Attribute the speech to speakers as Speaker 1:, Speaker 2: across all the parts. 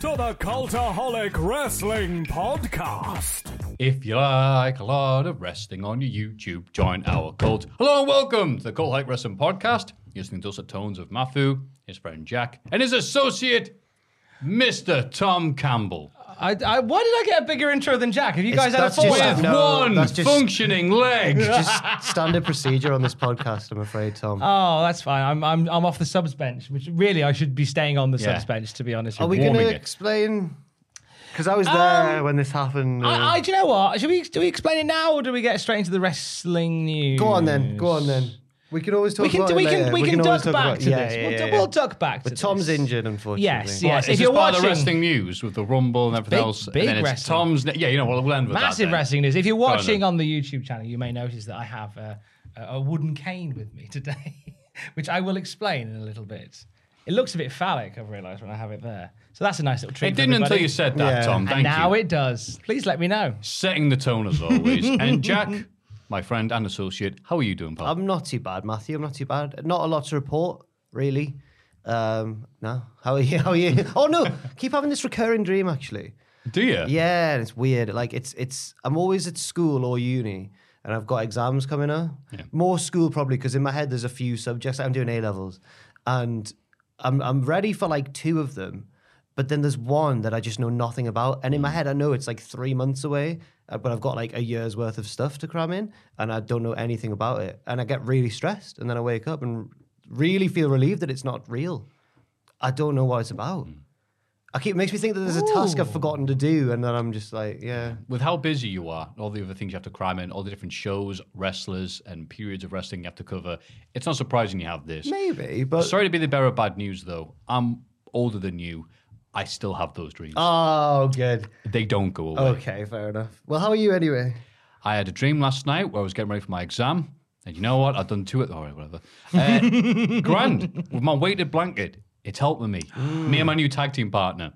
Speaker 1: to the Cultaholic Wrestling Podcast.
Speaker 2: If you like a lot of wrestling on your YouTube, join our cult. Hello and welcome to the Cult Like Wrestling Podcast. You're listening to us at Tones of Mafu, his friend Jack, and his associate, Mr. Tom Campbell.
Speaker 3: I, I, why did I get a bigger intro than Jack? Have you
Speaker 4: It's-
Speaker 3: guys had a
Speaker 4: that's just-
Speaker 3: fallout?
Speaker 2: With
Speaker 4: No,
Speaker 2: one
Speaker 4: that's just-
Speaker 2: functioning leg.
Speaker 4: just standard procedure on this podcast, I'm afraid, Tom.
Speaker 3: Oh, that's fine. I'm, I'm I'm off the subs bench, which really I should be staying on the
Speaker 2: Yeah.
Speaker 3: subs bench to be honest.
Speaker 4: Are
Speaker 3: with
Speaker 4: we
Speaker 3: you.
Speaker 4: going
Speaker 2: warming
Speaker 4: to
Speaker 2: it.
Speaker 4: explain? Because I was there when this happened. uh,
Speaker 3: Um, I, I, do you know what? Should we do we explain it now, or do we get straight into the wrestling news?
Speaker 4: Go on then. Go on then. We can always talk
Speaker 3: We can
Speaker 4: about
Speaker 3: we
Speaker 4: it
Speaker 3: can
Speaker 4: later.
Speaker 3: we can
Speaker 4: always
Speaker 3: duck
Speaker 4: talk
Speaker 3: back
Speaker 4: about-
Speaker 3: to
Speaker 4: yeah,
Speaker 3: this.
Speaker 4: yeah,
Speaker 3: we'll,
Speaker 4: yeah,
Speaker 3: we'll
Speaker 4: yeah.
Speaker 3: duck back to
Speaker 4: But Tom's
Speaker 3: this.
Speaker 4: injured, unfortunately.
Speaker 3: Yes,
Speaker 2: Right,
Speaker 3: yes.
Speaker 2: is
Speaker 3: if
Speaker 2: this
Speaker 3: you're
Speaker 2: part of
Speaker 3: watching,
Speaker 2: the wrestling news with the Rumble and everything
Speaker 3: Big-
Speaker 2: else,
Speaker 3: big
Speaker 2: and then it's
Speaker 3: wrestling.
Speaker 2: Tom's. ne- yeah, you know, we'll, we'll end with that.
Speaker 3: massive
Speaker 2: then.
Speaker 3: wrestling news. If you're
Speaker 2: on
Speaker 3: watching
Speaker 2: then.
Speaker 3: on the YouTube channel, you may notice that I have a, a, a wooden cane with me today, which I will explain in a little bit. It looks a bit phallic, I've realised when I have it there. So that's a nice little treat.
Speaker 2: It
Speaker 3: for
Speaker 2: didn't until
Speaker 3: everybody.
Speaker 2: you said that,
Speaker 4: Yeah.
Speaker 2: Tom.
Speaker 3: And
Speaker 2: Thank
Speaker 3: now
Speaker 2: you.
Speaker 3: it does. Please let me know.
Speaker 2: Setting the tone as always. and Jack, my friend and associate, how are you doing, pal?
Speaker 4: I'm not too bad, Matthew. I'm not too bad. Not a lot to report, really. Um, no. How are you? How are you? Oh no! Keep having this recurring dream, actually.
Speaker 2: Do you?
Speaker 4: Yeah, and it's weird. Like it's it's I'm always at school or uni, and I've got exams coming up. More school probably because in my head there's a few subjects. I'm doing A levels, and I'm I'm ready for like two of them, but then there's one that I just know nothing about, and in my head I know it's like three months away, uh, but I've got like a year's worth of stuff to cram in, and I don't know anything about it, and I get really stressed, and then I wake up and really feel relieved that it's not real. I don't know what it's about. I keep, it makes me think that there's a task I've forgotten to do, and then I'm just like, yeah.
Speaker 2: with how busy you are, all the other things you have to cram in, all the different shows, wrestlers, and periods of wrestling you have to cover, it's not surprising you have this.
Speaker 4: Maybe, but
Speaker 2: Sorry to be the bearer of bad news, though. I'm older than you. I still have those dreams.
Speaker 3: Uh,
Speaker 4: oh, good.
Speaker 2: they don't go away.
Speaker 4: Okay, fair enough. Well, how are you anyway?
Speaker 2: I had a dream last night where I was getting ready for my exam, and you know what? I've done two. All right, whatever. Uh, grand with my weighted blanket. It's helping me. me and my new tag team partner.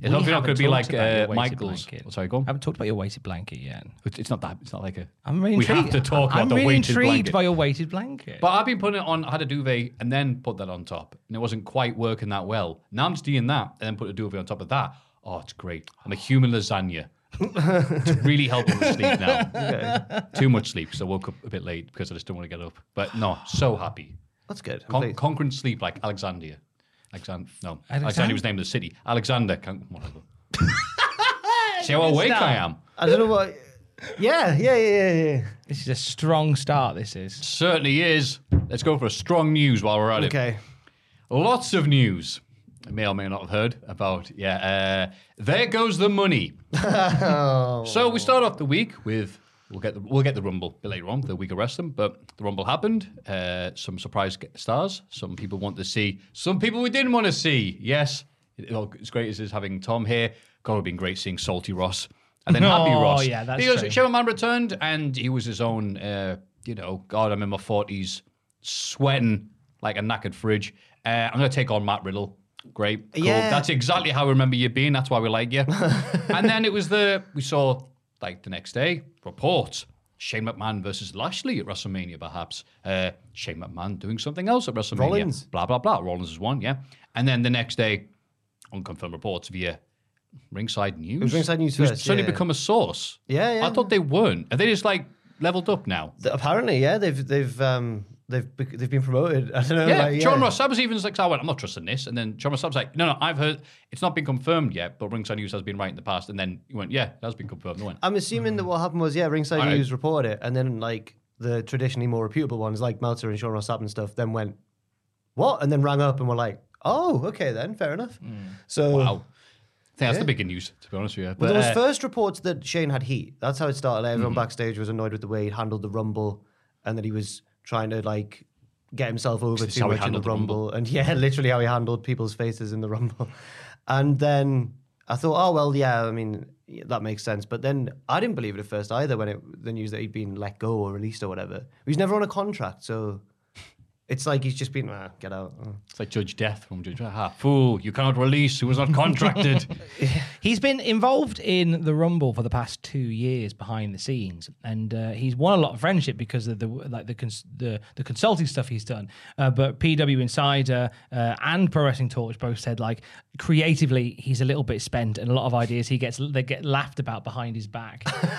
Speaker 2: It's
Speaker 3: We
Speaker 2: hopefully not going
Speaker 3: haven't
Speaker 2: to be
Speaker 3: talked
Speaker 2: like
Speaker 3: about your
Speaker 2: uh,
Speaker 3: weighted
Speaker 2: Michael's.
Speaker 3: blanket.
Speaker 2: Oh, sorry, go on.
Speaker 3: I haven't talked about your weighted blanket yet.
Speaker 2: It's it's not that. It's not like a.
Speaker 3: I'm really
Speaker 2: we
Speaker 3: intrigued.
Speaker 2: have to talk
Speaker 3: I'm
Speaker 2: about the
Speaker 3: really
Speaker 2: weighted
Speaker 3: intrigued
Speaker 2: blanket.
Speaker 3: by your weighted blanket.
Speaker 2: But I've been putting it on, I had a duvet and then put that on top, and it wasn't quite working that well. Now I'm just doing that and then put a duvet on top of that. Oh, it's great. I'm a human lasagna. it's really helping with sleep now. Too much sleep, so I woke up a bit late because I just didn't want to get up. But no, so happy.
Speaker 4: That's good. I'm
Speaker 2: Con-
Speaker 4: pleased.
Speaker 2: conquering sleep like Alexandria. Alexand- no,
Speaker 3: Alexand-
Speaker 2: Alexandria was the name of the city. Alexander. Can- whatever. See how awake I am.
Speaker 4: I don't know what. Yeah, yeah, yeah, yeah. yeah.
Speaker 3: this is a strong start, this is.
Speaker 2: Certainly is. Let's go for a strong news while we're at it.
Speaker 4: Okay.
Speaker 2: Lots of news. I may or may not have heard about. Yeah. Uh, there goes the money. So we start off the week with we'll get the, we'll get the rumble a bit later on the week of wrestling, but the rumble happened. Uh, some surprise g- stars. Some people want to see. Some people we didn't want to see. Yes. It- well, As great as is having Tom here, God, it would been great seeing Salty Ross and then Happy
Speaker 3: Oh,
Speaker 2: Ross.
Speaker 3: yeah, that's
Speaker 2: because
Speaker 3: true.
Speaker 2: Shadow Man returned and he was his own. Uh, you know, God, I'm in my forties, sweating like a knackered fridge. Uh, I'm gonna take on Matt Riddle. Great, cool.
Speaker 4: Yeah.
Speaker 2: That's exactly how I remember you being. That's why we like you. and then it was the we saw like the next day report Shane McMahon versus Lashley at WrestleMania, perhaps. Uh, Shane McMahon doing something else at WrestleMania.
Speaker 4: Rollins.
Speaker 2: Blah blah blah. Rollins is one, yeah. And then the next day, unconfirmed reports via Ringside News.
Speaker 4: was Ringside News
Speaker 2: Who's
Speaker 4: first,
Speaker 2: suddenly
Speaker 4: yeah.
Speaker 2: become a source.
Speaker 4: Yeah, yeah.
Speaker 2: I thought they weren't. Are they just like leveled up now?
Speaker 4: Th- Apparently, yeah, they've they've um they've bec- they've been promoted. I don't know.
Speaker 2: Yeah,
Speaker 4: like,
Speaker 2: John Ross Sabbs even like, I went, I'm not trusting this. And then John Ross Sabbs like, no, no, I've heard it's not been confirmed yet, but Ringside News has been right in the past. And then he went, yeah, it has been confirmed. I went,
Speaker 4: I'm assuming that what happened was yeah, Ringside
Speaker 2: All right.
Speaker 4: News reported it, and then like the traditionally more reputable ones like Meltzer and Sean Ross Sapp and stuff then went, what? And then rang up and were like, oh, okay then, fair enough. So
Speaker 2: Hmm. Wow. I think that's the bigger news, to be honest with you.
Speaker 4: Well,
Speaker 2: But,
Speaker 4: there was
Speaker 2: uh, Mm-hmm.
Speaker 4: first reports that Shane had heat. That's how it started. Everyone backstage was annoyed with the way he handled the rumble, and that he was trying to like get himself over
Speaker 2: is
Speaker 4: too
Speaker 2: how he
Speaker 4: much in the
Speaker 2: handled the
Speaker 4: rumble.
Speaker 2: Rumble.
Speaker 4: And yeah, literally how he handled people's faces in the rumble. And then I thought, oh well, yeah. I mean, yeah, that makes sense. But then I didn't believe it at first either when it the news that he'd been let go or released or whatever. He's never on a contract, so. It's like he's just been, ah, get out. Mm.
Speaker 2: it's like Judge Death from Judge. Ah, fool! You cannot release who was not contracted.
Speaker 3: He's been involved in the Rumble for the past two years behind the scenes, and uh, he's won a lot of friendship because of the like the cons- the, the consulting stuff he's done. Uh, but PW Insider uh, and Pro Wrestling Torch both said like creatively he's a little bit spent, and a lot of ideas he gets they get laughed about behind his back.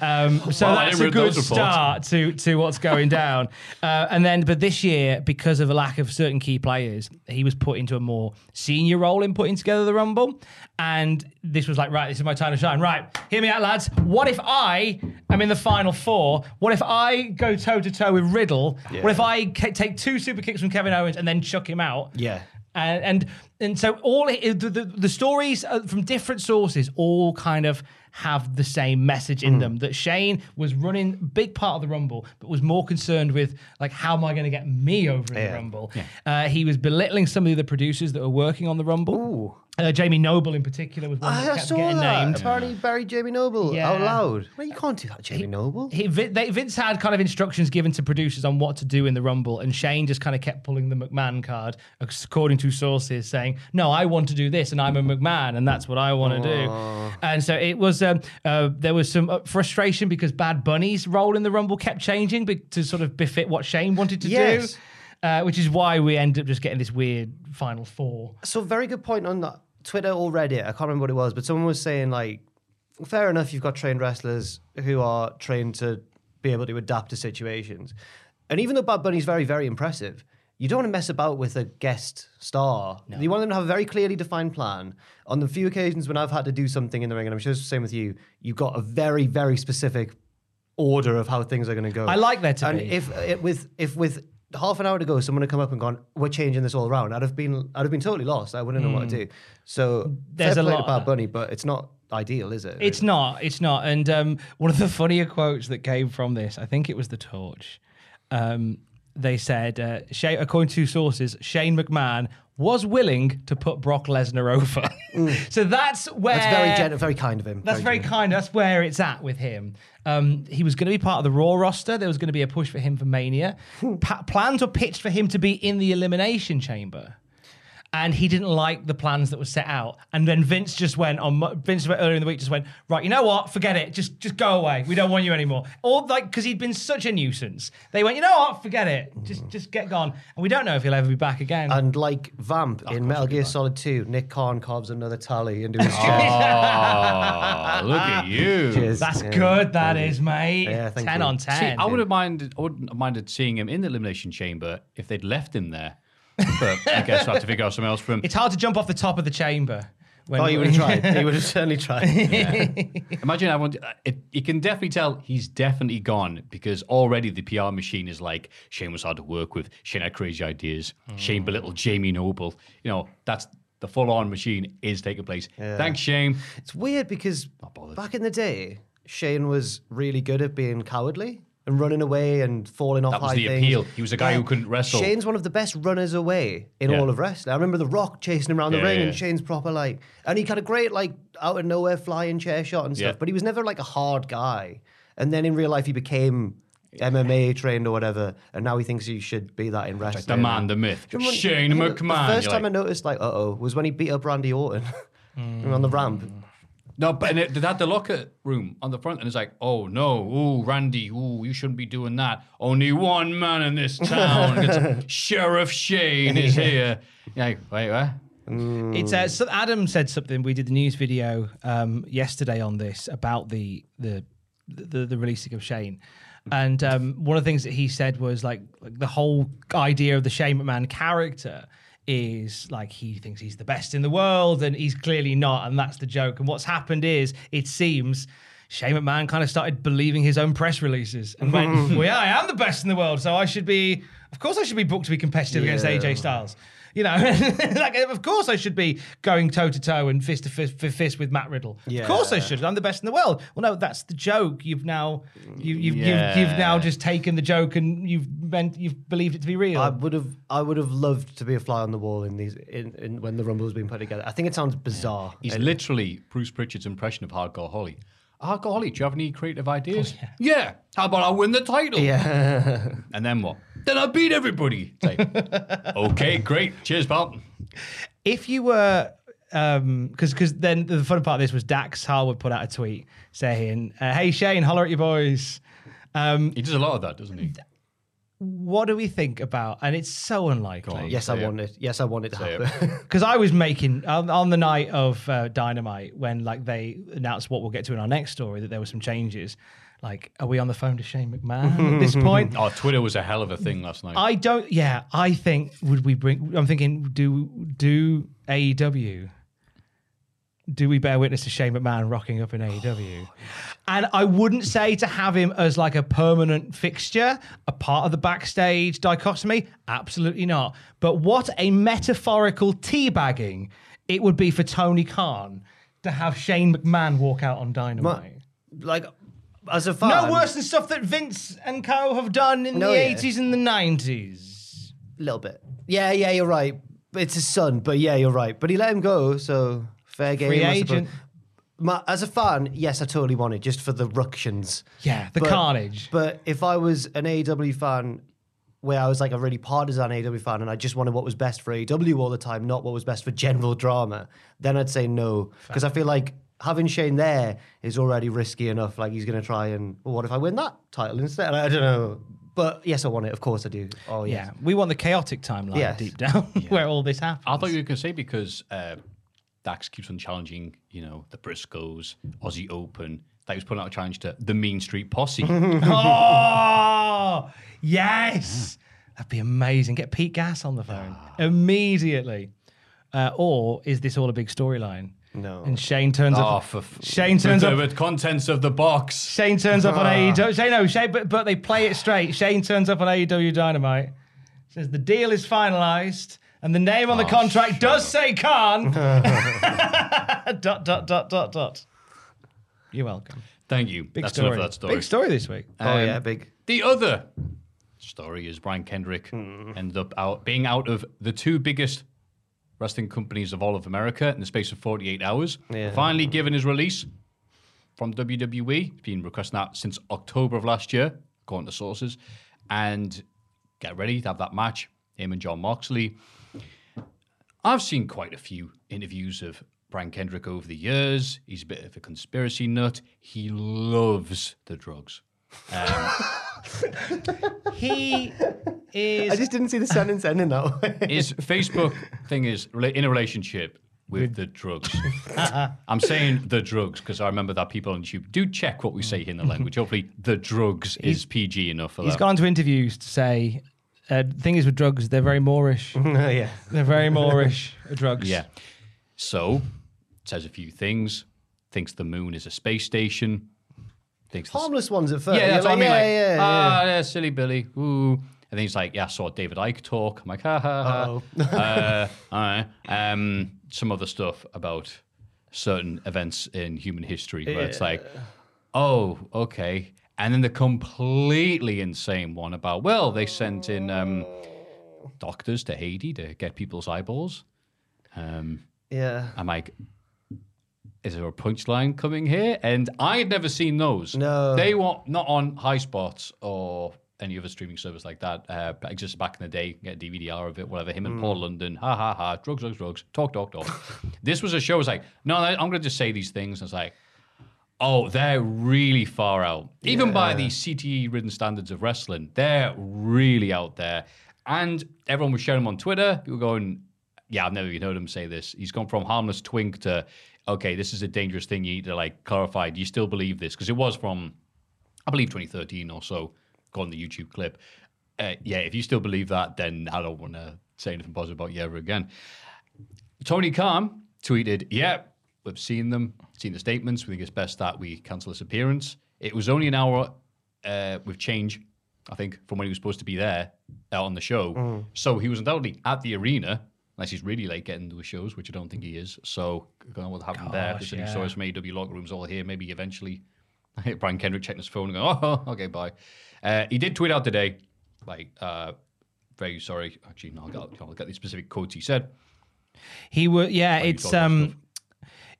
Speaker 3: Um, so
Speaker 2: Well, I
Speaker 3: that's
Speaker 2: didn't
Speaker 3: a
Speaker 2: read
Speaker 3: good
Speaker 2: those reports.
Speaker 3: start to to what's going down. Uh, and then, but this year, because of a lack of certain key players, he was put into a more senior role in putting together the Rumble. And this was like, right, this is my time to shine. Right, hear me out, lads. What if I am in the final four? What if I go toe to toe with Riddle? What if I ca- take two super kicks from Kevin Owens and then chuck him out?
Speaker 4: Yeah.
Speaker 3: and Uh, and, and so all it, the, the the stories uh, from different sources all kind of have the same message
Speaker 4: Mm.
Speaker 3: in them that Shane was running a big part of the Rumble, but was more concerned with like how am I going to get me over in the Rumble? Uh, he was belittling some of the other producers that were working on the Rumble. Uh, Jamie Noble in particular was one that
Speaker 4: Ah, I
Speaker 3: kept
Speaker 4: saw
Speaker 3: getting
Speaker 4: that.
Speaker 3: named.
Speaker 4: Apparently, buried Jamie Noble
Speaker 3: Yeah.
Speaker 4: out loud. Well, you can't do that, Jamie Noble.
Speaker 3: He, Vin- they, Vince had kind of instructions given to producers on what to do in the Rumble, and Shane just kind of kept pulling the McMahon card, according to sources, saying, "No, I want to do this, and I'm a McMahon, and that's what I want to do." And so it was. Um, uh, there was some uh, frustration because Bad Bunny's role in the Rumble kept changing be- to sort of befit what Shane wanted to
Speaker 4: Yes.
Speaker 3: do. Uh, which is why we end up just getting this weird final four.
Speaker 4: So very good point on that Twitter or Reddit. I can't remember what it was, but someone was saying like, fair enough, you've got trained wrestlers who are trained to be able to adapt to situations, and even though Bad Bunny's very very impressive. You don't want to mess about with a guest star. You want them to have a very clearly defined plan. On the few occasions when I've had to do something in the ring, and I'm sure it's the same with you, you've got a very, very specific order of how things are going to go.
Speaker 3: I like there to
Speaker 4: and
Speaker 3: be.
Speaker 4: if it, with if with half an hour to go, someone had come up and gone, "We're changing this all around," I'd have been I'd have been totally lost. I wouldn't know what to do. So
Speaker 3: Hmm. There's
Speaker 4: fair
Speaker 3: a
Speaker 4: play
Speaker 3: lot
Speaker 4: to
Speaker 3: of
Speaker 4: Bad
Speaker 3: that.
Speaker 4: Bunny, but it's not ideal, is it?
Speaker 3: It's not. It's not. And um, one of the funnier quotes that came from this, I think it was the torch. Um, they said, uh, Shay, according to sources, Shane McMahon was willing to put Brock Lesnar over. so that's where
Speaker 4: Mm. That's very gen- very kind of him.
Speaker 3: that's very
Speaker 4: gentle.
Speaker 3: kind. That's where it's at with him. Um, he was going to be part of the Raw roster. There was going to be a push for him for Mania.
Speaker 4: Hmm.
Speaker 3: Pa- plans were pitched for him to be in the Elimination Chamber. And he didn't like the plans that were set out. And then Vince just went on. Mo- Vince went earlier in the week just went right. You know what? Forget it. Just just go away. We don't want you anymore. Or like because he'd been such a nuisance. They went. You know what? Forget it.
Speaker 4: Hmm.
Speaker 3: Just just get gone. And we don't know if he'll ever be back again.
Speaker 4: And like Vamp in Metal Gear Solid 2, Nick Khan carves another tally into his chest.
Speaker 2: oh, look at you.
Speaker 4: Cheers.
Speaker 3: That's
Speaker 4: Yeah.
Speaker 3: good. That is, mate.
Speaker 4: Yeah, thank
Speaker 3: ten
Speaker 4: you.
Speaker 3: on
Speaker 2: See,
Speaker 3: ten.
Speaker 2: I would have minded. I wouldn't have minded seeing him in the elimination chamber if they'd left him there. But I guess I have to figure out something else for him.
Speaker 3: It's hard to jump off the top of the chamber. When
Speaker 4: Oh, he would have tried. He would have certainly tried.
Speaker 2: Imagine everyone. It, you can definitely tell he's definitely gone because already the PR machine is like Shane was hard to work with. Shane had crazy ideas. Shane belittled Jamie Noble. You know that's the full-on machine is taking place. Thanks, Shane.
Speaker 4: It's weird because
Speaker 2: bothered.
Speaker 4: back in the day, Shane was really good at being cowardly and running away and falling off
Speaker 2: That was
Speaker 4: high
Speaker 2: the
Speaker 4: things.
Speaker 2: appeal. He was a guy who couldn't wrestle.
Speaker 4: Shane's one of the best runners away in
Speaker 2: Yeah.
Speaker 4: all of wrestling. I remember The Rock chasing him around the
Speaker 2: Yeah,
Speaker 4: ring,
Speaker 2: yeah,
Speaker 4: and
Speaker 2: yeah.
Speaker 4: Shane's proper like, and he had a great like out of nowhere flying chair shot and stuff.
Speaker 2: Yeah.
Speaker 4: But he was never like a hard guy. And then in real life, he became MMA trained or whatever, and now he thinks he should be that in wrestling.
Speaker 2: The man, the myth,
Speaker 4: Do you remember-
Speaker 2: Shane
Speaker 4: I think the-
Speaker 2: McMahon.
Speaker 4: The first
Speaker 2: You're
Speaker 4: time
Speaker 2: like,
Speaker 4: I noticed, like, uh oh, was when he beat up Randy Orton on the ramp.
Speaker 2: Hmm. No, but and it, they had the locker room on the front, and it's like, oh no, ooh, Randy, ooh, you shouldn't be doing that. Only one man in this town, It's Sheriff Shane, is here. Yeah, like, wait, what?
Speaker 3: It's uh, so Adam said something. We did the news video um, yesterday on this about the the the, the releasing of Shane, and um, one of the things that he said was like, like the whole idea of the Shane McMahon character is like he thinks he's the best in the world, and he's clearly not, and that's the joke. And what's happened is it seems. Shane McMahon kind of started believing his own press releases and went, "Well, yeah, I am the best in the world, so I should be Of course, I should be booked to be competitive against
Speaker 4: Yeah.
Speaker 3: AJ Styles. You know, like of course I should be going toe to toe and fist to fist, fi- fist with Matt Riddle.
Speaker 4: Yeah.
Speaker 3: Of course I should. I'm the best in the world. Well, no, that's the joke. You've now you, you've, you've
Speaker 2: Yeah.
Speaker 3: you've now just taken the joke and you've meant you've believed it to be real.
Speaker 4: I would have, I would have loved to be a fly on the wall in these, in, in when the rumble was being put together. I think it sounds bizarre.
Speaker 2: He's literally Bruce Pritchard's impression of Hardcore Holly. Hardcore Holly, do you have any creative ideas? Oh, yeah. How about I win the title? Yeah. and then what? Then I beat everybody. It's like, okay, great. Cheers, pal.
Speaker 3: if you were um because because then the fun part of this was Dax Harwood put out a tweet saying, uh, "Hey Shane, holler at your boys."
Speaker 2: He does a lot of that, doesn't he?
Speaker 3: What do we think about? And it's so unlikely
Speaker 4: yes, I want it. Yes, I want it to
Speaker 2: Say it.
Speaker 4: happen.
Speaker 3: because I was making on, on the night of uh, Dynamite when like they announced what we'll get to in our next story that there were some changes. Like, are we on the phone to Shane McMahon at this point?
Speaker 2: Oh, Twitter was a hell of a thing last night.
Speaker 3: I don't. Yeah, I think would we bring? I'm thinking, do do AEW? Do we bear witness to Shane McMahon rocking up in AEW? And I wouldn't say to have him as like a permanent fixture, a part of the backstage dichotomy. Absolutely not. But what a metaphorical teabagging it would be for Tony Khan to have Shane McMahon walk out on Dynamite.
Speaker 4: like, as a fan,
Speaker 3: no worse than stuff that Vince and Co have done in
Speaker 4: No,
Speaker 3: the
Speaker 4: yeah.
Speaker 3: 80s and the 90s.
Speaker 4: A little bit. Yeah, yeah, you're right. It's his son, but yeah, you're right. But he let him go, so fair game.
Speaker 3: Free
Speaker 4: I suppose.
Speaker 3: agent.
Speaker 4: My, as a fan, yes, I totally want it just for the ructions.
Speaker 3: Yeah, the carnage.
Speaker 4: But if I was an AEW fan, where I was like a really partisan AEW fan, and I just wanted what was best for AEW all the time, not what was best for general drama, then I'd say no because I feel like having Shane there is already risky enough. Like he's going to try and well, what if I win that title instead? I don't know. But yes, I want it. Of course, I do. Oh yes.
Speaker 3: Yeah, we want the chaotic timeline
Speaker 4: Yes.
Speaker 3: deep down where all this happens.
Speaker 2: I thought you were going to say because uh, Dax keeps on challenging, you know, the Briscoes, Aussie Open. That he was putting out a challenge to the Mean Street Posse.
Speaker 3: oh, yes, that'd be amazing. Get Pete Gas on the phone immediately. Uh, or is this all a big storyline?
Speaker 4: No.
Speaker 3: And Shane turns
Speaker 2: oh,
Speaker 3: up.
Speaker 2: for f-
Speaker 3: Shane turns
Speaker 2: the,
Speaker 3: up.
Speaker 2: the contents of the box.
Speaker 3: Shane turns up on AEW. Shane, no, Shane, but, but they play it straight. Shane turns up on AEW Dynamite, says the deal is finalized, and the name on the contract does say Khan. dot, dot, dot, dot, dot. You're welcome.
Speaker 2: Thank you.
Speaker 3: Big
Speaker 2: That's
Speaker 3: story.
Speaker 2: enough of that story. Uh,
Speaker 3: Big story this week.
Speaker 4: Oh yeah, big.
Speaker 2: The other story is Brian Kendrick ended up out being out of the two biggest wrestling companies of all of America in the space of 48 hours. Finally given his release from E, WWE. He's been requesting that since October of last year, according to sources. And get ready to have that match, him and John Moxley. I've seen quite a few interviews of Brian Kendrick over the years. He's a bit of a conspiracy nut. He loves the drugs.
Speaker 3: He is
Speaker 4: I just didn't see the sentence ending that way.
Speaker 2: his Facebook thing is rela- in a relationship with the drugs. I'm saying the drugs because I remember that people on YouTube do check what we say in the language. Hopefully, the drugs is PG enough for
Speaker 3: he's
Speaker 2: that.
Speaker 3: gone to interviews to say uh, the thing is with drugs they're very Moorish.
Speaker 4: yeah.
Speaker 3: they're very Moorish drugs.
Speaker 2: yeah. So says a few things. Thinks the moon is a space station. Thinks the s-
Speaker 4: Harmless ones at first.
Speaker 2: Yeah, that's
Speaker 4: You're
Speaker 2: what I mean. Like,
Speaker 4: yeah, yeah, yeah.
Speaker 2: ah, yeah, silly Billy. Ooh. And then he's like, yeah, I saw David Icke talk. I'm like, ha ha ha. uh, all right. Um, some other stuff about certain events in human history where it's like, oh, okay. And then the completely insane one about, well, they sent in um, doctors to Haiti to get people's eyeballs. Um,
Speaker 4: yeah.
Speaker 2: I'm like, is there a punchline coming here? And I had never seen those.
Speaker 4: No.
Speaker 2: They were not on High Spots or any other streaming service like that. Uh, but just back in the day, get a DVDR of it, whatever. Him and Paul London, ha ha ha, drugs, drugs, drugs, talk, talk, talk. this was a show. I was like, no, I'm going to just say these things. And it's like, oh, they're really far out. Even by the CTE ridden standards of wrestling, they're really out there. And everyone was sharing him on Twitter. People were going, yeah, I've never even heard him say this. He's gone from harmless twink to, okay, this is a dangerous thing. You need to like clarify. Do you still believe this? Because it was from, I believe, 2013 or so, got on the YouTube clip. Uh, yeah, if you still believe that, then I don't want to say anything positive about you ever again. Tony Khan tweeted, Yeah, we've seen them, seen the statements. We think it's best that we cancel this appearance. It was only an hour uh, with change I think, from when he was supposed to be there uh, on the show.
Speaker 3: Mm.
Speaker 2: So he was undoubtedly at the arena, unless he's really late getting to his shows, which I don't think he is. So I don't know what happened there.
Speaker 3: Gosh,
Speaker 2: Just that
Speaker 3: yeah.
Speaker 2: He saw us from AEW locker rooms all here. Maybe eventually Brian Kendrick checking his phone and going, oh, okay, bye. Uh, he did tweet out today, like, uh, very sorry. Actually, no, I'll get, I'll get the specific quotes he said.
Speaker 3: He would, yeah.
Speaker 2: you
Speaker 3: it's
Speaker 2: thought that
Speaker 3: um,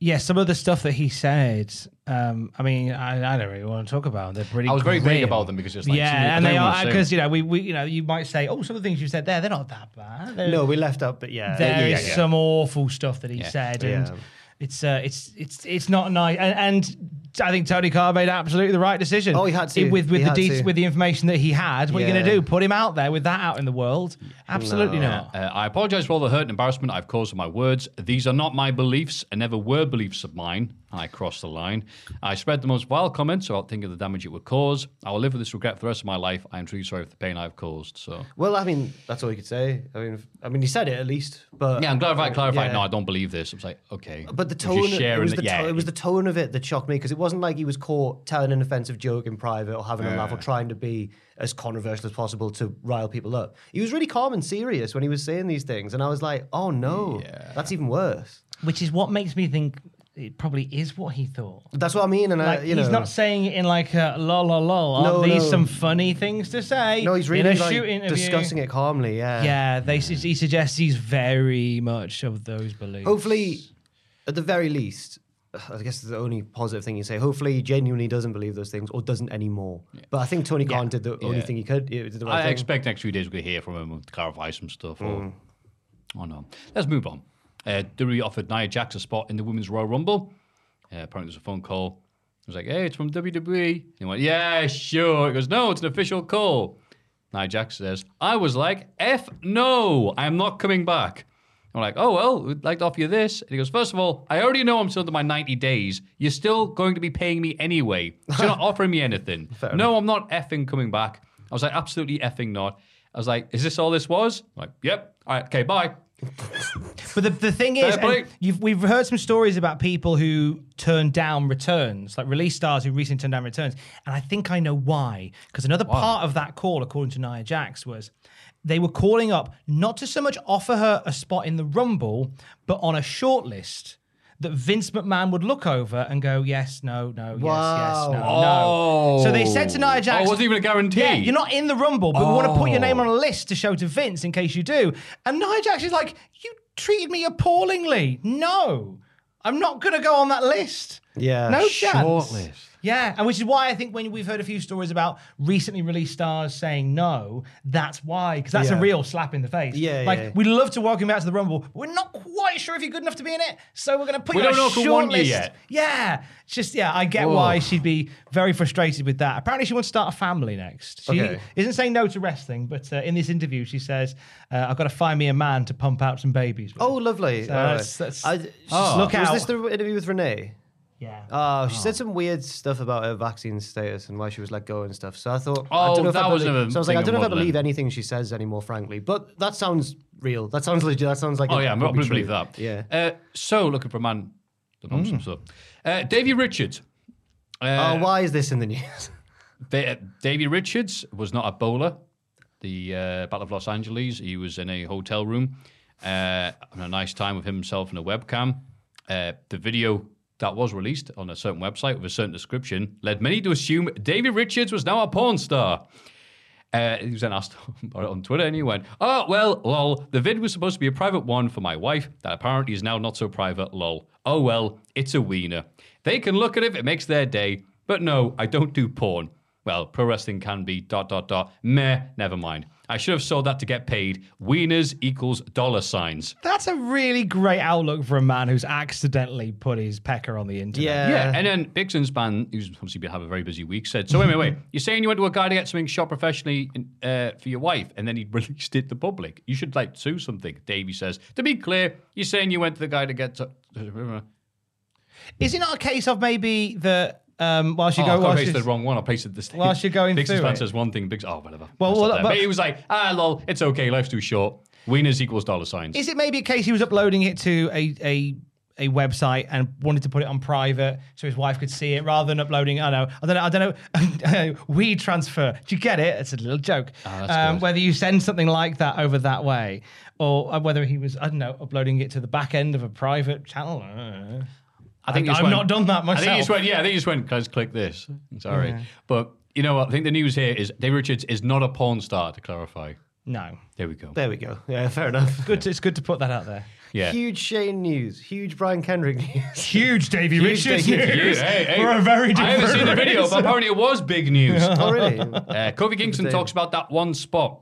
Speaker 3: yeah. Some of the stuff that he said. Um, I mean, I, I don't really want to talk about. them. They're pretty.
Speaker 2: I was very vague
Speaker 3: grim.
Speaker 2: about them because it's like,
Speaker 3: yeah, and
Speaker 2: no
Speaker 3: they
Speaker 2: one was
Speaker 3: are
Speaker 2: saying-
Speaker 3: because you know we, we you know you might say oh some of the things you said there they're not that bad. They're-
Speaker 4: No, we left up, but yeah.
Speaker 3: There is
Speaker 2: yeah, yeah.
Speaker 3: some awful stuff that he said, and
Speaker 4: Yeah.
Speaker 3: it's uh, it's it's it's not nice. And, and I think Tony Carr made absolutely the right decision.
Speaker 4: Oh, he had to.
Speaker 3: with with
Speaker 4: He
Speaker 3: the
Speaker 4: had to.
Speaker 3: with the information that he had. What are you going
Speaker 4: Yeah.
Speaker 3: to do? Put him out there with that out in the world? Absolutely not.
Speaker 2: Uh, I apologize for all the hurt and embarrassment I've caused with my words. These are not my beliefs and never were beliefs of mine. I crossed the line. I spread the most vile comments without thinking of the damage it would cause. I will live with this regret for the rest of my life. I am truly sorry for the pain I've caused. So,
Speaker 4: Well, I mean, that's all you could say. I mean, if- I mean, he said it at least, but
Speaker 2: yeah, I'm glad I clarified.
Speaker 4: yeah.
Speaker 2: No, I don't believe this. I was like, okay.
Speaker 4: But the
Speaker 2: You're
Speaker 4: tone,
Speaker 2: just
Speaker 4: it
Speaker 2: sharing
Speaker 4: was,
Speaker 2: that-
Speaker 4: the
Speaker 2: yeah,
Speaker 4: to- it was the tone of it that shocked me because it wasn't like he was caught telling an offensive joke in private or having a laugh or trying to be as controversial as possible to rile people up. He was really calm and serious when he was saying these things, and I was like, oh no, that's even worse.
Speaker 3: Which is what makes me think it probably is what he thought.
Speaker 4: That's what I mean, and
Speaker 3: Like
Speaker 4: I, Uh, you
Speaker 3: he's
Speaker 4: know,
Speaker 3: not saying it in like a lol lol lol. Aren't
Speaker 4: No,
Speaker 3: these
Speaker 4: no.
Speaker 3: some funny things to say?
Speaker 4: no, he's
Speaker 3: in
Speaker 4: really
Speaker 3: a
Speaker 4: like,
Speaker 3: shoot interview?
Speaker 4: discussing it calmly. Yeah,
Speaker 3: Yeah, they su- he suggests he's very much of those beliefs.
Speaker 4: Hopefully, at the very least. I guess the only positive thing you say. Hopefully, he genuinely doesn't believe those things or doesn't anymore. But I think Tony Khan did the only
Speaker 2: Yeah.
Speaker 4: thing he could. He did the right
Speaker 2: I
Speaker 4: thing.
Speaker 2: expect next few days we're going to hear from him and clarify some stuff. Or, oh, no. Let's move on. Uh, WWE offered Nia Jax a spot in the Women's Royal Rumble. Uh, apparently, there's a phone call. It was like, hey, it's from WWE. And he went, yeah, sure. He goes, no, it's an official call. Nia Jax says, I was like, F no, I'm not coming back. I'm like, oh, well, we'd like to offer you this. And he goes, first of all, I already know I'm still under my 90 days. You're still going to be paying me anyway. So you're not offering me anything. no, I'm not effing coming back. I was like, absolutely effing not. I was like, is this all this was? I'm like, yep. All right, okay, bye.
Speaker 3: But the, the thing is,
Speaker 2: Fair play.
Speaker 3: and you've, we've heard some stories about people who turned down returns, like release stars who recently turned down returns. And I think I know why. Because another part of that call, according to Nia Jax, was they were calling up not to so much offer her a spot in the Rumble, but on a short list that Vince McMahon would look over and go, yes, no, no, yes, yes, no, no. So they said to Nia Jax,
Speaker 2: Oh, it wasn't even a guarantee. Oh.
Speaker 3: yeah, you're not in the Rumble, but we want to put your name on a list to show to Vince in case you do. And Nia Jax is like, you treated me appallingly. No, I'm not going to go on that list.
Speaker 4: Yeah,
Speaker 3: No chance. Yeah, and which is why I think when we've heard a few stories about recently released stars saying no, that's why, because that's a
Speaker 4: Yeah.
Speaker 3: real slap in the face.
Speaker 4: Yeah,
Speaker 3: like
Speaker 4: yeah.
Speaker 3: we'd love to welcome you out to the Rumble, but we're not quite sure if you're good enough to be in it, so we're going to put
Speaker 2: We
Speaker 3: you
Speaker 2: don't know
Speaker 3: on a
Speaker 2: if we
Speaker 3: short
Speaker 2: want you
Speaker 3: list.
Speaker 2: yet.
Speaker 3: Yeah, it's just yeah, I get why she'd be very frustrated with that. Apparently, she wants to start a family next. She
Speaker 4: Okay.
Speaker 3: isn't saying no to wrestling, but uh, in this interview, she says, uh, "I've got to find me a man to pump out some babies." with."
Speaker 4: Oh, lovely.
Speaker 3: So
Speaker 4: All right.
Speaker 3: that's- that's-
Speaker 4: I- she-
Speaker 3: Oh. Look
Speaker 4: was
Speaker 3: out.
Speaker 4: this the interview with Renee?
Speaker 3: yeah.
Speaker 4: Uh,
Speaker 2: Oh.
Speaker 4: she said some weird stuff about her vaccine status and why she was let go and stuff. So I thought,
Speaker 2: Oh,
Speaker 4: I don't know if
Speaker 2: that
Speaker 4: I
Speaker 2: was
Speaker 4: believe-
Speaker 2: another
Speaker 4: So I was like,
Speaker 2: thing
Speaker 4: I don't know
Speaker 2: I'm
Speaker 4: if I believe
Speaker 2: modelling.
Speaker 4: anything she says anymore, frankly. But that sounds real. That sounds legit. That sounds like.
Speaker 2: Oh
Speaker 4: it
Speaker 2: yeah, I
Speaker 4: could
Speaker 2: probably
Speaker 4: true.
Speaker 2: believe that.
Speaker 4: Yeah.
Speaker 2: Uh, so looking for a man, the nonsense
Speaker 3: Hmm.
Speaker 2: stuff. Uh, Davy Richards. Uh,
Speaker 4: oh, why is this in the news?
Speaker 2: Da- Davy Richards was not a bowler. The uh, Battle of Los Angeles. He was in a hotel room, uh, having a nice time with himself and a webcam. Uh, the video that was released on a certain website with a certain description led many to assume Davy Richards was now a porn star. Uh, he was then asked about it on Twitter, and he went, "Oh well, lol. The vid was supposed to be a private one for my wife, that apparently is now not so private. Lol. Oh well, it's a wiener. They can look at it; if it makes their day. But no, I don't do porn. Well, pro wrestling can be dot dot dot. Meh, never mind. I should have sold that to get paid. Wieners equals dollar signs.
Speaker 3: That's a really great outlook for a man who's accidentally put his pecker on the internet.
Speaker 4: Yeah.
Speaker 2: Yeah, and then Bixen's span, who's obviously been having a very busy week, said, "So anyway, you're saying you went to a guy to get something shot professionally uh, for your wife, and then he released it to the public. You should like sue something." Davey says, "To be clear, you're saying you went to the guy to get." To- uh, oh,
Speaker 3: Is it not a case of maybe that um, whilst you
Speaker 2: oh,
Speaker 3: go,
Speaker 2: I
Speaker 3: whilst
Speaker 2: placed
Speaker 3: you-
Speaker 2: the wrong one. I placed it the
Speaker 3: While she's going
Speaker 2: Bixen's
Speaker 3: through
Speaker 2: span
Speaker 3: it.
Speaker 2: says one thing. Bix- oh, whatever.
Speaker 3: Well,
Speaker 2: That's not
Speaker 3: well,
Speaker 2: there.
Speaker 3: but-
Speaker 2: but he was like, "Ah, lol, it's okay. Life's too short. Wieners equals dollar signs."
Speaker 3: is it maybe a case he was uploading it to a a a website and wanted to put it on private so his wife could see it rather than uploading. I know, I don't know, I don't know. we transfer. Do you get it? It's a little joke.
Speaker 2: Ah,
Speaker 3: um, whether you send something like that over that way, or uh, whether he was, I don't know, uploading it to the back end of a private channel. I don't know.
Speaker 2: I think
Speaker 3: I-
Speaker 2: it's
Speaker 3: I've
Speaker 2: when-
Speaker 3: not done that
Speaker 2: I think it's
Speaker 3: myself.
Speaker 2: when, yeah, I think it's when guys click this. Sorry, but you know what? I think the news here is Dave Richards is not a porn star. To clarify,
Speaker 3: No,
Speaker 2: there we go.
Speaker 4: There we go. Yeah, fair enough.
Speaker 3: good. To, it's good to put that out there.
Speaker 2: Yeah,
Speaker 4: Huge Shane news. Huge Brian Kendrick news.
Speaker 3: Huge Davy Richards
Speaker 4: Davey
Speaker 3: news
Speaker 2: Dude, hey, hey.
Speaker 3: for a
Speaker 2: I
Speaker 3: very different
Speaker 2: haven't seen the video,
Speaker 3: reason.
Speaker 2: but apparently it was big news.
Speaker 4: oh, really?
Speaker 2: Uh, Kofi Kingston talks about that one spot.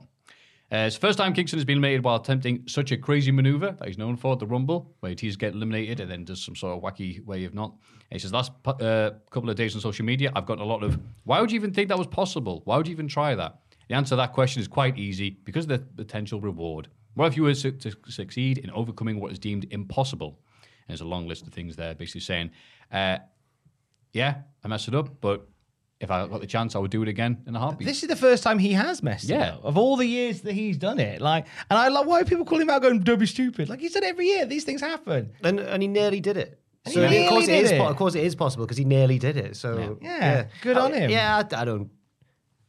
Speaker 2: Uh, it's the first time Kingston has been eliminated while attempting such a crazy maneuver that he's known for at the Rumble, where he teases get eliminated and then does some sort of wacky way of not. And he says, last pu- uh, couple of days on social media, I've gotten a lot of, why would you even think that was possible? Why would you even try that? The answer to that question is quite easy because of the potential reward. What if you were su- to succeed in overcoming what is deemed impossible? And there's a long list of things there, basically saying, uh, yeah, I messed it up, but if I got the chance, I would do it again in a heartbeat.
Speaker 3: This is the first time he has messed
Speaker 2: Yeah.
Speaker 3: it up of all the years that he's done it. Like, and I like why people call him out going, "Don't be stupid." Like he's done every year. These things happen.
Speaker 4: and, and he nearly did it.
Speaker 3: And
Speaker 4: So
Speaker 3: he
Speaker 4: of course
Speaker 3: nearly
Speaker 4: it is.
Speaker 3: did
Speaker 4: po-
Speaker 3: it.
Speaker 4: Of course it is possible because he nearly did it. So
Speaker 3: Yeah. Yeah, good
Speaker 4: I-
Speaker 3: on him.
Speaker 4: Yeah, I, I don't.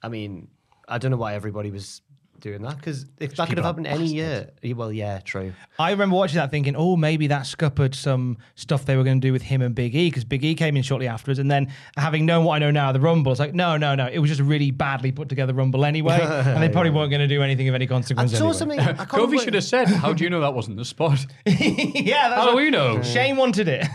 Speaker 4: I mean, I don't know why everybody was doing that because if that could have happened any year, Yeah, well, yeah, true.
Speaker 3: I remember watching that thinking, oh, maybe that scuppered some stuff they were going to do with him and Big E because Big E came in shortly afterwards. And then, having known what I know now, the Rumble, it's like, no, no, no. It was just a really badly put together Rumble anyway. and they probably weren't going to do anything of any
Speaker 4: I
Speaker 3: consequence.
Speaker 4: saw
Speaker 3: anyway.
Speaker 4: something. I can't
Speaker 2: Kofi
Speaker 4: remember-
Speaker 2: should have said, "How do you know that wasn't the spot?"
Speaker 3: yeah, that's
Speaker 2: How do
Speaker 3: what-
Speaker 2: Oh, we know?
Speaker 3: Shane wanted it.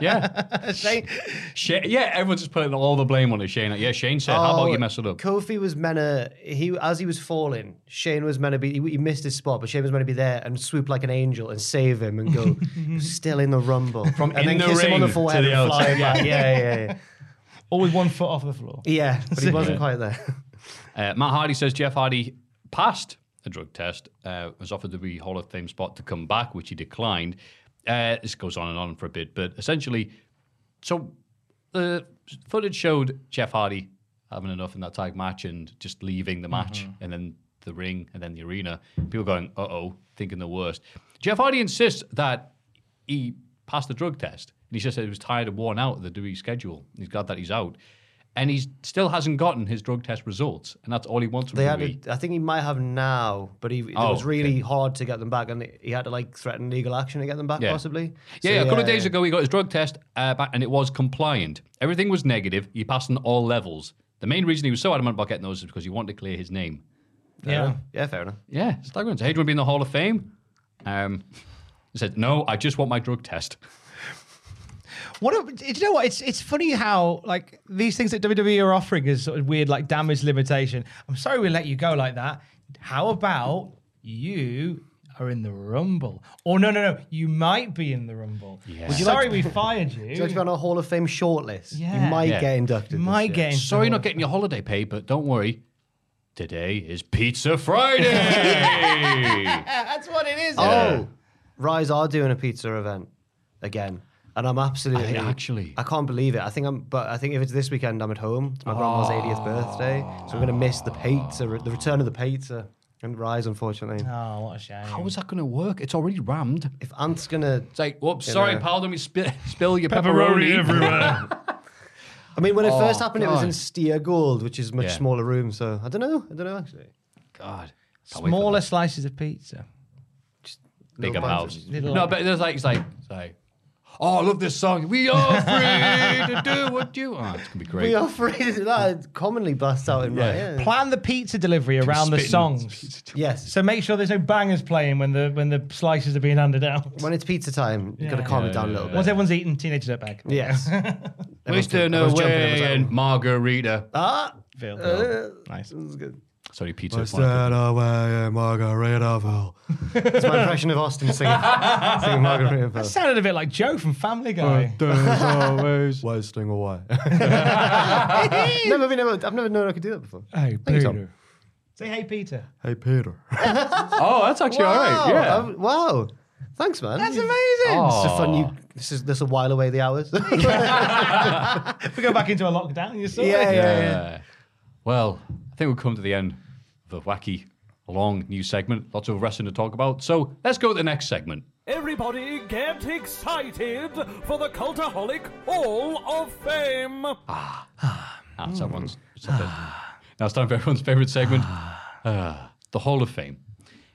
Speaker 2: Yeah,
Speaker 3: Shane,
Speaker 2: Shane, yeah. Everyone's just putting all the blame on it, Shane. Like, yeah, Shane said, "How about you mess it up?"
Speaker 4: Oh, Kofi was meant to he as he was falling, Shane was meant to be he, he missed his spot, but Shane was meant to be there and swoop like an angel and save him and go still in the rumble from and
Speaker 2: in
Speaker 4: then
Speaker 2: the
Speaker 4: kiss him on the
Speaker 2: ring
Speaker 4: forehead
Speaker 2: to the
Speaker 4: and
Speaker 2: outside,
Speaker 4: fly him back. Yeah, yeah, yeah.
Speaker 3: all with one foot off the floor.
Speaker 4: Yeah, but he wasn't quite there.
Speaker 2: Uh, Matt Hardy says Jeff Hardy passed a drug test, uh, was offered the re Hall of Fame spot to come back, which he declined. Uh, this goes on and on for a bit, but essentially, so the footage showed Jeff Hardy having enough in that tag match and just leaving the match and then the ring and then the arena. People going, uh oh, thinking the worst. Jeff Hardy insists that he passed the drug test and he just said he was tired and worn out of the Dewey schedule. He's glad that he's out. And he still hasn't gotten his drug test results, and that's all he wants from
Speaker 4: They had
Speaker 2: Dewey.
Speaker 4: to, I think he might have now, but he it
Speaker 2: Oh,
Speaker 4: was really hard to get them back and he had to like threaten legal action to get them back
Speaker 2: Yeah.
Speaker 4: possibly.
Speaker 2: Yeah,
Speaker 4: So,
Speaker 2: yeah, a couple of days ago, he got his drug test uh, back, and it was compliant. Everything was negative. He passed on all levels. The main reason he was so adamant about getting those is because he wanted to clear his name.
Speaker 3: yeah.
Speaker 4: Yeah, fair enough.
Speaker 2: Yeah, staggering. So, hey, do you want to be in the Hall of Fame? Um, he said, no, I just want my drug test.
Speaker 3: What a, do you know? What it's it's funny how like these things that WWE are offering is sort of weird, like damage limitation. I'm sorry we let you go like that. How about you are in the Rumble? Or no, no, no, you might be in the Rumble.
Speaker 2: Would you
Speaker 3: sorry we fired you.
Speaker 4: So you on a Hall of Fame shortlist.
Speaker 3: Yeah.
Speaker 4: You might
Speaker 2: Yeah.
Speaker 4: get inducted. this
Speaker 3: My
Speaker 4: year.
Speaker 3: game.
Speaker 2: Sorry, not getting your holiday pay, but don't worry. Today is Pizza Friday.
Speaker 3: that's what it is.
Speaker 4: Oh, Rise are doing a pizza event again, and I'm absolutely
Speaker 2: I- actually-
Speaker 4: I can't believe it. I think I'm, but I think if it's this weekend, I'm at home. It's my grandma's 80th birthday, so I'm gonna miss the pizza, the return of the pizza, and Rise unfortunately.
Speaker 3: Oh, what a shame.
Speaker 2: How is that going to work? It's already rammed.
Speaker 4: If Ant's gonna,
Speaker 2: It's like, whoops, sorry,
Speaker 4: know.
Speaker 2: pal, don't me sp- spill your pepperoni.
Speaker 3: everywhere.
Speaker 4: I mean, when it first
Speaker 2: Oh,
Speaker 4: happened, it was in
Speaker 2: God.
Speaker 4: Steer Gold, which is a much
Speaker 2: Yeah.
Speaker 4: smaller room. So I don't know. I don't know actually.
Speaker 2: God. Can't wait for
Speaker 3: Smaller slices of pizza.
Speaker 2: that. Bigger
Speaker 4: little
Speaker 2: mouths.
Speaker 4: ones.
Speaker 3: Little-
Speaker 2: No, but there's like, it's like, it's like, oh, I love this song. We are free to do what you want. It's going to be great.
Speaker 4: We are free to do that. It commonly busts out in my
Speaker 2: Yeah.
Speaker 4: head.
Speaker 3: Plan the pizza delivery around the
Speaker 2: Spitting
Speaker 3: songs.
Speaker 4: Yes.
Speaker 3: So make sure there's no bangers playing when the when the slices are being handed out.
Speaker 4: When it's pizza time, you've got to calm it down a little
Speaker 3: Once
Speaker 4: bit.
Speaker 3: everyone's eating, teenage dirtbag.
Speaker 4: Yes.
Speaker 2: Mr.
Speaker 4: I was jumping, I was
Speaker 2: Norway
Speaker 4: like,
Speaker 2: and Margarita.
Speaker 4: Ah,
Speaker 3: Phil. Oh, nice.
Speaker 4: this is good.
Speaker 2: Sorry, pizza. is one.
Speaker 4: away, Margaritaville. That's my impression of Austin singing, singing Margaritaville.
Speaker 3: Sounded a bit like Joe from Family Guy.
Speaker 4: always wasting away. never been able, I've never known I could do that before.
Speaker 3: hey,
Speaker 4: Tom.
Speaker 3: Say hey, Peter.
Speaker 4: Hey, Peter.
Speaker 2: Oh, that's actually all right. Yeah.
Speaker 4: Wow. wow. Thanks, man.
Speaker 3: That's
Speaker 4: You-
Speaker 3: amazing.
Speaker 4: This is a fun. You, this is this will while away the hours. yeah,
Speaker 3: If we go back into a lockdown, you saw
Speaker 4: yeah,
Speaker 3: it.
Speaker 4: yeah.
Speaker 2: Uh, well, I think we've come to the end of a wacky, long new segment. Lots of wrestling to talk about. So let's go to the next segment.
Speaker 1: Everybody get excited for the Cultaholic Hall of Fame!
Speaker 2: Ah, it's everyone's. it's everyone's- now it's time for everyone's favorite segment Ah, the Hall of Fame.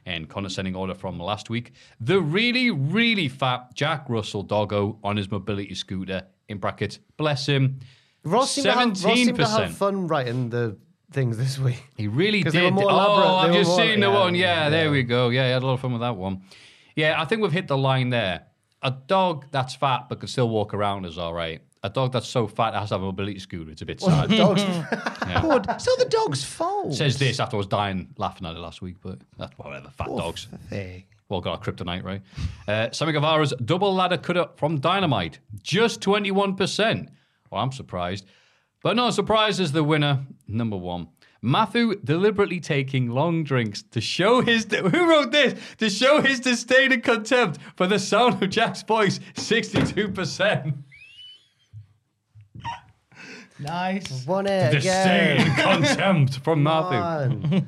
Speaker 2: And condescending order from last week the really, really fat Jack Russell doggo on his mobility scooter, in brackets, bless him.
Speaker 4: Ross seemed, to have, Ross seemed to have
Speaker 2: 17%.
Speaker 4: fun writing the things this week.
Speaker 2: He really
Speaker 4: 'Cause
Speaker 2: did.
Speaker 4: they were more
Speaker 2: oh,
Speaker 4: elaborate.
Speaker 2: I've
Speaker 4: They were
Speaker 2: just
Speaker 4: more-
Speaker 2: seen the
Speaker 4: yeah,
Speaker 2: one. Yeah,
Speaker 4: yeah,
Speaker 2: there
Speaker 4: yeah.
Speaker 2: we go. Yeah, I had a lot of fun with that one. Yeah, I think we've hit the line there. A dog that's fat but can still walk around is all right. A dog that's so fat it has to have a mobility scooter. It's a bit sad.
Speaker 4: Dogs.
Speaker 2: Yeah.
Speaker 4: It's not the dog's fault.
Speaker 2: Says this after I was dying laughing at it last week, but that's whatever. Fat dogs.
Speaker 4: Thing.
Speaker 2: Well, got a kryptonite, right? Uh, Sammy Guevara's double ladder cut up from Dynamite, just 21%. Well, I'm surprised. But not surprised is the winner, number one. Matthew deliberately taking long drinks to show his. Who wrote this? To show his disdain and contempt for the sound of Jack's voice, 62%.
Speaker 3: Nice.
Speaker 4: Won it
Speaker 2: Disdain
Speaker 4: again.
Speaker 2: and contempt from Matthew.
Speaker 4: Won.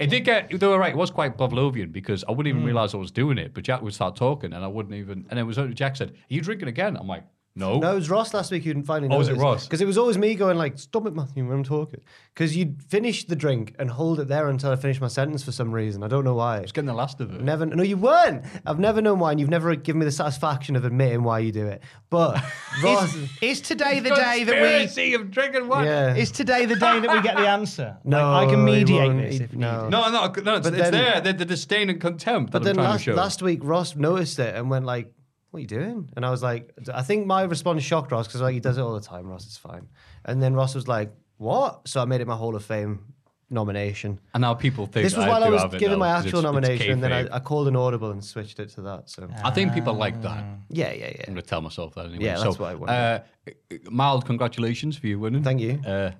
Speaker 2: It did get, they were right, it was quite Pavlovian because I wouldn't even
Speaker 4: Hmm.
Speaker 2: realize I was doing it, but Jack would start talking and I wouldn't even, and it was only Jack said, Are you drinking again? I'm like, No.
Speaker 4: No, it was Ross last week who didn't finally
Speaker 2: Oh, was
Speaker 4: notice.
Speaker 2: it Ross?
Speaker 4: Because it was always me going like, stop it, Matthew, when I'm talking. Because you'd finish the drink and hold it there until I finished my sentence for some reason. I don't know why.
Speaker 2: It's getting the last of it.
Speaker 4: Never. No, you weren't. I've never known why, and you've never given me the satisfaction of admitting why you do it. But Ross,
Speaker 3: Is, is today the day that
Speaker 2: Conspiracy of drinking wine.
Speaker 4: yeah,
Speaker 3: we? Is today the day that we get the answer?
Speaker 4: No,
Speaker 3: Like, I can
Speaker 4: he
Speaker 3: mediate
Speaker 4: won't.
Speaker 3: this
Speaker 4: He-
Speaker 3: if
Speaker 4: no.
Speaker 3: needed.
Speaker 2: No, no, no, it's,
Speaker 4: But
Speaker 2: it's
Speaker 4: then-
Speaker 2: there. The, the disdain and contempt
Speaker 4: but
Speaker 2: that I'm
Speaker 4: then
Speaker 2: trying
Speaker 4: last,
Speaker 2: to show.
Speaker 4: last week Ross noticed it and went like, "What are you doing?" And I was like, "I think my response shocked Ross because like he does it all the time. Ross, it's fine." And then Ross was like, "What?" So I made it my Hall of Fame nomination.
Speaker 2: and now people think
Speaker 4: This was
Speaker 2: I
Speaker 4: while I
Speaker 2: do
Speaker 4: was
Speaker 2: have it
Speaker 4: given
Speaker 2: now
Speaker 4: my
Speaker 2: 'cause
Speaker 4: actual
Speaker 2: it's- it's
Speaker 4: nomination, and then
Speaker 2: kayfabe.
Speaker 4: I, I called an audible and switched it to that. So
Speaker 2: I think people like that.
Speaker 4: yeah, yeah, yeah.
Speaker 2: I'm going to tell myself that anyway.
Speaker 4: Ah. Yeah,
Speaker 2: so,
Speaker 4: that's what I wanted.
Speaker 2: Uh, mild congratulations for you winning.
Speaker 4: Thank you.
Speaker 2: Uh,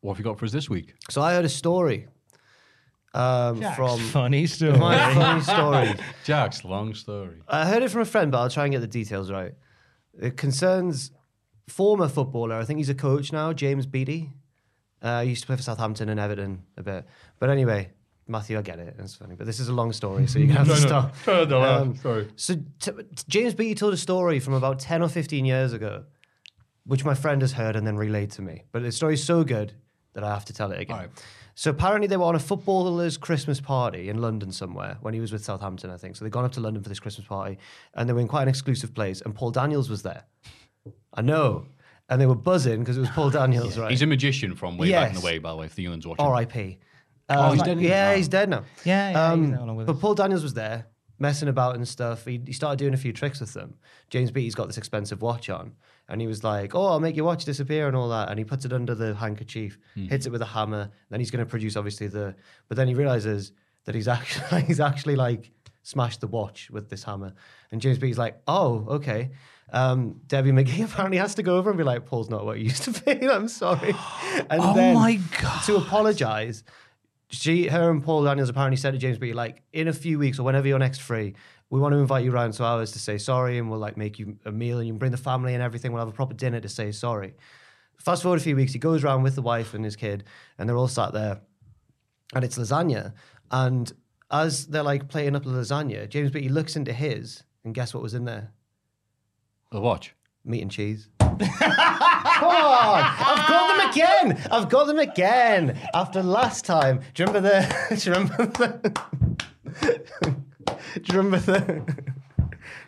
Speaker 2: what have you got for us this week?
Speaker 4: So I heard a story um, from
Speaker 3: Funny story.
Speaker 4: my funny story.
Speaker 2: Jack's long story.
Speaker 4: I heard it from a friend, but I'll try and get the details right. It concerns former footballer. I think he's a coach now, James Beattie. Uh, he used to play for Southampton and Everton a bit. But anyway, Matthew, I get it. It's funny, but this is a long story, so you're gonna have to stop. Um,
Speaker 2: no, no, I'm sorry.
Speaker 4: So t- t- James Beattie told a story from about ten or fifteen years ago, which my friend has heard and then relayed to me. But the story's so good that I have to tell it again.
Speaker 2: All right.
Speaker 4: So apparently they were on a footballer's Christmas party in London somewhere when he was with Southampton, I think. So they'd gone up to London for this Christmas party, and they were in quite an exclusive place. And Paul Daniels was there. I know. And they were buzzing because it was Paul Daniels, right?
Speaker 2: He's a magician from way back in
Speaker 4: Yes.
Speaker 2: the way, by the way, if the England's watching.
Speaker 4: R.I.P.
Speaker 2: Oh, he's
Speaker 4: Um,
Speaker 2: dead now.
Speaker 4: Yeah, he's dead now.
Speaker 3: Yeah, yeah, he's no longer with
Speaker 4: Um, but
Speaker 3: us.
Speaker 4: Paul Daniels was there messing about and stuff. He, he started doing a few tricks with them. James Beattie's got this expensive watch on, and he was like, "Oh, I'll make your watch disappear and all that." And he puts it under the handkerchief, hits it with a hammer. Then he's going to produce obviously the. But then he realizes that he's actually he's actually like smashed the watch with this hammer. And James Beattie's like, "Oh, okay." Um, Debbie McGee apparently has to go over and be like, "Paul's not what he used to be. I'm sorry." And
Speaker 3: Oh
Speaker 4: then
Speaker 3: my God.
Speaker 4: to apologize she, her and Paul Daniels apparently said to James B, like, in a few weeks or whenever you're next free, we want to invite you round to ours to say sorry and we'll like make you a meal and you can bring the family and everything. We'll have a proper dinner to say sorry. Fast forward a few weeks, he goes round with the wife and his kid and they're all sat there and it's lasagna. And as they're like plating up the lasagna, James Beattie looks into his and guess what was in there?
Speaker 2: The watch.
Speaker 4: Meat and cheese. Come on! Oh, I've got them again! I've got them again! After last time. Do you remember the. Do you remember the. do you remember the.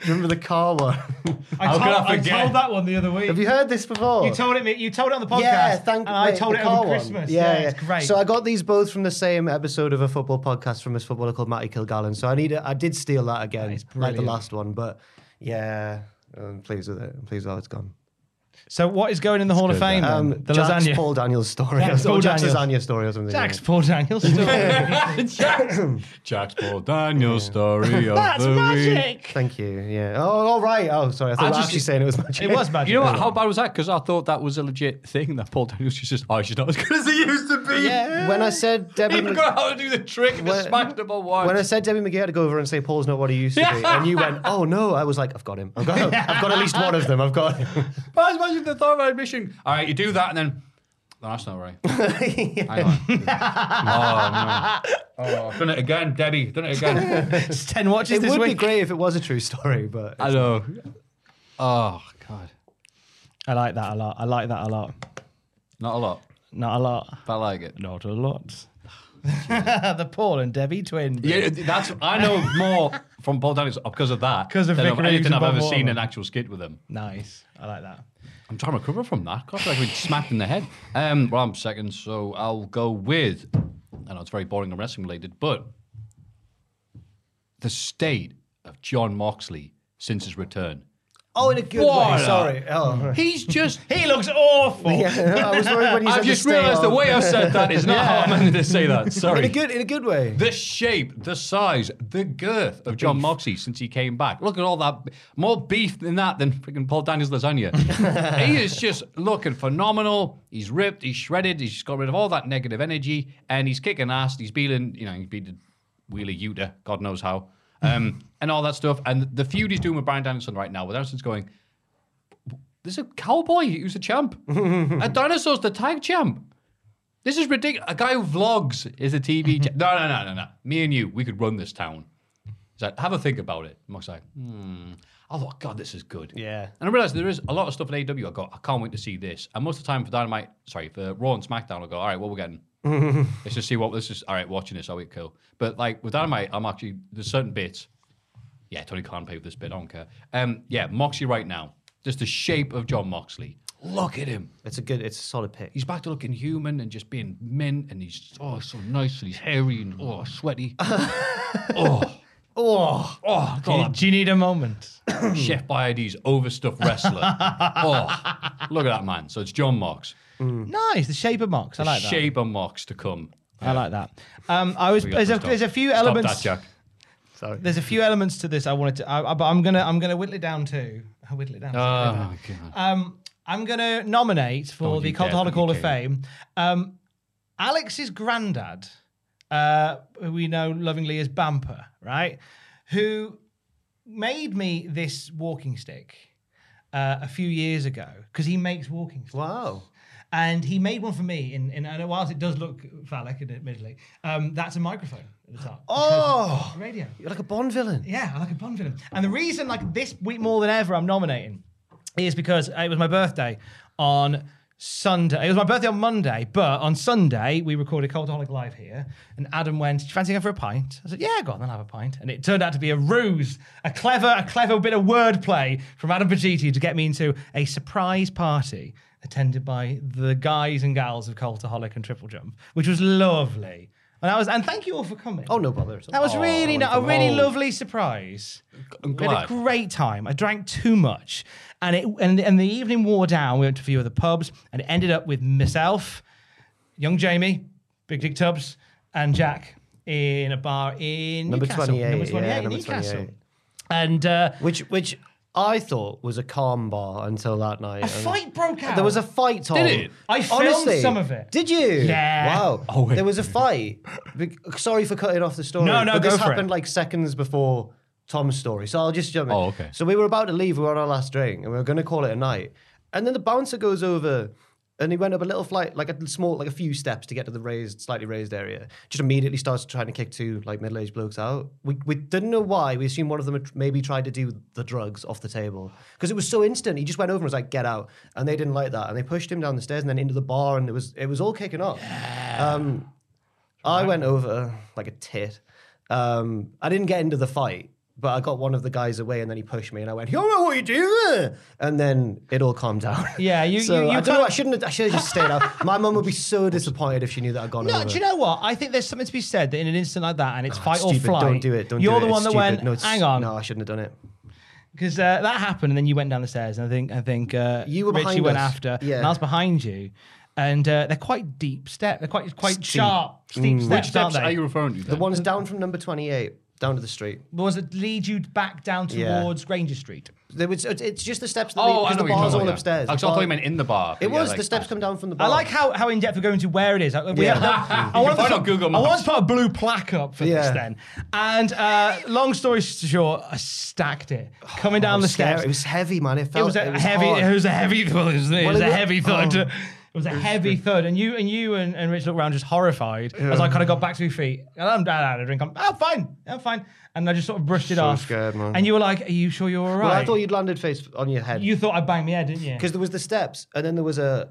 Speaker 4: Do you remember the car one?
Speaker 3: I,
Speaker 2: How
Speaker 3: told,
Speaker 2: could I
Speaker 3: I
Speaker 2: forget?
Speaker 3: told that one the other week.
Speaker 4: Have you heard this before?
Speaker 3: You told it me. You told it on the podcast.
Speaker 4: yeah, thank
Speaker 3: And I
Speaker 4: wait,
Speaker 3: told
Speaker 4: the
Speaker 3: it
Speaker 4: car
Speaker 3: over
Speaker 4: one.
Speaker 3: Christmas. Yeah, it's great.
Speaker 4: So I got these both from the same episode of a football podcast from this footballer called Matty Kilgallen. So I need, a, I did steal that again, like the
Speaker 3: brilliant.
Speaker 4: last one. But yeah, I'm pleased with it. I'm pleased with how it's gone.
Speaker 3: So what is going in the Hall of Fame?
Speaker 4: Um,
Speaker 3: then? the
Speaker 4: Jack's
Speaker 3: lasagna.
Speaker 4: Paul Daniels story.
Speaker 3: Jack's
Speaker 4: or
Speaker 3: Paul
Speaker 4: Jack's
Speaker 3: Daniels.
Speaker 4: lasagna story or something.
Speaker 3: Jack's
Speaker 4: yeah.
Speaker 3: Paul Daniels.
Speaker 2: Jack's, Jack's Paul Daniels story of
Speaker 3: That's
Speaker 2: the week.
Speaker 3: magic.
Speaker 4: Thank you. Yeah. Oh, all right. Oh, sorry. I thought
Speaker 2: I
Speaker 4: I was
Speaker 2: just-
Speaker 4: actually saying it was magic.
Speaker 3: It was magic.
Speaker 2: You know what? How bad was that? Because I thought that was a legit thing that Paul Daniels was just, oh, she's not as good as he used to be.
Speaker 4: Yeah. When I said Debbie,
Speaker 2: He
Speaker 4: Mc-
Speaker 2: forgot how to do the trick and just
Speaker 4: When-
Speaker 2: smashed up a watch.
Speaker 4: when I said Debbie McGee had to go over and say Paul's not what he used to be, and you went, "Oh no," I was like, "I've got him. I've got, I've got at least one of them. I've got him."
Speaker 2: But I imagine the thought of admission. All right, you do that, and then That's not right. Hang on. oh, no. Oh, I've done it again, Debbie. Done it again.
Speaker 3: It's 10 watches
Speaker 4: It
Speaker 3: this
Speaker 4: would be
Speaker 3: week.
Speaker 4: great if it was a true story, but
Speaker 2: I know. Oh, God.
Speaker 3: I like that a lot. I like that a lot.
Speaker 2: Not a lot,
Speaker 3: Not a lot.
Speaker 2: but I like it.
Speaker 3: Not a lot. the Paul and Debbie twin.
Speaker 2: Yeah, that's I know more from Paul Daniels because of that
Speaker 3: 'Cause of
Speaker 2: than
Speaker 3: Vicar Hughes
Speaker 2: anything
Speaker 3: and
Speaker 2: I've
Speaker 3: Bob
Speaker 2: ever
Speaker 3: Waterman.
Speaker 2: seen an actual skit with him.
Speaker 3: Nice. I like that.
Speaker 2: I'm trying to recover from that. God, I've been smacked in the head. Um, well, I'm second, so I'll go with. I know it's very boring and wrestling related, but the state of John Moxley since his return.
Speaker 4: oh, in a good
Speaker 2: What
Speaker 4: way.
Speaker 2: a-
Speaker 4: Sorry. Oh, right.
Speaker 2: He's just.
Speaker 3: He looks awful.
Speaker 4: yeah, I was worried when you said
Speaker 2: I've
Speaker 4: to
Speaker 2: just
Speaker 4: stay
Speaker 2: realised the
Speaker 4: on.
Speaker 2: way I said that is not how I meant to say that.
Speaker 4: in a
Speaker 2: Sorry.
Speaker 4: good in a good way.
Speaker 2: The shape, the size, the girth of John Moxley since he came back. Look at all that. More beef than that than freaking Paul Daniels lasagna. he is just looking phenomenal. He's ripped, he's shredded, he's got rid of all that negative energy, and he's kicking ass. He's beating, you know, he's beating Wheelie Yuta, God knows how, um, and all that stuff. And the feud he's doing with Brian Danielson right now, with Anderson's going, there's a cowboy who's a champ. a dinosaur's the tag champ. This is ridiculous. A guy who vlogs is a TV. cha- no, no, no, no, no. Me and you, we could run this town. He's like, have a think about it. Mark's like, hmm. I thought, God, this is good.
Speaker 4: Yeah.
Speaker 2: And I realized there is a lot of stuff in AW. I go, I can't wait to see this. And most of the time for Dynamite, sorry, for Raw and SmackDown, I go, all right, what we're getting. Let's just see what this is. All right, watching this, oh, it cool. But like with Dynamite, I'm actually there's certain bits. Yeah, Tony Khan paid for this bit. I don't care. Um, yeah, Moxley right now, just the shape of John Moxley. Look at him.
Speaker 4: It's a good. It's a solid pick.
Speaker 2: He's back to looking human and just being mint, and he's oh so nice and he's hairy and oh sweaty. oh,
Speaker 4: Oh,
Speaker 2: oh,
Speaker 3: Do you,
Speaker 2: God,
Speaker 3: do you need a moment?
Speaker 2: Chef Biadee's overstuffed wrestler. oh, look at that man. So it's John Mox,
Speaker 3: nice. The shape of marks. I like that.
Speaker 2: Shaber Mox to come.
Speaker 3: I like that. Um, I was
Speaker 2: We got
Speaker 3: there's a,
Speaker 2: this, Doc.
Speaker 3: there's a few
Speaker 2: Stop
Speaker 3: elements.
Speaker 2: that, Jack.
Speaker 4: sorry.
Speaker 3: There's a few elements to this I wanted to, I, I- but I'm gonna I'm gonna whittle it down to I whittle it down.
Speaker 2: Oh
Speaker 3: to-
Speaker 2: my God.
Speaker 3: Um, I'm gonna nominate for
Speaker 2: Oh,
Speaker 3: the
Speaker 2: you
Speaker 3: Cultaholic
Speaker 2: definitely
Speaker 3: Hall of
Speaker 2: can.
Speaker 3: Fame, um, Alex's granddad, uh, who we know lovingly as Bamper, right? Who made me this walking stick uh, a few years ago because he makes walking sticks
Speaker 4: Wow.
Speaker 3: and he made one for me. In, in and whilst it does look phallic, and admittedly, um, that's a microphone at the top.
Speaker 4: Oh,
Speaker 3: radio.
Speaker 4: you're like a Bond villain.
Speaker 3: Yeah, I like a Bond film. And the reason, like this week more than ever, I'm nominating is because it was my birthday on Sunday. It was my birthday on Monday, but on Sunday we recorded Coldaholic Live here, and Adam went, "Do you fancy going for a pint?" I said, "Yeah, go on, then I'll have a pint." And it turned out to be a ruse, a clever, a clever bit of wordplay from Adam Pagiti to get me into a surprise party attended by the guys and gals of Coldaholic and Triple Jump, which was lovely. And I was, and thank you all for coming.
Speaker 4: Oh no bother.
Speaker 3: That was really no- a
Speaker 2: from
Speaker 3: really
Speaker 2: home.
Speaker 3: lovely surprise.
Speaker 2: I'm
Speaker 3: We had a
Speaker 2: glad.
Speaker 3: great time. I drank too much, and it and, and the evening wore down. We went to a few other pubs, and it ended up with myself, young Jamie, Big Dick Tubbs, and Jack in a bar in
Speaker 4: Number
Speaker 3: Newcastle.
Speaker 4: 28,
Speaker 3: number twenty eight
Speaker 4: yeah,
Speaker 3: in
Speaker 4: number
Speaker 3: Newcastle.
Speaker 4: 28.
Speaker 3: And uh,
Speaker 4: Which which I thought was a calm bar until that night.
Speaker 3: a
Speaker 4: And
Speaker 3: fight broke out.
Speaker 4: There was a fight, Tom.
Speaker 2: it?
Speaker 3: I filmed
Speaker 4: Honestly.
Speaker 3: some of it.
Speaker 4: Did you?
Speaker 3: Yeah.
Speaker 4: Wow.
Speaker 2: Oh, wait.
Speaker 4: there was a fight. Be- Sorry for cutting off the story.
Speaker 3: No, no,
Speaker 4: but
Speaker 3: go
Speaker 4: this
Speaker 3: for it.
Speaker 4: happened like seconds before Tom's story. So I'll just jump in.
Speaker 2: Oh, okay.
Speaker 4: So we were about to leave. We were on our last drink, and we were going to call it a night. And then the bouncer goes over. And he went up a little flight, like a small, like a few steps to get to the raised, slightly raised area. Just immediately starts trying to kick two like middle-aged blokes out. We, we didn't know why. We assumed one of them had maybe tried to do the drugs off the table because it was so instant. He just went over and was like, "Get out!" And they didn't like that, and they pushed him down the stairs and then into the bar, and it was it was all kicking off. Um, I went over like a tit. Um, I didn't get into the fight, but I got one of the guys away, and then he pushed me, and I went, "Yo, what are you doing?" And then it all calmed down.
Speaker 3: Yeah, you-
Speaker 4: So
Speaker 3: you- you
Speaker 4: I don't
Speaker 3: kind
Speaker 4: know.
Speaker 3: of-
Speaker 4: I shouldn't. Have, I should have just stayed out. My mum would be so disappointed if she knew that I'd gone
Speaker 3: No,
Speaker 4: over.
Speaker 3: do you know what? I think there's something to be said that in an instant like that, and it's fight
Speaker 4: Ah, Stupid,
Speaker 3: or flight.
Speaker 4: Don't do it. Don't
Speaker 3: You're
Speaker 4: do it.
Speaker 3: the
Speaker 4: It's
Speaker 3: one that
Speaker 4: stupid.
Speaker 3: went.
Speaker 4: No, it's-
Speaker 3: hang on.
Speaker 4: No, I shouldn't have done it.
Speaker 3: because uh, that happened, and then you went down the stairs, and I think I think uh,
Speaker 4: You were
Speaker 3: Richie
Speaker 4: behind
Speaker 3: went
Speaker 4: us.
Speaker 3: after,
Speaker 4: Yeah.
Speaker 3: and I was behind you, and uh, they're quite deep step, they're quite quite sharp, steep steps,
Speaker 2: Which
Speaker 3: aren't
Speaker 2: steps
Speaker 3: they?
Speaker 2: are you referring to?
Speaker 4: The ones down from number twenty-eight down to the street.
Speaker 3: The ones that lead you back down
Speaker 4: Yeah.
Speaker 3: towards Granger Street.
Speaker 4: There was. It's it's just the steps. That lead,
Speaker 2: Oh, I know
Speaker 4: 'cause the
Speaker 2: what you're
Speaker 4: bar's
Speaker 2: talking
Speaker 4: all
Speaker 2: about, yeah.
Speaker 4: upstairs.
Speaker 2: I
Speaker 4: The
Speaker 2: thought
Speaker 4: bar-
Speaker 2: you meant in the bar.
Speaker 4: It
Speaker 2: but yeah,
Speaker 4: was
Speaker 2: like-
Speaker 4: the steps come down from the bar.
Speaker 3: I like how, how in depth we're going to where it is. I- We
Speaker 4: Yeah.
Speaker 3: have that. I want
Speaker 2: find
Speaker 3: to
Speaker 2: on Google
Speaker 3: I want
Speaker 2: Maps.
Speaker 3: to put a blue plaque up for
Speaker 4: Yeah.
Speaker 3: this then. And uh, long story short, I stacked it coming down
Speaker 4: It
Speaker 3: the
Speaker 4: was Oh, scary.
Speaker 3: steps.
Speaker 4: It was heavy, man. It felt.
Speaker 3: It was a heavy.
Speaker 4: hard.
Speaker 3: It was a heavy. It was, it was
Speaker 4: it
Speaker 3: a
Speaker 4: was-
Speaker 3: heavy thud.
Speaker 4: oh.
Speaker 3: It was a heavy thud, and you and you and, and Rich looked around just horrified as I kind of got back to my feet. And I'm down out of drink. I'm oh, fine, I'm fine, and I just sort of brushed it
Speaker 4: So
Speaker 3: off.
Speaker 4: scared, man.
Speaker 3: And you were like, "Are you sure you're all right?"
Speaker 4: Well, I thought you'd landed face on your head.
Speaker 3: you thought I banged my head, didn't you?
Speaker 4: because there was the steps and then there was a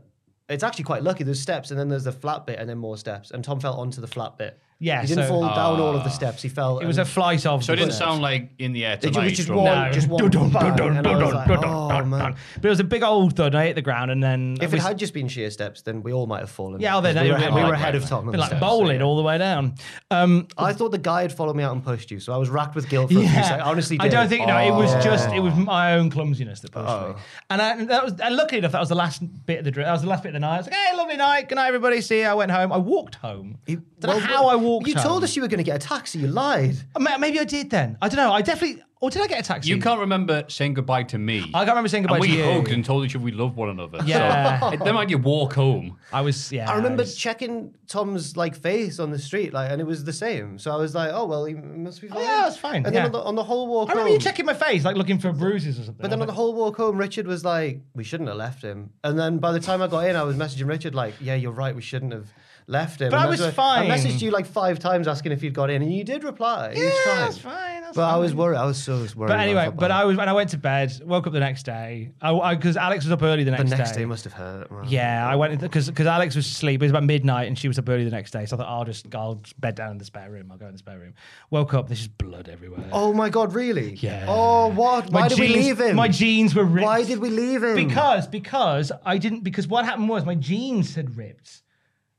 Speaker 4: it's actually quite lucky there's steps and then there's the flat bit and then more steps and tom fell onto the flat bit
Speaker 3: Yeah,
Speaker 4: he didn't
Speaker 3: so- Ah.
Speaker 4: fall down all of the steps he fell
Speaker 3: it was a
Speaker 4: and-
Speaker 3: flight of.
Speaker 2: So it didn't
Speaker 3: bullets.
Speaker 2: sound like in the air
Speaker 4: it
Speaker 2: tonight.
Speaker 4: was just
Speaker 2: from-
Speaker 4: one
Speaker 3: No.
Speaker 4: just one
Speaker 3: Dun, dun,
Speaker 4: bang,
Speaker 3: dun,
Speaker 4: and I was
Speaker 3: dun,
Speaker 4: like,
Speaker 3: dun, dun,
Speaker 4: oh,
Speaker 3: dun,
Speaker 4: man.
Speaker 3: dun. But it was a big old thud, and I hit the ground, and then
Speaker 4: if
Speaker 3: we
Speaker 4: it had just been sheer steps then we all might have fallen
Speaker 3: Yeah, oh, then
Speaker 4: Because we were,
Speaker 3: that would've
Speaker 4: we
Speaker 3: been
Speaker 4: were
Speaker 3: like-
Speaker 4: ahead of tom on
Speaker 3: been
Speaker 4: the
Speaker 3: like
Speaker 4: steps, so
Speaker 3: bowling
Speaker 4: yeah.
Speaker 3: all the way down. Um,
Speaker 4: i thought the guy had followed me out and pushed you so i was racked with guilt for a few seconds I honestly
Speaker 3: I don't
Speaker 4: did. Oh.
Speaker 3: think no. It was just it was my own clumsiness that pushed me, and, I, and that was and luckily enough that was the last bit of the dri- that was the last bit of the night. I was like, hey, lovely night, good night, everybody. See, you. I went home. I walked home. don't know
Speaker 4: Well,
Speaker 3: how I walked.
Speaker 4: you
Speaker 3: home.
Speaker 4: told us you were going to get a taxi you lied
Speaker 3: Uh, ma- Maybe I did then. I don't know. I definitely. Or did I get a taxi?
Speaker 2: You can't remember saying goodbye to me.
Speaker 3: I can't remember saying goodbye
Speaker 2: and
Speaker 3: to
Speaker 2: we
Speaker 3: you.
Speaker 2: hugged and told each other we loved one another.
Speaker 3: Yeah.
Speaker 2: So, it- then mind you walk home.
Speaker 3: I was. Yeah.
Speaker 4: I remember
Speaker 3: was-
Speaker 4: checking Tom's like face on the street, like, and it was the same. So I was like, "Oh well, he must be fine."
Speaker 3: yeah, it's fine,
Speaker 4: And
Speaker 3: yeah.
Speaker 4: then on the, on the whole walk
Speaker 3: I remember you
Speaker 4: home,
Speaker 3: checking my face, like looking for bruises or something.
Speaker 4: But then on the whole walk home, Richard was like, "We shouldn't have left him." And then by the time I got in, I was messaging Richard like, "Yeah, you're right. We shouldn't have left him."
Speaker 3: But
Speaker 4: And
Speaker 3: I was
Speaker 4: that's
Speaker 3: fine.
Speaker 4: I messaged you like five times asking if you'd got in, and you did reply.
Speaker 3: yeah,
Speaker 4: each time.
Speaker 3: that's fine. That's
Speaker 4: But I was
Speaker 3: fine.
Speaker 4: worried. I was so worried.
Speaker 3: But anyway,
Speaker 4: felt
Speaker 3: but
Speaker 4: bad.
Speaker 3: I was when I went to bed, woke up the next day. I because Alex was up early the
Speaker 4: the
Speaker 3: next,
Speaker 4: next day must have hurt. man.
Speaker 3: Yeah, I went because because Alex was asleep. It was about midnight, and she was up early the next day. So I thought I'll just I'll just bed down in the spare room. I'll go in the spare room. Woke up. There's just blood everywhere.
Speaker 4: Oh my god, really?
Speaker 3: Yeah.
Speaker 4: Oh what? Why did we
Speaker 3: jeans-
Speaker 4: leave him?
Speaker 3: My jeans were ripped.
Speaker 4: Why did we leave him?
Speaker 3: Because because I didn't because what happened was my jeans had ripped.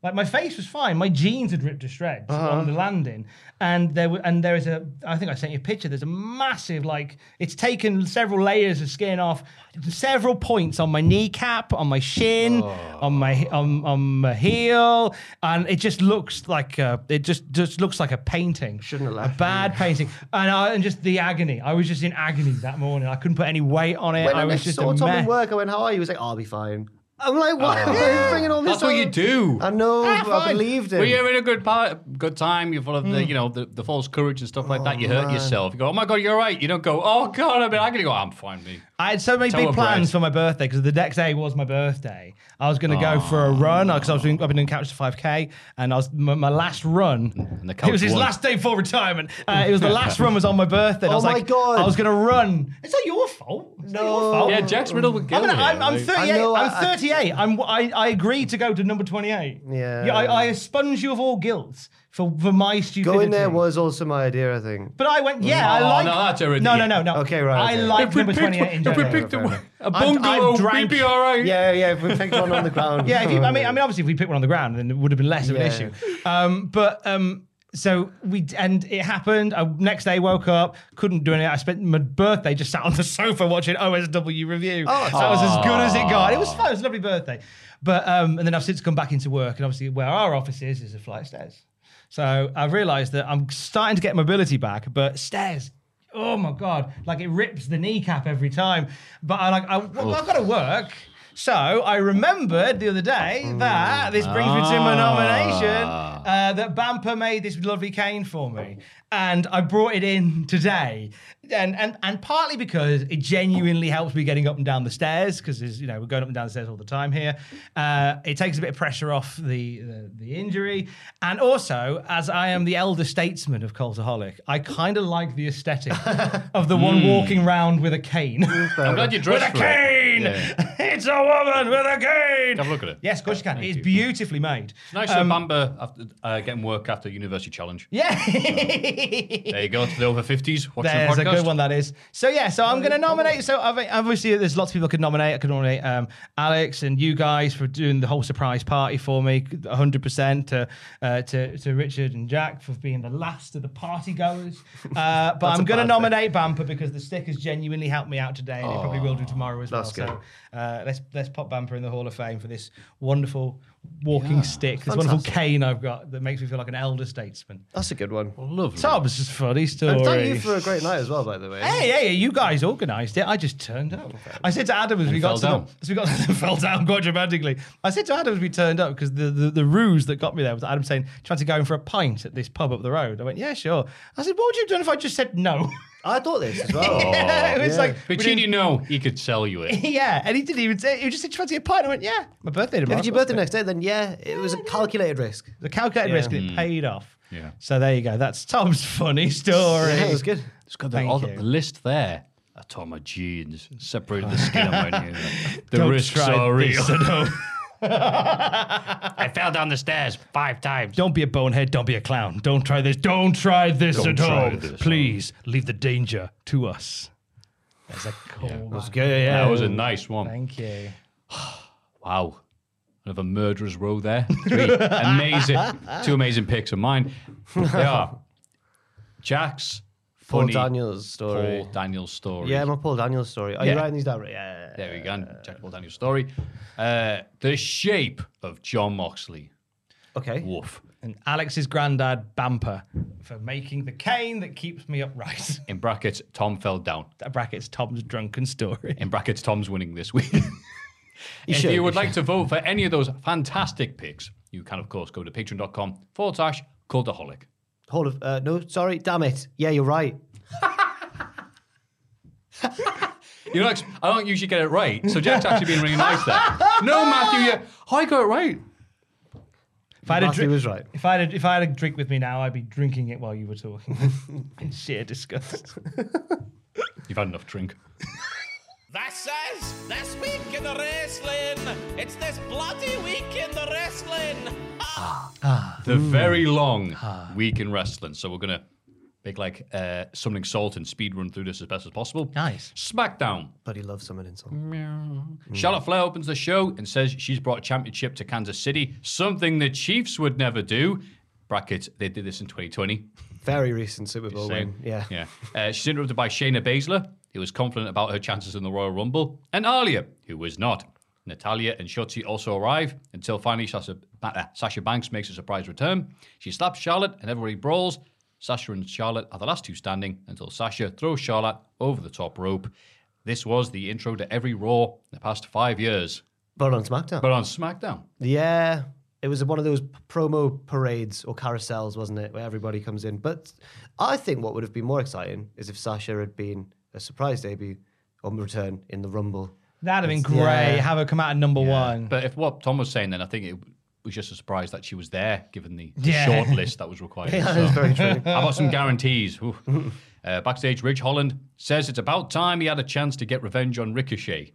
Speaker 3: Like my face was fine. My jeans had ripped to shreds
Speaker 4: Uh-huh.
Speaker 3: on the landing, and there were, and there is a. I think I sent you a picture. There's a massive like it's taken several layers of skin off, several points on my kneecap, on my shin,
Speaker 4: Oh.
Speaker 3: on my on, on my heel, and it just looks like a, it just just looks like a painting.
Speaker 4: Shouldn't have
Speaker 3: a
Speaker 4: left
Speaker 3: bad painting, and I, and just the agony. I was just in agony that morning. I couldn't put any weight on it.
Speaker 4: When I,
Speaker 3: I was
Speaker 4: next
Speaker 3: just
Speaker 4: saw
Speaker 3: a
Speaker 4: Tom
Speaker 3: mess. Oh.
Speaker 4: in work, I went, "How are you?" He was like, "Oh, "I'll be fine." I'm like, "Why are you bringing all this?"
Speaker 2: That's what you
Speaker 4: up?
Speaker 2: do.
Speaker 4: I know.
Speaker 2: Ah,
Speaker 4: I
Speaker 2: fine.
Speaker 4: believed him. Hmm.
Speaker 2: Well, you're having a good part, good time. You're full of the, you know, the, the false courage and stuff like that. You hurt yourself. You go, oh my god, you're right. You don't go, oh god, I'm I'm gonna go. I'm fine, me.
Speaker 3: I had so many
Speaker 2: Tower
Speaker 3: big plans
Speaker 2: bread.
Speaker 3: for my birthday because the next day was my birthday. I was going to go for a
Speaker 2: Ah.
Speaker 3: run because I was doing, I've been doing couch to 5K and I was my, my last run.
Speaker 2: Mm, And the
Speaker 3: it
Speaker 2: couch
Speaker 3: was his
Speaker 2: won.
Speaker 3: last day before retirement. Uh, it was the last run was on my birthday. and I
Speaker 4: Oh
Speaker 3: was
Speaker 4: my
Speaker 3: like,
Speaker 4: God.
Speaker 3: I was going to run. It's not your fault. It's not your
Speaker 4: No.
Speaker 3: fault.
Speaker 2: Yeah, Jack's riddled with
Speaker 3: I'm,
Speaker 2: guilt.
Speaker 3: gonna,
Speaker 2: here.
Speaker 3: I'm, I'm
Speaker 2: Like,
Speaker 3: 38.
Speaker 4: I know,
Speaker 3: I'm
Speaker 4: I-
Speaker 3: 38. I'm, I, I agreed to go to number 28.
Speaker 4: Yeah.
Speaker 3: yeah I, I expunge you of all guilt for, for my stupidity.
Speaker 4: Going there was also my idea, I think.
Speaker 3: But I went, yeah, I
Speaker 2: Oh,
Speaker 3: like.
Speaker 2: no, that's already-
Speaker 3: no, no, no, no.
Speaker 4: Okay, right,
Speaker 3: I
Speaker 4: okay.
Speaker 3: like
Speaker 2: If we
Speaker 3: number
Speaker 2: picked,
Speaker 3: 28 in
Speaker 2: if we
Speaker 3: general.
Speaker 2: picked
Speaker 4: Fair
Speaker 2: a,
Speaker 4: enough.
Speaker 2: a
Speaker 3: I've- I've
Speaker 2: bungalow, we'd
Speaker 3: drank-
Speaker 2: be all right.
Speaker 4: Yeah, yeah. If we picked one on the ground.
Speaker 3: Yeah, if you, I mean, I mean, obviously, if we picked one on the ground, then it would have been less of an
Speaker 4: Oh. Yeah.
Speaker 3: issue. Um, but um, so we d- and it happened. I, next day, woke up, couldn't do anything. I spent my birthday just sat on the sofa watching OSW review. Oh, that was as good as it got. It was fun. It was a lovely birthday. But um, and then I've since come back into work, and obviously, where our office is is a flight of stairs. So I've realised that I'm starting to get mobility back, but stairs. Oh my god! Like it rips the kneecap every time. But I like I, well, I've got to work. So I remembered the other day that this brings me to
Speaker 2: Ah.
Speaker 3: my nomination uh, that Bamper made this lovely cane for me, and I brought it in today, and and and partly because it genuinely helps me getting up and down the stairs because you know we're going up and down the stairs all the time here. Uh, it takes a bit of pressure off the, the the injury, and also as I am the elder statesman of Cultaholic, I kind of like the aesthetic of the
Speaker 2: Hmm.
Speaker 3: one walking round with a cane.
Speaker 2: I'm glad you
Speaker 3: With
Speaker 2: dressed
Speaker 3: a
Speaker 2: for it.
Speaker 3: cane!
Speaker 2: Yeah.
Speaker 3: It's a woman with a cane!
Speaker 2: Have a look at it.
Speaker 3: Yes, Um, of course you can.
Speaker 2: Thank
Speaker 3: It's
Speaker 2: you.
Speaker 3: beautifully made.
Speaker 2: Nice to remember after uh, getting work after university challenge.
Speaker 3: Yeah.
Speaker 2: There you go to the over fifties. Watching the
Speaker 3: There's
Speaker 2: podcast.
Speaker 3: a good one that is. So yeah, so
Speaker 4: Oh,
Speaker 3: I'm going to nominate. So I've, obviously, there's lots of people I could nominate. I could nominate um, Alex and you guys for doing the whole surprise party for me, 100 percent to uh, to to Richard and Jack for being the last of the party goers. Uh, but I'm going to
Speaker 4: bad
Speaker 3: nominate Bamper because the stick has genuinely helped me out today, and it probably will do tomorrow as
Speaker 4: that's
Speaker 3: well.
Speaker 4: good.
Speaker 3: So uh, let's let's pop Bamper in the Hall of Fame for this wonderful walking stick, this wonderful
Speaker 4: Fantastic.
Speaker 3: cane I've got that makes me feel like an elder statesman.
Speaker 4: that's a good one.
Speaker 2: Lovely.
Speaker 3: Tob's just funny story.
Speaker 4: And thank you for a great night as well, by the way.
Speaker 3: Hey, hey, you guys organised it. I just turned up. I said to Adam as we got
Speaker 2: fell down.
Speaker 3: to The, as we got fell down quite dramatically. I said to Adam as we turned up because the, the the ruse that got me there was Adam saying, "Do you want to go in for a pint at this pub up the road?" I went, "Yeah, sure." I said, "What would you have done if I just said no?"
Speaker 4: I thought this as well.
Speaker 3: it was
Speaker 4: Yeah.
Speaker 3: like, we
Speaker 2: But you didn't know he could sell you it.
Speaker 3: didn't- yeah, and he didn't even say. He just said, "Do you fancy a pint?" I went, "Yeah, my birthday
Speaker 4: If
Speaker 3: tomorrow."
Speaker 4: it's your birthday next day, then yeah, it was a calculated risk.
Speaker 3: The calculated risk, and it paid off.
Speaker 2: Yeah.
Speaker 3: So there you go. That's Tom's funny story.
Speaker 4: Yeah, it was good.
Speaker 2: It's got
Speaker 3: Thank
Speaker 2: that, all the
Speaker 3: you.
Speaker 2: the list there. I tore my jeans, separated the skin on my knee. The
Speaker 3: Don't
Speaker 2: risks
Speaker 3: try
Speaker 2: are real.
Speaker 3: this at home.
Speaker 2: I fell down the stairs five times.
Speaker 3: Don't be a bonehead. Don't be a clown. Don't try this. Don't try this
Speaker 2: Don't
Speaker 3: at
Speaker 2: try
Speaker 3: home.
Speaker 2: this at
Speaker 3: Please leave the danger to us. That's a cool one.
Speaker 4: good.
Speaker 2: That was a nice one.
Speaker 3: Thank you.
Speaker 2: Wow. Another murderer's row there. Three amazing, two amazing picks of mine. They are Jack's
Speaker 4: Paul
Speaker 2: funny
Speaker 4: Daniels story.
Speaker 2: Paul Daniels story.
Speaker 4: yeah, my Paul Daniels story. Are
Speaker 2: Yeah.
Speaker 4: you writing these down? Right? Yeah.
Speaker 2: there we go. and Jack Paul Daniels story. Uh, the shape of John Moxley.
Speaker 4: Okay.
Speaker 2: Woof.
Speaker 3: And Alex's granddad Bamper for making the cane that keeps me upright.
Speaker 2: In brackets, Tom fell down.
Speaker 3: that brackets Tom's drunken story.
Speaker 2: In brackets, Tom's winning this week. if
Speaker 4: should,
Speaker 2: you
Speaker 4: you
Speaker 2: would like to vote for any of those fantastic picks, you can, of course, go to patreon.com forward slash cultaholic.
Speaker 4: Hold of. Uh, no, sorry. Damn it. Yeah, you're right.
Speaker 2: You know, I don't usually get it right, so Jack's actually been really nice there. No, Matthew, yeah. Oh, I got it right.
Speaker 3: If I, had a
Speaker 4: Matthew
Speaker 3: dri-
Speaker 4: was right.
Speaker 3: if I had a, if I had a drink with me now, I'd be drinking it while you were talking. In sheer disgust.
Speaker 2: You've had enough drink.
Speaker 5: That's us, this week in the wrestling. It's this bloody week in the wrestling.
Speaker 2: Ah. The very long week in wrestling, so we're going to make like uh, something salt and speed run through this as best as possible.
Speaker 3: Nice.
Speaker 2: SmackDown.
Speaker 4: But he loves someone insult.
Speaker 2: Charlotte Flair opens the show and says she's brought a championship to Kansas City, something the Chiefs would never do. Brackets, they did this in 2020.
Speaker 4: Very recent Super Bowl
Speaker 2: Same.
Speaker 4: win. Yeah.
Speaker 2: Yeah. Uh, she's interrupted by Shayna Baszler, who was confident about her chances in the Royal Rumble, and Alia, who was not. Natalia and Shotzi also arrive until finally Sasha, Ba- uh, Sasha Banks makes a surprise return. She slaps Charlotte and everybody brawls. Sasha and Charlotte are the last two standing until Sasha throws Charlotte over the top rope. This was the intro to every Raw in the past five years,
Speaker 4: But on SmackDown.
Speaker 2: but on SmackDown.
Speaker 4: Yeah, it was one of those p- promo parades or carousels, wasn't it, where everybody comes in. But I think what would have been more exciting is if Sasha had been a surprise debut or return in the Rumble.
Speaker 3: That'd have been
Speaker 4: It's-
Speaker 3: great.
Speaker 4: yeah.
Speaker 3: Have her come out at number one.
Speaker 2: But if what Tom was saying, then I think it was just a surprise that she was there, given the, the
Speaker 3: Yeah.
Speaker 2: short list that was required.
Speaker 4: That
Speaker 2: So-
Speaker 4: is very true.
Speaker 2: How about some guarantees? Ooh. Uh, backstage, Ridge Holland says it's about time he had a chance to get revenge on Ricochet.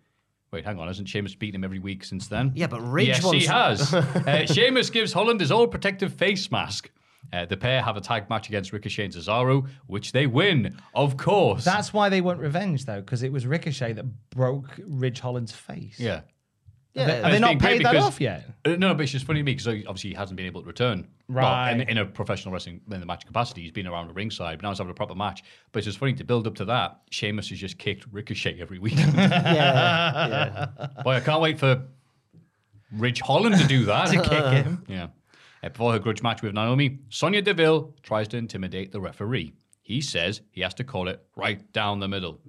Speaker 2: Wait, hang on, hasn't Sheamus beaten him every week since then?
Speaker 4: Yeah, but Ridge
Speaker 2: yes,
Speaker 4: wants-
Speaker 2: he has. uh, Sheamus gives Holland his old protective face mask. Uh, the pair have a tag match against Ricochet and Cesaro, which they win, of course.
Speaker 3: That's why they want revenge though, because it was Ricochet that broke Ridge Holland's face.
Speaker 2: yeah.
Speaker 3: Have
Speaker 4: Yeah.
Speaker 3: they, have they
Speaker 2: It's been
Speaker 3: not
Speaker 2: great
Speaker 3: paid that
Speaker 2: because-
Speaker 3: off yet?
Speaker 2: Uh, No, but it's just funny to me because obviously he hasn't been able to return. Well,
Speaker 3: Right.
Speaker 2: in, in a professional wrestling, in the match capacity, he's been around the ringside, but now he's having a proper match. But it's just funny to build up to that. Sheamus has just kicked Ricochet every week.
Speaker 4: yeah, yeah.
Speaker 2: Boy, I can't wait for Ridge Holland to do that.
Speaker 3: To kick him.
Speaker 2: Yeah. Uh, Before her grudge match with Naomi, Sonia Deville tries to intimidate the referee. He says he has to call it right down the middle.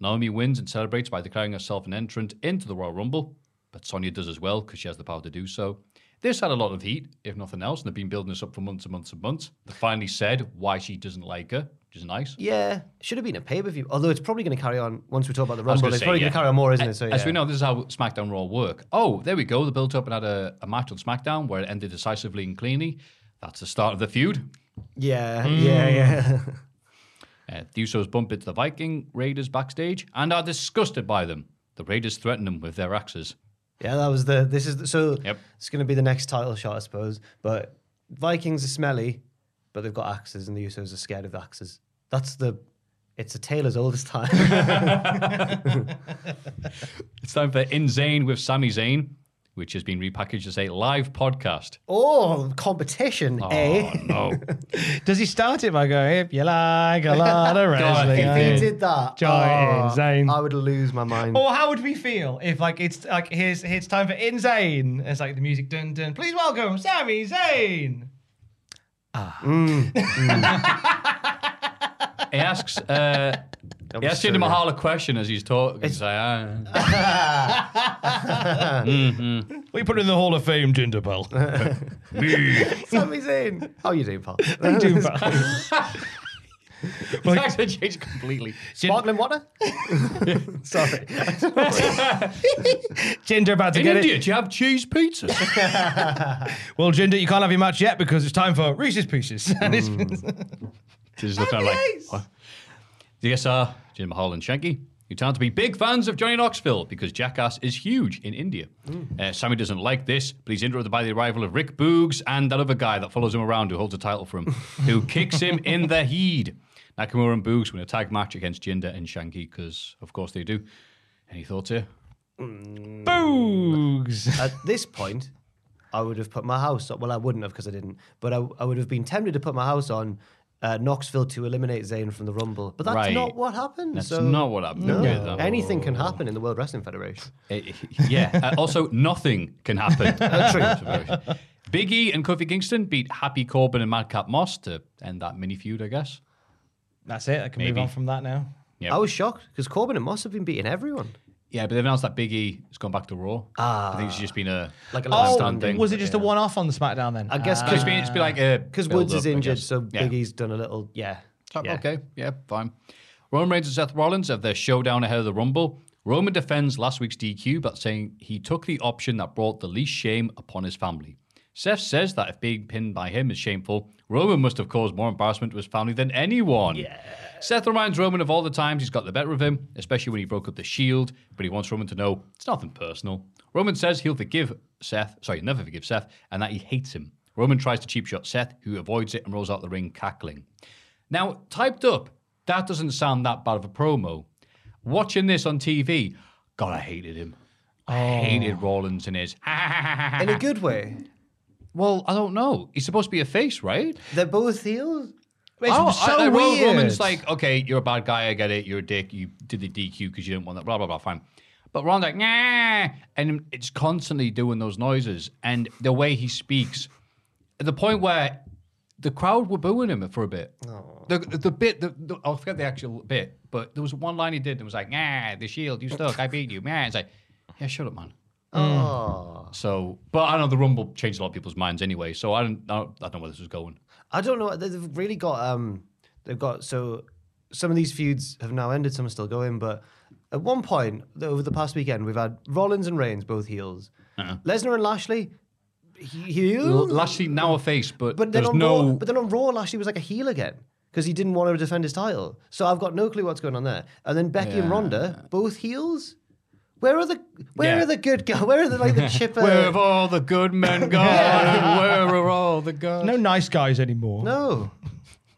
Speaker 2: Naomi wins and celebrates by declaring herself an entrant into the Royal Rumble, but Sonia does as well because she has the power to do so. This had a lot of heat, if nothing else, and they've been building this up for months and months and months. They finally said why she doesn't like her, which is nice.
Speaker 4: Yeah, should have been a pay per view. Although it's probably going to carry on once we talk about the
Speaker 2: I was
Speaker 4: Rumble.
Speaker 2: gonna
Speaker 4: It's
Speaker 2: say,
Speaker 4: probably
Speaker 2: yeah.
Speaker 4: going to carry on more, isn't it? So,
Speaker 2: As
Speaker 4: yeah.
Speaker 2: we know, this is how SmackDown Raw work. Oh, there we go. They built up and had a, a match on SmackDown where it ended decisively and cleanly. That's the start of the feud.
Speaker 4: Yeah, yeah, yeah.
Speaker 2: Mm. Uh, the Usos bump into the Viking Raiders backstage and are disgusted by them. The Raiders threaten them with their axes.
Speaker 4: Yeah, that was the. This is the, so.
Speaker 2: Yep.
Speaker 4: It's going to be the next title shot, I suppose. But Vikings are smelly, but they've got axes, and the Usos are scared of axes. That's the. It's a tale as old as time.
Speaker 2: It's time for In Zane with Sami Zayn, which has been repackaged as a live podcast.
Speaker 4: oh, competition, eh?
Speaker 2: no.
Speaker 3: Does he start it by going, if you like a lot of
Speaker 2: if
Speaker 3: wrestling? I
Speaker 2: he
Speaker 3: am
Speaker 4: They did that.
Speaker 3: Giant Zane. Oh,
Speaker 4: I would lose my mind.
Speaker 3: Or how would we feel if like it's like here's here's time for Insane? It's like the music dun dun. Please welcome Sammy Zane.
Speaker 2: He asks, uh,
Speaker 4: That
Speaker 2: he
Speaker 4: was
Speaker 2: asks Jinder
Speaker 4: true.
Speaker 2: Mahal a question as he's talking. He's like, ah.
Speaker 3: We put in the Hall of Fame, Jinder Bell.
Speaker 4: Sami Zayn. How you doing, pal?
Speaker 3: Doom Bell.
Speaker 2: It's actually changed completely.
Speaker 4: Sparkling water? Sorry.
Speaker 3: Jinder about to
Speaker 2: In
Speaker 3: get
Speaker 2: India,
Speaker 3: it.
Speaker 2: do you have cheese pizza?
Speaker 3: Well, Jinder, you can't have your match yet because it's time for Reese's Pieces. And it's-
Speaker 2: She just looked at her like, what? DSR, Jim Mahal, and Shanky, who tend to be big fans of Johnny Knoxville because Jackass is huge in India.
Speaker 4: Hmm.
Speaker 2: Uh, Sammy doesn't like this, but he's interrupted by the arrival of Rick Boogs and that other guy that follows him around who holds a title for him, who kicks him in the heed. Nakamura and Boogs win a tag match against Jinder and Shanky because, of course, they do. Any thoughts here?
Speaker 3: Boogs.
Speaker 4: At this point, I would have put my house on. Well, I wouldn't have because I didn't. But I, I would have been tempted to put my house on uh, Knoxville to eliminate Zayn from the Rumble. But that's
Speaker 2: Right.
Speaker 4: not what happened.
Speaker 2: That's
Speaker 4: so
Speaker 2: not what happened.
Speaker 4: No.
Speaker 2: Yeah, that-
Speaker 4: Anything can happen in the World Wrestling Federation.
Speaker 2: Uh, yeah. Uh, also, nothing can happen. True. Big E and Kofi Kingston beat Happy Corbin and Madcap Moss to end that mini feud, I guess.
Speaker 3: That's it. I can move
Speaker 2: Maybe.
Speaker 3: on from that now.
Speaker 2: Yep.
Speaker 4: I was shocked because Corbin and Moss have been beating everyone.
Speaker 2: Yeah, but they've announced that Big E has gone back to Raw. Ah. I think it's just been a
Speaker 4: Like a
Speaker 2: last
Speaker 4: last
Speaker 2: stand thing.
Speaker 3: was it just a
Speaker 4: yeah.
Speaker 3: one-off on the SmackDown then?
Speaker 4: I guess
Speaker 2: So it's been, it's been like a
Speaker 4: because
Speaker 2: build
Speaker 4: Woods is
Speaker 2: up, I
Speaker 4: injured,
Speaker 2: guess.
Speaker 4: so E
Speaker 2: Yeah.
Speaker 4: Biggie's done a little. Yeah.
Speaker 2: Oh,
Speaker 4: yeah.
Speaker 2: Okay, yeah, fine. Roman Reigns and Seth Rollins have their showdown ahead of the Rumble. Roman defends last week's DQ by saying he took the option that brought the least shame upon his family. Seth says that if being pinned by him is shameful, Roman must have caused more embarrassment to his family than anyone. Seth reminds Roman of all the times he's got the better of him, especially when he broke up the Shield, but he wants Roman to know it's nothing personal. Roman says he'll forgive Seth, sorry, never forgive Seth, and that he hates him. Roman tries to cheap shot Seth, who avoids it and rolls out the ring cackling. Now, typed up, that doesn't sound that bad of a promo. Watching this on TV, God, I hated him. I hated Rollins and his.
Speaker 4: Oh. In a good way.
Speaker 2: well, I don't know. He's supposed to be a face, right?
Speaker 4: They're both heels.
Speaker 3: It's so
Speaker 2: Oh, I, I wrote
Speaker 3: weird.
Speaker 2: Roman's like, okay, you're a bad guy. I get it. You're a dick. You did the DQ because you didn't want that. Blah blah blah. Fine. But Ron's like, nah, and it's constantly doing those noises and the way he speaks, at the point where the crowd were booing him for a bit. The the bit, the, the, I forget the actual bit, but there was one line he did that was like, nah, the shield, you stuck, I beat you, man. It's like, yeah, shut up, man.
Speaker 4: Oh.
Speaker 2: So, but I know the Rumble changed a lot of people's minds anyway. So I don't, I don't, I don't know where this was going.
Speaker 4: I don't know. they- They've really got um, they've got so some of these feuds have now ended. Some are still going, but at one point th- over the past weekend, we've had Rollins and Reigns both heels, Lesnar and Lashley he- heels,
Speaker 2: Lashley now a face, but,
Speaker 4: but then
Speaker 2: there's
Speaker 4: on Raw,
Speaker 2: no.
Speaker 4: but then on Raw, Lashley was like a heel again because he didn't want to defend his title. So I've got no clue what's going on there. And then Becky and Ronda both heels. Where are the where
Speaker 2: Yeah.
Speaker 4: are the good guys? Where are the like the chipper?
Speaker 2: Where have all the good men gone? and where are all the good?
Speaker 3: no nice guys anymore.
Speaker 4: No.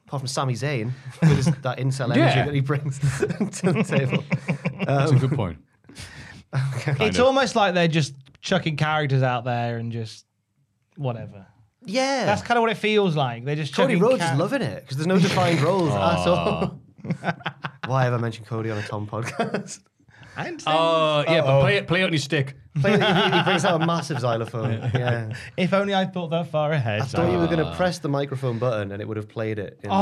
Speaker 4: Apart from Sami Zayn, with his, that incel energy
Speaker 2: Yeah.
Speaker 4: that he brings to the table.
Speaker 2: that's a good point.
Speaker 3: it's almost like they're just chucking characters out there and just whatever.
Speaker 4: Yeah.
Speaker 3: That's kind of what it feels like. They're just
Speaker 4: Cody
Speaker 3: chucking
Speaker 4: Rhodes
Speaker 3: char-
Speaker 4: is loving it because there's no defined roles at all. Why have I mentioned Cody on a Tom podcast?
Speaker 3: I
Speaker 4: Um,
Speaker 3: understand.
Speaker 2: Oh yeah, but play it, play it on your stick.
Speaker 4: Play- he, he brings out a massive xylophone. Yeah.
Speaker 3: if only I thought that far ahead.
Speaker 4: I thought you were going to press the microphone button and it would have played it. In
Speaker 3: Oh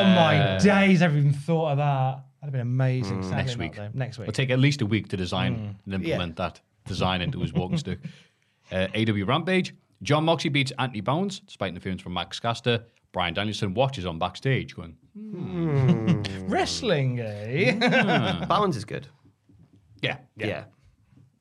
Speaker 4: the
Speaker 3: my days! I've even thought of that. That'd have been amazing.
Speaker 2: Mm,
Speaker 3: Sadly
Speaker 2: Next
Speaker 3: not,
Speaker 2: week.
Speaker 3: though. Next week.
Speaker 2: It'll take at least a week to design
Speaker 4: Mm.
Speaker 2: and implement that design into his walking stick. Uh, AW Rampage. John Moxley beats Anthony Bounds despite interference from Max Caster. Brian Danielson watches on backstage, going,
Speaker 3: Wrestling, eh?
Speaker 4: case. Bowens is good.
Speaker 2: "Yeah,
Speaker 4: Yeah.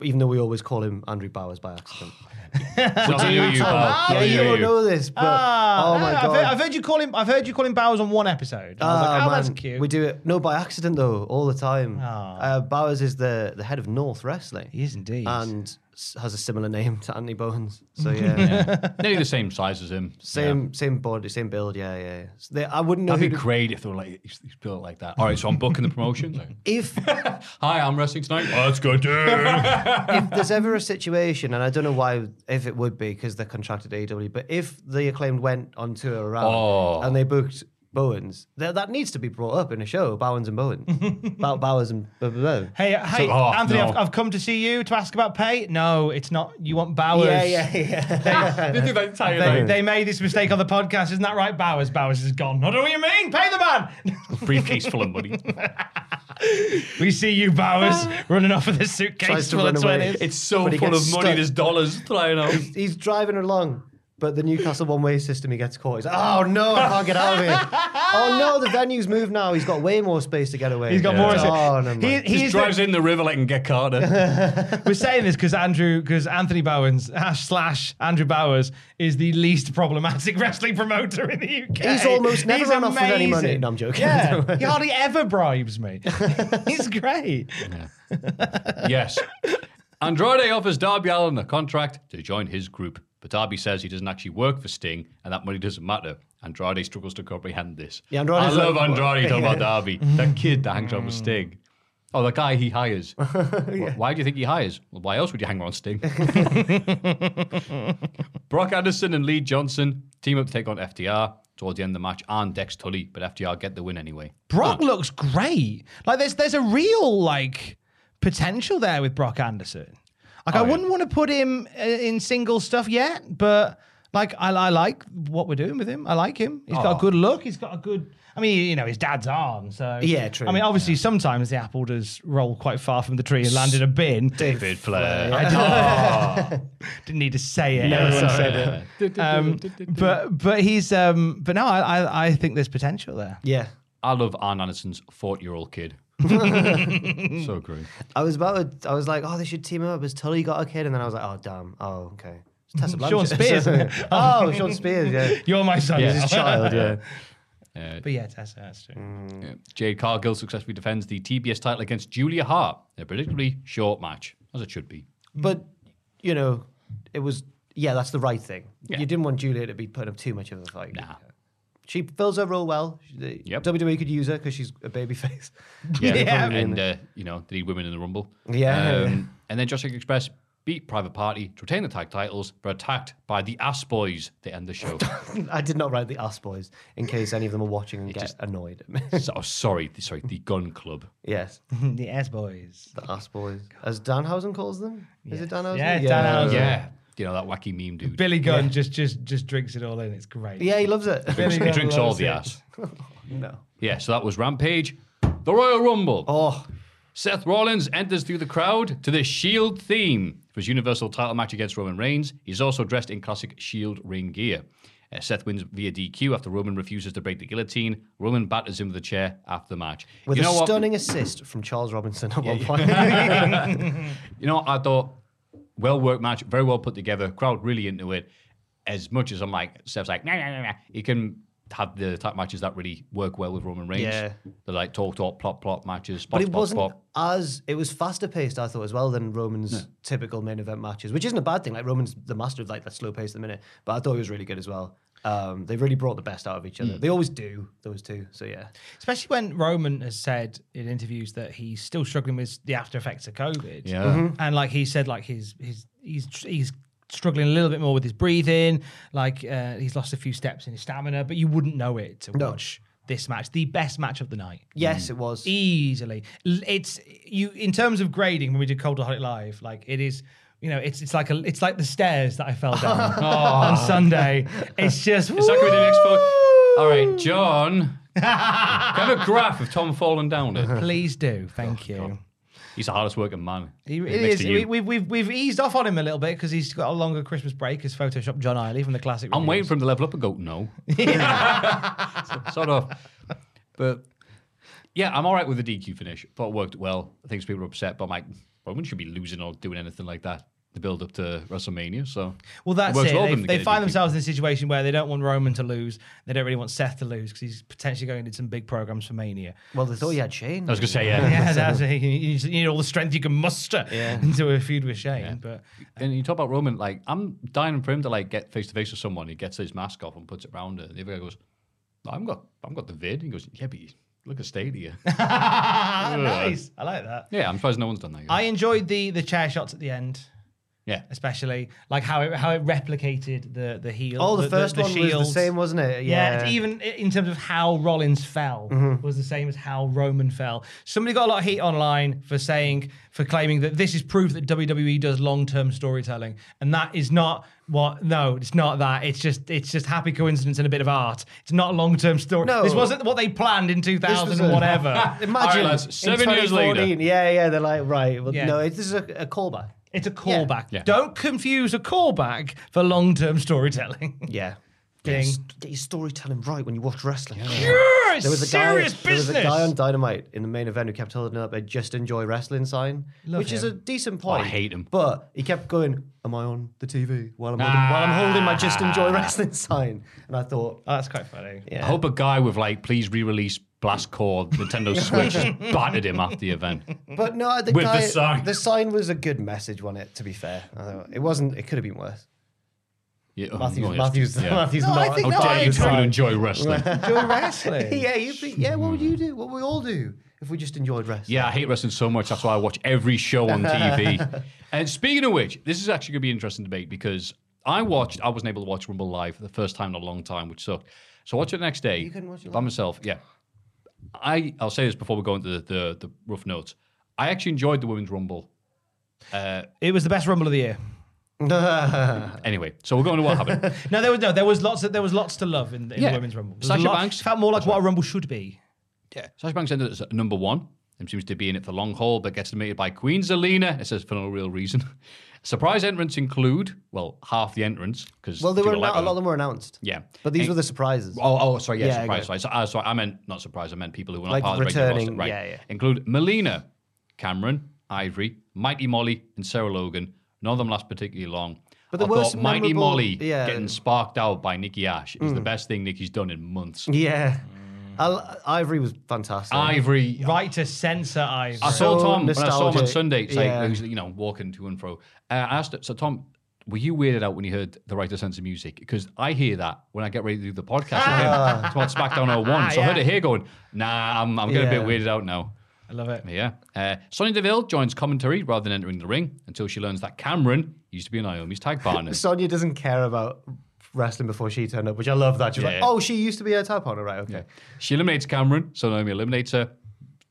Speaker 4: Even though we always call him Andrew Bowers by accident.
Speaker 2: it's not you, you, pal. Not
Speaker 4: yeah, you
Speaker 2: you,
Speaker 4: don't
Speaker 2: you."
Speaker 4: know this, but
Speaker 3: Ah,
Speaker 4: oh my
Speaker 3: I've
Speaker 4: god!
Speaker 3: Heard, I've heard you call him. I've heard you call him Bowers on one episode. And I was like,
Speaker 4: Ah,
Speaker 3: oh, that's
Speaker 4: man,
Speaker 3: cute.
Speaker 4: We do it no by accident though, all the time.
Speaker 3: Ah.
Speaker 4: Uh, Bowers is the the head of North Wrestling.
Speaker 3: He is indeed.
Speaker 4: and s- has a similar name to Anthony Bowens. So yeah,
Speaker 2: Nearly the same size as him.
Speaker 4: same same body, same build. Yeah, yeah. yeah. So they, I wouldn't know
Speaker 2: That'd
Speaker 4: who
Speaker 2: be
Speaker 4: to-
Speaker 2: great if they were like, he's he's built like that. All right, so I'm booking the promotion. Like,
Speaker 4: if
Speaker 2: Hi, I'm wrestling tonight. Let's go, dude.
Speaker 4: if there's ever a situation, and I don't know why if it would be because they're contracted to AEW, but if the acclaimed went on tour around
Speaker 2: Oh.
Speaker 4: and they booked. Bowens, that, that needs to be brought up in a show. Bowens and Bowens, Bow- Bowers and blah, blah, blah.
Speaker 3: hey, uh, hey,
Speaker 2: So- oh,
Speaker 3: Anthony,
Speaker 2: no.
Speaker 3: I've, I've come to see you to ask about pay. No, it's not. You want Bowers?
Speaker 4: yeah, yeah, yeah.
Speaker 2: they do that entire
Speaker 3: They,
Speaker 2: like,
Speaker 3: they made this mistake on the podcast, isn't that right, Bowers? Bowers is gone. I don't know what you mean. Pay the man.
Speaker 2: briefcase full of money.
Speaker 3: we see you, Bowers, running off with a suitcase
Speaker 4: Tries to
Speaker 3: full of
Speaker 4: run away.
Speaker 3: twenties.
Speaker 2: It's so
Speaker 4: But he
Speaker 2: full of
Speaker 4: gets
Speaker 2: money.
Speaker 4: stuck.
Speaker 2: There's dollars flying out.
Speaker 4: he's driving along But the Newcastle one way system, he gets caught. He's like, oh no, I can't get out of here. oh no, the venue's moved now. He's got way more space to get away.
Speaker 3: He's got more.
Speaker 4: Oh, no,
Speaker 3: he,
Speaker 4: man.
Speaker 3: he
Speaker 2: Just
Speaker 3: is
Speaker 2: drives
Speaker 3: the,
Speaker 2: in the river, let him get Carter.
Speaker 3: We're saying this because Andrew, because Anthony Bowens hash slash Andrew Bowers is the least problematic wrestling promoter in the UK.
Speaker 4: He's almost never run off with any money.
Speaker 3: amazing.
Speaker 4: No, I'm joking. Don't
Speaker 3: Yeah,
Speaker 4: worry.
Speaker 3: he hardly ever bribes me. He's great.
Speaker 2: yes. Andrade offers Darby Allen a contract to join his group, but Darby says he doesn't actually work for Sting and that money doesn't matter. Andrade struggles to comprehend this.
Speaker 4: Yeah, Andrade's
Speaker 2: I love
Speaker 4: like- Mm.
Speaker 2: Andrade talking about Darby, that kid that hangs around with Sting. Oh, the guy he hires. Wh- Why do you think he hires? Well, why else would you hang around Sting? Brock Anderson and Lee Johnson team up to take on FTR towards the end of the match and Dex Tully, but FTR get the win anyway.
Speaker 3: Brock looks great. Like there's there's a real like potential there with Brock Anderson. Like
Speaker 4: Oh,
Speaker 3: I wouldn't want to put him uh, in single stuff yet, but like I, I like what we're doing with him. I like him. He's
Speaker 4: Oh.
Speaker 3: got a good look. He's got a good. I mean, you know, his dad's arm. So
Speaker 4: Yeah, true.
Speaker 3: I mean, obviously, sometimes the apple does roll quite far from the tree and land in a bin.
Speaker 2: David
Speaker 3: uh,
Speaker 2: Flair.
Speaker 3: Didn't need to say it. Everyone said it. Um, but but he's um, but no, I, I I think there's potential there.
Speaker 4: Yeah.
Speaker 2: I love Arn Anderson's 40 year old kid. so great.
Speaker 4: I was about to, I was like, oh, they should team up. Has Tully got a kid? And then I was like, oh, damn. Oh, okay. It's Tessa
Speaker 3: Sean
Speaker 4: Blanchard.
Speaker 3: Spears.
Speaker 4: oh, Sean Spears, yeah.
Speaker 3: You're my son.
Speaker 4: He's his child, yeah.
Speaker 3: But yeah, that's, that's true.
Speaker 2: Yeah. Jade Cargill successfully defends the TBS title against Julia Hart, a predictably short match, as it should be.
Speaker 4: But, you know, it was, yeah, that's the right thing. You didn't want Julia to be putting up too much of a fight.
Speaker 2: Nah.
Speaker 4: She fills her role well. She- the-
Speaker 2: Yep.
Speaker 4: WWE could use her because she's a baby face.
Speaker 2: Yeah.
Speaker 3: Yeah.
Speaker 2: And, uh, you know, they need women in the Rumble.
Speaker 4: Yeah.
Speaker 2: Um, and then Jurassic Express beat Private Party to retain the tag titles, but attacked by the Ass Boys to end the show.
Speaker 4: I did not write the Us Boys in case any of them are watching and get annoyed at me.
Speaker 2: so, oh, sorry. the- Sorry. The Gun Club.
Speaker 4: yes,
Speaker 3: the S boys.
Speaker 4: the Us Boys. As Danhausen calls them? Is it Danhausen?
Speaker 3: Yeah,
Speaker 4: Uh,
Speaker 3: Danhausen.
Speaker 2: Yeah. You know, that wacky meme dude.
Speaker 3: Billy Gunn just just just drinks it all in. It's great.
Speaker 4: Yeah, he loves it.
Speaker 3: Billy
Speaker 2: he
Speaker 3: Gunn
Speaker 2: drinks all
Speaker 3: loves
Speaker 2: the
Speaker 3: it.
Speaker 2: ass.
Speaker 4: no.
Speaker 2: Yeah, so that was Rampage. The Royal Rumble.
Speaker 4: Oh,
Speaker 2: Seth Rollins enters through the crowd to the Shield E theme for his Universal title match against Roman Reigns. He's also dressed in classic Shield E ring gear. Uh, Seth wins via DQ after Roman refuses to break the guillotine. Roman batters him with a chair after the match.
Speaker 4: with
Speaker 2: you know
Speaker 4: a
Speaker 2: what?
Speaker 4: stunning assist from Charles Robinson at one point.
Speaker 2: You know, I thought well worked match, very well put together. Crowd really into it. As much as I'm like, Seth's like, nah, nah, nah, nah. He can have the type matches that really work well with Roman Reigns.
Speaker 4: Yeah.
Speaker 2: They're like talk, talk, plot, plot matches. Spot,
Speaker 4: But it
Speaker 2: spot,
Speaker 4: wasn't
Speaker 2: spot.
Speaker 4: as it was faster paced, I thought, as well than Roman's typical main event matches, which isn't a bad thing. Like Roman's the master of like that slow pace at the minute, but I thought it was really good as well. Um, they really brought the best out of each
Speaker 2: Mm.
Speaker 4: other. They always do those two. So yeah,
Speaker 3: Especially when Roman has said in interviews that he's still struggling with the after effects of COVID.
Speaker 2: Yeah.
Speaker 4: Mm-hmm.
Speaker 3: And like he said, like his his he's he's struggling a little bit more with his breathing. Like uh, he's lost a few steps in his stamina, but you wouldn't know it to watch this match, the best match of the night.
Speaker 4: yes,
Speaker 2: Mm.
Speaker 4: it was.
Speaker 3: easily. L- It's you in terms of grading when we did Cold Hot Live. Like it is, you know, it's it's like a it's like the stairs that I fell down on Sunday. It's just
Speaker 2: Oh. Is that going to be the next photo? All right, John. Can I have a graph of Tom falling down it?
Speaker 3: Please do,
Speaker 2: Oh,
Speaker 3: thank you.
Speaker 2: He's the hardest working man.
Speaker 3: He-
Speaker 2: Next
Speaker 3: it is.
Speaker 2: to
Speaker 3: We,
Speaker 2: you.
Speaker 3: we've, we've, we've eased off on him a little bit because he's got a longer Christmas break as Photoshop John Eiley from the classic.
Speaker 2: I'm waiting
Speaker 3: reviews.
Speaker 2: for him to level up and go, no. sort of. But yeah, I'm all right with the DQ finish. Thought it worked well. I think people are upset, but I'm like, Roman should be losing or doing anything like that. The build up to WrestleMania. So
Speaker 3: Well, that's
Speaker 2: works
Speaker 3: it.
Speaker 2: well for
Speaker 3: They,
Speaker 2: them to
Speaker 3: they
Speaker 2: get a
Speaker 3: find
Speaker 2: DQ.
Speaker 3: themselves in a situation where they don't want Roman to lose. They don't really want Seth to lose because he's potentially going into some big programs for Mania.
Speaker 4: Well, they thought you had Shane.
Speaker 2: I was going to say, yeah.
Speaker 3: yeah, that's it. You, you just need all the strength you can muster into a feud with Shane. But
Speaker 2: And you talk about Roman, like, I'm dying for him to like get face to face with someone. He gets his mask off and puts it around her. The other guy goes, I haven't got, I haven't got the vid. He goes, Yeah, but you look at Stadia.
Speaker 3: ah, nice, I like that.
Speaker 2: Yeah, I'm surprised no one's done that. Yet.
Speaker 3: I enjoyed the the chair shots at the end,
Speaker 2: yeah,
Speaker 3: especially like how it how it replicated the the heel.
Speaker 4: Oh, the, first one was
Speaker 3: shields.
Speaker 4: the same, wasn't it?
Speaker 3: Yeah,
Speaker 4: Yeah, Mm-hmm.
Speaker 3: it's even i- in terms of how Rollins fell was the same as how Roman fell. Somebody got a lot of heat online for saying for claiming that this is proof that WWE does long-term storytelling, and that is not what. No, it's not that. It's just it's just happy coincidence and a bit of art. It's not long-term story.
Speaker 4: No.
Speaker 3: this wasn't what they planned in two thousand and whatever.
Speaker 2: All right,
Speaker 4: Imagine
Speaker 2: lads,
Speaker 4: in
Speaker 2: seven years later.
Speaker 4: 2014. Yeah, yeah. They're like, right. Well,
Speaker 3: Yeah.
Speaker 4: No, it, this is a, a callback.
Speaker 3: It's a callback.
Speaker 2: Yeah.
Speaker 3: Don't confuse a callback for long term storytelling.
Speaker 4: Yeah.
Speaker 3: Ding.
Speaker 4: Get your storytelling right when you watch wrestling.
Speaker 3: Sure, it's
Speaker 4: There was a
Speaker 3: serious
Speaker 4: guy.
Speaker 3: business.
Speaker 4: There was a guy on Dynamite in the main event who kept holding up a "Just Enjoy Wrestling" sign,
Speaker 3: Love
Speaker 4: which is
Speaker 3: him.
Speaker 4: a decent point.
Speaker 2: I hate him.
Speaker 4: but he kept going. Am I on the TV while I'm holding, while I'm holding my "Just Enjoy Wrestling" sign? And I thought,
Speaker 3: oh, that's quite funny.
Speaker 2: I hope a guy with like, please re-release Blast Core Nintendo Switch just battered him after the event.
Speaker 4: but no, the
Speaker 2: With the
Speaker 4: guy,
Speaker 2: sign.
Speaker 4: sign was a good message on it. To be fair, I thought it wasn't. It could have been worse.
Speaker 2: Yeah, oh,
Speaker 4: Matthews,
Speaker 2: no, yeah.
Speaker 4: Matthews,
Speaker 2: Yeah.
Speaker 4: Matthews.
Speaker 3: No, I
Speaker 4: not-
Speaker 3: think-
Speaker 2: How
Speaker 3: No,
Speaker 2: dare
Speaker 3: I
Speaker 2: you try and
Speaker 3: agree.
Speaker 2: enjoy wrestling?
Speaker 3: Enjoy wrestling.
Speaker 4: yeah, you'd be, yeah. What
Speaker 2: Mm.
Speaker 4: would you do? What would we all do if we just enjoyed wrestling?
Speaker 2: Yeah, I hate wrestling so much. That's why I watch every show on TV. and speaking of which, this is actually going to be an interesting debate because I watched, I wasn't able to watch Rumble Live for the first time in a long time, which sucked. So I watched it the next day. You
Speaker 4: couldn't watch it
Speaker 2: By myself, yeah. I, I'll say this before we go into the, the, the rough notes. I actually enjoyed the Women's Rumble.
Speaker 3: It was the best rumble of the year.
Speaker 2: Anyway, so we're going to what happened.
Speaker 3: No, there was no, there was lots of, there was lots to love in, in
Speaker 2: Yeah.
Speaker 3: the women's rumble. There was
Speaker 2: Sasha
Speaker 3: a lot-
Speaker 2: Banks-
Speaker 3: felt more like what a rumble should be.
Speaker 2: yeah, Sasha Banks ended as number one and seems to be in it for the long haul, but gets eliminated by Queen Zelina. It says for no real reason. Surprise entrants include, well, half the entrants. because
Speaker 4: Well, they were annou- a lot of them were announced.
Speaker 2: Yeah.
Speaker 4: But these
Speaker 2: And-
Speaker 4: were the surprises.
Speaker 2: Oh, oh, sorry, yeah,
Speaker 4: Yeah, I
Speaker 2: surprise.
Speaker 4: got
Speaker 2: Sorry. So, uh, sorry, I meant not surprise. I meant people who were not
Speaker 4: Like
Speaker 2: part of the regular roster.
Speaker 4: returning,
Speaker 2: Right.
Speaker 4: yeah, yeah.
Speaker 2: Include Melina, Cameron, Ivory, Mighty Molly, and Sarah Logan. None of them last particularly long.
Speaker 4: But there
Speaker 2: I
Speaker 4: were
Speaker 2: thought
Speaker 4: some
Speaker 2: Mighty
Speaker 4: memorable-
Speaker 2: Molly
Speaker 4: yeah. Mm.
Speaker 2: getting sparked out by Nikki Ash is the best thing Nikki's done in months.
Speaker 4: Yeah. Al- Ivory was fantastic.
Speaker 2: Ivory.
Speaker 3: Right to censor Ivory.
Speaker 2: I saw
Speaker 4: So
Speaker 2: Tom when I saw him on
Speaker 4: nostalgic.
Speaker 2: Sunday. It's
Speaker 4: Yeah.
Speaker 2: like, who's, you know, walking to and fro. Uh, I asked, so Tom, were you weirded out when you heard the writer sense of music? Because I hear that when I get ready to do the podcast.
Speaker 4: Ah.
Speaker 2: again. it's about SmackDown 01. So I heard it here going, nah, I'm, I'm getting a
Speaker 4: Yeah.
Speaker 2: bit weirded out now.
Speaker 3: I love it.
Speaker 2: Yeah. Uh, Sonya Deville joins commentary rather than entering the ring until she learns that Cameron used to be Naomi's tag partner.
Speaker 4: Sonia doesn't care about wrestling before she turned up, which I love that. She's
Speaker 2: Yeah.
Speaker 4: like, oh, she used to be a tag partner, right? Okay.
Speaker 2: Yeah. She eliminates Cameron, so Naomi eliminates her.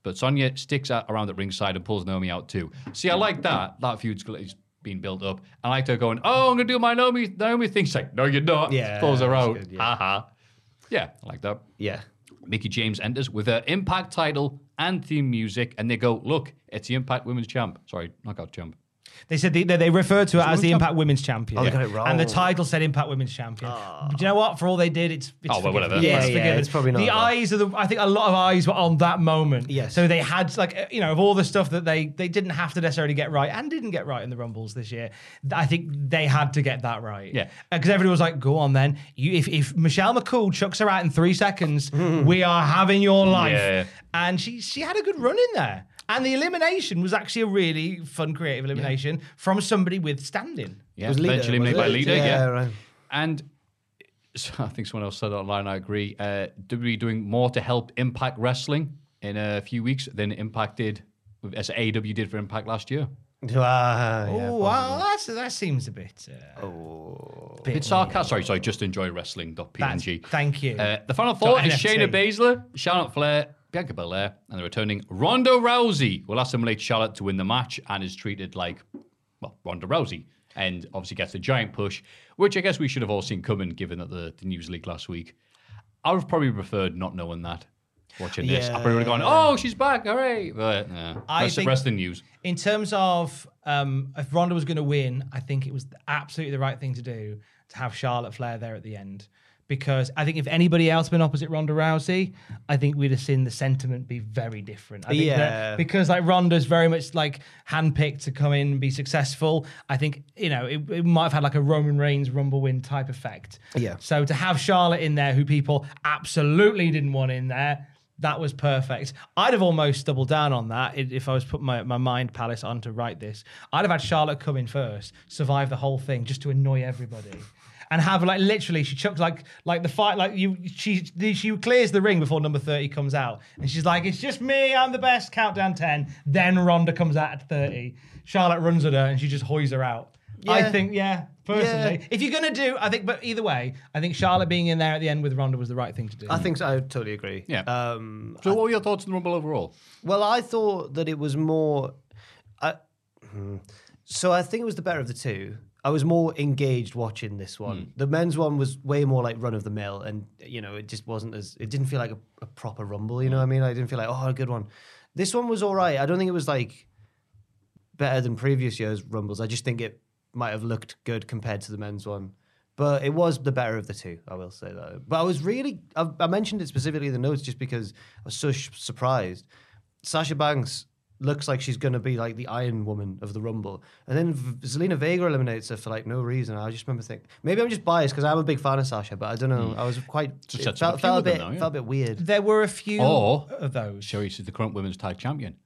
Speaker 2: But Sonya sticks out around at ringside and pulls Naomi out too. See, I like that. That feud's gl- it's been built up. I liked her going, "Oh, I'm gonna do my Naomi Naomi thing." She's like, "No, you're not."
Speaker 4: Yeah,
Speaker 2: pulls her
Speaker 4: that's
Speaker 2: out.
Speaker 4: good, yeah.
Speaker 2: Ha ha. Yeah, I like that.
Speaker 4: Yeah.
Speaker 2: Mickey James enters with her Impact title and theme music, and they go, "Look, it's the Impact Women's Champ." Sorry, knockout champ.
Speaker 3: They said they, they, they referred to it as the Impact Women's Champion.
Speaker 4: Oh, they got it wrong. Ah.
Speaker 3: And the title said Impact Women's Champion. But do you know what? For all they did, it's, it's
Speaker 2: Oh, well,
Speaker 3: forgiven.
Speaker 2: whatever.
Speaker 3: It's
Speaker 2: Yeah,
Speaker 4: yeah,
Speaker 3: forgiven.
Speaker 4: it's probably not
Speaker 3: The
Speaker 4: that.
Speaker 3: eyes of the. I think a lot of eyes were on that moment.
Speaker 4: Yes.
Speaker 3: So they had like uh, you know of all the stuff that they they didn't have to necessarily get right and didn't get right in the Rumbles this year. th- I think they had to get that right.
Speaker 2: Yeah.
Speaker 3: Because everybody was like, "Go on, then. You if if Michelle McCool chucks her out in three seconds,
Speaker 4: Hmm.
Speaker 3: we are having your life."
Speaker 2: Yeah.
Speaker 3: And she she had a good run in there. And the elimination was actually a really fun, creative elimination from somebody with standing.
Speaker 2: Yeah,
Speaker 4: Was Lita,
Speaker 2: eventually
Speaker 4: was
Speaker 2: made by
Speaker 4: it?
Speaker 2: Lita. Yeah,
Speaker 4: Yeah, right.
Speaker 2: And so I think someone else said it online. I agree. Uh, WWE doing more to help Impact Wrestling in a few weeks than Impact did as AW did for Impact last year.
Speaker 4: Ah, yeah.
Speaker 3: oh, well, that's, that seems a bit. Uh,
Speaker 2: Oh,
Speaker 3: bit
Speaker 2: It's sarcasm. Sorry, sorry. Just enjoy wrestling.png.
Speaker 3: Oh, That's- thank you.
Speaker 2: Uh, the final four
Speaker 3: Dot
Speaker 2: is
Speaker 3: NFT.
Speaker 2: Shayna Baszler, Charlotte Flair, Bianca Belair, and the returning Ronda Rousey will assimilate Charlotte to win the match and is treated like, well, Ronda Rousey. And obviously gets a giant push, which I guess we should have all seen coming given that the, the news leak last week. I would have probably preferred not knowing that. Watching this, I probably would have gone, "Oh, she's back! All right!" But no.
Speaker 3: I
Speaker 2: rest,
Speaker 3: think-
Speaker 2: rest in news.
Speaker 3: In terms of um, if Ronda was going to win, I think it was absolutely the right thing to do to have Charlotte Flair there at the end. Because I think if anybody else been opposite Ronda Rousey, I think we'd have seen the sentiment be very different. I think that-
Speaker 4: Yeah.
Speaker 3: because like Ronda's very much like handpicked to come in and be successful. I think you know it, it might have had like a Roman Reigns Rumble win type effect.
Speaker 4: Yeah.
Speaker 3: So to have Charlotte in there, who people absolutely didn't want in there, that was perfect. I'd have almost doubled down on that i- if I was put my, my mind palace on to write this. I'd have had Charlotte come in first, survive the whole thing just to annoy everybody. And have like literally, she chucked like like the fight like you she the- she clears the ring before number thirty comes out, and she's like, "It's just me, I'm the best." Countdown ten. Then Ronda comes out at thirty. Charlotte runs at her, and she just hoys her out. I
Speaker 4: Yeah.
Speaker 3: think, yeah, personally,
Speaker 4: Yeah.
Speaker 3: if you're gonna do, I think. But either way, I think Charlotte being in there at the end with Ronda was the right thing to do.
Speaker 4: I think so. I totally agree.
Speaker 2: Yeah.
Speaker 4: Um,
Speaker 2: So, what were your thoughts on the Rumble overall?
Speaker 4: Well, I thought that it was more. I, hmm. so I think it was the better of the two. I was more engaged watching this one. The men's one was way more like run of the mill, and you know, it just wasn't as. It didn't feel like a, a proper rumble. You know what I mean? I didn't feel like oh, a good one. This one was all right. I don't think it was like better than previous year's Rumbles. I just think it might have looked good compared to the men's one. But it was the better of the two, I will say that. But I was really, I, I mentioned it specifically in the notes just because I was so sh- surprised. Sasha Banks looks like she's going to be like the Iron Woman of the Rumble. And then v- Zelina Vega eliminates her for like no reason. I just remember thinking, maybe I'm just biased because I'm a big fan of Sasha, but I don't know. I was quite,
Speaker 2: Mm. Just had
Speaker 4: it felt,
Speaker 2: a few
Speaker 4: felt a
Speaker 2: of them
Speaker 4: bit,
Speaker 2: though, yeah.
Speaker 4: felt a bit weird.
Speaker 3: There were a few
Speaker 2: Or-
Speaker 3: of those.
Speaker 2: Sherry is the current women's tag champion.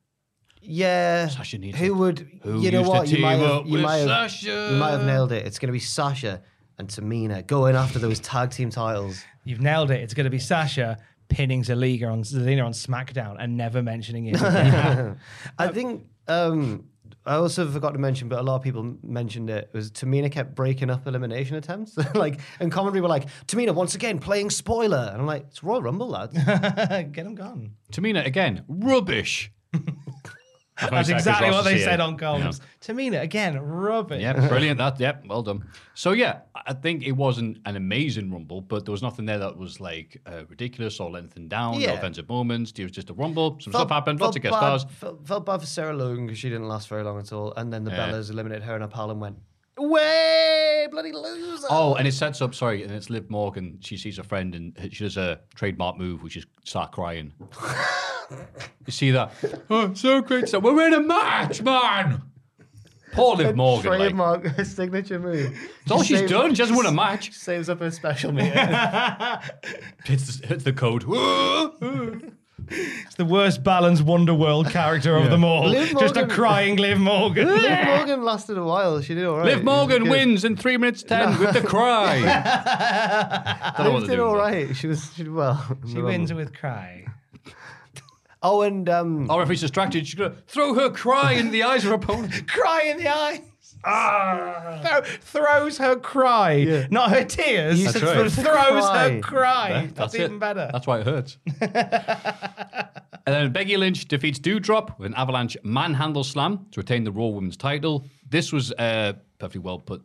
Speaker 4: Yeah.
Speaker 2: Sasha needs
Speaker 4: Who
Speaker 2: it.
Speaker 4: would
Speaker 2: Who
Speaker 4: you know
Speaker 2: used to
Speaker 4: what? You might,
Speaker 2: team
Speaker 4: have,
Speaker 2: up
Speaker 4: you,
Speaker 2: with
Speaker 4: might have,
Speaker 2: Sasha?
Speaker 4: you might have nailed it. It's gonna be Sasha and Tamina going after those tag team titles.
Speaker 3: You've nailed it. It's going to be Sasha pinning Zelina on Zelina on SmackDown and never mentioning it. again.
Speaker 4: I think um I also forgot to mention, but a lot of people m- mentioned it was Tamina kept breaking up elimination attempts. like, and commentary were like, "Tamina once again playing spoiler," and I'm like, "It's Royal Rumble, lads."
Speaker 3: Get them gone.
Speaker 2: Tamina again, rubbish.
Speaker 3: That's exactly what they said on Columns. Tamina again, rubbish.
Speaker 2: Yeah, brilliant. That, yep, well done. So yeah, I I think it wasn't an amazing rumble, but there was nothing there that was like uh, ridiculous or anything down,
Speaker 4: Yeah.
Speaker 2: no offensive moments. It was just a rumble. Some
Speaker 4: Felt-
Speaker 2: stuff happened.
Speaker 4: felt
Speaker 2: Lots of guest
Speaker 4: bad-
Speaker 2: stars.
Speaker 4: Felt, felt bad for Sarah Logan because she didn't last very long at all, and then the
Speaker 2: Yeah.
Speaker 4: Bellas eliminated her, and her pal and went, "Way, bloody loser!"
Speaker 2: Oh, and it sets up. Sorry, and it's Liv Morgan. She sees a friend and she does a trademark move, which is start crying. you see that? Oh, so great stuff. We're in a match, man. Poor Liv Morgan. like.
Speaker 4: trademark her signature move.
Speaker 2: That's all she's done. She hasn't won a match.
Speaker 4: Saves up her special meter.
Speaker 2: Hits the, hits the code.
Speaker 3: It's the worst balanced Wonderworld character of them all.
Speaker 4: Liv
Speaker 3: Just a
Speaker 4: Morgan-
Speaker 3: crying Liv Morgan.
Speaker 4: Liv Morgan lasted a while. She did all right.
Speaker 2: Liv
Speaker 4: She
Speaker 2: Morgan
Speaker 4: was good.
Speaker 2: wins in three minutes ten with the cry. Don't know what
Speaker 4: Liv
Speaker 2: they're
Speaker 4: did
Speaker 2: doing
Speaker 4: all
Speaker 2: with that.
Speaker 4: right. She was she did well.
Speaker 3: She wins with cry.
Speaker 4: Oh, and um,
Speaker 2: Or if he's distracted, she's gonna throw her cry in the eyes of her opponent.
Speaker 3: Cry in the eyes. Ah. throws her cry, not her tears.
Speaker 4: You said That's right.
Speaker 3: Throws
Speaker 4: cry.
Speaker 3: her cry. That's, even
Speaker 2: it.
Speaker 3: better.
Speaker 2: That's why it hurts. and then Becky Lynch defeats Dewdrop with an avalanche manhandle slam to retain the Raw Women's title. This was a perfectly well put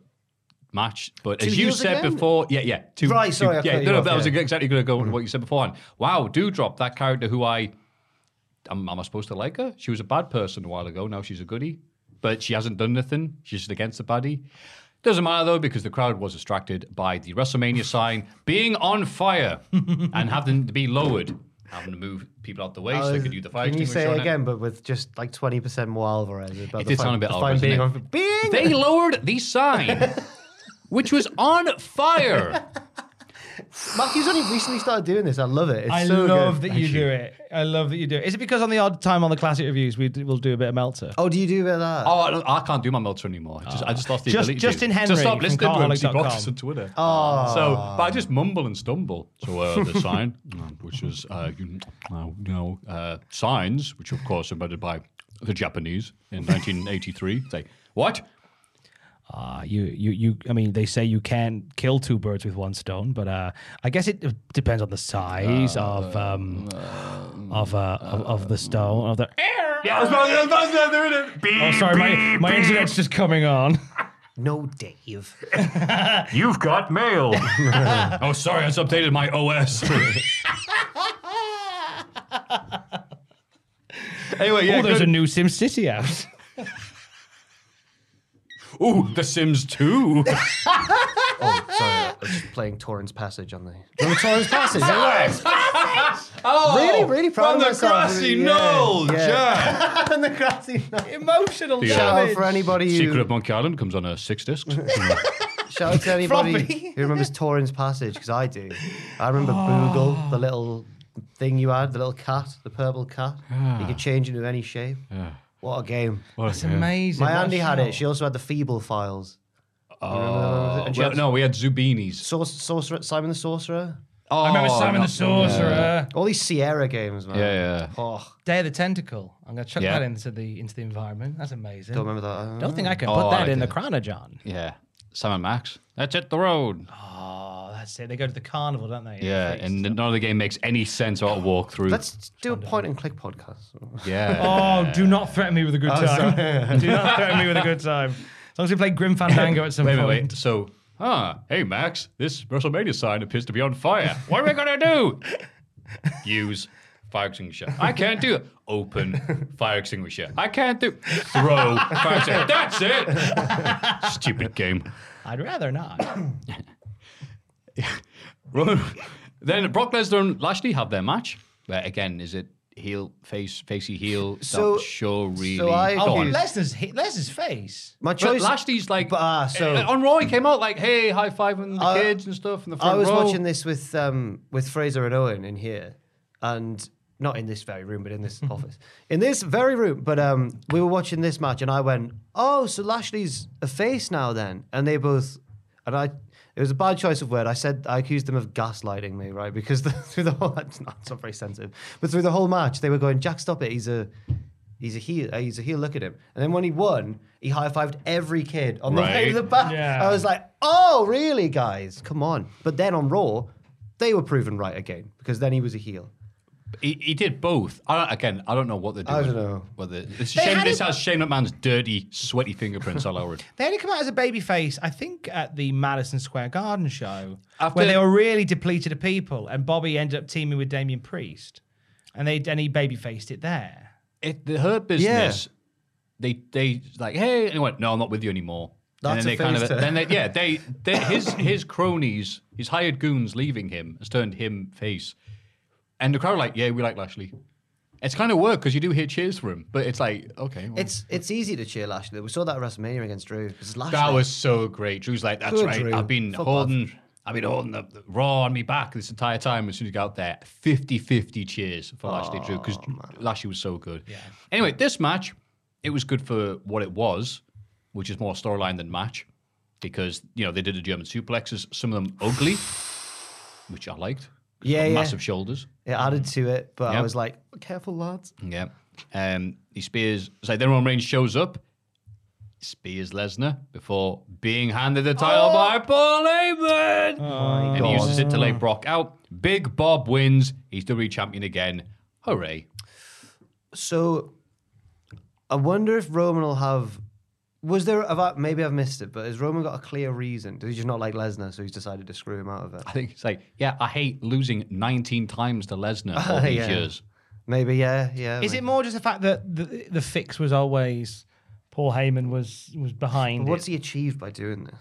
Speaker 2: match, but
Speaker 4: Two
Speaker 2: as you
Speaker 4: heels
Speaker 2: said
Speaker 4: again?
Speaker 2: before, yeah, yeah, two,
Speaker 4: Right,
Speaker 2: two-
Speaker 4: sorry, I
Speaker 2: yeah,
Speaker 4: cut you
Speaker 2: no, no,
Speaker 4: off,
Speaker 2: that was
Speaker 4: yeah.
Speaker 2: exactly going to go on what you said beforehand. Wow, Dewdrop, that character who I am, am I supposed to like her? She was a bad person a while ago. Now she's a goodie, but she hasn't done nothing. She's just against the baddie. Doesn't matter though, because the crowd was distracted by the WrestleMania sign being on fire and having to be lowered, having to move people out the way so they could do the fire
Speaker 4: Uh, Can you
Speaker 2: extinguisher.
Speaker 4: say it
Speaker 2: on it.
Speaker 4: again, but with just like twenty percent more Alvarez? About
Speaker 2: It
Speaker 4: the
Speaker 2: did
Speaker 4: fine-
Speaker 2: sound a bit
Speaker 4: the
Speaker 2: Alvarez,
Speaker 4: fine being
Speaker 2: didn't
Speaker 4: on being.
Speaker 2: They lowered the sign, which was on fire.
Speaker 4: Matthew's only recently started doing this. I love it. It's
Speaker 3: I
Speaker 4: so
Speaker 3: love
Speaker 4: good.
Speaker 3: that you, do it. I love that you do it. Is it because on the odd time on the classic reviews we d- will do a bit of Melter?
Speaker 4: Oh, do you do that?
Speaker 2: Oh, I, don't- I can't do my Meltzer anymore. I just, I just lost the
Speaker 3: Just-
Speaker 2: ability.
Speaker 3: Justin
Speaker 2: to.
Speaker 3: Henry
Speaker 2: Just stop
Speaker 3: from
Speaker 2: listening to him. 'cause He blocked
Speaker 3: Carholic.com.
Speaker 2: us on Twitter. Oh. So, but I just mumble and stumble. So uh, the sign, um, which is uh, you know, you know uh, signs, which of course invented by the Japanese in 1983. Say what?
Speaker 3: Uh, you, you, you. I mean, they say you can kill two birds with one stone, but uh, I guess it depends on the size
Speaker 2: Uh,
Speaker 3: of um, of, uh, of of the stone of the.
Speaker 2: Yeah,
Speaker 3: Oh, sorry, my, my internet's just coming on.
Speaker 4: no, Dave.
Speaker 2: You've got mail. oh, sorry, I just updated my OS. anyway, yeah.
Speaker 3: oh, there's
Speaker 2: good-
Speaker 3: a new Sim City out.
Speaker 2: Ooh, The Sims 2.
Speaker 4: oh, sorry. I was just playing Torrance Passage on the. Remember Torrance Passage?
Speaker 2: Oh,
Speaker 4: Really, really proud
Speaker 2: from
Speaker 4: of
Speaker 2: the
Speaker 4: myself.
Speaker 2: grassy
Speaker 4: Yeah,
Speaker 2: knoll.
Speaker 4: yeah.
Speaker 2: Yeah.
Speaker 4: on the grassy.
Speaker 3: Emotional
Speaker 2: Yeah.
Speaker 4: Shout out
Speaker 3: damage.
Speaker 4: for anybody who.
Speaker 2: uh, Secret of Monkey Island comes on a six disc.
Speaker 4: Shout out to anybody
Speaker 3: Floppy.
Speaker 4: who remembers Torrens Passage because I do. I remember Boogle, the little thing you had, the little cat, the purple cat. You could change it to any shape. What a game!
Speaker 3: It's amazing.
Speaker 4: My
Speaker 3: What a
Speaker 4: Andy had
Speaker 3: show.
Speaker 4: it. She also had the Feeble Files. Oh, and
Speaker 2: Uh,
Speaker 4: she
Speaker 2: well,
Speaker 4: had
Speaker 2: no, we had Zubinis.
Speaker 4: Sorcer- Sorcerer, Simon the Sorcerer.
Speaker 2: Oh,
Speaker 3: I remember Simon
Speaker 2: no.
Speaker 3: the Sorcerer.
Speaker 4: All these Sierra games, man.
Speaker 2: Yeah, yeah.
Speaker 4: Oh,
Speaker 3: Day of the Tentacle. I'm gonna chuck
Speaker 2: Yeah.
Speaker 3: that into the into the environment. That's amazing.
Speaker 4: don't remember that.
Speaker 3: Don't think I can
Speaker 2: Oh,
Speaker 3: put that
Speaker 2: I
Speaker 3: in the
Speaker 2: did.
Speaker 3: chronogen.
Speaker 2: Yeah. Simon Max. That's it, the road.
Speaker 3: Oh, that's it. They go to the carnival, don't they?
Speaker 2: yeah,
Speaker 3: Feast.
Speaker 2: and none of the game makes any sense or walk through.
Speaker 4: Let's do a point and click podcast.
Speaker 2: yeah.
Speaker 3: oh, do not threaten me with a good time. do not threaten me with a good time. As long as we play Grim Fandango at some
Speaker 2: wait, wait,
Speaker 3: point.
Speaker 2: wait. So, huh, Ah, hey, Max, this WrestleMania sign appears to be on fire. What are we going to do? Use. Fire extinguisher. I can't do it. Open fire extinguisher. I can't do throw fire extinguisher. That's it. Stupid game.
Speaker 3: I'd rather not.
Speaker 2: Roman- then Brock Lesnar and Lashley have their match. Where again, is it heel face facey heel?
Speaker 4: So-
Speaker 2: Not sure really.
Speaker 4: so I
Speaker 2: Go on.
Speaker 4: agree.
Speaker 3: Lesnar's hit Lesnar's face.
Speaker 4: My
Speaker 2: But
Speaker 4: choice.
Speaker 2: Lashley's like
Speaker 4: But, uh, so-
Speaker 2: uh, on Raw he came out like hey high fiving the
Speaker 4: I-
Speaker 2: kids and stuff in the front
Speaker 4: I was
Speaker 2: row.
Speaker 4: watching this with um, with Fraser and Owen in here, and not in this very room, but in this office, in this very room. But um, we were watching this match, and I went, "Oh, so Lashley's a face now, then?" And they both, and I, it was a bad choice of word. I said I accused them of gaslighting me, right? Because the, through the whole, it's not, it's not very sensitive, but through the whole match, they were going, "Jack, stop it! He's a." He's a heel. uh, He's a heel. Look at him. And then when he won, he high fived every kid on the way to
Speaker 2: Right.
Speaker 4: the back.
Speaker 3: Yeah.
Speaker 4: I was like, oh, really, guys? Come on. But then on Raw, they were proven right again because then he was a heel.
Speaker 2: He, he did both. I don't, again, I don't know what they're doing.
Speaker 4: I don't know.
Speaker 2: Whether it's a shame
Speaker 3: had
Speaker 2: this
Speaker 3: it-
Speaker 2: has Shane McMahon's dirty, sweaty fingerprints all over it.
Speaker 3: They only come out as a baby face, I think, at the Madison Square Garden show,
Speaker 2: After-
Speaker 3: where they were really depleted of people, and Bobby ended up teaming with Damian Priest, and they and he baby faced it there.
Speaker 2: It the her business. They they like hey, and he went no, I'm not with you anymore.
Speaker 4: That's
Speaker 2: and
Speaker 4: a
Speaker 2: then they kind of
Speaker 4: phase turn.
Speaker 2: then they, yeah they, they his his cronies, his hired goons leaving him has turned him face, and the crowd are like yeah, we like Lashley. It's kind of work because you do hear cheers for him, but it's like okay, well,
Speaker 4: It's it's easy to cheer Lashley. We saw that at WrestleMania against Drew. It's Lashley.
Speaker 2: That was so great. Drew's like, that's
Speaker 4: Good,
Speaker 2: right.
Speaker 4: Drew.
Speaker 2: I've been
Speaker 4: Fuck
Speaker 2: holding, I've been holding the, the Raw on me back this entire time. As soon as you got out there, 50-50 cheers for Lashley Drew because Lashley was so good. Anyway, this match, it was good for what it was, which is more storyline than match because you know they did the German suplexes, some of them ugly, which I liked.
Speaker 4: Yeah, yeah.
Speaker 2: massive shoulders.
Speaker 4: It added to it, but I
Speaker 2: Yep.
Speaker 4: was like, careful, lads.
Speaker 2: Yeah. Um, he spears. It's like then Roman Reigns shows up, spears Lesnar before being handed the title
Speaker 4: Oh.
Speaker 2: by Paul Heyman, and he uses it to lay Brock out. Big Bob wins. He's WWE champion again. Hooray!
Speaker 4: So I wonder if Roman will have. Was there have I, maybe I've missed it, but has Roman got a clear reason? Did he just not like Lesnar, so he's decided to screw him out of it?
Speaker 2: I think it's like, yeah, I hate losing 19 times to Lesnar all these
Speaker 4: Yeah.
Speaker 2: years.
Speaker 4: Maybe, yeah, yeah.
Speaker 3: Is
Speaker 4: maybe.
Speaker 3: it more just the fact that the, the fix was always Paul Heyman was was behind?
Speaker 4: What's
Speaker 3: it?
Speaker 4: he achieved by doing this?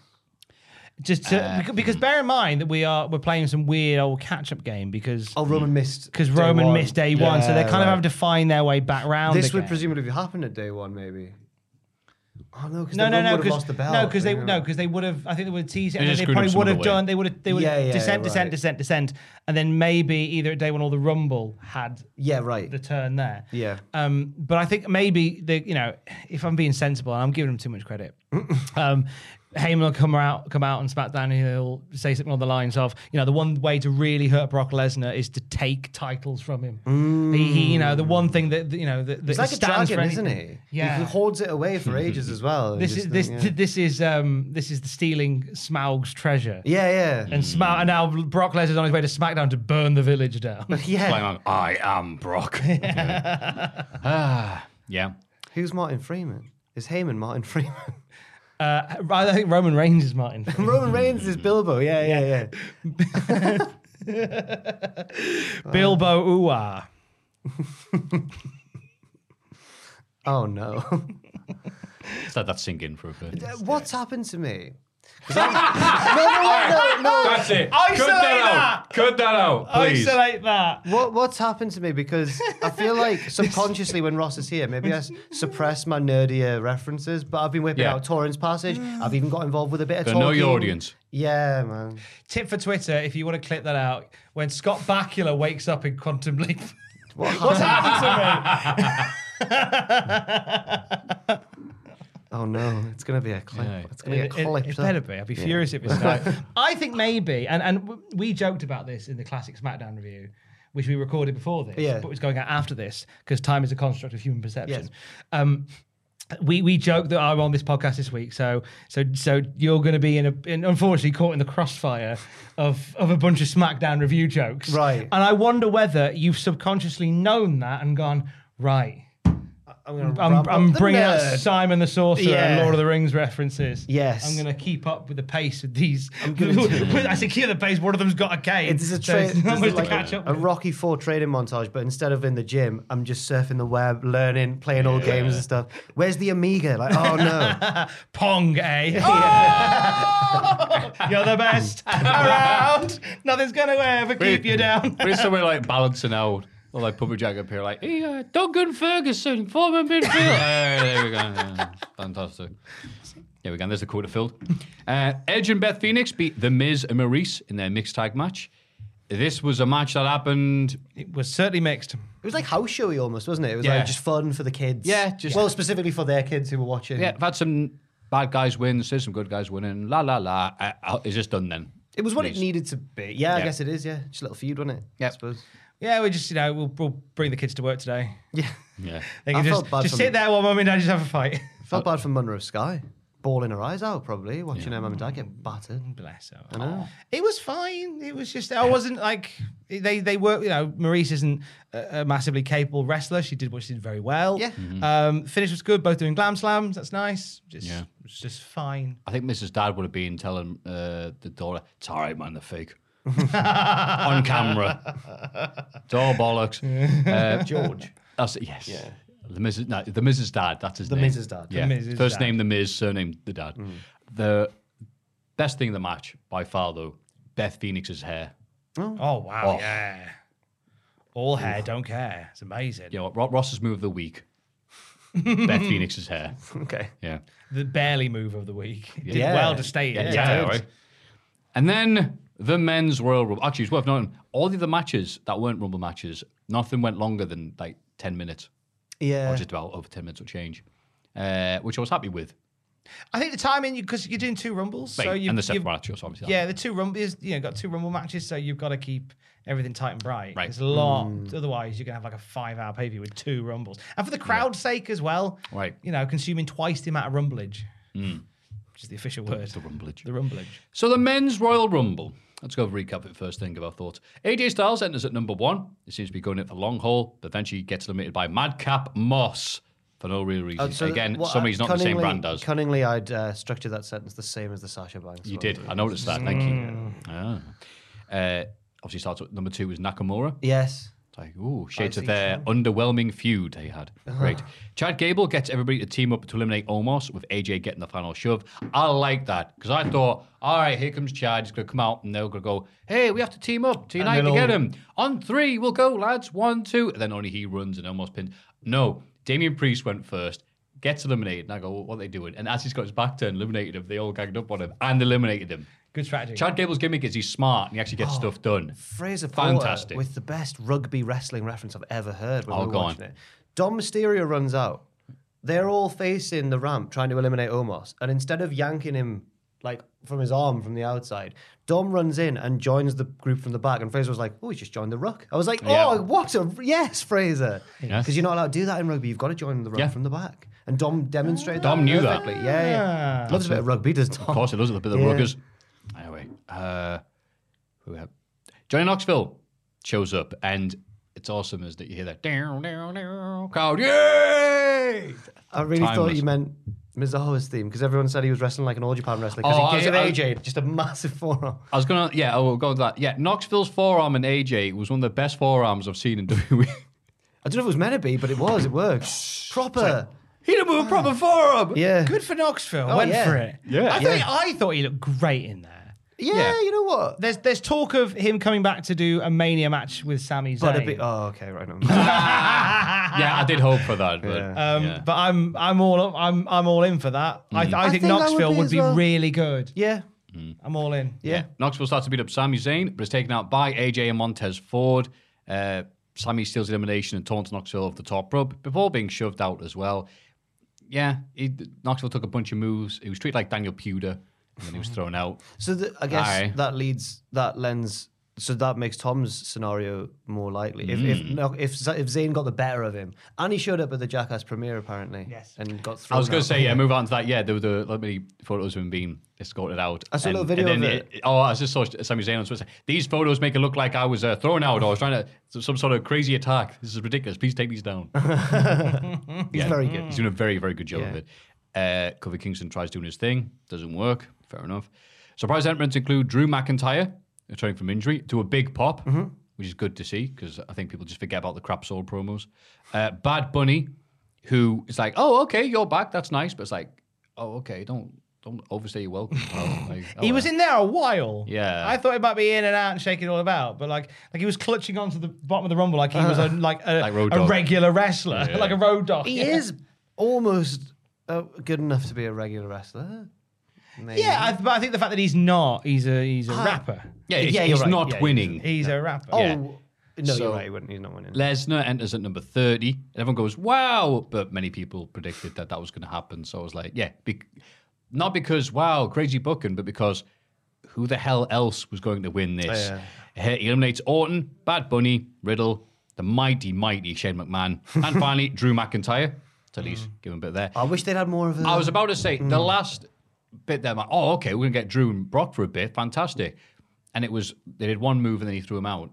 Speaker 3: just to, beca- because bear in mind that we are we're playing some weird old catch up game because
Speaker 4: Oh, Roman missed
Speaker 3: Hmm. because
Speaker 4: day
Speaker 3: Roman
Speaker 4: one.
Speaker 3: missed day one, so
Speaker 4: Yeah,
Speaker 3: they're kind
Speaker 4: right.
Speaker 3: of having to find their way back round.
Speaker 4: This
Speaker 3: again.
Speaker 4: would presumably have happened at day one, maybe. Oh no, because
Speaker 3: No, no,
Speaker 4: would have
Speaker 3: no, because
Speaker 4: lost the belt.
Speaker 3: no, because they no, because they would have. I think they would have teased it, and
Speaker 2: They
Speaker 3: then
Speaker 2: just
Speaker 3: they
Speaker 2: screwed
Speaker 3: probably
Speaker 2: him
Speaker 3: would
Speaker 2: some
Speaker 3: have
Speaker 2: other way.
Speaker 3: done. They would have. They would
Speaker 4: Yeah, yeah,
Speaker 3: descent,
Speaker 4: right.
Speaker 3: descent, descent, descent, and then maybe either at day one or the Rumble had
Speaker 4: yeah, right.
Speaker 3: the turn there.
Speaker 4: Yeah.
Speaker 3: Um, but I think maybe the you know, if I'm being sensible, and I'm giving him too much credit. um, Heyman will come out, come out on SmackDown, and he'll say something on the lines of, you know, the one way to really hurt Brock Lesnar is to take titles from him. He, he- you know, the one thing that you know that, that
Speaker 4: It's Mm. like a
Speaker 3: stands for
Speaker 4: dragon, isn't
Speaker 3: anything.
Speaker 4: he?
Speaker 3: Yeah,
Speaker 4: he hoards it away for ages as well. and
Speaker 3: this
Speaker 4: just
Speaker 3: is this
Speaker 4: think,
Speaker 3: th- this is um this is the stealing Smaug's treasure.
Speaker 4: Yeah, yeah. yeah.
Speaker 3: And Smaug and now Brock Lesnar's on his way to SmackDown to burn the village down.
Speaker 4: Yeah.
Speaker 2: Playing on, I am Brock. Ah, yeah.
Speaker 4: Who's Martin Freeman? Is Heyman Martin Freeman?
Speaker 3: Uh, I think Roman Reigns is Martin.
Speaker 4: Roman Reigns is Bilbo. Yeah, yeah, yeah.
Speaker 3: Bilbo Uwa.
Speaker 4: Oh no.
Speaker 2: Let's let that sink in for a bit.
Speaker 4: Uh, What's happened to me? 'Cause I- no, no, no, no, no.
Speaker 2: That's it.
Speaker 3: Isolate
Speaker 2: Cut that
Speaker 3: that.
Speaker 2: out. Cut that out,
Speaker 3: Oh,
Speaker 2: please.
Speaker 3: Isolate that.
Speaker 4: What what's happened to me? Because I feel like subconsciously when Ross is here, maybe I s- suppress my nerdier references. But I've been whipping
Speaker 2: Yeah.
Speaker 4: out Torrens Passage.
Speaker 3: Mm.
Speaker 4: I've even got involved with a bit of.
Speaker 2: Gotta know your
Speaker 4: Tolkien.
Speaker 2: audience.
Speaker 4: Yeah, man.
Speaker 3: Tip for Twitter if you want to clip that out. When Scott Bakula wakes up in Quantum Leap. What's happened to me?
Speaker 4: Oh no, it's gonna be a clip.
Speaker 2: Yeah.
Speaker 4: It's gonna get
Speaker 3: It- it-
Speaker 4: clipped.
Speaker 3: It,
Speaker 4: up.
Speaker 3: better be. I'd be furious if it's not. I think maybe, and and w- we joked about this in the classic SmackDown review, which we recorded before this,
Speaker 4: Yeah.
Speaker 3: but was going out after this because time is a construct of human perception.
Speaker 4: Yes.
Speaker 3: Um, we we joked that I'm on this podcast this week, so so so you're going to be in a in, unfortunately caught in the crossfire of of a bunch of SmackDown review jokes,
Speaker 4: Right.
Speaker 3: And I wonder whether you've subconsciously known that and gone right.
Speaker 4: I'm gonna.
Speaker 3: I'm,
Speaker 4: wrap
Speaker 3: I'm
Speaker 4: up the
Speaker 3: bringing out
Speaker 4: nerd.
Speaker 3: Simon the Sorcerer and
Speaker 4: Yeah.
Speaker 3: Lord of the Rings references.
Speaker 4: Yes.
Speaker 3: I'm going to keep up with the pace of these. I'm
Speaker 4: gonna do
Speaker 3: I say keep the pace, one of them's got a cane.
Speaker 4: It's a
Speaker 3: so
Speaker 4: tra-
Speaker 3: it's
Speaker 4: this
Speaker 3: not much
Speaker 4: is
Speaker 3: to
Speaker 4: like
Speaker 3: catch up
Speaker 4: a, a
Speaker 3: with.
Speaker 4: Rocky Four training montage, but instead of in the gym, I'm just surfing the web, learning, playing old games and stuff. Where's the Amiga? Like, oh no.
Speaker 3: Pong, eh? Oh! You're the best around. Nothing's going to ever keep you down.
Speaker 2: We're somewhere like balancing out. Or like Pumper Jack up here, like, hey, uh, Duncan Ferguson, former midfielder. Hey, there we go. Yeah, fantastic. There we go. And there's the quarter filled. Uh, Edge and Beth Phoenix beat The Miz and Maurice in their mixed tag match. This was a match that happened.
Speaker 3: It was certainly mixed.
Speaker 4: It was like house showy almost, wasn't it? It was
Speaker 2: Yeah.
Speaker 4: like just fun for the kids.
Speaker 2: Yeah, just-
Speaker 4: well, specifically for their kids who were watching.
Speaker 2: Yeah, I've had some bad guys win, there's some good guys winning. La la la. Uh, uh, Is this done then?
Speaker 4: It was what
Speaker 2: Yes.
Speaker 4: it needed to be. Yeah, I
Speaker 2: Yeah.
Speaker 4: guess it is. Yeah, just a little feud, wasn't it?
Speaker 2: Yeah.
Speaker 4: I suppose.
Speaker 3: Yeah, we just, you know, we'll, we'll bring the kids to work today.
Speaker 4: Yeah,
Speaker 2: Yeah.
Speaker 3: They
Speaker 4: I
Speaker 3: can
Speaker 4: felt
Speaker 3: just,
Speaker 4: bad
Speaker 3: just
Speaker 4: for
Speaker 3: sit
Speaker 4: them.
Speaker 3: there while mum and dad just have a fight.
Speaker 4: felt bad for Munro Sky, bawling her eyes out probably watching her mum and dad get battered.
Speaker 3: Bless her.
Speaker 4: I know.
Speaker 2: Oh.
Speaker 3: It was fine. It was just I wasn't like they they were. You know, Maurice isn't a, a massively capable wrestler. She did what she did very well.
Speaker 4: Yeah.
Speaker 2: Mm.
Speaker 3: Um, finish was good. Both doing glam slams. That's nice. Just
Speaker 2: Yeah.
Speaker 3: it was just fine.
Speaker 2: I think Mrs. Dad would have been telling uh, the daughter, it's all right, man, they're fake. On camera. It's all bollocks. Uh,
Speaker 4: George.
Speaker 2: that's it, yes. The Mrs. No, the Mrs. Dad, that's his
Speaker 4: The
Speaker 2: name.
Speaker 4: Mrs. Dad.
Speaker 2: Yeah.
Speaker 3: The Mrs.
Speaker 2: First
Speaker 3: Dad.
Speaker 2: name, the Miz, surname, the Dad. The best thing in the match, by far, though, Beth Phoenix's hair.
Speaker 3: Oh wow.
Speaker 2: Oh.
Speaker 3: Yeah. All hair, don't care. It's amazing.
Speaker 2: You know, what, Ro- Ross's move of the week. Beth Phoenix's hair.
Speaker 4: Okay.
Speaker 2: Yeah.
Speaker 3: The barely move of the week. It Did
Speaker 4: Yeah.
Speaker 3: well to stay in.
Speaker 2: Yeah,
Speaker 3: Yeah.
Speaker 2: yeah, right. And then the men's Royal Rumble. Actually, it's worth noting all the other matches that weren't Rumble matches, nothing went longer than like 10 minutes,
Speaker 4: Yeah.
Speaker 2: or just about over 10 minutes or change, uh, which I was happy with.
Speaker 3: I think the timing because you're doing two rumbles, so
Speaker 2: Like,
Speaker 3: you
Speaker 2: and the
Speaker 3: you've,
Speaker 2: separate matches, obviously.
Speaker 3: Yeah, the two rumbles, you know, got two rumble matches, so you've got to keep everything tight and bright.
Speaker 2: Right.
Speaker 3: It's a lot. Otherwise, you're gonna have like a five-hour pay with two rumbles, and for the crowd's sake as well.
Speaker 2: Right. Mm.
Speaker 3: You know, consuming twice the amount of rumblage, which is the official word.
Speaker 2: The rumblage.
Speaker 3: The rumblage.
Speaker 2: So the men's Royal Rumble. Let's go over a recap it first and give our thoughts. AJ Styles enters at number one. It seems to be going in for the long haul, but eventually gets limited by Madcap Moss for no real reason.
Speaker 4: Uh, so
Speaker 2: Again,
Speaker 4: what-
Speaker 2: somebody's not the same
Speaker 4: cunningly-
Speaker 2: brand as.
Speaker 4: Cunningly, I'd uh, structure that sentence the same as the Sasha Banks.
Speaker 2: You
Speaker 4: one.
Speaker 2: did. I noticed that. Thank you. Ah. Uh, obviously, starts with number two is Nakamura.
Speaker 4: Yes.
Speaker 2: It's like, ooh, shades of
Speaker 4: Fancy
Speaker 2: their underwhelming feud they had. Great. Chad Gable gets everybody to team up to eliminate Omos with AJ getting the final shove. I like that because I thought, all right, here comes Chad. He's going to come out and they're going to go, hey, we have to team up to unite to
Speaker 4: they'll
Speaker 2: get
Speaker 4: all-
Speaker 2: him. On three, we'll go, lads. One, two. And then only he runs and Omos pins. No, Damien Priest went first. Gets eliminated, and I go, what are they doing? And as he's got his back turned, eliminated him. They all ganged up on him and eliminated him.
Speaker 3: Good strategy.
Speaker 2: Chad Gable's gimmick is he's smart and he actually gets stuff done.
Speaker 4: Fraser
Speaker 2: Fantastic.
Speaker 4: Fantastic. with the best rugby wrestling reference I've ever heard when
Speaker 2: Oh,
Speaker 4: we were
Speaker 2: go on.
Speaker 4: watching it. Dom Mysterio runs out. They're all facing the ramp trying to eliminate Omos. And instead of yanking him like from his arm from the outside, Dom runs in and joins the group from the back. And Fraser was like, Oh, he's just joined the ruck. I was like, Oh,
Speaker 2: Yeah.
Speaker 4: what a yes, Fraser.
Speaker 2: Yes.
Speaker 4: Because you're not allowed to do that in rugby. You've got to join the ruck
Speaker 2: Yeah.
Speaker 4: from the back. And Dom demonstrated
Speaker 2: Dom
Speaker 4: that
Speaker 2: knew that. Ah.
Speaker 4: perfectly. Yeah, yeah. Loves a bit of rugby, does Dom?
Speaker 2: Of course, it does. The bit of
Speaker 4: Yeah.
Speaker 2: ruggers. Anyway, uh, who we have? Johnny Knoxville shows up, and it's awesome is that you hear that down, down, down crowd. Yay!
Speaker 4: I really thought
Speaker 2: Timeless.
Speaker 4: you meant Mizawa's theme because everyone said he was wrestling like an all Japan wrestler because
Speaker 2: Oh, I
Speaker 4: he
Speaker 2: was-
Speaker 4: gave
Speaker 2: I was-
Speaker 4: AJ just a massive forearm.
Speaker 2: I was gonna, yeah, I will go to that. Yeah, Knoxville's forearm and AJ was one of the best forearms I've seen in E. WWE.
Speaker 4: I don't know if it was meant to be, but it was. It worked. Proper.
Speaker 2: he didn't move a proper forearm.
Speaker 4: Yeah.
Speaker 3: Good for Knoxville. Went
Speaker 4: yeah.
Speaker 3: for it.
Speaker 2: Yeah.
Speaker 3: Oh, I thought, I thought he looked great in there.
Speaker 4: Yeah,
Speaker 2: Yeah.
Speaker 4: you know what?
Speaker 3: There's there's talk of him coming back to do a mania match with Sami Zayn.
Speaker 4: But a bit. Oh, okay, right now.
Speaker 2: Yeah, I did hope for that, but
Speaker 4: Yeah.
Speaker 3: Um,
Speaker 2: yeah. Mm.
Speaker 3: But I'm I'm all up, I'm I'm all in for that. I, I, think,
Speaker 4: think I would
Speaker 3: Knoxville
Speaker 4: be
Speaker 3: would
Speaker 4: as
Speaker 3: be
Speaker 4: well.
Speaker 3: really good.
Speaker 4: yeah.
Speaker 3: I'm all in.
Speaker 2: Yeah. Knoxville starts to beat up Sami Zayn, but is taken out by AJ and Montez Ford. Uh, Sami steals elimination and taunts Knoxville off the top rope before being shoved out as well. Yeah, he, Knoxville took a bunch of moves. He was
Speaker 4: Mm-hmm.
Speaker 2: treated like Daniel Pewter, and then he was thrown out.
Speaker 4: So the, I guess
Speaker 2: Aye.
Speaker 4: that leads that lends So that makes Tom's scenario more likely. If if
Speaker 2: Hmm.
Speaker 4: no, if Z- if Zayn got the better of him, and he showed up at the Jackass premiere apparently,
Speaker 3: Yes.
Speaker 4: and got.
Speaker 2: I was
Speaker 4: thrown
Speaker 2: going
Speaker 4: out.
Speaker 2: to say, yeah, move on to that. Yeah, there were the let me photos of him being escorted out.
Speaker 4: I saw a
Speaker 2: and,
Speaker 4: little video
Speaker 2: and then
Speaker 4: of it.
Speaker 2: Oh, I just saw Sami Zayn on Twitter. These photos make it look like I was uh, thrown out or I was trying to some sort of crazy attack. This is ridiculous. Please take these down.
Speaker 4: He's very good.
Speaker 2: He's doing a very, very good job of
Speaker 4: Yeah.
Speaker 2: it. Uh, Covey Kingston tries doing his thing, doesn't work. Fair enough. Surprise entrants include Drew McIntyre, returning from injury, to a big pop,
Speaker 4: Mm-hmm.
Speaker 2: which is good to see because I think people just forget about the crap soul promos. Uh, Bad Bunny, who is like, "Oh, okay, you're back. That's nice," but it's like, "Oh, okay, don't don't overstay your welcome." pal." Like, oh,
Speaker 3: He was
Speaker 2: well.
Speaker 3: in there a while.
Speaker 2: Yeah.
Speaker 3: I thought he might be in and out and shaking all about, but like, like he was clutching onto the bottom of the rumble like he was a, like a,
Speaker 2: Like Road
Speaker 3: a
Speaker 2: Dogg.
Speaker 3: regular wrestler, like a road dog.
Speaker 4: Uh-huh. He is almost uh, good enough to be a regular wrestler. Maybe.
Speaker 3: Yeah, I, but I think the fact that he's not, he's a he's a rapper.
Speaker 2: Yeah, he's,
Speaker 4: Yeah, you're
Speaker 2: he's
Speaker 4: right.
Speaker 2: not
Speaker 4: Yeah, he's-
Speaker 2: winning.
Speaker 3: He's a rapper.
Speaker 4: Ah. Oh
Speaker 2: Yeah.
Speaker 4: no,
Speaker 2: So-
Speaker 4: you're right. He wouldn't. He's not winning.
Speaker 2: Lesnar enters at number 30. And everyone goes, wow. But many people predicted that that was going to happen. So I was like, yeah, be- not because, wow, crazy booking, but because who the hell else was going to win this? He eliminates Orton, Bad Bunny, Riddle, the mighty, mighty Shane McMahon, and finally Drew McIntyre. To at least give him a bit there.
Speaker 4: I wish they'd had more of. A,
Speaker 2: I was about to say the last bit there. I'm like, oh, okay, we're gonna get Drew and Brock for a bit. Fantastic. And it was they did one move and then he threw him out.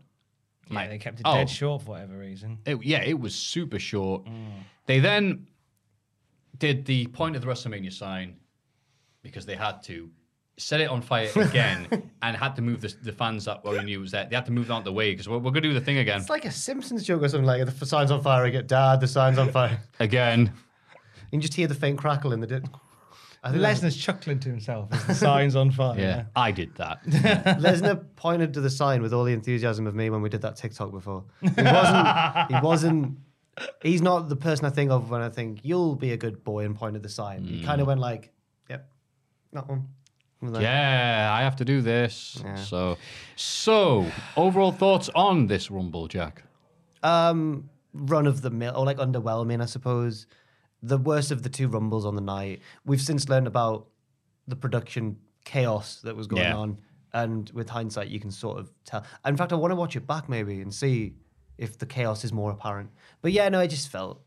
Speaker 3: yeah, they kept it
Speaker 2: oh.
Speaker 3: dead short for whatever reason.
Speaker 2: It, yeah, it was super short. They then did the point of the WrestleMania sign because they had to set it on fire again and had to move the, the fans that were knew it was there. They had to move out the way because we're, we're gonna do the thing again,
Speaker 4: It's like a Simpsons joke or something. Like the f- signs on fire. I get dad. The signs on fire.
Speaker 2: again.
Speaker 4: You can just hear the faint crackle in the. Di- I think Lesnar.
Speaker 3: Lesnar's chuckling to himself as the sign's on fire.
Speaker 2: Yeah, I did that.
Speaker 4: Lesnar pointed to the sign with all the enthusiasm of me when we did that TikTok before. He wasn't. he wasn't. He's not the person I think of when I think you'll be a good boy and pointed the sign. He kind of went like, "Yep, that one." I'm like,
Speaker 2: yeah, I have to do this. So, so overall thoughts on this Rumble, Jack?
Speaker 4: um run of the mill or like underwhelming, I suppose. The worst of the two rumbles on the night. We've since learned about the production chaos that was going
Speaker 2: Yeah.
Speaker 4: on, and with hindsight, you can sort of tell. In fact, I want to watch it back maybe and see if the chaos is more apparent. But yeah, no, I just felt.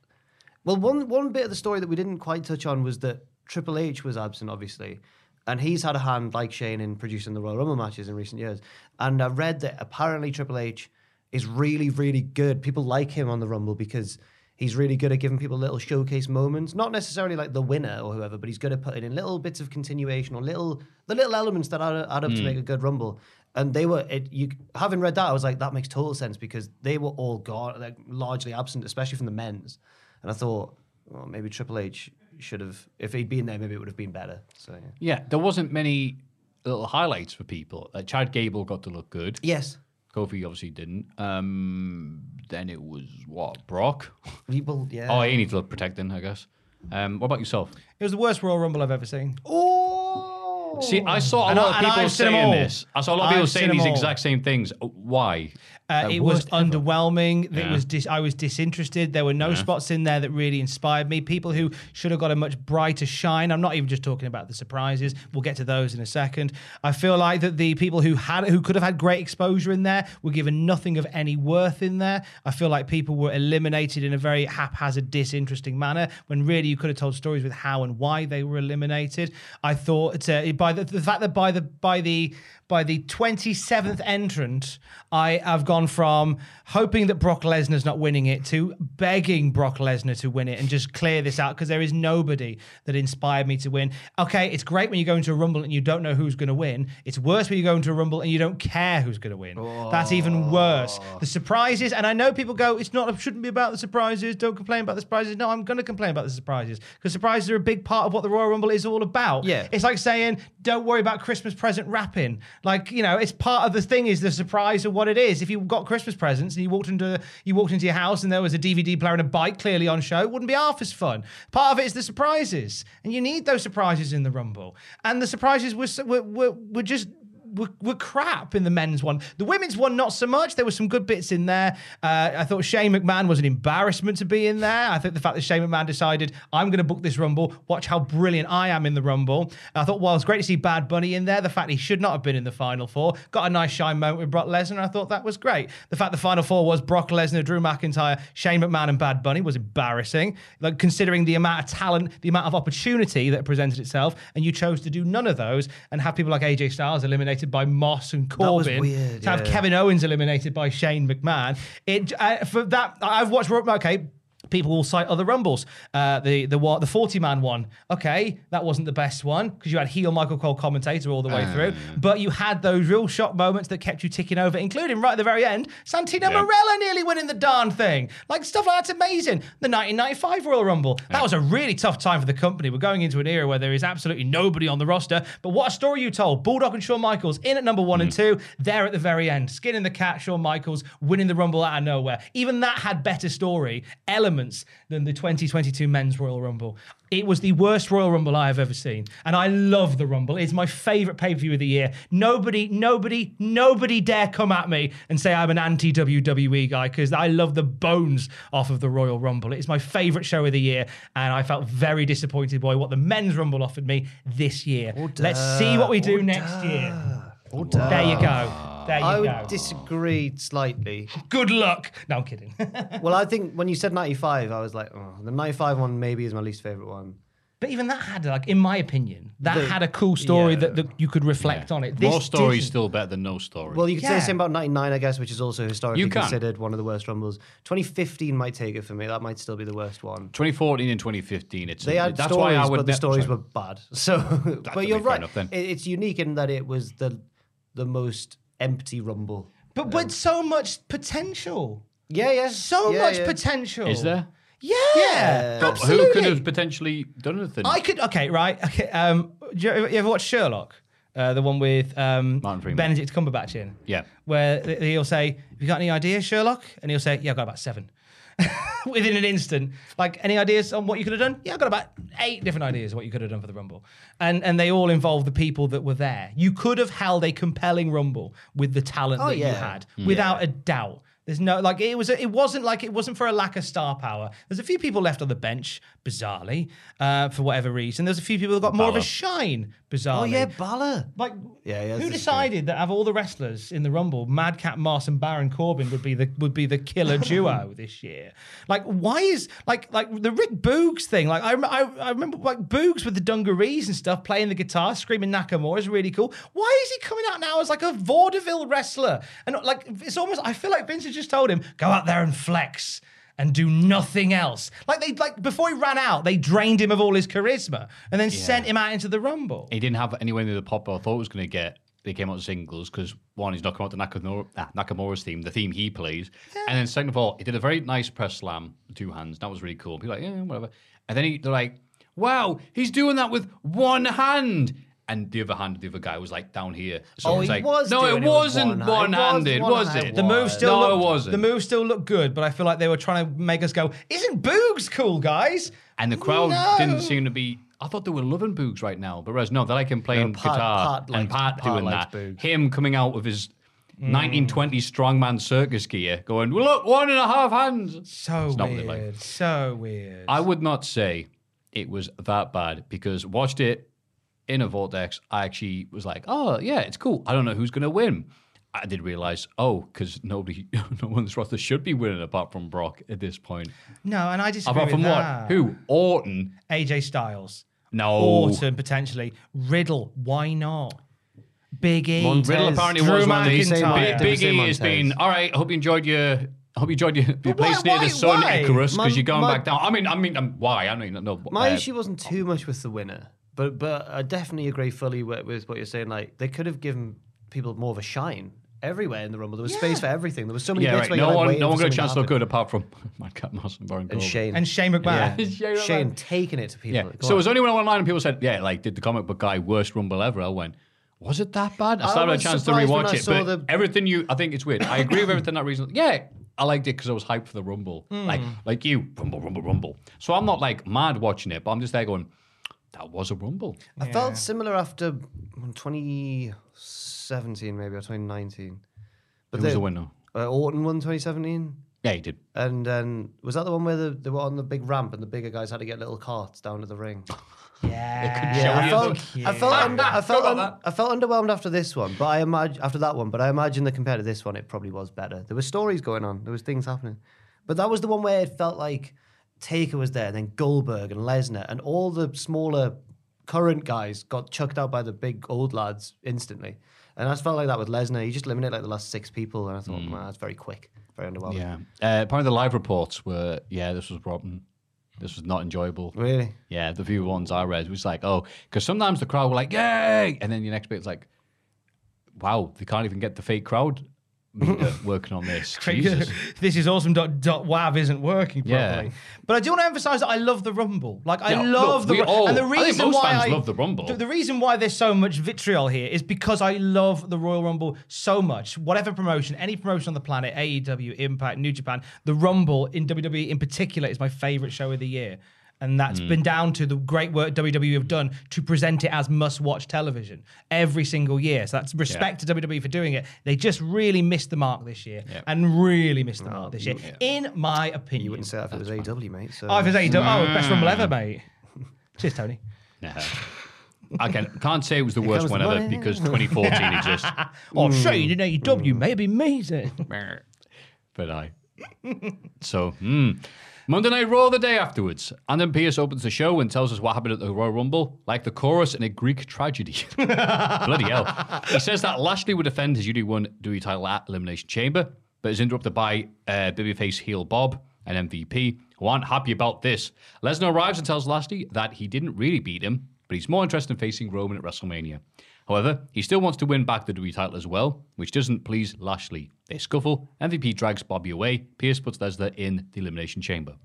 Speaker 4: Well, one one bit of the story that we didn't quite touch on was that Triple H was absent, obviously, and he's had a hand like Shane in producing the Royal Rumble matches in recent years. And I read that apparently Triple H is really, really good. People like him on the Rumble because he's really good at giving people little showcase moments. Not necessarily like the winner or whoever, but he's good at putting in little bits of continuation or little the little elements that add, add up to make a good Rumble. And they were it. You having read that, I was like, that makes total sense because they were all gone, like largely absent, especially from the men's. And I thought, well, maybe Triple H should have, if he'd been there, maybe it would have been better. So, yeah.
Speaker 2: Yeah, there wasn't many little highlights for people. Uh, Chad Gable got to look good.
Speaker 4: Yes.
Speaker 2: Kofi obviously didn't. Um, then it was what Brock.
Speaker 4: People, yeah.
Speaker 2: Oh, he needs to look protecting, I guess. Um, what about yourself?
Speaker 3: It was the worst Royal Rumble I've ever seen.
Speaker 4: Oh!
Speaker 2: See, I saw a
Speaker 3: And I-
Speaker 2: lot of
Speaker 3: and
Speaker 2: people
Speaker 3: I've seen 'em
Speaker 2: saying
Speaker 3: all.
Speaker 2: this. I saw a lot of
Speaker 3: I've
Speaker 2: people
Speaker 3: seen
Speaker 2: saying
Speaker 3: 'em
Speaker 2: these
Speaker 3: all.
Speaker 2: exact same things. Uh, Why?
Speaker 3: Uh,
Speaker 2: The
Speaker 3: it was
Speaker 2: worst ever.
Speaker 3: underwhelming. It
Speaker 2: Yeah.
Speaker 3: was dis- I was disinterested. There were no spots in there that really inspired me. People who should have got a much brighter shine. I'm not even just talking about the surprises. We'll get to those in a second. I feel like that the people who had who could have had great exposure in there were given nothing of any worth in there. I feel like people were eliminated in a very haphazard, disinteresting manner when really you could have told stories with how and why they were eliminated. I thought uh, by the, the fact that by the by the by the 27th entrant, I have gone from hoping that Brock Lesnar's not winning it to begging Brock Lesnar to win it and just clear this out because there is nobody that inspired me to win. Okay, it's great when you go into a Rumble and you don't know who's going to win. It's worse when you go into a Rumble and you don't care who's going to win. That's even worse. The surprises, and I know people go, it's not, it shouldn't be about the surprises. Don't complain about the surprises. No, I'm going to complain about the surprises because surprises are a big part of what the Royal Rumble is all about.
Speaker 4: Yeah.
Speaker 3: It's like saying, don't worry about Christmas present wrapping. Like, you know, it's part of the thing is the surprise of what it is. If you got Christmas presents and you walked into you walked into your house and there was a DVD player and a bike clearly on show, it wouldn't be half as fun. Part of it is the surprises. And you need those surprises in the Rumble. And the surprises were, s- were, were, were just were, were crap in the men's one. The women's one, not so much. There were some good bits in there. Uh, I thought Shane McMahon was an embarrassment to be in there. I think the fact that Shane McMahon decided, I'm going to book this Rumble, watch how brilliant I am in the Rumble. I thought, well, it's great to see Bad Bunny in there. The fact he should not have been in the Final Four. Got a nice shine moment with Brock Lesnar, and I thought that was great. The fact the Final Four was Brock Lesnar, Drew McIntyre, Shane McMahon, and Bad Bunny was embarrassing. Like considering the amount of talent, the amount of opportunity that presented itself, and you chose to do none of those and have people like AJ Styles eliminated by Moss and
Speaker 4: was
Speaker 3: Corbin.
Speaker 4: weird,
Speaker 3: to have
Speaker 4: yeah.
Speaker 3: Kevin Owens eliminated by Shane McMahon. It uh, for that I've watched. Okay. People will cite other rumbles. Uh, the the what the forty man one. Okay, that wasn't the best one because you had heel Michael Cole commentator all the way through, but you had those real shock moments that kept you ticking over, including right at the very end, Santino Morella nearly winning the darn thing. Like stuff like that's amazing. The 1995 Royal Rumble. That was a really tough time for the company. We're going into an era where there is absolutely nobody on the roster. But what a story you told. Bulldog and Shawn Michaels in at number one and two, there at the very end. Skin in the cat, Shawn Michaels winning the Rumble out of nowhere. Even that had better story elements than the 2022 Men's Royal Rumble. It was the worst Royal Rumble I have ever seen. And I love the Rumble. It's my favorite pay per view of the year. Nobody, nobody, nobody dare come at me and say I'm an anti WWE guy because I love the bones off of the Royal Rumble. It's my favorite show of the year. And I felt very disappointed by what the men's Rumble offered me this year. Let's see what we do next year. There you
Speaker 2: Ah.
Speaker 3: go. There you
Speaker 4: I
Speaker 3: go.
Speaker 4: would disagree slightly.
Speaker 3: Good luck. No, I'm kidding.
Speaker 4: well, I think when you said 95, I was like, oh, the 95 one maybe is my least favorite one.
Speaker 3: But even that had, like, in my opinion, that
Speaker 4: The-
Speaker 3: had a cool story
Speaker 4: yeah.
Speaker 3: that, that you could reflect on it. This
Speaker 2: More story's
Speaker 3: didn't.
Speaker 2: still better than no story.
Speaker 4: Well, you could say
Speaker 3: Yeah.
Speaker 4: the same about 99, I guess, which is also historically
Speaker 2: You can.
Speaker 4: considered one of the worst Rumbles. 2015 might take it for me. That might still be the worst one.
Speaker 2: 2014 and 2015. It's
Speaker 4: They had
Speaker 2: that's
Speaker 4: stories,
Speaker 2: why I would.
Speaker 4: but the
Speaker 2: ne-
Speaker 4: stories
Speaker 2: sorry.
Speaker 4: were bad. So, but
Speaker 2: be
Speaker 4: you're
Speaker 2: fair
Speaker 4: right.
Speaker 2: enough then.
Speaker 4: It, it's unique in that it was the the most empty Rumble.
Speaker 3: But with so much potential.
Speaker 4: Yeah, yeah.
Speaker 3: So
Speaker 4: Yeah,
Speaker 3: much
Speaker 4: yeah.
Speaker 3: potential.
Speaker 2: Is there?
Speaker 3: Yeah.
Speaker 4: Yeah.
Speaker 2: But
Speaker 3: Absolutely.
Speaker 2: Who could have potentially done anything?
Speaker 3: I could. Okay, right. Okay. Um, do you, you ever watch Sherlock? Uh, the one with um,
Speaker 2: Martin Freeman.
Speaker 3: Benedict Cumberbatch in.
Speaker 2: Yeah.
Speaker 3: Where th- he'll say, "Have you got any ideas, Sherlock?" And he'll say, "Yeah, I've got about seven. Within an instant, like any ideas on what you could have done? Yeah, I've got about eight different ideas of what you could have done for the Rumble, and and they all involve the people that were there. You could have held a compelling Rumble with the talent
Speaker 2: Oh,
Speaker 3: that you
Speaker 4: yeah.
Speaker 3: had, without a doubt. There's no like it was. It wasn't like it wasn't for a lack of star power. There's a few people left on the bench, bizarrely, uh, for whatever reason. There's a few people that got more of a
Speaker 2: Balor.
Speaker 3: shine,
Speaker 4: Oh,
Speaker 3: bizarrely.
Speaker 4: yeah, Balor.
Speaker 3: Like,
Speaker 4: Yeah, yeah,
Speaker 3: who
Speaker 4: that's
Speaker 3: decided that of all the wrestlers in the Rumble, Madcap Moss and Baron Corbin would be the would be the killer duo this year? Like, why is like like the Rick Boogs thing? Like, I, rem- I, I remember like Boogs with the dungarees and stuff, playing the guitar, screaming Nakamura is really cool. Why is he coming out now as like a vaudeville wrestler? And like, it's almost I feel like Vincent just told him go out there and flex and do nothing else. Like they like before he ran out, they drained him of all his charisma and then sent him out into the Rumble.
Speaker 2: he didn't have anywhere near the pop I thought he was going to get. They came out in singles because one, he's not come out to Nakamura, ah, Nakamura's theme, the theme he plays, and then second of all, he did a very nice press slam, with two hands. That was really cool. People were like, yeah, whatever. And then he, they're like, wow, he's doing that with one hand. And the other hand, the other guy was like down here. So
Speaker 4: Oh,
Speaker 2: it was
Speaker 4: he
Speaker 2: like,
Speaker 4: was
Speaker 2: no,
Speaker 4: doing
Speaker 2: it
Speaker 4: it with
Speaker 2: wasn't
Speaker 4: one
Speaker 2: one
Speaker 4: hand. It was
Speaker 2: handed,
Speaker 4: one
Speaker 2: was
Speaker 4: hand.
Speaker 2: it?
Speaker 4: The move
Speaker 2: no,
Speaker 3: still looked,
Speaker 2: it wasn't.
Speaker 3: The move still looked good, but I feel like they were trying to make us go, "Isn't Boogs cool, guys?"
Speaker 2: And the crowd
Speaker 3: No.
Speaker 2: didn't seem to be. I thought they were loving Boogs right now, but whereas no, they're like him playing
Speaker 4: No, Pat-
Speaker 2: guitar
Speaker 4: Pat
Speaker 2: and
Speaker 4: likes-
Speaker 2: Pat,
Speaker 4: Pat
Speaker 2: doing that.
Speaker 4: likes Boogs. Mm.
Speaker 2: Him coming out of his 1920s strongman circus gear, going, well, "Look, one and a half hands."
Speaker 3: So
Speaker 2: It's not what
Speaker 3: weird.
Speaker 2: they like.
Speaker 3: So weird.
Speaker 2: I would not say it was that bad because watched it in a vortex. I actually was like, "Oh yeah, it's cool." I don't know who's going to win. I did realize, oh, because nobody, no one on this roster should be winning apart from Brock at this point.
Speaker 3: no, and I disagree
Speaker 2: Apart
Speaker 3: with
Speaker 2: from
Speaker 3: that.
Speaker 2: what? Who? Oh. Orton?
Speaker 3: AJ Styles,
Speaker 2: No.
Speaker 3: Orton potentially, Riddle. Why not? Big E.
Speaker 4: Montez.
Speaker 2: Riddle apparently
Speaker 3: Drew
Speaker 2: was one of these. Big,
Speaker 3: McIntyre.
Speaker 2: Big
Speaker 4: Did we
Speaker 2: E
Speaker 4: say
Speaker 2: has
Speaker 4: Montez?
Speaker 2: been, all right, I hope you enjoyed your. I hope you enjoyed your, your
Speaker 3: why-
Speaker 2: place near
Speaker 3: why-
Speaker 2: the sun,
Speaker 3: why?
Speaker 2: Icarus,
Speaker 4: My-
Speaker 2: because you're going
Speaker 4: my-
Speaker 2: back down. I mean, I mean, um, why? I don't even know. what-
Speaker 4: My
Speaker 2: uh,
Speaker 4: issue wasn't too much with the winner, but but I definitely agree fully with, with what you're saying. Like they could have given people more of a shine everywhere in the rumble. There was space for everything. There was so many
Speaker 2: yeah, right.
Speaker 4: bits where
Speaker 2: No
Speaker 4: you're, like,
Speaker 2: one,
Speaker 4: waiting
Speaker 2: no one
Speaker 4: for
Speaker 2: got a
Speaker 4: something
Speaker 2: chance
Speaker 4: to
Speaker 2: to look
Speaker 4: happen.
Speaker 2: good apart from Madcap Moss and Baron
Speaker 4: And
Speaker 2: Corbin.
Speaker 4: Shane
Speaker 3: and Shane McMahon.
Speaker 4: Yeah.
Speaker 2: Shane McMahon.
Speaker 4: Shane taking it to people.
Speaker 2: Yeah.
Speaker 4: Go
Speaker 2: So it
Speaker 4: on.
Speaker 2: was only when I went online and people said, yeah, like, did the comic book guy worst rumble ever? I went, was it that bad? I
Speaker 4: I
Speaker 2: still haven't had
Speaker 4: was
Speaker 2: a chance to
Speaker 4: surprised when
Speaker 2: rewatch
Speaker 4: I
Speaker 2: it,
Speaker 4: saw
Speaker 2: but
Speaker 4: the-
Speaker 2: everything you, I think it's weird. I agree with everything that reason. Yeah, I liked it because I was hyped for the
Speaker 4: Hmm.
Speaker 2: rumble, like like you, rumble, rumble, rumble. So I'm not like mad watching it, but I'm just there going, that was a rumble.
Speaker 4: I felt similar after 2017, maybe, or 2019.
Speaker 2: Who
Speaker 4: But
Speaker 2: was
Speaker 4: they-
Speaker 2: the winner?
Speaker 4: Uh, Orton won 2017.
Speaker 2: Yeah, he did.
Speaker 4: And then, was that the one where the, they were on the big ramp and the bigger guys had to get little carts down to the ring?
Speaker 3: Yeah.
Speaker 2: Show
Speaker 4: I
Speaker 2: you
Speaker 4: felt,
Speaker 2: the-
Speaker 4: I felt, under, I felt,
Speaker 2: Forgot
Speaker 4: un- I felt underwhelmed after this one, but I imagine after that one, but I imagine that compared to this one, it probably was better. There were stories going on, there was things happening, but that was the one where it felt like Taker was there, then Goldberg and Lesnar, and all the smaller current guys got chucked out by the big old lads instantly. And I just felt like that with Lesnar. He just eliminated like the last six people, and I thought, man, that's very quick, very underwhelming.
Speaker 2: Yeah. Uh, apparently, the live reports were, yeah, this was rotten. This was not enjoyable.
Speaker 4: Really?
Speaker 2: Yeah, the view ones I read was like, oh, because sometimes the crowd were like, yay! And then your next bit it's like, wow, they can't even get the fake crowd meter working on this. Jesus.
Speaker 3: this is awesome. Dot, dot wav isn't working
Speaker 2: Yeah.
Speaker 3: properly. But I do want to emphasize that I love the rumble. Like I
Speaker 2: Yeah,
Speaker 3: love
Speaker 2: look,
Speaker 3: the
Speaker 2: we
Speaker 3: rumble.
Speaker 2: all- I think most fans love the Rumble.
Speaker 3: The, reason why there's so much vitriol here is because I love the Royal Rumble so much. Whatever promotion, any promotion on the planet, AEW, Impact, New Japan, the Rumble in WWE in particular is my favorite show of the year. And that's
Speaker 2: Mm.
Speaker 3: been down to the great work WWE have done to present it as must watch television every single year. So that's respect to WWE for doing it. They just really missed the mark this year and really missed the mark this year, in my opinion.
Speaker 4: You wouldn't say Mm. that if it was AW, mate. So.
Speaker 3: Oh, if it's AEW, oh, best rumble ever, mate. Cheers, Tony.
Speaker 2: Nah. I can, can't say it was the worst
Speaker 4: comes
Speaker 2: one
Speaker 4: the
Speaker 2: ever
Speaker 4: money.
Speaker 2: because 2014 exists.
Speaker 3: Oh, I'm
Speaker 4: Mm.
Speaker 3: sure you didn't know you W, mate. It'd be amazing.
Speaker 2: But I. so, hmm. Monday Night Raw the day afterwards. And then Pierce opens the show and tells us what happened at the Royal Rumble, like the chorus in a Greek tragedy. Bloody hell. He says that Lashley would defend his UD1 Dewey E title at Elimination Chamber, but is interrupted by uh, Babyface heel Bob and MVP, who aren't happy about this. Lesnar arrives and tells Lashley that he didn't really beat him, but he's more interested in facing Roman at WrestleMania. However, he still wants to win back the WWE title as well, which doesn't please Lashley. They scuffle, MVP drags Bobby away, Pierce puts Lesnar in the Elimination Chamber.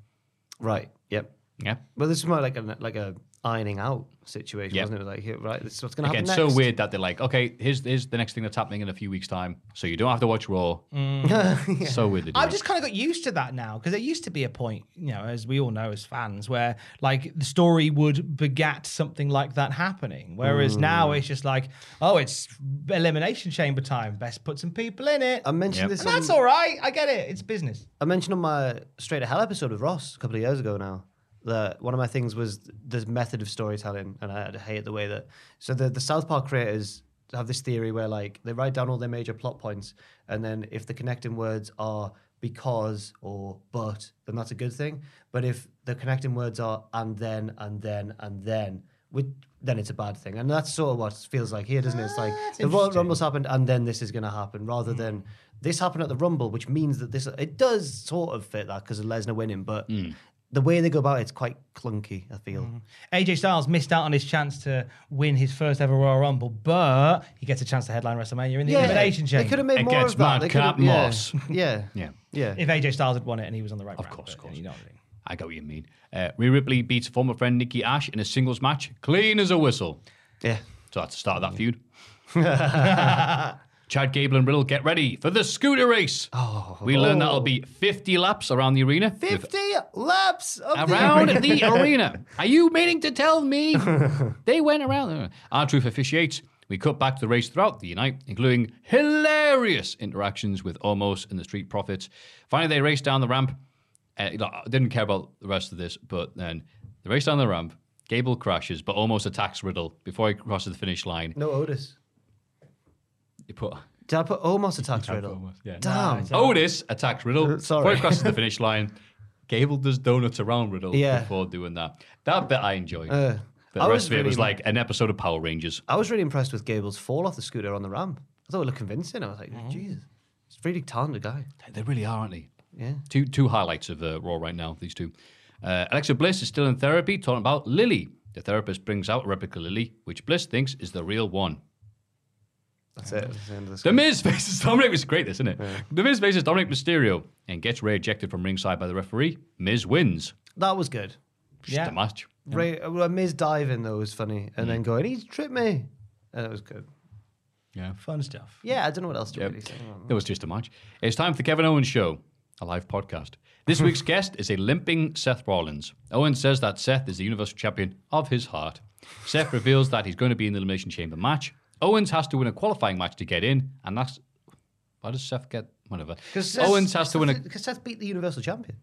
Speaker 4: Right. Yep.
Speaker 2: Yeah.
Speaker 4: Well, this is more like a like a ironing out situation,
Speaker 2: Yep.
Speaker 4: wasn't it? Like, here, right, this is what's going to
Speaker 2: Again,
Speaker 4: happen
Speaker 2: so
Speaker 4: next.
Speaker 2: weird that they're like, okay, here's, here's the next thing that's happening in a few weeks' time, so you don't have to watch Raw.
Speaker 4: Mm.
Speaker 2: So weird. they do
Speaker 3: I've
Speaker 2: it.
Speaker 3: just kind of got used to that now because there used to be a point, you know, as we all know as fans, where like the story would begat something like that happening. Whereas now
Speaker 4: Mm.
Speaker 3: it's just like, oh, it's elimination chamber time. Best put some people in it.
Speaker 4: I mentioned
Speaker 2: Yep.
Speaker 4: this.
Speaker 3: and
Speaker 4: on,
Speaker 3: that's all right. I get it. It's business.
Speaker 4: I mentioned on my Straight to Hell episode with Ross a couple of years ago now that one of my things was the method of storytelling, and I hate the way that. So the the South Park creators have this theory where like they write down all their major plot points, and then if the connecting words are because or but, then that's a good thing. But if the connecting words are and then and then and then, which then it's a bad thing, and that's sort of what it feels like here, doesn't it? It's like the Royal Rumble's happened, and then this is going to happen, rather than this happened at the Rumble, which means that this it does sort of fit that because of Lesnar winning, but the way they go about it's quite clunky. I feel.
Speaker 3: AJ Styles missed out on his chance to win his first ever Royal Rumble, but he gets a chance to headline WrestleMania in the elimination
Speaker 4: they
Speaker 3: chamber.
Speaker 4: could have made
Speaker 2: It
Speaker 4: more
Speaker 2: gets
Speaker 4: of that.
Speaker 2: mad
Speaker 4: They could have-
Speaker 2: cat
Speaker 4: yeah.
Speaker 2: moss.
Speaker 4: Yeah,
Speaker 2: Yeah.
Speaker 4: yeah.
Speaker 3: if AJ Styles had won it and he was on the right Of
Speaker 2: course, of course.
Speaker 3: You know what I mean.
Speaker 2: I get what you mean. Uh, Rhea Ripley beats former friend Nikki Ash in a singles match, clean as a whistle.
Speaker 4: yeah.
Speaker 2: So that's the start of that feud. Chad Gable and Riddle get ready for the scooter race. Oh, we learn that'll be 50 laps around the arena. with-
Speaker 4: Fifty laps of the
Speaker 2: around the arena. Are you meaning to tell me they went around? Our truth officiates. We cut back to the race throughout the night, including hilarious interactions with Omos and the Street Profits. Finally, they race down the ramp. Uh, you know, I didn't care about the rest of this, but then they race down the ramp. Gable crashes, but almost attacks Riddle before he crosses the finish line.
Speaker 4: No Otis.
Speaker 2: He put
Speaker 4: Did I put Omos attacks riddle?
Speaker 2: yeah.
Speaker 4: Damn.
Speaker 2: Otis attacks Riddle
Speaker 4: Uh, sorry.
Speaker 2: before he crosses the finish line. Gable does donuts around Riddle
Speaker 4: Yeah. Uh,
Speaker 2: before doing that. That bit I enjoyed. but
Speaker 4: I
Speaker 2: the
Speaker 4: was
Speaker 2: rest of it
Speaker 4: really-
Speaker 2: was like an episode of Power Rangers.
Speaker 4: I was really impressed with Gable's fall off the scooter on the ramp. I thought it looked convincing. I was like, Jesus, he's a really talented guy.
Speaker 2: They really are, aren't they?
Speaker 4: Yeah.
Speaker 2: Two two highlights of uh, Raw right now. These two. Uh, Alexa Bliss is still in therapy, talking about Lily. The therapist brings out a replica Lily, which Bliss thinks is the real one.
Speaker 4: That's it. That's the end of the
Speaker 2: The
Speaker 4: scooter.
Speaker 2: Miz faces Dominic. It's great, this, isn't it? The Miz faces Dominic Mysterio and gets Ray ejected from ringside by the referee. Miz wins.
Speaker 4: That was good.
Speaker 2: Just
Speaker 3: Yeah.
Speaker 2: a match.
Speaker 4: Ray, uh, well, Miz diving though was funny,
Speaker 2: Mm.
Speaker 4: and then going, "He's tripped me," and it was good.
Speaker 3: Fun stuff.
Speaker 4: Yeah, I don't know what else to
Speaker 2: Yep.
Speaker 4: really say.
Speaker 2: It was just a match. It's time for the Kevin Owens Show, a live podcast. This week's guest is a limping Seth Rollins. Owen says that Seth is the Universal Champion of his heart. Seth reveals that he's going to be in the Elimination Chamber match. Owens has to win a qualifying match to get in, and that's. Why does Seth get. Whatever. Owens has to win a.
Speaker 4: Because Seth beat the Universal Champion.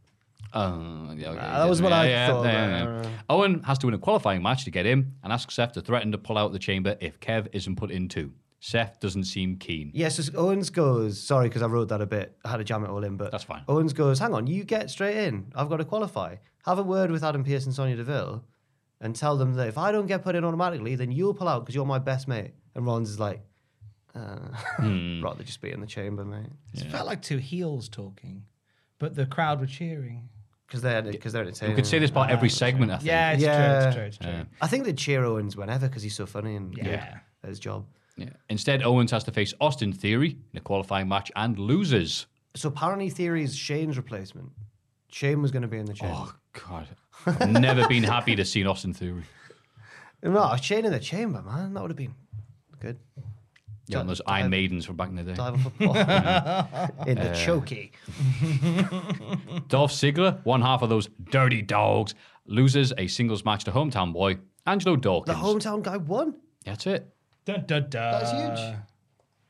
Speaker 2: Oh, yeah, okay,
Speaker 4: that was what I thought, yeah,
Speaker 2: Owen has to win a qualifying match to get in and asks Seth to threaten to pull out the chamber if Kev isn't put in too. Seth doesn't seem keen.
Speaker 4: Yes, so Owens goes, sorry, because I wrote that a bit. I had to jam it all in, but
Speaker 2: That's fine.
Speaker 4: Owens goes, hang on, you get straight in. I've got to qualify. Have a word with Adam Pearce and Sonia Deville and tell them that if I don't get put in automatically, then you'll pull out because you're my best mate. And Rollins is like, uh,
Speaker 2: Hmm.
Speaker 4: rather just be in the chamber, mate.
Speaker 3: It felt like two heels talking, but the crowd were cheering.
Speaker 4: Because they're, because they're entertaining.
Speaker 2: You could say this about every segment, I think.
Speaker 3: Yeah, it's
Speaker 4: Yeah.
Speaker 3: true. It's true. It's true.
Speaker 4: I think they cheer Owens whenever because he's so funny and good
Speaker 3: Yeah.
Speaker 4: at his job.
Speaker 2: Yeah. Instead, Owens has to face Austin Theory in a qualifying match and loses.
Speaker 4: So apparently, Theory is Shane's replacement. Shane was going to be in the chamber.
Speaker 2: Oh, God. I've never been happy to see Austin Theory.
Speaker 4: No, Shane in the chamber, man. That would have been good.
Speaker 2: Yeah, on those Iron Maidens from back in the day.
Speaker 4: Dive off a ball in the chokey.
Speaker 2: Dolph Ziggler, one half of those dirty dogs, loses a singles match to hometown boy, Angelo
Speaker 4: The
Speaker 2: Dawkins.
Speaker 4: hometown guy won.
Speaker 2: That's it.
Speaker 3: Dun, dun, dun.
Speaker 4: That's huge.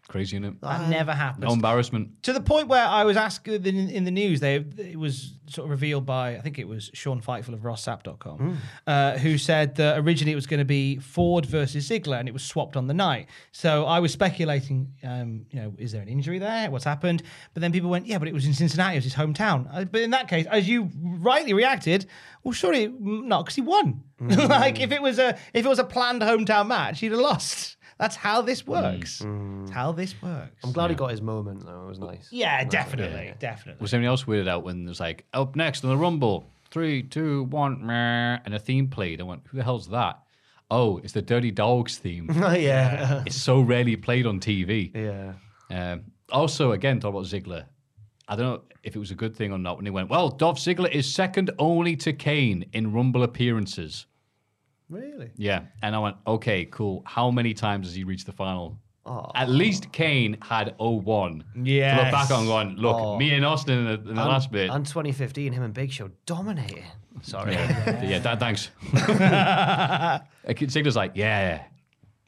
Speaker 2: Crazy, isn't it?
Speaker 3: That never happens.
Speaker 2: No embarrassment.
Speaker 3: to the point where I was asked in, in the news, they it was sort of revealed by I think it was Sean Fightful of RossSap.com, uh, who said that originally it was going to be Ford versus Ziggler, and it was swapped on the night. So I was speculating, um, you know, is there an injury there? What's happened? But then people went, yeah, but it was in Cincinnati, it was his hometown. Uh, but in that case, as you rightly reacted, well, surely not because he won. like if it was a if it was a planned hometown match, he'd have lost. That's how this works. It's how this works.
Speaker 4: I'm glad he got his moment though. It was nice.
Speaker 3: Yeah, definitely, definitely.
Speaker 2: Was anyone else weirded out when there's like, up next in the Rumble, three, two, one, meh, and a theme played? I went, who the hell's that? Oh, it's the Dirty Dogs theme.
Speaker 4: Oh, yeah.
Speaker 2: it's so rarely played on TV.
Speaker 4: yeah.
Speaker 2: Um, also, again, talk about Ziggler. I don't know if it was a good thing or not when he went, well, Dolph Ziggler is second only to Kane in Rumble appearances.
Speaker 4: Really?
Speaker 2: Yeah. And I went, okay, cool. How many times has he reached the final? At least Kane had 01. Yeah. To look back on going, look, me and Austin in the, in the last bit.
Speaker 4: And 2015, him and Big Show dominated.
Speaker 2: Sorry. Yeah, tha- thanks. Uh, Kid Ziggler's like, yeah.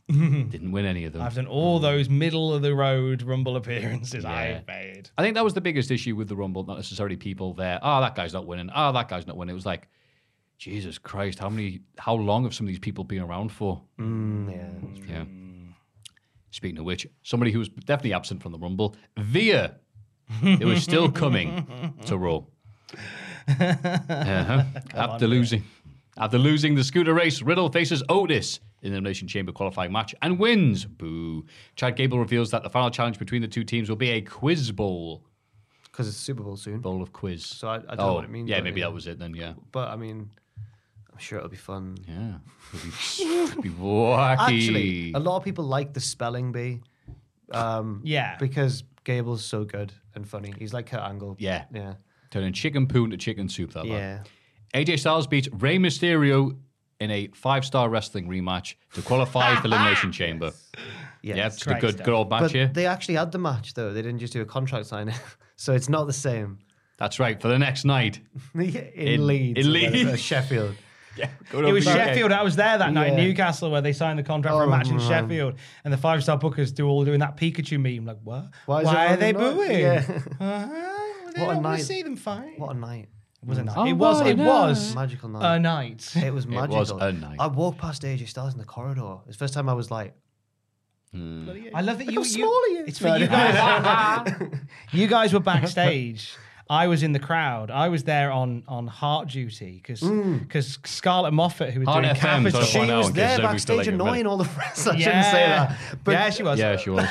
Speaker 2: Didn't win any of them.
Speaker 3: I've done all
Speaker 2: Hmm.
Speaker 3: those middle of the road Rumble appearances I've made.
Speaker 2: I think that was the biggest issue with the Rumble, not necessarily people there. Oh, that guy's not winning. Oh, that guy's not winning. It was like, Jesus Christ, how many, how long have some of these people been around for?
Speaker 4: Yeah.
Speaker 2: Yeah. Speaking of which, somebody who was definitely absent from the Rumble, Via, who is still coming to Raw. Uh-huh. After losing, after losing the scooter race, Riddle faces Otis in the Elimination Chamber qualifying match and wins. Boo! Chad Gable reveals that the final challenge between the two teams will be a quiz bowl,
Speaker 4: Because it's Super Bowl soon.
Speaker 2: bowl of quiz. Oh,
Speaker 4: So I- I don't know what it means,
Speaker 2: Yeah,
Speaker 4: but
Speaker 2: maybe
Speaker 4: yeah.
Speaker 2: that was it then. Yeah,
Speaker 4: But I mean, I'm sure it'll be fun.
Speaker 2: yeah. It'd be, it'd be wacky.
Speaker 4: Actually, a lot of people like the spelling bee
Speaker 3: Yeah.
Speaker 4: because Gable's so good and funny. He's like Kurt Angle.
Speaker 2: yeah.
Speaker 4: Yeah.
Speaker 2: Turning chicken poo into chicken soup. That lad.
Speaker 4: Yeah.
Speaker 2: AJ Styles beats Rey Mysterio in a five-star wrestling rematch to qualify for Elimination Chamber.
Speaker 4: Yes.
Speaker 2: Yeah, just a
Speaker 3: Great
Speaker 2: good,
Speaker 3: stuff.
Speaker 2: good old match
Speaker 4: But
Speaker 2: here.
Speaker 4: they actually had the match though. They didn't just do a contract signing, so it's not the same.
Speaker 2: That's right. For the next night,
Speaker 4: in,
Speaker 2: In-
Speaker 4: Leeds,
Speaker 2: in
Speaker 4: or whatever,
Speaker 2: Leeds.
Speaker 4: Sheffield.
Speaker 3: It was Sheffield. I was there that night in
Speaker 4: Yeah.
Speaker 3: Newcastle where they signed the contract for a
Speaker 4: Oh,
Speaker 3: match in
Speaker 4: man.
Speaker 3: Sheffield, and the five star bookers do all doing that Pikachu meme. Like, what?
Speaker 4: Why is
Speaker 3: are
Speaker 4: everyone
Speaker 3: they
Speaker 4: not-
Speaker 3: booing?
Speaker 4: Yeah.
Speaker 3: Uh-huh. They
Speaker 4: What a
Speaker 3: don't want
Speaker 4: night.
Speaker 3: to see them fight. Uh,
Speaker 4: What a night! Mm.
Speaker 3: It was a night.
Speaker 2: Oh,
Speaker 3: it was.
Speaker 2: what a
Speaker 3: It was
Speaker 4: Magical night.
Speaker 3: a night.
Speaker 4: it was magical.
Speaker 2: was a night.
Speaker 4: I walked past AJ Styles in the corridor. It's the first time I was like,
Speaker 3: I love that you.
Speaker 4: how
Speaker 3: you-
Speaker 4: small he is.
Speaker 3: It's for you guys. you guys were backstage. I was in the crowd. I was there on on heart duty because
Speaker 4: Mm.
Speaker 3: because Scarlett Moffat, who was
Speaker 2: Heart
Speaker 3: doing
Speaker 2: FM, so
Speaker 3: Capital,
Speaker 2: I
Speaker 4: she
Speaker 2: know,
Speaker 4: was
Speaker 2: in case
Speaker 4: there
Speaker 2: everybody feel like
Speaker 4: backstage
Speaker 2: you're
Speaker 4: annoying
Speaker 2: ready.
Speaker 4: all the friends. I shouldn't say that. But
Speaker 3: yeah, she was.
Speaker 2: yeah, she was.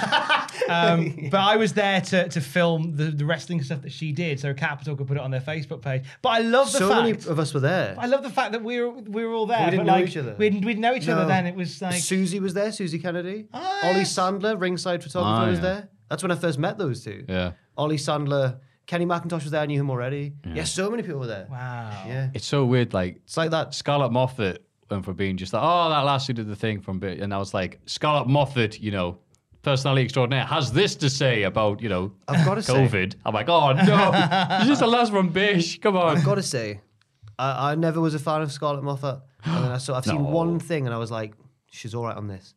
Speaker 3: Um, But I was there to, to film the, the wrestling stuff that she did, so Capital could put it on their Facebook page. But I love the
Speaker 4: so
Speaker 3: fact.
Speaker 4: many of us were there.
Speaker 3: I love the fact that we were we were all there.
Speaker 4: We didn't
Speaker 3: but
Speaker 4: know
Speaker 3: like,
Speaker 4: each other.
Speaker 3: We didn't, we didn't know each
Speaker 4: No.
Speaker 3: other then. It was like
Speaker 4: Susie was there. Susie Kennedy.
Speaker 3: Oh,
Speaker 4: Ollie
Speaker 3: yes.
Speaker 4: Sandler, ringside photographer,
Speaker 2: Ah,
Speaker 4: was
Speaker 2: yeah.
Speaker 4: there. That's when I first met those two.
Speaker 2: Yeah.
Speaker 4: Ollie Sandler, Kenny McIntosh was there. I knew him already. Yeah, so many people were there.
Speaker 3: wow.
Speaker 4: Yeah,
Speaker 2: It's so weird. Like
Speaker 4: it's like that.
Speaker 2: Scarlett Moffat went from being just like, oh, that last who did the thing from, bit, and I was like, Scarlett Moffat, you know, personality extraordinaire, has this to say about, you know,
Speaker 4: I've gotta say-
Speaker 2: COVID. I'm like, oh, no. this is the last one, bitch. Come on.
Speaker 4: I've got to say, I, I never was a fan of Scarlett Moffat. And then I saw, I've seen
Speaker 2: No.
Speaker 4: one thing and I was like, she's all right on this.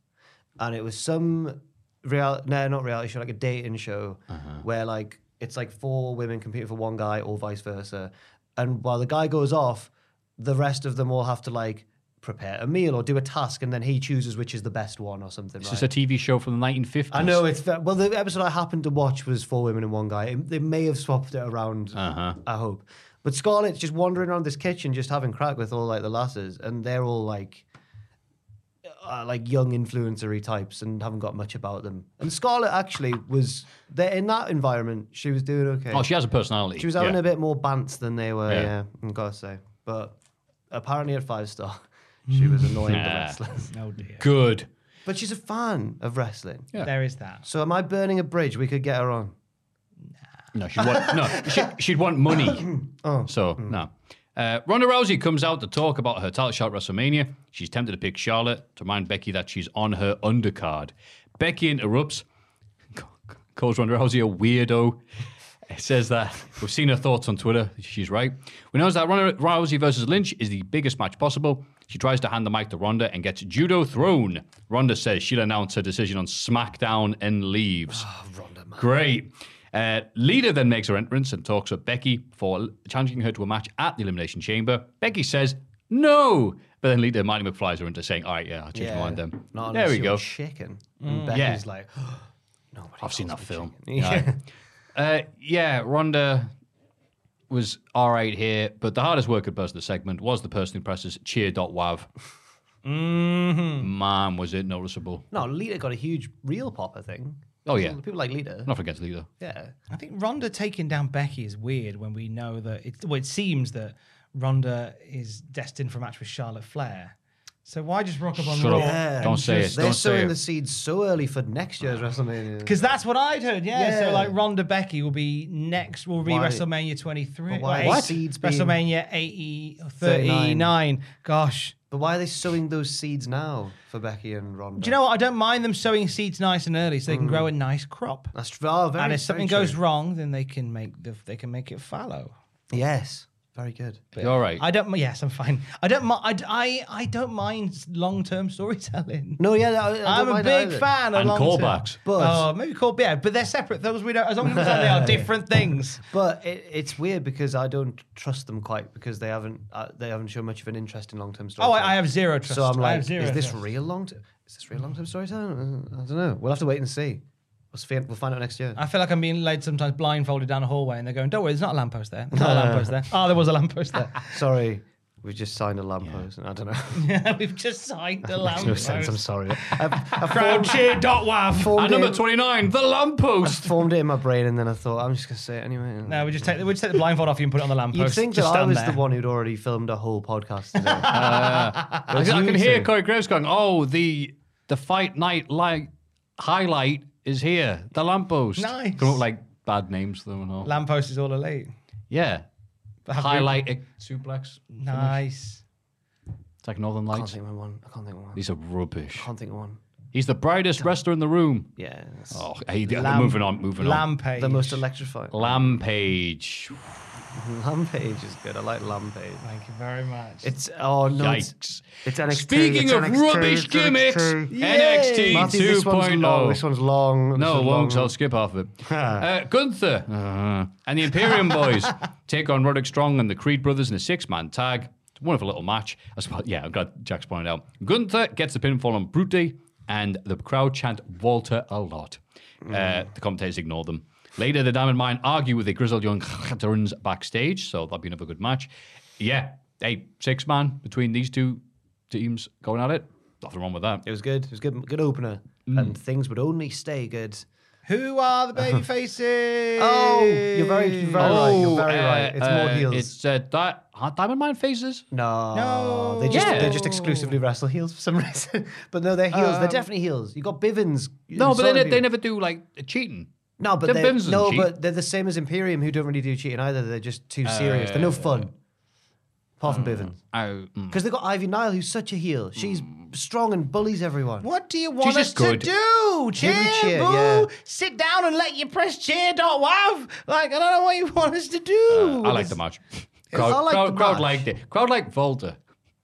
Speaker 4: And it was some real, no, not reality show, like a dating show where like it's like four women competing for one guy or vice versa. And while the guy goes off, the rest of them all have to like prepare a meal or do a task and then he chooses which is the best one or something.
Speaker 2: It's
Speaker 4: right?
Speaker 2: just a TV show from the 1950s.
Speaker 4: I know it's that. Well, the episode I happened to watch was four women and one guy. It- they may have swapped it around.
Speaker 2: Uh-huh.
Speaker 4: I hope. But Scarlett's just wandering around this kitchen, just having crack with all like the lasses, and they're all like, uh, like young influencery types, and haven't got much about them. And Scarlett actually was there in that environment. She was doing okay.
Speaker 2: Oh, she has a personality.
Speaker 4: She was having
Speaker 2: yeah.
Speaker 4: a bit more bants than they were.
Speaker 2: Yeah.
Speaker 4: Yeah, i gotta say. But apparently at five star, she was annoying the
Speaker 2: Yeah.
Speaker 4: wrestlers.
Speaker 3: Oh dear.
Speaker 2: Good.
Speaker 4: But she's a fan of wrestling.
Speaker 2: Yeah.
Speaker 3: There is that.
Speaker 4: So am I burning a bridge? We could get her on.
Speaker 2: No, she'd want no. She, she'd want money.
Speaker 4: Oh.
Speaker 2: so
Speaker 4: Hmm.
Speaker 2: no. Uh, Ronda Rousey comes out to talk about her title shot at WrestleMania. She's tempted to pick Charlotte to remind Becky that she's on her undercard. Becky interrupts, ca- calls Ronda Rousey a weirdo. Says that we've seen her thoughts on Twitter. She's right. We know that Ronda Rousey versus Lynch is the biggest match possible. She tries to hand the mic to Ronda and gets judo thrown. Ronda says she'll announce her decision on SmackDown and leaves.
Speaker 4: Ah,
Speaker 2: Great. Uh, Lita then makes her entrance and talks with Becky for challenging her to a match at the Elimination Chamber. Becky says no, but then Lita Marty McFlies her into saying, "All right, yeah, I'll change my mind then."
Speaker 4: Not
Speaker 2: there
Speaker 4: unless
Speaker 2: we
Speaker 4: you're
Speaker 2: go. Mm.
Speaker 4: Chicken. And Becky's
Speaker 2: Yeah.
Speaker 4: like, nobody.
Speaker 2: I've seen that
Speaker 4: calls me
Speaker 2: film.
Speaker 4: chicken. Yeah.
Speaker 2: Uh, yeah, Ronda was all right here, but the hardest working person of the segment was the person who presses cheer.wav. Mm-hmm. Man, was it noticeable.
Speaker 4: No, Lita got a huge real pop. I think.
Speaker 2: Oh, yeah.
Speaker 4: People like Lita.
Speaker 2: Nothing against Lita.
Speaker 4: Yeah.
Speaker 3: I think Ronda taking down Becky is weird when we know that it, well, it seems that Ronda is destined for a match with Charlotte Flair. So why just rock up on
Speaker 2: Shut up.
Speaker 3: Raw?
Speaker 4: Yeah.
Speaker 2: Don't
Speaker 4: and
Speaker 2: say
Speaker 4: just-
Speaker 2: it,
Speaker 4: They're
Speaker 2: don't say
Speaker 4: sowing
Speaker 2: it.
Speaker 4: the seeds so early for next year's WrestleMania.
Speaker 3: Because that's what I'd heard, yeah.
Speaker 4: Yeah.
Speaker 3: So like Ronda Becky will be next, will be
Speaker 4: Why-
Speaker 3: WrestleMania 23.
Speaker 4: But why
Speaker 3: Wait,
Speaker 4: What? seeds being-
Speaker 3: WrestleMania 80, 39. Gosh.
Speaker 4: But why are they sowing those seeds now for Becky and Ronda?
Speaker 3: Do you know what? I don't mind them sowing seeds nice and early so they can grow a nice crop.
Speaker 4: That's tr- oh, very.
Speaker 3: and
Speaker 4: very
Speaker 3: if something
Speaker 4: true.
Speaker 3: goes wrong, then they can make the they can make it fallow.
Speaker 4: yes, very good.
Speaker 2: You're all right.
Speaker 3: I don't. mi- Yes, I'm fine. I don't. mi- I I, I don't mind long term storytelling.
Speaker 4: No, yeah, I, I don't
Speaker 3: I'm a
Speaker 4: mind
Speaker 3: big
Speaker 4: either.
Speaker 3: fan of
Speaker 2: And
Speaker 3: long-term.
Speaker 2: callbacks.
Speaker 3: oh, maybe call yeah, but they're separate. Those we don't. As long as we understand they are different things.
Speaker 4: But it, it's weird because I don't trust them quite because they haven't uh, they haven't shown much of an interest in long term
Speaker 3: Oh,
Speaker 4: storytelling.
Speaker 3: I, I have zero trust.
Speaker 4: So I'm
Speaker 3: I
Speaker 4: like,
Speaker 3: have zero
Speaker 4: is this
Speaker 3: trust.
Speaker 4: real long? T- is this real long term storytelling? Uh, I don't know. We'll have to wait and see. We'll fi- we'll find out next year.
Speaker 3: I feel like I'm being led sometimes blindfolded down a hallway, and they're going, "Don't worry, there's not a lamppost there. There's not a lamppost there. Oh, there was a lamppost there.
Speaker 4: Sorry, we just signed a lamppost, and I don't know.
Speaker 3: We've just signed a
Speaker 4: Makes
Speaker 3: lamppost.
Speaker 4: no sense. I'm sorry. I've, I've formed,
Speaker 2: Crowdcheer.wav.
Speaker 4: Formed
Speaker 2: At number
Speaker 4: it.
Speaker 2: 29, the lamppost.
Speaker 4: formed it in my brain, and then I thought I'm just gonna say it anyway.
Speaker 3: No, we just take we just take the blindfold off you and put it on the lamppost.
Speaker 4: You'd think that I
Speaker 3: Just stand
Speaker 4: was
Speaker 3: there.
Speaker 4: the one who'd already filmed a whole podcast today. Uh,
Speaker 2: I,
Speaker 4: But
Speaker 2: I
Speaker 4: you
Speaker 2: can hear
Speaker 4: two-
Speaker 2: Corey Graves going, "Oh, the the fight night light highlight is here. The lamppost.
Speaker 3: Nice.
Speaker 2: Come up with, like bad names to them and all.
Speaker 3: Lamppost is all elite.
Speaker 2: yeah.
Speaker 3: have
Speaker 2: Highlight it- suplex.
Speaker 3: Nice.
Speaker 2: It's like Northern
Speaker 4: I can't
Speaker 2: Lights.
Speaker 4: think of one. I can't think of one.
Speaker 2: These are rubbish.
Speaker 4: I can't think of one.
Speaker 2: He's the brightest wrestler in the room.
Speaker 4: Yeah. that's
Speaker 2: Oh, hey,
Speaker 3: Lamp-
Speaker 2: moving on, moving
Speaker 3: Lampage.
Speaker 4: The most electrifying.
Speaker 2: on. Lampage.
Speaker 4: Lampage is good. I like Lampage.
Speaker 3: Thank you very much.
Speaker 4: It's oh no. it's-
Speaker 2: Yikes.
Speaker 4: It's NXT.
Speaker 2: Speaking
Speaker 4: it's
Speaker 2: of
Speaker 4: NXT,
Speaker 2: rubbish
Speaker 4: it's
Speaker 2: gimmicks, NXT
Speaker 4: NXT. Matthew, this one's long.
Speaker 2: 2.0.
Speaker 4: This one's long. This
Speaker 2: oh. No, it
Speaker 4: one's
Speaker 2: won't, so
Speaker 4: long.
Speaker 2: I'll skip half of it. uh, Gunther uh, and the Imperium boys take on Roderick Strong and the Creed brothers in a six man tag. It's a wonderful little match. I suppose, yeah, I'm glad Jack's pointed out. Gunther gets the pinfall on Brute, and the crowd chant Walter a lot. Uh, the commentators ignore them. Later, the Diamond Mine argue with the Grizzled Young Veterans backstage, so that'll be another good match. Yeah, hey, six man between these two teams going at it. Nothing wrong with that.
Speaker 4: It was good. It was good. Good opener.
Speaker 2: Mm.
Speaker 4: And things would only stay good.
Speaker 3: Who are the baby faces?
Speaker 4: Oh, you're very, you're very right. You're very
Speaker 2: uh,
Speaker 4: right. It's
Speaker 2: uh,
Speaker 4: more heels.
Speaker 2: It's uh, di- huh, Diamond Mine faces.
Speaker 4: No, they just
Speaker 2: Yeah. Um,
Speaker 4: they just exclusively wrestle heels for some reason. but no, they're heels. they're definitely heels. You got Bivens.
Speaker 2: No, but they,
Speaker 4: Sorry,
Speaker 2: ne- they
Speaker 4: Bivens.
Speaker 2: never do like cheating.
Speaker 4: No, but
Speaker 2: them
Speaker 4: they're,
Speaker 2: Bivens doesn't
Speaker 4: no,
Speaker 2: cheat. Uh,
Speaker 4: but they're the same as Imperium, who don't really do cheating either. They're just too serious. They're no fun. apart from Bivens.
Speaker 2: Oh, mm.
Speaker 4: Because they've got Ivy Nile, who's such a heel. She's strong and bullies everyone.
Speaker 3: What do you want
Speaker 2: She's
Speaker 3: us
Speaker 2: just good.
Speaker 3: to do? Cheer,
Speaker 4: cheer,
Speaker 3: boo!
Speaker 4: yeah.
Speaker 3: Sit down and let you press cheer. Dot wav. Like I don't know what you want us to do.
Speaker 2: Uh, I like the match. Crowd,
Speaker 4: I like
Speaker 2: crowd,
Speaker 4: the
Speaker 2: crowd
Speaker 4: match.
Speaker 2: liked it. Crowd liked Volta.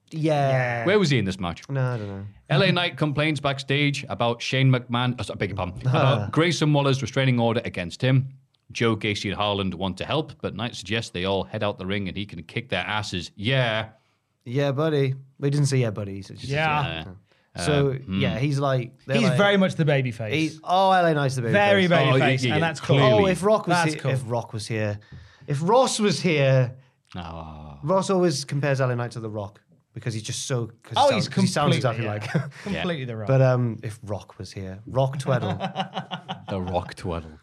Speaker 4: Yeah.
Speaker 2: Where was he in this match?
Speaker 4: No, I don't know.
Speaker 2: LA Knight complains backstage about Shane McMahon, oh, sorry, beg your pardon, about Grayson Waller's restraining order against him. Joe Gacy and Harland want to help, but Knight suggests they all head out the ring and he can kick their asses. Yeah.
Speaker 4: Yeah, buddy. We didn't say yeah, buddy. So just
Speaker 3: Yeah.
Speaker 2: Uh,
Speaker 4: So yeah, he's like they're
Speaker 3: He's
Speaker 4: like-
Speaker 3: very much the baby face.
Speaker 4: He's, oh, LA Knight's the baby.
Speaker 3: very
Speaker 4: face.
Speaker 3: baby
Speaker 2: Oh, yeah,
Speaker 3: face,
Speaker 2: yeah,
Speaker 3: and
Speaker 2: yeah,
Speaker 3: that's cool.
Speaker 2: clearly.
Speaker 4: Oh, if Rock was
Speaker 3: That's
Speaker 4: here,
Speaker 3: cool.
Speaker 4: if Rock was here, if Ross was here,
Speaker 2: Uh, oh.
Speaker 4: Ross always compares LA Knight to the Rock because he's just so. 'cause
Speaker 3: Oh,
Speaker 4: he
Speaker 3: he's
Speaker 4: sounds, he sounds exactly
Speaker 3: completely-
Speaker 4: like.
Speaker 3: yeah. completely the wrong.
Speaker 4: But um, if Rock was here, Rock Tweddle.
Speaker 2: the Rock Twaddle.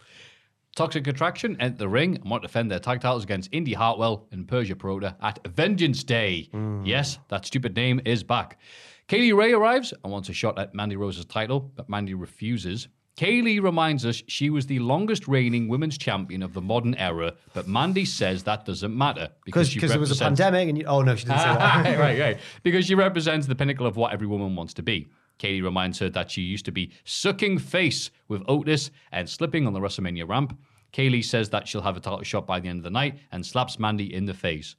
Speaker 2: Toxic Attraction enter the ring and want to defend their tag titles against Indy Hartwell and Persia Proda at Vengeance Day.
Speaker 4: Hmm.
Speaker 2: Yes, that stupid name is back. Kaylee Ray arrives and wants a shot at Mandy Rose's title, but Mandy refuses. Kaylee reminds us she was the longest reigning women's champion of the modern era, but Mandy says that doesn't matter
Speaker 4: Because
Speaker 2: she
Speaker 4: there was a
Speaker 2: represents-
Speaker 4: pandemic and you, oh no, she didn't say that.
Speaker 2: right, right, right. Because she represents the pinnacle of what every woman wants to be. Katie reminds her that she used to be sucking face with Otis and slipping on the WrestleMania ramp. Kaylee says that she'll have a title shot by the end of the night and slaps Mandy in the face.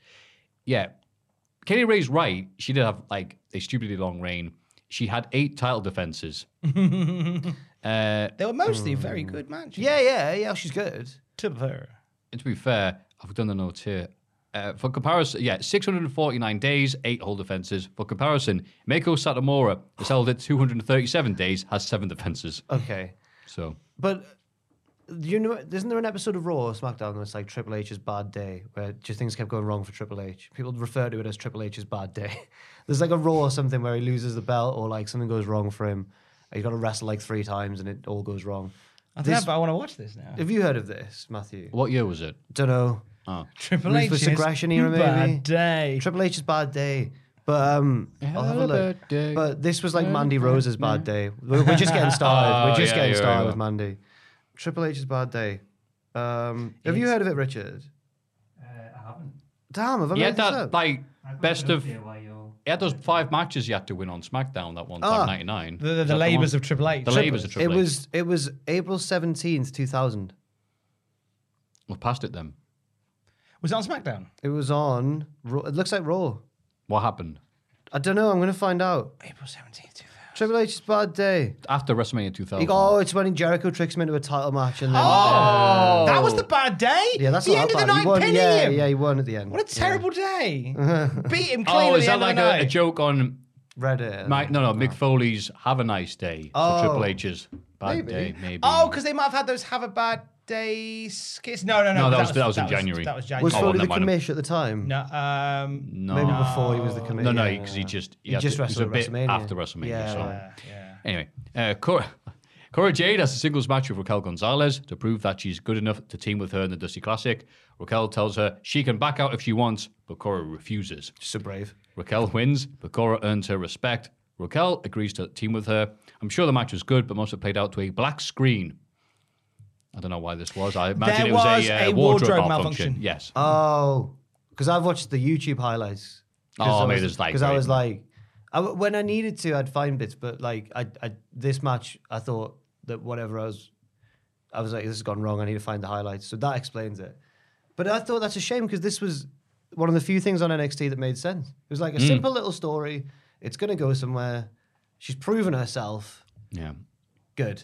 Speaker 2: Yeah, Kaylee Ray's right. She did have like a stupidly long reign. She had eight title defenses.
Speaker 3: they were mostly very good matches.
Speaker 4: Hmm. Yeah, yeah, yeah. She's good.
Speaker 3: to her.
Speaker 2: And to be fair, I've done the notes here. Uh, for comparison, yeah, 649 days, eight whole defenses. For comparison, Mako Satomura has held it 237 days, has seven defenses.
Speaker 4: Okay,
Speaker 2: So,
Speaker 4: but you know, isn't there an episode of Raw or SmackDown where it's like Triple H's bad day, where just things kept going wrong for Triple H? People refer to it as Triple H's bad day. There's like a Raw or something where he loses the belt or like something goes wrong for him. He's got to wrestle like three times and it all goes wrong.
Speaker 3: I don't
Speaker 4: This-
Speaker 3: know, but I want to watch this now.
Speaker 4: Have you heard of this, Matthew?
Speaker 2: what year was it?
Speaker 4: Don't know.
Speaker 3: Triple H
Speaker 4: Ruthless
Speaker 3: is
Speaker 4: aggression era, maybe.
Speaker 3: Bad day.
Speaker 4: Triple H's bad day. But um, I'll have a
Speaker 2: Had a
Speaker 4: look.
Speaker 2: bad day.
Speaker 4: But this was like Mandy Rose's bad day. We're, we're just getting started.
Speaker 2: Oh,
Speaker 4: We're just
Speaker 2: yeah,
Speaker 4: getting
Speaker 2: you're
Speaker 4: started
Speaker 2: right,
Speaker 4: with
Speaker 2: well.
Speaker 4: Mandy. Triple H's bad day. Um, have you heard of it, Richard? Uh, I haven't. Damn, have I
Speaker 2: He
Speaker 4: made
Speaker 2: had
Speaker 4: this
Speaker 2: that,
Speaker 4: up?
Speaker 2: like, best of. He had those five matches he had to win on SmackDown that one time, 99.
Speaker 3: Ah, The, the,
Speaker 2: Is that
Speaker 3: the labors
Speaker 2: one?
Speaker 3: of Triple H.
Speaker 2: The labours of
Speaker 4: it
Speaker 2: Triple H.
Speaker 4: was it was April seventeenth, two thousand.
Speaker 2: We're past it then.
Speaker 3: was it on SmackDown.
Speaker 4: It was on. Raw. It looks like Raw.
Speaker 2: What happened?
Speaker 4: I don't know. I'm gonna find out.
Speaker 3: April seventeenth, two thousand.
Speaker 4: Triple H's bad day.
Speaker 2: After WrestleMania 2000.
Speaker 4: He got, oh, it's when Jericho tricks him into a title match and then.
Speaker 3: Oh, that was the bad day.
Speaker 4: yeah, that's
Speaker 3: the
Speaker 4: not
Speaker 3: end
Speaker 4: that
Speaker 3: of the
Speaker 4: bad. He
Speaker 3: night
Speaker 4: won-
Speaker 3: pinning
Speaker 4: yeah,
Speaker 3: him.
Speaker 4: yeah, he won at the end.
Speaker 3: What a terrible day. Beat him clean
Speaker 2: Oh,
Speaker 3: at
Speaker 2: is
Speaker 3: the
Speaker 2: that
Speaker 3: end
Speaker 2: like
Speaker 3: of the
Speaker 2: a,
Speaker 3: night. Ah.
Speaker 2: a joke on
Speaker 4: Reddit.
Speaker 2: Mike? No, no, Mick Foley's Have a Nice Day
Speaker 4: Oh.
Speaker 2: for Triple H's Bad Day, maybe.
Speaker 3: Oh, because they might have had those have a bad day skits. No, no,
Speaker 2: No,
Speaker 3: no.
Speaker 2: that
Speaker 3: 'cause
Speaker 2: was- that was in January.
Speaker 3: That was January.
Speaker 4: Was
Speaker 2: Oh,
Speaker 4: Foley
Speaker 2: never
Speaker 4: the
Speaker 2: mind.
Speaker 4: commish at the time?
Speaker 3: no, um,
Speaker 2: no.
Speaker 4: Maybe before he was the commish.
Speaker 2: No, no, because he just he,
Speaker 4: He
Speaker 2: had
Speaker 4: just
Speaker 2: to- it was
Speaker 4: wrestled at
Speaker 2: a
Speaker 4: WrestleMania.
Speaker 2: bit after WrestleMania.
Speaker 4: Yeah.
Speaker 2: so.
Speaker 4: Yeah.
Speaker 2: anyway, uh, Cora, Cora Jade has a singles match with Raquel Gonzalez to prove that she's good enough to team with her in the Dusty Classic. Raquel tells her she can back out if she wants, but Cora refuses.
Speaker 4: So brave.
Speaker 2: Raquel wins, but Cora earns her respect. Raquel agrees to team with her. I'm sure the match was good, but must have played out to a black screen. I don't know why this was. I imagine
Speaker 3: There
Speaker 2: it was,
Speaker 3: was
Speaker 2: a, uh,
Speaker 3: a
Speaker 2: wardrobe,
Speaker 3: wardrobe
Speaker 2: malfunction.
Speaker 3: malfunction.
Speaker 2: Yes.
Speaker 4: Oh, because I've watched the YouTube highlights.
Speaker 2: Oh,
Speaker 4: I
Speaker 2: maybe
Speaker 4: was-
Speaker 2: there's like-
Speaker 4: I was like, I w when I needed to, I'd find bits, but like, I, I this match, I thought that whatever I was, I was like, this has gone wrong. I need to find the highlights. So that explains it. But I thought that's a shame because this was one of the few things on NXT that made sense. It was like a
Speaker 2: Hmm.
Speaker 4: simple little story. It's gonna go somewhere. She's proven herself.
Speaker 2: yeah.
Speaker 4: Good.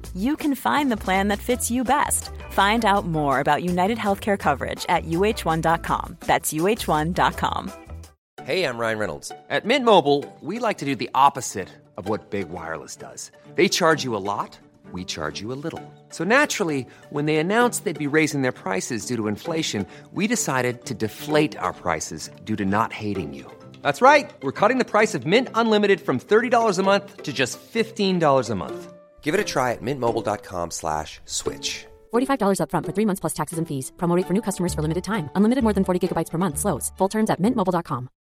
Speaker 6: you can find the plan that fits you best. Find out more about United Healthcare coverage at uh1.com. That's uh1.com.
Speaker 7: Hey, I'm Ryan Reynolds. At Mint Mobile, we like to do the opposite of what Big Wireless does. They charge you a lot, we charge you a little. So naturally, when they announced they'd be raising their prices due to inflation, we decided to deflate our prices due to not hating you. That's right. We're cutting the price of Mint Unlimited from $30 a month to just $15 a month. Give it a try at mintmobile.com slash switch.
Speaker 8: $45 upfront for three months plus taxes and fees. Promo rate for new customers for limited time. Unlimited more than 40 gigabytes per month. Slows. Full terms at mintmobile.com.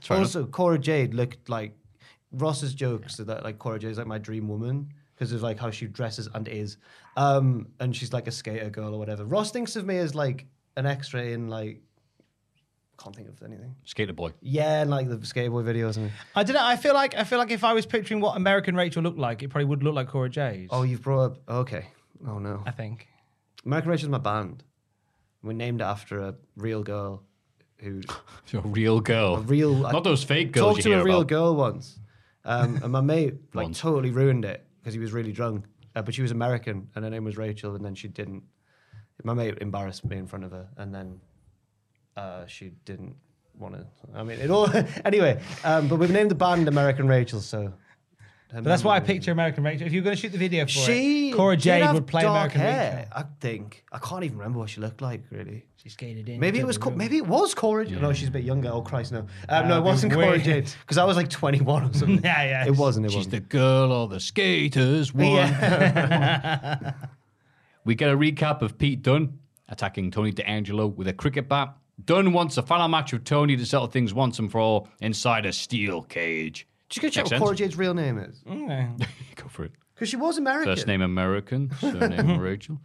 Speaker 2: Fair enough.
Speaker 4: also, Cora Jade looked like Ross's jokes that like Cora Jade is like my dream woman because of like how she dresses and is, um, and she's like a skater girl or whatever. Ross thinks of me as like an extra in like can't think of anything.
Speaker 2: Skater boy.
Speaker 4: Yeah, and like the skateboy video or something.
Speaker 3: I don't know. I feel like I feel like if I was picturing what American Rachel looked like, it probably would look like Cora Jade.
Speaker 4: Oh, you've brought up okay. Oh no,
Speaker 2: Uh,
Speaker 3: I think.
Speaker 4: American Rachel's my band. We named it after a real girl who
Speaker 2: A real girl.
Speaker 4: a real uh,
Speaker 2: Not those fake
Speaker 4: Talk
Speaker 2: girls you
Speaker 4: to
Speaker 2: hear
Speaker 4: a real
Speaker 2: about.
Speaker 4: girl once, um, and my mate like
Speaker 2: Once.
Speaker 4: totally ruined it because he was really drunk. Uh, but she was American, and her name was Rachel, and then she didn't. My mate embarrassed me in front of her, and then uh, she didn't want to. I mean, it all anyway. Um, but we've named the band American Rachel, so.
Speaker 3: But that's why I picture American Rachel. If you're going to shoot the video for
Speaker 4: She
Speaker 3: it, Cora
Speaker 4: did
Speaker 3: Jade
Speaker 4: have
Speaker 3: would play
Speaker 4: dark
Speaker 3: American
Speaker 4: hair,
Speaker 3: Rachel.
Speaker 4: I think I can't even remember what she looked like really.
Speaker 3: She skated in.
Speaker 4: Maybe it
Speaker 3: to
Speaker 4: was
Speaker 3: the
Speaker 4: Co-
Speaker 3: room.
Speaker 4: maybe it was Cora. No, she's a bit younger. Oh Christ, no, um, no, it
Speaker 3: would be
Speaker 4: wasn't Cora
Speaker 3: weird.
Speaker 4: Jade because I was like 21 or something.
Speaker 3: Yeah, yeah.
Speaker 4: it wasn't. It
Speaker 2: She's
Speaker 4: wasn't.
Speaker 2: the girl all the skaters want. we get a recap of Pete Dunne attacking Tony DeAngelo with a cricket bat. Dunne wants a final match with Tony to settle things once and for all inside a steel cage.
Speaker 4: Just go check
Speaker 2: Makes
Speaker 4: what
Speaker 2: sense.
Speaker 4: Cora Jade's real name is
Speaker 2: Go for it.
Speaker 4: because she was American.
Speaker 2: Mm. First name American, surname Rachel.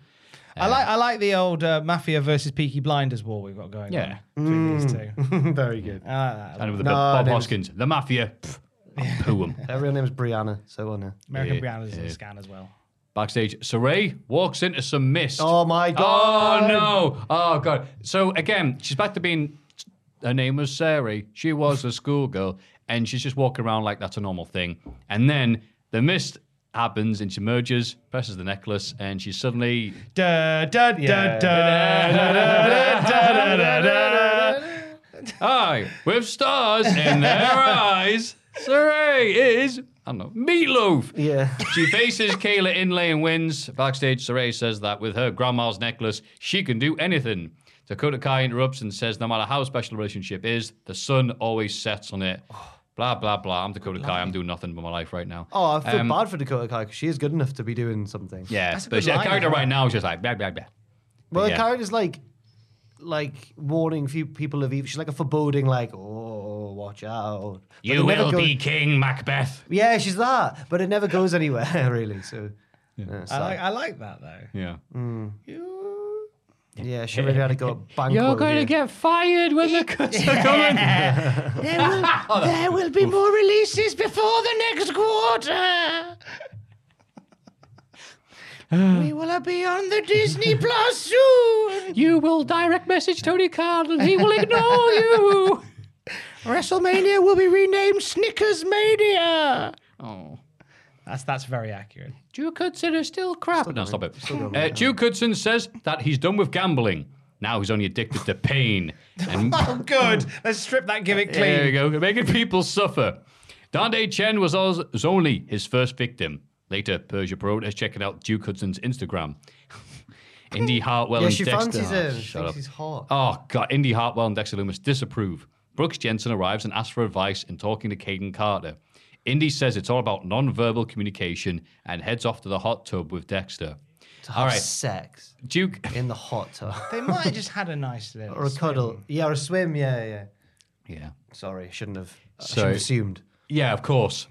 Speaker 3: I like I like the old uh, Mafia versus Peaky Blinders war we've got going.
Speaker 2: Yeah.
Speaker 3: on between these
Speaker 4: Mm.
Speaker 3: two.
Speaker 4: Very good. Uh,
Speaker 2: And with the
Speaker 4: No,
Speaker 2: Bob
Speaker 4: it was-
Speaker 2: Hoskins, the Mafia. Pff, I'll poo 'em.
Speaker 4: Her real name is Brianna. So on.
Speaker 3: American
Speaker 2: Yeah,
Speaker 3: Brown is in
Speaker 2: yeah.
Speaker 3: the scan as well.
Speaker 2: Backstage, Saray walks into some mist.
Speaker 4: Oh my
Speaker 2: Oh
Speaker 4: God.
Speaker 2: no! Oh god! So again, she's back to being. Her name was Saray. She was a schoolgirl, and she's just walking around like that's a normal thing. And then the mist happens, and she merges, presses the necklace, and she's suddenly
Speaker 3: Da, da, da,
Speaker 2: Hi, with stars in their eyes. Saray is I don't know meatloaf.
Speaker 4: Yeah.
Speaker 2: She faces Kayla Inlay and wins. Backstage, Saray says that with her grandma's necklace, she can do anything. Dakota Kai interrupts and says, no matter how special a relationship is, the sun always sets on it. Blah, blah, blah. I'm Dakota Kai. I'm doing nothing with my life right now.
Speaker 4: Oh, I feel bad for Dakota Kai because she is good enough to be doing something.
Speaker 2: Um, Yeah,
Speaker 3: a
Speaker 2: but
Speaker 3: good
Speaker 2: she, her
Speaker 3: line,
Speaker 2: character
Speaker 3: isn't
Speaker 2: right now is just like, blah, blah, blah.
Speaker 4: Well,
Speaker 2: yeah.
Speaker 4: the character's like, like warning few people of evil. She's like a foreboding, like, oh, watch out. But
Speaker 2: You
Speaker 4: it never
Speaker 2: will
Speaker 4: goes-
Speaker 2: be King Macbeth.
Speaker 4: Yeah, she's that, but it never goes anywhere really. So. Yeah,
Speaker 3: I
Speaker 4: sad.
Speaker 3: like I like that though.
Speaker 2: Yeah.
Speaker 4: yeah, she really had to go bank
Speaker 2: You're
Speaker 4: quote
Speaker 2: going to
Speaker 4: here.
Speaker 2: get fired when the cuts are coming.
Speaker 3: There will, there will be more releases before the next quarter. we will be on the Disney Plus soon.
Speaker 2: You will direct message Tony Khan and he will ignore you.
Speaker 3: WrestleMania will be renamed Snickers Mania.
Speaker 2: Oh.
Speaker 3: That's that's very accurate.
Speaker 2: Duke Hudson is still crap. no, stop it. Uh, Duke Hudson says that he's done with gambling. Now he's only addicted to pain. And
Speaker 3: Oh, good. Let's strip that gimmick clean.
Speaker 2: there you go, making people suffer. Dante Chen was also was only his first victim. Later, Persia Pro is checking out Duke Hudson's Instagram. Indy Hartwell
Speaker 4: Yeah,
Speaker 2: and
Speaker 4: she
Speaker 2: Dexter.
Speaker 4: fancies
Speaker 2: Oh,
Speaker 4: him. She
Speaker 2: shut
Speaker 4: thinks
Speaker 2: up.
Speaker 4: he's hot.
Speaker 2: Oh God, Indy Hartwell and Dexter Loomis disapprove. Brooks Jensen arrives and asks for advice in talking to Caden Carter. Indy says it's all about non-verbal communication and heads off to the hot tub with Dexter.
Speaker 4: to
Speaker 2: all
Speaker 4: have
Speaker 2: right.
Speaker 4: sex
Speaker 2: Duke,
Speaker 4: in the hot tub
Speaker 3: They might have just had a nice little.
Speaker 4: or a cuddle. Yeah, or a swim. Yeah, yeah.
Speaker 2: yeah,
Speaker 4: Sorry, shouldn't have. I
Speaker 2: So-
Speaker 4: should have assumed.
Speaker 2: yeah, of course.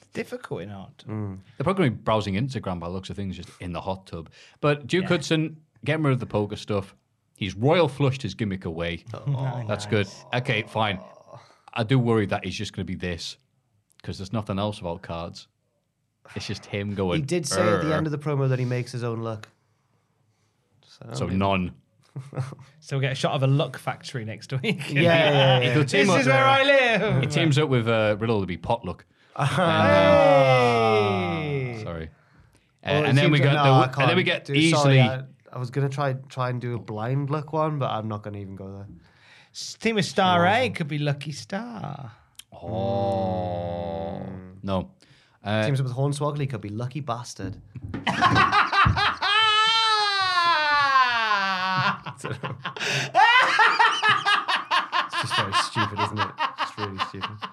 Speaker 3: It's difficult in art.
Speaker 2: They're probably going to be browsing Instagram by the looks of things, just in the hot tub. But Duke Hudson, getting rid of the poker stuff. He's royal flushed his gimmick away.
Speaker 4: Oh.
Speaker 2: That's good. Okay, fine. I do worry that he's just going to be this because there's nothing else about cards. It's just him going.
Speaker 4: He did say at the end of the promo that he makes his own look.
Speaker 2: So none.
Speaker 3: so we'll get a shot of a luck factory next week.
Speaker 4: Yeah, yeah, yeah.
Speaker 2: He'll team
Speaker 3: This
Speaker 2: up
Speaker 3: is
Speaker 2: with-
Speaker 3: where I live.
Speaker 2: He teams up with uh, Riddle to be Potluck.
Speaker 4: Hey.
Speaker 2: Sorry. Uh,
Speaker 4: Oh, it
Speaker 2: and then we
Speaker 4: seems
Speaker 2: got
Speaker 4: like-
Speaker 2: the,
Speaker 4: no, I
Speaker 2: and then we
Speaker 4: can't
Speaker 2: get
Speaker 4: do-
Speaker 2: easily.
Speaker 4: Sorry, I, I was gonna try try and do a blind look one, but I'm not gonna even go there.
Speaker 3: Team with Star A could be Lucky Star.
Speaker 2: oh no. Uh,
Speaker 4: Teams up with Hornswoggle, he could be lucky bastard. It's just very stupid, isn't it? It's really stupid.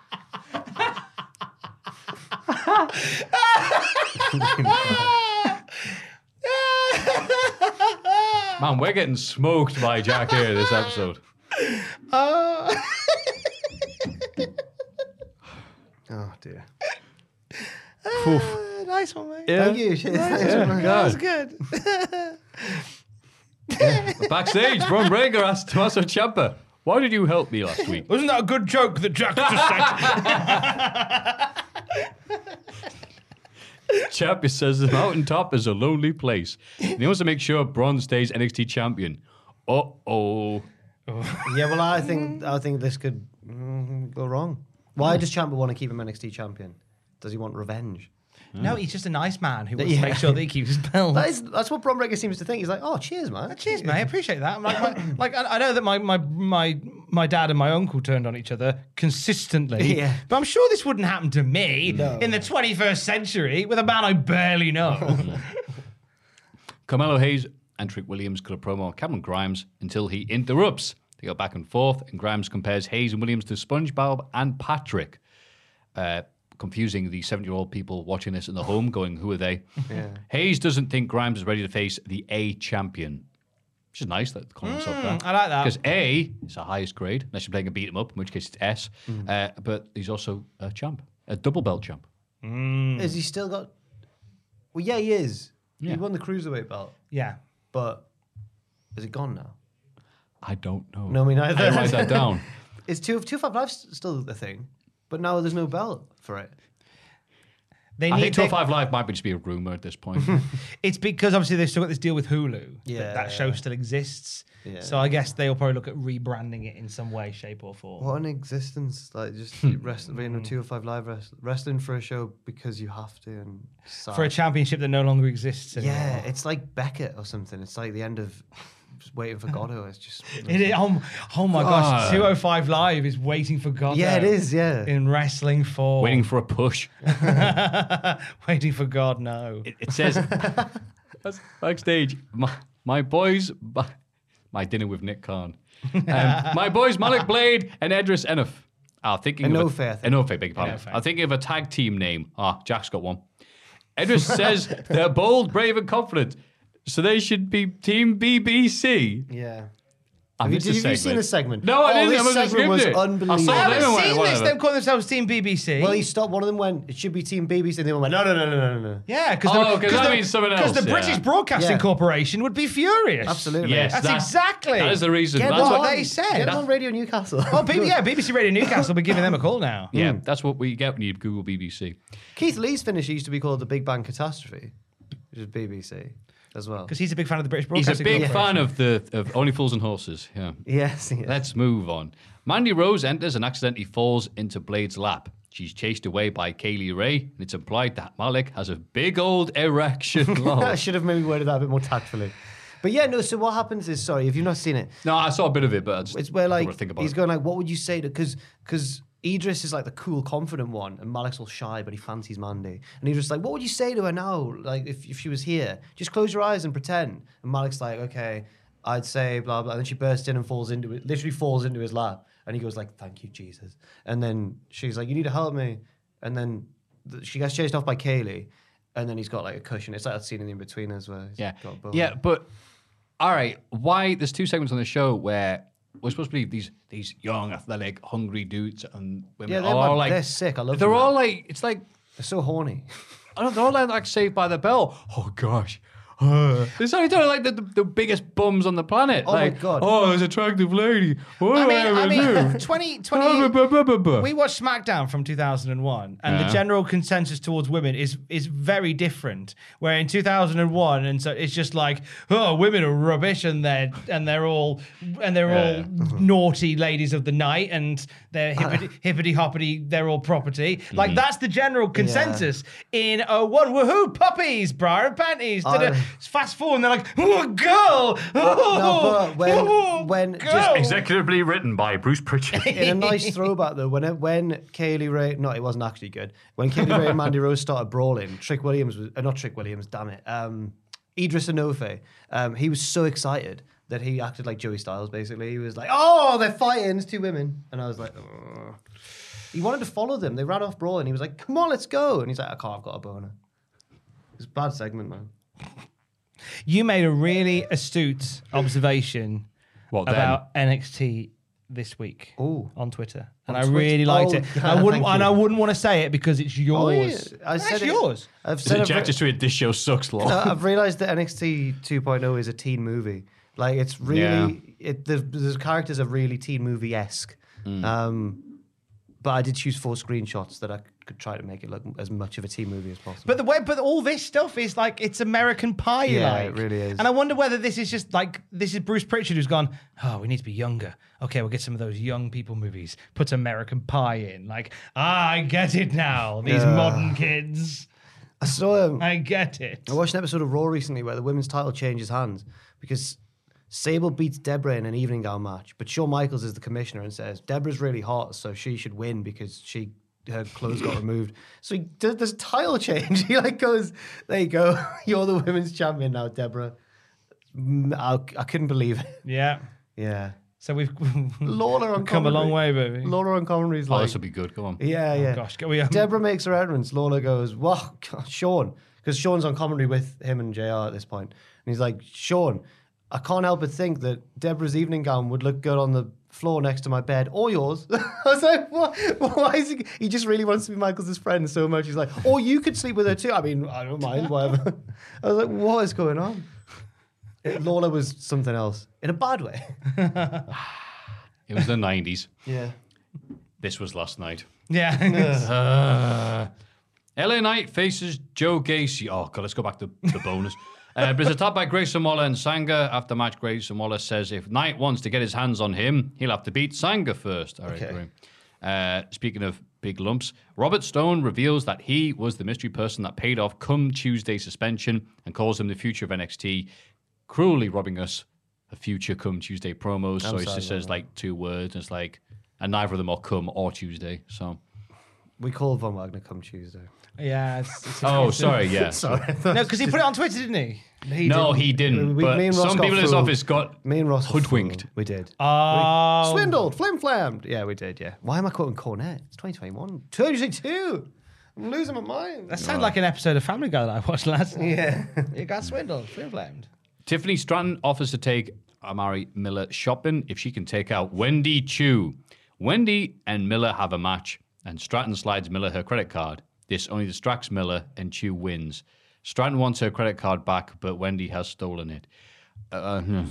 Speaker 2: man, we're getting smoked by Jack here this episode.
Speaker 3: Oh.
Speaker 4: Oh dear. Ah,
Speaker 3: nice one, mate.
Speaker 4: Thank you.
Speaker 3: That was good.
Speaker 2: Backstage, Bron Breaker asked Tommaso Ciampa, "Why did you help me last week?"
Speaker 3: Wasn't that a good joke that Jack just said?
Speaker 2: Ciampa says the mountaintop is a lonely place, and he wants to make sure Bron stays NXT champion. Uh oh.
Speaker 4: Yeah, well, I think I think this could mm, go wrong. Why does Champa want to keep him NXT champion? Does he want revenge?
Speaker 3: no, he's just a nice man who wants
Speaker 4: Hmm. Yeah.
Speaker 3: to make sure that he keeps his belt.
Speaker 4: That is that's what Bron Breaker seems to think. He's like, oh, cheers, man.
Speaker 3: Cheers, mate. I appreciate that. I'm like, my, like I, I know that my, my my my dad and my uncle turned on each other consistently.
Speaker 4: Yeah.
Speaker 3: But I'm sure this wouldn't happen to me in the 21st century with a man I barely know.
Speaker 2: Carmelo Hayes and Trick Williams cut a promo on Cameron Grimes until he interrupts. They go back and forth, and Grimes compares Hayes and Williams to SpongeBob and Patrick, uh, confusing the seven-year-old people watching this in the home, going, "Who are they?" Hayes doesn't think Grimes is ready to face the A champion, which is nice that they call himself that.
Speaker 3: I like that.
Speaker 2: because A is the highest grade, unless you're playing a beat 'em up, in which case it's S. Uh, but he's also a champ, a double belt champ.
Speaker 4: Has he still got? Well, yeah, he is.
Speaker 2: Yeah.
Speaker 4: He won the cruiserweight belt,
Speaker 3: yeah.
Speaker 4: but is it gone now?
Speaker 2: I don't know.
Speaker 4: No, me
Speaker 2: I
Speaker 4: neither.
Speaker 2: didn't write that down.
Speaker 4: It's two two five live still the thing, but now there's no belt for it.
Speaker 3: They
Speaker 2: I
Speaker 3: need
Speaker 2: think
Speaker 3: they-
Speaker 2: 205 Live might be just be a rumor at this point.
Speaker 3: It's because obviously they've still got this deal with Hulu.
Speaker 4: Yeah.
Speaker 3: That, that show still exists.
Speaker 4: Yeah.
Speaker 3: So I guess they'll probably look at rebranding it in some way, shape, or form.
Speaker 4: What an existence! Like just wrestling, you know, two or five live wrest- wrestling for a show because you have to. And sad.
Speaker 3: For a championship that no longer exists anymore.
Speaker 4: uh, yeah, it's like Beckett or something. It's like the end of just waiting for Godot. It's just
Speaker 3: It is, oh, oh my gosh, 205 Live is waiting for Godot.
Speaker 4: yeah, it is. Yeah,
Speaker 3: In wrestling form.
Speaker 2: Waiting for a push.
Speaker 3: Waiting for God, no.
Speaker 2: It, it says That's backstage. My, my boys, my, my dinner with Nick Khan. Um, my boys, Malik Blade and Edris Enough. Are thinking of
Speaker 4: Enofe, I
Speaker 2: a,
Speaker 4: think.
Speaker 2: Enofe, beg your pardon. Are thinking of a tag team name. Ah, Jack's got one. Edris says they're bold, brave, and confident, so they should be Team BBC.
Speaker 4: yeah.
Speaker 2: I
Speaker 4: Have you,
Speaker 2: missed the
Speaker 4: did, have you seen
Speaker 2: segment.
Speaker 4: the segment?
Speaker 2: No, I didn't.
Speaker 4: Oh, This
Speaker 2: I must have
Speaker 4: segment was
Speaker 2: skipped it. I saw
Speaker 4: unbelievable.
Speaker 3: I
Speaker 2: that
Speaker 3: haven't
Speaker 2: Anyway,
Speaker 3: seen
Speaker 2: whatever.
Speaker 3: this. Them call themselves Team BBC.
Speaker 4: Well, he stopped. One of them went. It should be Team BBC, and they went, no, no, no, no, no, no, no.
Speaker 3: yeah, because
Speaker 2: Oh, 'cause that means someone else,
Speaker 3: Because the
Speaker 2: yeah.
Speaker 3: British Broadcasting
Speaker 4: Yeah.
Speaker 3: Corporation would be furious.
Speaker 4: Absolutely.
Speaker 2: Yes,
Speaker 3: That's exactly-
Speaker 2: That is the reason.
Speaker 4: Get
Speaker 2: That's
Speaker 4: on-
Speaker 3: what they said.
Speaker 4: Get
Speaker 3: That's-
Speaker 4: on Radio Newcastle.
Speaker 3: Oh, B- yeah, BBC Radio Newcastle will be giving them a call now.
Speaker 2: Yeah, that's what we get when you Google BBC.
Speaker 4: Keith Lee's finish used to be called the Big Bang Catastrophe, which is BBC as well.
Speaker 3: Because he's a big fan of the British
Speaker 2: He's
Speaker 3: Broadcasting
Speaker 2: a big
Speaker 3: Corporation.
Speaker 2: fan of the of Only Fools and Horses. Yeah.
Speaker 4: Yes, yes.
Speaker 2: Let's move on. Mandy Rose enters and accidentally falls into Blade's lap. She's chased away by Kaylee Ray, and it's implied that Malik has a big old erection.
Speaker 4: I
Speaker 2: Lol.
Speaker 4: should have maybe worded that a bit more tactfully. But yeah, no. So what happens is, sorry, if you've not seen it,
Speaker 2: no, I saw a bit of it, but I just
Speaker 4: it's where
Speaker 2: don't
Speaker 4: like
Speaker 2: wanna think about
Speaker 4: he's
Speaker 2: it.
Speaker 4: going like, what would you say to because because Idris is like the cool, confident one, and Malik's all shy, but he fancies Mandy, and he's just like, what would you say to her now? Like if if she was here, just close your eyes and pretend. And Malik's like, okay, I'd say blah blah. And then she bursts in and falls into it, literally falls into his lap, and he goes like, thank you Jesus. And then she's like, you need to help me, and then th- she gets chased off by Kaylee. And then he's got like a cushion. It's like that scene in the in between as well.
Speaker 2: Yeah.
Speaker 4: got a bow.
Speaker 2: Yeah, but all right, why there's two segments on the show where we're supposed to be these these young, athletic, hungry dudes and women
Speaker 4: Yeah, they're
Speaker 2: are all
Speaker 4: mad-
Speaker 2: like
Speaker 4: they're sick, I love
Speaker 2: They're
Speaker 4: them,
Speaker 2: all
Speaker 4: man.
Speaker 2: like it's like
Speaker 4: They're so horny.
Speaker 2: I don't know, they're all like, like saved by the bell. Oh gosh. It's only done like the, the, the biggest bums on the planet.
Speaker 4: Oh my
Speaker 2: like,
Speaker 4: God.
Speaker 2: Oh, there's an attractive lady. What
Speaker 3: I
Speaker 2: do
Speaker 3: mean, I
Speaker 2: ever
Speaker 3: mean,
Speaker 2: do?
Speaker 3: 20,
Speaker 2: Blah,
Speaker 3: 20
Speaker 2: blah, blah, blah, blah.
Speaker 3: We watched SmackDown from 2001, and
Speaker 2: Yeah.
Speaker 3: the general consensus towards women is is very different. Where in 2001, and so it's just like, oh, women are rubbish, and they're and they're all and they're
Speaker 2: Yeah. Mm-hmm.
Speaker 3: all naughty ladies of the night, and they're hippity, hippity hoppity, they're all property.
Speaker 2: Mm.
Speaker 3: Like that's the general consensus in a one. Woohoo, puppies, bra and panties.
Speaker 4: I-
Speaker 3: da-da. Fast forward, and they're like, oh, girl, oh,
Speaker 4: but when-
Speaker 3: oh,
Speaker 4: when- just
Speaker 3: girl."
Speaker 2: Executively written by Bruce Pritchard.
Speaker 4: in a nice throwback though, when it, when Kaylee Ray, no, it wasn't actually good. When Kaylee Ray and Mandy Rose started brawling, Trick Williams was uh, not Trick Williams, damn it, um, Idris Anofe, um, he was so excited that he acted like Joey Styles. Basically, he was like, "Oh, they're fighting, it's two women," and I was like. "Ugh." He wanted to follow them. They ran off brawling. He was like, "Come on, let's go!" And he's like, "I can't. I've got a boner." It's a bad segment, man.
Speaker 3: You made a really astute observation
Speaker 2: What then?
Speaker 3: about NXT this week
Speaker 4: Oh,
Speaker 3: on Twitter,
Speaker 4: On
Speaker 3: and I
Speaker 4: Twitter?
Speaker 3: really liked
Speaker 4: Oh,
Speaker 3: it.
Speaker 4: God,
Speaker 3: I wouldn't,
Speaker 4: thank
Speaker 3: and
Speaker 4: you.
Speaker 3: I wouldn't want to say it because it's yours.
Speaker 4: I
Speaker 3: That's
Speaker 4: said it-
Speaker 3: yours.
Speaker 4: I've
Speaker 2: It's
Speaker 4: said it.
Speaker 2: objected to it. This show sucks, lol.
Speaker 4: No, I've realized that NXT 2.0 is a teen movie. Like it's really, it the, the characters are really teen movie esque. Um, but I did choose four screenshots that I could try to make it look as much of a teen movie as possible.
Speaker 3: But the way, but all this stuff is like it's American Pie.
Speaker 4: Yeah,
Speaker 3: like.
Speaker 4: it really is.
Speaker 3: And I wonder whether this is just like this is Bruce Pritchard who's gone. Oh, we need to be younger. Okay, we'll get some of those young people movies. Put American Pie in. Like, ah, I get it now. These
Speaker 4: Yeah.
Speaker 3: modern kids,
Speaker 4: I saw um,
Speaker 3: I get it.
Speaker 4: I watched an episode of Raw recently where the women's title changes hands because Sable beats Deborah in an evening gown match, but Shawn Michaels is the commissioner and says Deborah's really hot, so she should win because she her clothes got removed. So he does this title change. He like goes, "There you go, you're the women's champion now, Deborah." Mm, I, I couldn't believe it.
Speaker 3: Yeah.
Speaker 4: Yeah,
Speaker 3: So we've
Speaker 4: Lawler on
Speaker 3: come a long way,
Speaker 4: commentary.
Speaker 3: baby.
Speaker 4: Lawler on commentary's
Speaker 2: oh,
Speaker 4: like,
Speaker 2: this will be good. Come on.
Speaker 4: yeah, yeah.
Speaker 3: gosh, can we, um,
Speaker 4: Deborah makes her entrance. Lawler goes, "Wow, God, Sean," because Sean's on commentary with him and Jr. at this point, and he's like, "Sean, I can't help but think that Deborah's evening gown would look good on the floor next to my bed or yours." I was like, "What? Why is he? He just really wants to be Michael's friend so much." He's like, "Or you could sleep with her too." I mean, I don't mind, whatever. I was like, "What is going on?" Lawler was something else in a bad way.
Speaker 2: It was the 90s.
Speaker 4: Yeah.
Speaker 2: This was last night.
Speaker 3: Yeah.
Speaker 2: LA Knight faces Joe Gacy. Oh, God, let's go back to the bonus. Uh, but it's attacked by Grayson Waller and Sanga. After match, Grayson Waller says if Knight wants to get his hands on him, he'll have to beat Sanga first. All right,
Speaker 4: Okay.
Speaker 2: great. Uh, speaking of big lumps, Robert Stone reveals that he was the mystery person that paid off come Tuesday suspension and calls him the future of NXT, cruelly robbing us of future come Tuesday promos. so he
Speaker 4: sorry,
Speaker 2: just says like two words, and it's like, and neither of them are come or Tuesday. So,
Speaker 4: We call Von Wagner come Tuesday.
Speaker 3: yeah. it's- it's-
Speaker 2: oh,
Speaker 3: it's-
Speaker 2: sorry, yeah.
Speaker 4: Sorry.
Speaker 3: No, because he put it on Twitter, didn't he? He
Speaker 2: no, he didn't.
Speaker 4: We- me
Speaker 2: but
Speaker 4: and Ross
Speaker 2: some
Speaker 4: got
Speaker 2: people in his
Speaker 4: fooled.
Speaker 2: office got
Speaker 4: Me and Ross were
Speaker 2: hoodwinked.
Speaker 4: fooled. We did.
Speaker 3: Oh.
Speaker 4: Swindled, flim flammed. Yeah, we did. Yeah. Why am I quoting Cornet? It's 2021. 2022. I'm losing my mind.
Speaker 3: That sounds like an episode of Family Guy that I watched last night. Yeah. you got swindled, flim flamed.
Speaker 2: Tiffany Stratton offers to take Amari Miller shopping if she can take out Wendy Chu. Wendy and Miller have a match, and Stratton slides Miller her credit card. This only distracts Miller, and Chu wins. Stratton wants her credit card back, but Wendy has stolen it.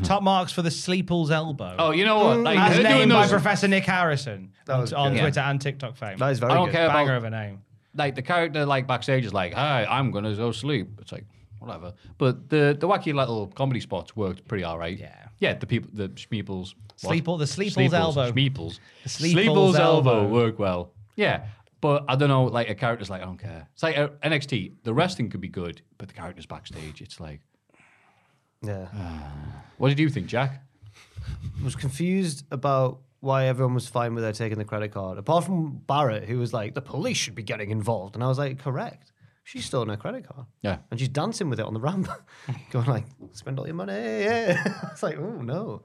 Speaker 3: Top marks for the Sleeple's elbow.
Speaker 2: Hmm. Oh, you know
Speaker 4: Mm,
Speaker 2: what? Like,
Speaker 3: As
Speaker 2: they're doing
Speaker 3: named by
Speaker 2: those-
Speaker 3: Professor Nick Harrison on,
Speaker 4: was
Speaker 3: on
Speaker 4: good.
Speaker 3: Twitter and TikTok fame.
Speaker 4: that is very
Speaker 2: I don't
Speaker 4: good.
Speaker 2: care about-
Speaker 3: Banger of a name.
Speaker 2: like the character like backstage is like, "Hi, I'm gonna go sleep." It's like whatever. But the the wacky little comedy spots worked pretty all right.
Speaker 3: Yeah.
Speaker 2: yeah. The people, the schmeeples, what?
Speaker 3: Sleeple- the sleeple's elbow.
Speaker 2: schmeeples, the
Speaker 3: sleeple's
Speaker 2: elbow.
Speaker 3: elbow.
Speaker 2: work well. Yeah, but I don't know. Like a character's like, I don't care. It's like uh, NXT. The wrestling could be good, but the characters backstage, it's like,
Speaker 4: Yeah.
Speaker 2: what did you think, Jack?
Speaker 4: I was confused about why everyone was fine with her taking the credit card, apart from Barrett, who was like, the police should be getting involved. And I was like, correct. She's stolen her credit card.
Speaker 2: Yeah.
Speaker 4: And she's dancing with it on the ramp, going like, spend all your money. Yeah. it's like, oh, no.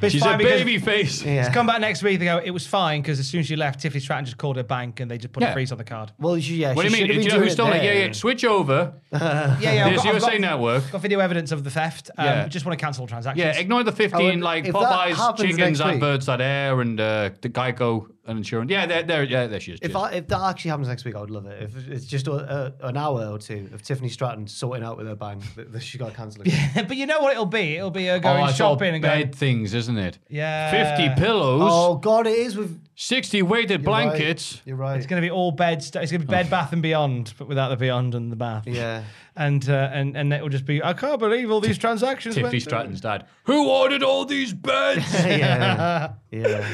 Speaker 3: But
Speaker 2: She's a baby face.
Speaker 3: It's come back next week. They go, it was fine because as soon as she left, Tiffany Stratton just called her bank and they just put
Speaker 2: Yeah.
Speaker 3: a freeze on the card.
Speaker 4: Well, she, yeah,
Speaker 2: What do
Speaker 4: she
Speaker 2: you mean?
Speaker 4: should
Speaker 2: Do
Speaker 4: have
Speaker 2: you
Speaker 4: been
Speaker 2: know who
Speaker 4: doing
Speaker 2: stole it? Yeah,
Speaker 4: there.
Speaker 2: yeah. Switch over.
Speaker 3: Yeah, yeah. I've
Speaker 2: There's
Speaker 3: got- I've
Speaker 2: USA
Speaker 3: got-
Speaker 2: Network.
Speaker 3: Got video evidence of the theft. Um,
Speaker 2: Yeah.
Speaker 3: Just want to cancel transactions.
Speaker 2: Yeah, ignore the
Speaker 4: I
Speaker 2: 15
Speaker 4: would-
Speaker 2: like
Speaker 4: if that
Speaker 2: Popeyes
Speaker 4: happens
Speaker 2: chickens
Speaker 4: next week-
Speaker 2: adverts that air and uh, the Geico an insurance. Yeah, there, there, yeah, there she is.
Speaker 4: If,
Speaker 2: Cheers.
Speaker 4: I, if that actually happens next week, I would love it. If it's just a, a, an hour or two of Tiffany Stratton sorting out with her bang that, that she got cancelled. again.
Speaker 3: but you know what it'll be? It'll be her
Speaker 2: Oh,
Speaker 3: going
Speaker 2: it's
Speaker 3: shopping
Speaker 2: all
Speaker 3: and going.
Speaker 2: bed things, isn't it?
Speaker 3: Yeah.
Speaker 2: Fifty pillows,
Speaker 4: oh God, it is with
Speaker 2: 60 weighted
Speaker 4: You're right.
Speaker 2: blankets.
Speaker 4: You're right.
Speaker 3: It's going to be all bed. St- it's going to be
Speaker 2: Oh.
Speaker 3: Bed Bath and Beyond, but without the Beyond and the bath.
Speaker 4: Yeah.
Speaker 3: And uh, and and it will just be. I can't believe all these transactions.
Speaker 2: Tiffany
Speaker 3: went-
Speaker 2: Stratton's dad. Who ordered all these beds?
Speaker 4: yeah. Yeah.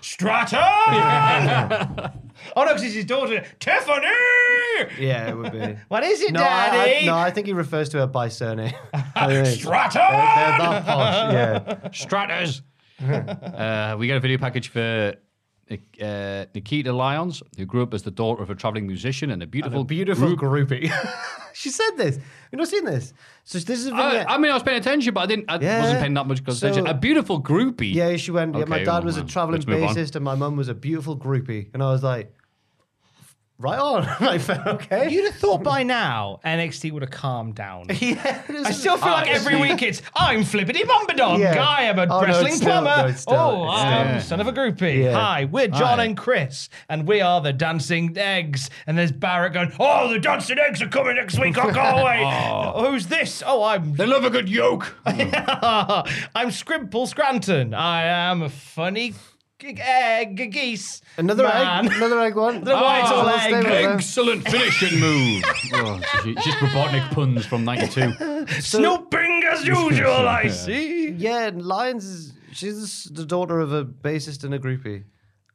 Speaker 3: Stratton. oh no, because it's his daughter. Tiffany.
Speaker 4: Yeah, it would be.
Speaker 3: What is it,
Speaker 4: No, I, I-
Speaker 3: Daddy?
Speaker 4: no, I think he refers to her by surname.
Speaker 3: Stratton.
Speaker 4: They're that posh, yeah.
Speaker 2: Stratters. uh, we got a video package for uh, Nikita Lyons, who grew up as the daughter of a traveling musician and a beautiful,
Speaker 4: Beautiful
Speaker 2: group.
Speaker 4: groupie. she said this. You've not seen this. So this is a
Speaker 2: I,
Speaker 4: vignette.
Speaker 2: Uh, I mean, I was paying attention, but I didn't. I
Speaker 4: Yeah.
Speaker 2: wasn't paying that much close
Speaker 4: So-
Speaker 2: attention. A beautiful groupie.
Speaker 4: yeah, she went. yeah, my
Speaker 2: Okay,
Speaker 4: dad
Speaker 2: well,
Speaker 4: was a
Speaker 2: um,
Speaker 4: traveling
Speaker 2: let's move on.
Speaker 4: bassist, and my mum was a beautiful groupie. And I was like, right on. I felt okay.
Speaker 3: You'd have thought by now NXT would have calmed down.
Speaker 4: yeah, it
Speaker 3: I
Speaker 4: was-
Speaker 3: still feel like
Speaker 2: I
Speaker 3: every
Speaker 2: see.
Speaker 3: week it's I'm flippity bombadon.
Speaker 4: Yeah.
Speaker 3: Guy, I'm a
Speaker 4: Oh, no, it's
Speaker 3: wrestling
Speaker 4: still-
Speaker 3: plumber.
Speaker 4: no, it's still-
Speaker 3: oh,
Speaker 4: it's
Speaker 3: I'm
Speaker 2: still-
Speaker 3: son of a groupie.
Speaker 4: Yeah.
Speaker 3: Hi, we're John
Speaker 2: Hi.
Speaker 3: and Chris, and we are the Dancing Eggs. And there's Barrett going, Oh, the Dancing Eggs are coming next week. I can't wait. Who's this? Oh, I'm
Speaker 2: They love a good yoke.
Speaker 3: I'm Scrimple Scranton. I am a funny g- egg geese.
Speaker 4: Another
Speaker 3: man.
Speaker 4: egg. Another egg one.
Speaker 3: The white
Speaker 4: Oh,
Speaker 3: all
Speaker 4: let's
Speaker 3: egg.
Speaker 4: stay with them.
Speaker 2: Excellent finishing move. oh, it's just robotic puns from '92.
Speaker 3: Snooping as usual, I see.
Speaker 4: Yeah, and Lyons is she's the daughter of a bassist and a groupie,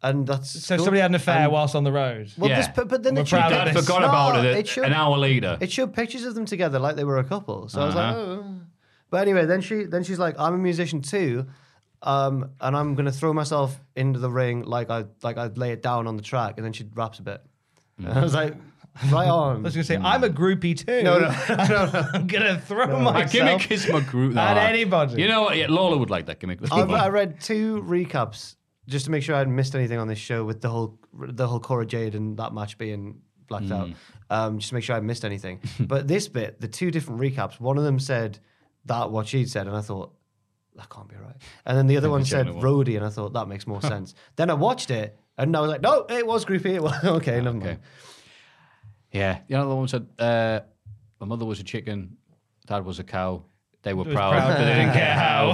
Speaker 4: and that's
Speaker 3: So
Speaker 4: cool.
Speaker 3: somebody had an affair
Speaker 4: And-
Speaker 3: whilst on the road.
Speaker 4: Um, Well,
Speaker 2: Yeah.
Speaker 4: this, but, but then
Speaker 3: We're
Speaker 4: it showed,
Speaker 3: proud
Speaker 2: I
Speaker 3: of this.
Speaker 2: forgot
Speaker 4: No,
Speaker 2: about it,
Speaker 4: It showed,
Speaker 2: an hour later.
Speaker 4: it showed pictures of them together, like they were a couple. So I was like,
Speaker 2: Uh-huh.
Speaker 4: oh. But anyway, then she then she's like, I'm a musician too, um, and I'm gonna throw myself into the ring like I like I lay it down on the track, and then she raps a bit. And I was like, right on.
Speaker 3: I was going to say, I'm a groupie too. No, no, I'm going to throw
Speaker 2: My
Speaker 3: myself.
Speaker 2: gimmick is my group.
Speaker 3: At anybody.
Speaker 2: You know what? Yeah, Lola would like that gimmick. Let's
Speaker 4: I've,
Speaker 2: move on.
Speaker 4: I read two recaps just to make sure I hadn't missed anything on this show with the whole the whole Cora Jade and that match being blacked out. Um, just to make sure I hadn't missed anything. but this bit, the two different recaps, one of them said that what she'd said, and I thought that can't be right. And then the other one said
Speaker 2: Legitimate
Speaker 4: Rhodey, and I thought that makes more sense. then I watched it, and I was like, no, it was groupie. It was okay, never mind.
Speaker 2: okay. Yeah. The other one said, uh, my mother was a chicken, dad was a cow. They were proud,
Speaker 3: proud,
Speaker 2: but they didn't care how.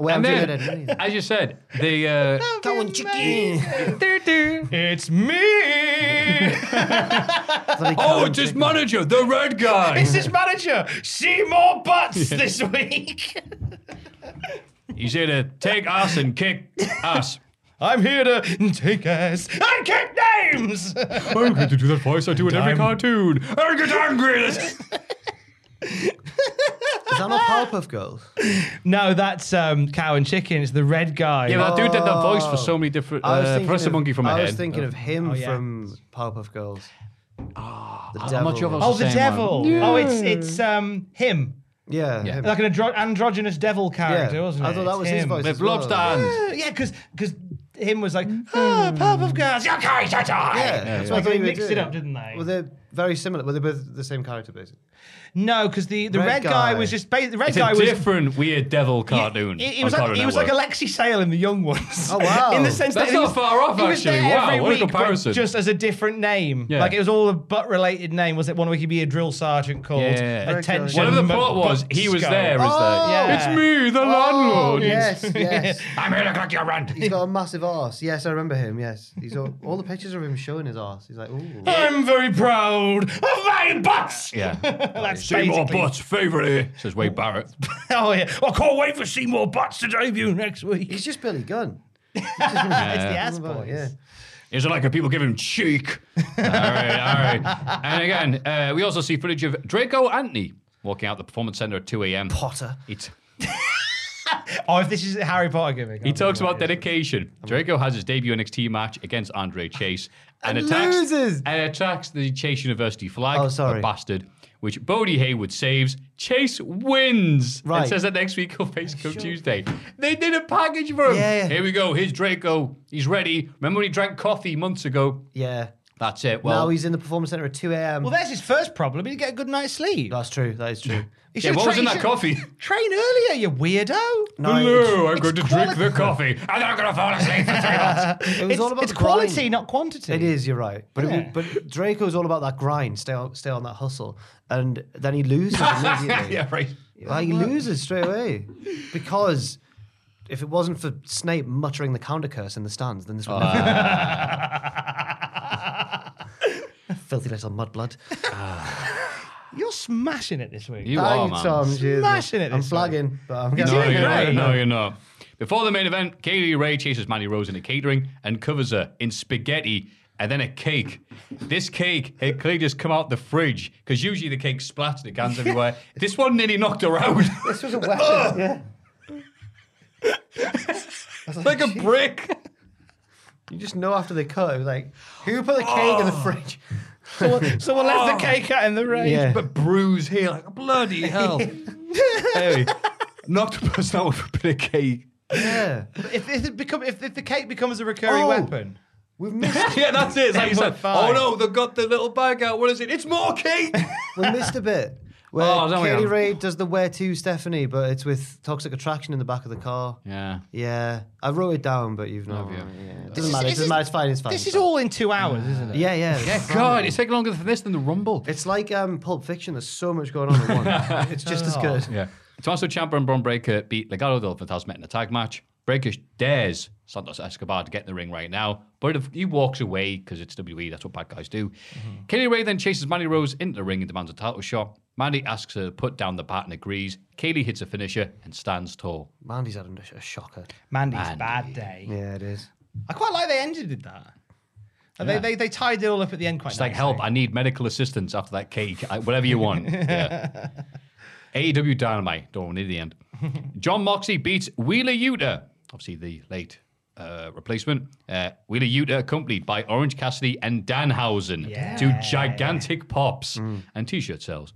Speaker 4: Well,
Speaker 2: and
Speaker 4: I'm doing
Speaker 2: then,
Speaker 4: it.
Speaker 2: as you said, the uh,
Speaker 4: That one chicken.
Speaker 3: It's me.
Speaker 2: oh, it's his manager, the red guy.
Speaker 3: it's his manager. See more butts this week.
Speaker 2: He's here to take us and kick us.
Speaker 3: I'm here to take ass and kick names.
Speaker 2: I'm going to do that voice. I do in every
Speaker 3: Time.
Speaker 2: cartoon. I get angry.
Speaker 4: Is that not Powerpuff Girls?
Speaker 3: no, that's um, cow and chicken. It's the red guy.
Speaker 2: yeah, that dude did that voice for so many different.
Speaker 4: I was
Speaker 2: Uh,
Speaker 4: thinking
Speaker 2: Professor
Speaker 4: of-
Speaker 2: Monkey from Oh.
Speaker 4: I
Speaker 2: my
Speaker 4: was
Speaker 2: head.
Speaker 4: thinking of him
Speaker 3: Oh, yeah.
Speaker 4: from Powerpuff Girls. Oh, the
Speaker 2: I'm not sure if I was
Speaker 3: oh, the
Speaker 2: Same
Speaker 3: devil.
Speaker 2: one.
Speaker 3: Oh, it's it's um him.
Speaker 4: Yeah,
Speaker 2: Yeah.
Speaker 4: him.
Speaker 3: Like an andro- androgynous devil character,
Speaker 4: Yeah.
Speaker 3: wasn't it?
Speaker 4: I thought that
Speaker 3: It's
Speaker 4: was his
Speaker 3: him.
Speaker 4: voice.
Speaker 2: With
Speaker 4: as well.
Speaker 2: lobster hands.
Speaker 3: Yeah, because because him was like, oh, Powerpuff Girls, you're going to die.
Speaker 4: Yeah, that's what I
Speaker 3: Like,
Speaker 4: thought
Speaker 3: they
Speaker 4: you were
Speaker 3: mixed it
Speaker 4: doing.
Speaker 3: up, didn't they?
Speaker 4: Well, they're very similar. Well, they're both the same character, basically.
Speaker 3: No, because the, the red,
Speaker 4: Red
Speaker 3: guy.
Speaker 4: guy.
Speaker 3: was just ba- the red
Speaker 2: It's
Speaker 3: guy
Speaker 2: a
Speaker 3: was
Speaker 2: different weird devil cartoon.
Speaker 3: He, he,
Speaker 2: on
Speaker 3: was like
Speaker 2: Cartoon
Speaker 3: he was like
Speaker 2: Network.
Speaker 3: Alexi Sale in the Young Ones.
Speaker 4: Oh, wow.
Speaker 3: In the sense
Speaker 2: That's
Speaker 3: that he
Speaker 2: not
Speaker 3: was,
Speaker 2: far off,
Speaker 3: he was
Speaker 2: actually.
Speaker 3: there
Speaker 2: Wow,
Speaker 3: every
Speaker 2: what a
Speaker 3: week, but
Speaker 2: comparison.
Speaker 3: Just as a different name,
Speaker 2: Yeah.
Speaker 3: like it was all a butt related name. Was it one week he'd be a drill sergeant called
Speaker 2: Yeah. Very
Speaker 3: Attention?
Speaker 2: Whatever the
Speaker 3: Mc-
Speaker 2: plot was, he was
Speaker 3: Butsko.
Speaker 2: there. Is that?
Speaker 3: Yeah.
Speaker 2: It's me, the landlord.
Speaker 4: yes, yes.
Speaker 2: I'm here to cut your rent.
Speaker 4: He's got a massive arse. Yes, I remember him. Yes, he's all, all the pictures of him showing his arse. He's like, ooh.
Speaker 3: I'm very proud of my butts.
Speaker 2: Yeah.
Speaker 3: That's
Speaker 2: Seymour
Speaker 3: basically-
Speaker 2: Butts, favourite here, says Wade Barrett.
Speaker 3: Oh yeah, I can't wait for Seymour Butts to debut next week.
Speaker 4: He's just Billy Gunn.
Speaker 3: it's the ass
Speaker 4: Well,
Speaker 3: boys.
Speaker 4: yeah.
Speaker 2: Is it like if people give him cheek? all right, all right. And again, uh, we also see footage of Draco Antony walking out the performance centre at 2 a.m.
Speaker 4: Potter.
Speaker 2: He, t-
Speaker 3: Oh, if this is a Harry Potter gimmick.
Speaker 2: he talks about dedication. Draco has his debut NXT match against Andre Chase and, attacks
Speaker 4: loses.
Speaker 2: and attacks the Chase University flag.
Speaker 4: Oh, sorry.
Speaker 2: the bastard. Which Bodie Haywood saves. Chase wins.
Speaker 4: Right.
Speaker 2: And says that next week he'll face Cup Tuesday. They did a package for him.
Speaker 4: Yeah.
Speaker 2: Here we go. Here's Draco. He's ready. Remember when he drank coffee months ago?
Speaker 4: Yeah.
Speaker 2: That's it. Well,
Speaker 4: now he's in the performance center at 2 a.m.
Speaker 3: Well, there's his first problem. He didn't get a good night's sleep.
Speaker 4: That's true. That is true.
Speaker 2: yeah,
Speaker 3: He should've
Speaker 2: what was
Speaker 3: tra-
Speaker 2: in
Speaker 3: he
Speaker 2: that
Speaker 3: should've-
Speaker 2: coffee?
Speaker 3: Train earlier, you weirdo.
Speaker 4: No,
Speaker 2: Hello, I'm
Speaker 3: it's
Speaker 2: going to drink the coffee, and I'm going to fall asleep for three months.
Speaker 4: It was
Speaker 3: It's,
Speaker 4: all about
Speaker 3: it's
Speaker 4: the grind.
Speaker 3: quality, not quantity.
Speaker 4: It is. You're right. But it,
Speaker 3: Yeah.
Speaker 4: but Draco's all about that grind. Stay on, stay on that hustle, and then he loses immediately.
Speaker 2: yeah, right.
Speaker 4: Like, he loses straight away because if it wasn't for Snape muttering the counter curse in the stands, then this would. never Filthy little mudblood.
Speaker 3: You're smashing it this week.
Speaker 2: You are,
Speaker 4: Thank
Speaker 2: man.
Speaker 4: you, Tom. Jesus.
Speaker 3: Smashing it
Speaker 4: I'm
Speaker 3: this
Speaker 4: flagging, but I'm
Speaker 3: You're
Speaker 4: getting
Speaker 2: No,
Speaker 3: doing
Speaker 2: you're
Speaker 3: great.
Speaker 2: not. No, you're not. Before the main event, Kaylee Ray chases Manny Rose into catering and covers her in spaghetti and then a cake. This cake had clearly just come out the fridge because usually the cake splats and it cans everywhere. This one nearly knocked her out
Speaker 4: This was a weapon. yeah.
Speaker 2: like a brick.
Speaker 4: You just know after they cut, it was like, who put the cake in
Speaker 3: Oh.
Speaker 4: the fridge?
Speaker 3: Someone, someone left the cake out in the rain.
Speaker 4: Yeah.
Speaker 2: But bruise here, like bloody hell. hey, knocked a person out with a bit of cake.
Speaker 4: Yeah.
Speaker 3: If, if, it become, if, if the cake becomes a recurring
Speaker 4: Oh.
Speaker 3: weapon,
Speaker 4: We've missed,
Speaker 2: Yeah, that's it. It's like you said,
Speaker 3: Five.
Speaker 2: oh no, they got the little bag out. What is it? It's more cake.
Speaker 4: we missed a bit. Where
Speaker 2: Oh, don't we?
Speaker 4: Katie Ray does the where to Stephanie, but it's with toxic attraction in the back of the car.
Speaker 2: yeah.
Speaker 4: Yeah. I wrote it down, but you've not. Yeah. It doesn't matter. It doesn't
Speaker 3: Oh, this is-
Speaker 4: matter. It's fine. It's fine.
Speaker 3: this
Speaker 4: it's
Speaker 3: is
Speaker 4: fine.
Speaker 3: all in two hours, isn't it?
Speaker 4: Yeah, yeah. it's
Speaker 2: Yeah,
Speaker 4: fine.
Speaker 2: God, it's taking longer for this than the rumble.
Speaker 4: It's like um, Pulp Fiction. There's so much going on at once. it's just as
Speaker 3: Oh,
Speaker 4: good.
Speaker 2: Yeah. Tommaso Ciampa and Braun Breaker beat Legado del Fantasma in a tag match. Breaker dares Santos Escobar to get in the ring right now, but if he walks away because it's WWE. That's what bad guys do. Kelly Ray then chases Mandy Rose into the ring and demands a title shot. Mandy asks her to put down the bat and agrees. Kaylee hits a finisher and stands tall.
Speaker 4: Mandy's had a, a shocker.
Speaker 3: Mandy's bad day.
Speaker 4: Yeah, it is.
Speaker 3: I quite like they ended with that. And
Speaker 2: Yeah.
Speaker 3: They, they they tied it all up at the end quite
Speaker 2: It's like,
Speaker 3: nicely.
Speaker 2: help, I need medical assistance after that cake, I, whatever you want. Yeah. AEW Dynamite, don't need the end. John Moxley beats Wheeler Yuta, obviously the late uh, replacement. Uh, Wheeler Yuta accompanied by Orange Cassidy and Danhausen, two gigantic pops and t-shirt sales.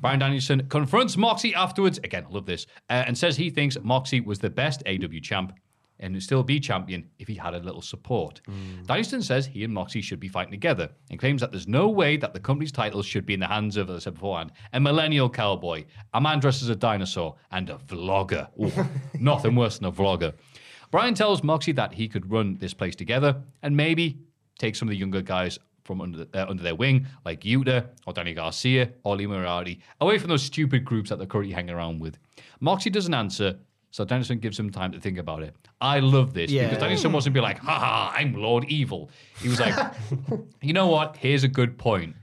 Speaker 2: Brian Danielson confronts Moxley afterwards, again, I love this, uh, and says he thinks Moxley was the best AW champ and would still be champion if he had a little support. Dynaston says he and Moxie should be fighting together and claims that there's no way that the company's titles should be in the hands of, as I said beforehand, a millennial cowboy, a man dressed as a dinosaur, and a vlogger. Ooh, nothing worse than a vlogger. Brian tells Moxie that he could run this place together and maybe take some of the younger guys from under, uh, under their wing, like Yuta or Danny Garcia or Lee Moriarty, away from those stupid groups that they're currently hanging around with. Moxie doesn't answer, so Danielson gives him time to think about it. I love this
Speaker 4: Yeah.
Speaker 2: because Danielson wasn't be like, "Ha ha, I'm Lord Evil. He was like, you know what? Here's a good point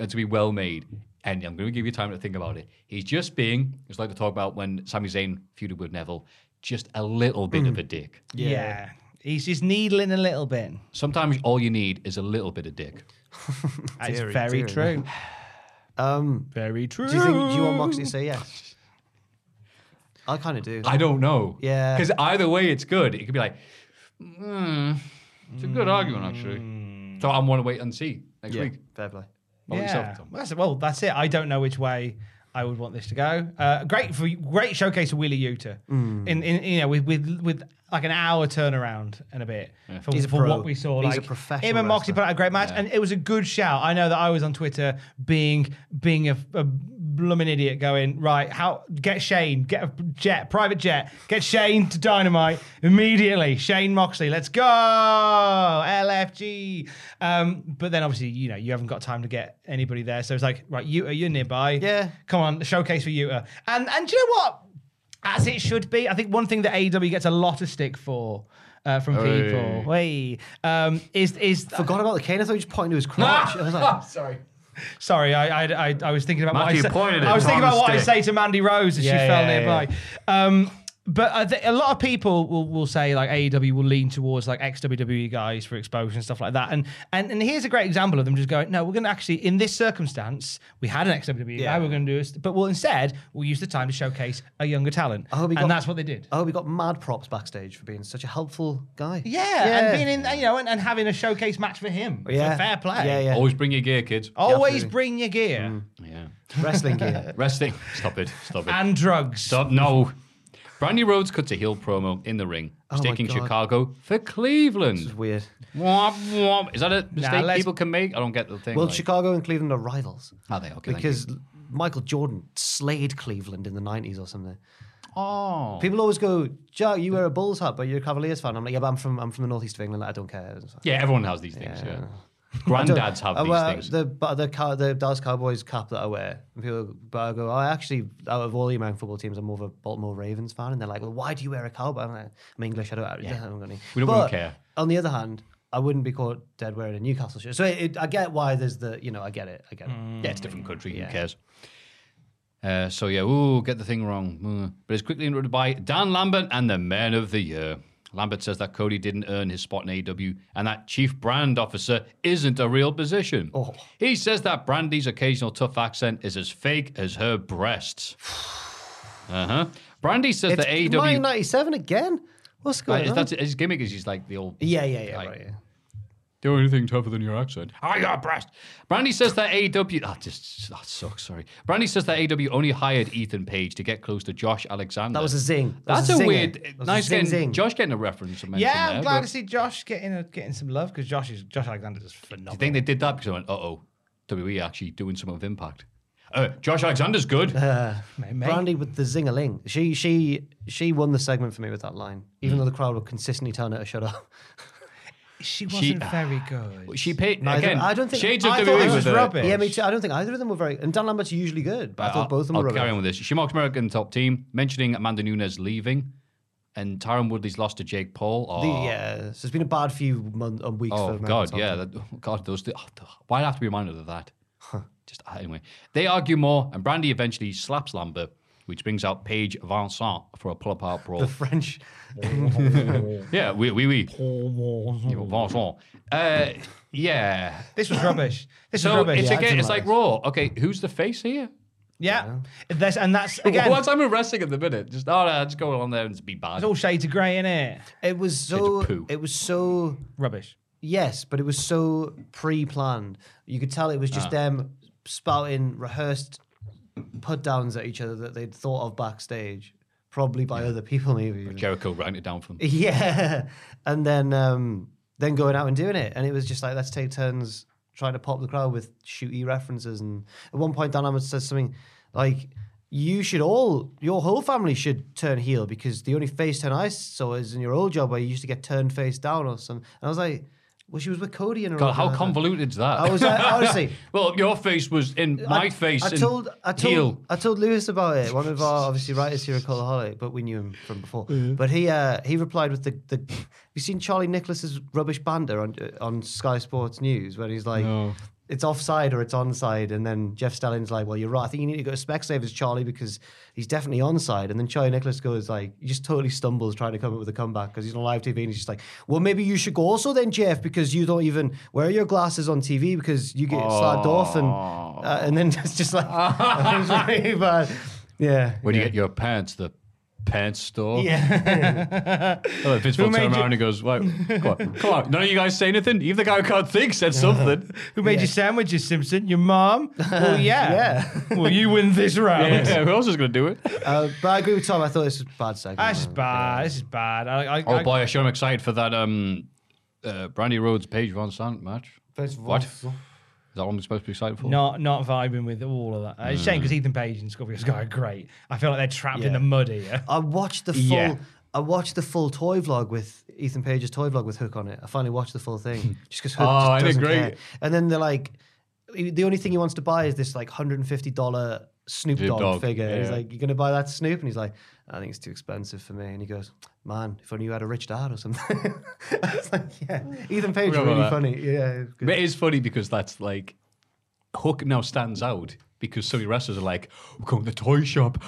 Speaker 2: uh, to be well made. And I'm going to give you time to think about it. He's just being, it's like to talk about when Sami Zayn feuded with Neville, just a little bit of a dick.
Speaker 3: Yeah. He's just needling a little bit.
Speaker 2: Sometimes all you need is a little bit of dick.
Speaker 3: That's
Speaker 4: Deary,
Speaker 3: very
Speaker 4: deary.
Speaker 3: true.
Speaker 4: Um,
Speaker 3: Very true.
Speaker 4: do you think? Do you want Moxie to say yes? I kind of do.
Speaker 2: I don't know.
Speaker 4: Yeah.
Speaker 2: Because either way, it's good. It could be like, mm, it's a good argument, actually. So I'm going to wait and see next
Speaker 4: yeah,
Speaker 2: week.
Speaker 4: fair play.
Speaker 2: What about
Speaker 3: Yeah.
Speaker 2: yourself, Tom?
Speaker 3: That's, well, that's it. I don't know which way I would want this to go. Uh, great for great showcase of Wheeler Yuta.
Speaker 4: Hmm.
Speaker 3: In, in you know with with with like an hour turnaround and a bit for,
Speaker 4: He's a
Speaker 3: for
Speaker 4: pro.
Speaker 3: what we saw.
Speaker 4: He's a
Speaker 3: like
Speaker 4: professional
Speaker 3: him and Moxie
Speaker 4: wrestler.
Speaker 3: put out a great match, and it was a good shout. I know that I was on Twitter being being a, a blooming idiot, going right. How get Shane, get a jet, private jet, get Shane to Dynamite immediately. Shane Moxley, let's go, LFG. Um, but then obviously you know you haven't got time to get anybody there, so it's like right, you you're nearby.
Speaker 4: Yeah.
Speaker 3: come on, showcase for you. And and do you know what? As it should be. I think one thing that AEW gets a lot of stick for. Uh, from people, Hey. um, is is
Speaker 4: Forgot about the cane. I thought you just pointing to his crotch. I was like,
Speaker 2: Sorry.
Speaker 3: Sorry, I I, I, I was thinking about
Speaker 2: Matthew
Speaker 3: what I, sa-
Speaker 2: pointed at
Speaker 3: I was thinking about
Speaker 2: Tom's
Speaker 3: what I
Speaker 2: stick.
Speaker 3: say to Mandy Rose as she
Speaker 4: Yeah,
Speaker 3: fell
Speaker 4: yeah,
Speaker 3: nearby. Um, but I thi- a lot of people will, will say like AEW will lean towards like ex WWE guys for exposure and stuff like that. And and and here's a great example of them just going, no, we're going to actually in this circumstance we had an ex WWE guy, we're going to do this, but we'll instead we'll use the time to showcase a younger talent,
Speaker 4: hope he
Speaker 3: and
Speaker 4: got-
Speaker 3: that's what they did.
Speaker 4: oh, we got mad props backstage for being such a helpful guy.
Speaker 3: yeah, and being in, you know, and, and having a showcase match for him.
Speaker 4: Yeah.
Speaker 3: For fair play.
Speaker 4: Yeah, Oh. yeah.
Speaker 2: Always bring your gear, kids.
Speaker 3: Always
Speaker 4: Absolutely. Mm.
Speaker 3: bring your gear
Speaker 2: Yeah.
Speaker 4: Wrestling gear.
Speaker 2: Resting. Stop it. Stop it.
Speaker 3: and drugs.
Speaker 2: Stop. No. Brandy Rhodes cuts a heel promo in the ring,
Speaker 4: Oh my
Speaker 2: mistaking
Speaker 4: God.
Speaker 2: Chicago for Cleveland. This is
Speaker 4: weird.
Speaker 2: Womp, womp. Is that a mistake
Speaker 4: let's-
Speaker 2: people can make? I don't get the thing.
Speaker 4: Well,
Speaker 2: like-
Speaker 4: Chicago and Cleveland are rivals.
Speaker 2: Are they? Okay, thank
Speaker 4: Because Michael Jordan slayed Cleveland in the 90s or something.
Speaker 2: oh,
Speaker 4: People always go, Jack, you wear a Bulls hat, but you're a Cavaliers fan. I'm like, yeah, but I'm from, I'm from the northeast of England. I don't care. It's fine.
Speaker 2: yeah, everyone has these things. Yeah,
Speaker 4: I don't-
Speaker 2: granddads have
Speaker 4: I
Speaker 2: these
Speaker 4: wear
Speaker 2: things.
Speaker 4: The, but the, cow, the Dallas Cowboys cap that I wear, and people but I go, I actually, out of all the American football teams, I'm more of a Baltimore Ravens fan. And they're like, well, why do you wear a cowboy? I'm, like, I'm English. I don't, I don't got any.
Speaker 2: We don't
Speaker 4: But
Speaker 2: really care.
Speaker 4: On the other hand, I wouldn't be caught dead wearing a Newcastle shirt. So it, it, I get why there's the, you know, I get it. I get it.
Speaker 2: Yeah, it's a different country. Who cares? Uh, so yeah, ooh, get the thing wrong. Mm. But it's quickly interrupted by Dan Lambert and the Men of the Year. Lambert says that Cody didn't earn his spot in AEW and that Chief Brand Officer isn't a real position.
Speaker 4: Oh.
Speaker 2: He says that Brandy's occasional tough accent is as fake as her breasts. Uh huh. Brandy says
Speaker 4: It's
Speaker 2: that AEW.
Speaker 4: 997 again? What's
Speaker 2: Right,
Speaker 4: going
Speaker 2: is-
Speaker 4: on?
Speaker 2: that's his gimmick. Is he's like the old
Speaker 4: Yeah, yeah, yeah,
Speaker 2: like,
Speaker 4: right, yeah.
Speaker 2: Do anything tougher than your accent. I got breast. Brandy says that oh, AW. That just that sucks. Sorry. Brandy says that AW only hired Ethan Page to get close to Josh Alexander.
Speaker 4: That was a zing. That was
Speaker 2: That's a,
Speaker 4: zinger.
Speaker 2: weird.
Speaker 4: That was a
Speaker 2: Nice
Speaker 4: zing,
Speaker 2: getting
Speaker 4: zing.
Speaker 2: Josh getting a reference. and mention
Speaker 3: Yeah, I'm
Speaker 2: there,
Speaker 3: glad
Speaker 2: but
Speaker 3: to see Josh getting a, getting some love because Josh is Josh Alexander is
Speaker 2: Do you
Speaker 3: phenomenal.
Speaker 2: think they did that because I went, uh oh, WWE actually doing some of Impact. Uh, Josh Alexander's good.
Speaker 3: Mate,
Speaker 4: Brandy with the zingaling. She she she won the segment for me with that line,
Speaker 2: Mm.
Speaker 4: even though the crowd would consistently tell her to shut up.
Speaker 3: she wasn't very good.
Speaker 2: she paid
Speaker 4: Neither-
Speaker 2: again.
Speaker 4: I don't think
Speaker 2: Shades
Speaker 4: I
Speaker 2: of E
Speaker 4: thought it
Speaker 2: WWE
Speaker 4: was
Speaker 2: with her.
Speaker 3: rubbish.
Speaker 4: Yeah, me too. I don't think either of them were very. And Dan Lambert's usually good, but I thought both of them
Speaker 2: Uh, I'll
Speaker 4: were
Speaker 2: carry on
Speaker 4: rubbish.
Speaker 2: with this. She mocks America in the top team, mentioning Amanda Nunes leaving, and Tyron Woodley's lost to Jake Paul. Oh,
Speaker 4: The- yeah, so it's been a bad few months uh,
Speaker 2: oh
Speaker 4: weeks. for American
Speaker 2: God,
Speaker 4: Top
Speaker 2: yeah,
Speaker 4: Team.
Speaker 2: that, oh, God, those. Two, oh, th- why do I have to be reminded of that? Just ah, anyway, they argue more, and Brandy eventually slaps Lambert, which brings out Paige Vincent for a pull-up out brawl.
Speaker 4: the French.
Speaker 2: yeah, we we we. Vincent. Uh, yeah.
Speaker 3: This was rubbish. This
Speaker 2: So
Speaker 3: was rubbish.
Speaker 2: it's
Speaker 4: Yeah, I
Speaker 2: again,
Speaker 4: didn't
Speaker 2: it's like
Speaker 4: like
Speaker 2: Raw. Okay, who's the face here?
Speaker 3: Yeah, This- and that's again.
Speaker 2: What's I'm in wrestling at the minute? Just oh, no, just go on there and just be bad.
Speaker 3: It's all shades of grey in it.
Speaker 4: It was
Speaker 2: of
Speaker 4: so.
Speaker 2: poo.
Speaker 4: It was so.
Speaker 3: Rubbish.
Speaker 4: Yes, but it was so pre-planned. You could tell it was
Speaker 2: Ah.
Speaker 4: just them spouting rehearsed put downs at each other that they'd thought of backstage, probably by other people, maybe. even.
Speaker 2: Jericho writing it down for them.
Speaker 4: Yeah, and then um, then going out and doing it, and it was just like let's take turns trying to pop the crowd with shooty references. And at one point, Dan Ammons says something like, "You should all, your whole family should turn heel because the only face turn I saw is in your old job where you used to get turned face down or something." And I was like, "Well, she was with Cody in her."
Speaker 2: God,
Speaker 4: old
Speaker 2: how
Speaker 4: job."
Speaker 2: convoluted is that?
Speaker 4: I was like, honestly.
Speaker 2: well, your face was in my
Speaker 4: I-
Speaker 2: face.
Speaker 4: I
Speaker 2: and
Speaker 4: told I told
Speaker 2: heel.
Speaker 4: I told Lewis about it. One of our obviously writers here at Colaholic, but we knew him from before. But he uh, he replied with the the. Have you seen Charlie Nicholas's rubbish banter on uh, on Sky Sports News when he's like. It's offside or it's onside, and then Jeff Stelling's like, "Well, you're right. I think you need to go to Specsavers, Charlie, because he's definitely onside." And then Charlie Nicholas goes like, he just totally stumbles trying to come up with a comeback because he's on live TV, and he's just like, "Well, maybe you should go also then, Jeff, because you don't even wear your glasses on TV because you get slagged off." And uh, and then it's just like, it was really bad. Yeah.
Speaker 2: Where do you get your pants? The pants store.
Speaker 4: Yeah.
Speaker 2: Oh, Vince will
Speaker 3: made
Speaker 2: turn
Speaker 3: you-
Speaker 2: around and goes, "Wait, come on, come on! None of you guys say anything. Even the guy who can't think said something."
Speaker 3: Who made your sandwiches, Simpson? Your mom? Well, yeah.
Speaker 4: Yeah.
Speaker 3: well, you win this round.
Speaker 2: yeah, who else is going to do it?
Speaker 4: Uh, but I agree with Tom. I thought this was a bad segment.
Speaker 3: This is bad. This is bad. I, I,
Speaker 2: Oh
Speaker 3: I-
Speaker 2: boy, I sure am excited for that um, uh, Brandy Rhodes Paige Von Sant match.
Speaker 4: First of all-
Speaker 2: What? Is that what I'm supposed to be excited for?
Speaker 3: Not not vibing with all of that. Uh, It's a shame
Speaker 2: Mm.
Speaker 3: because Ethan Page and Scorpio Sky are great. I feel like they're trapped in
Speaker 4: Yeah.
Speaker 3: the mud here.
Speaker 4: I watched the full.
Speaker 2: Yeah.
Speaker 4: I watched the full toy vlog with Ethan Page's toy vlog with Hook on it. I finally watched the full thing just because Hook
Speaker 2: Oh, I
Speaker 4: just
Speaker 2: did
Speaker 4: doesn't
Speaker 2: great.
Speaker 4: care. And then they're like, the only thing he wants to buy is this like hundred and fifty dollar Snoop
Speaker 2: Snoop
Speaker 4: Dogg,
Speaker 2: Dogg,
Speaker 4: figure. He's
Speaker 2: yeah.
Speaker 4: like, "You're gonna buy that Snoop?" And he's like, "I think it's too expensive for me." And he goes, "Man, if only you had a rich dad or something." I was like, "Yeah." Ethan Page was
Speaker 2: Remember
Speaker 4: really
Speaker 2: that.
Speaker 4: funny. Yeah, it was good.
Speaker 2: But it is funny because that's like Hook now stands out because so many wrestlers are like, "We're going to the toy shop.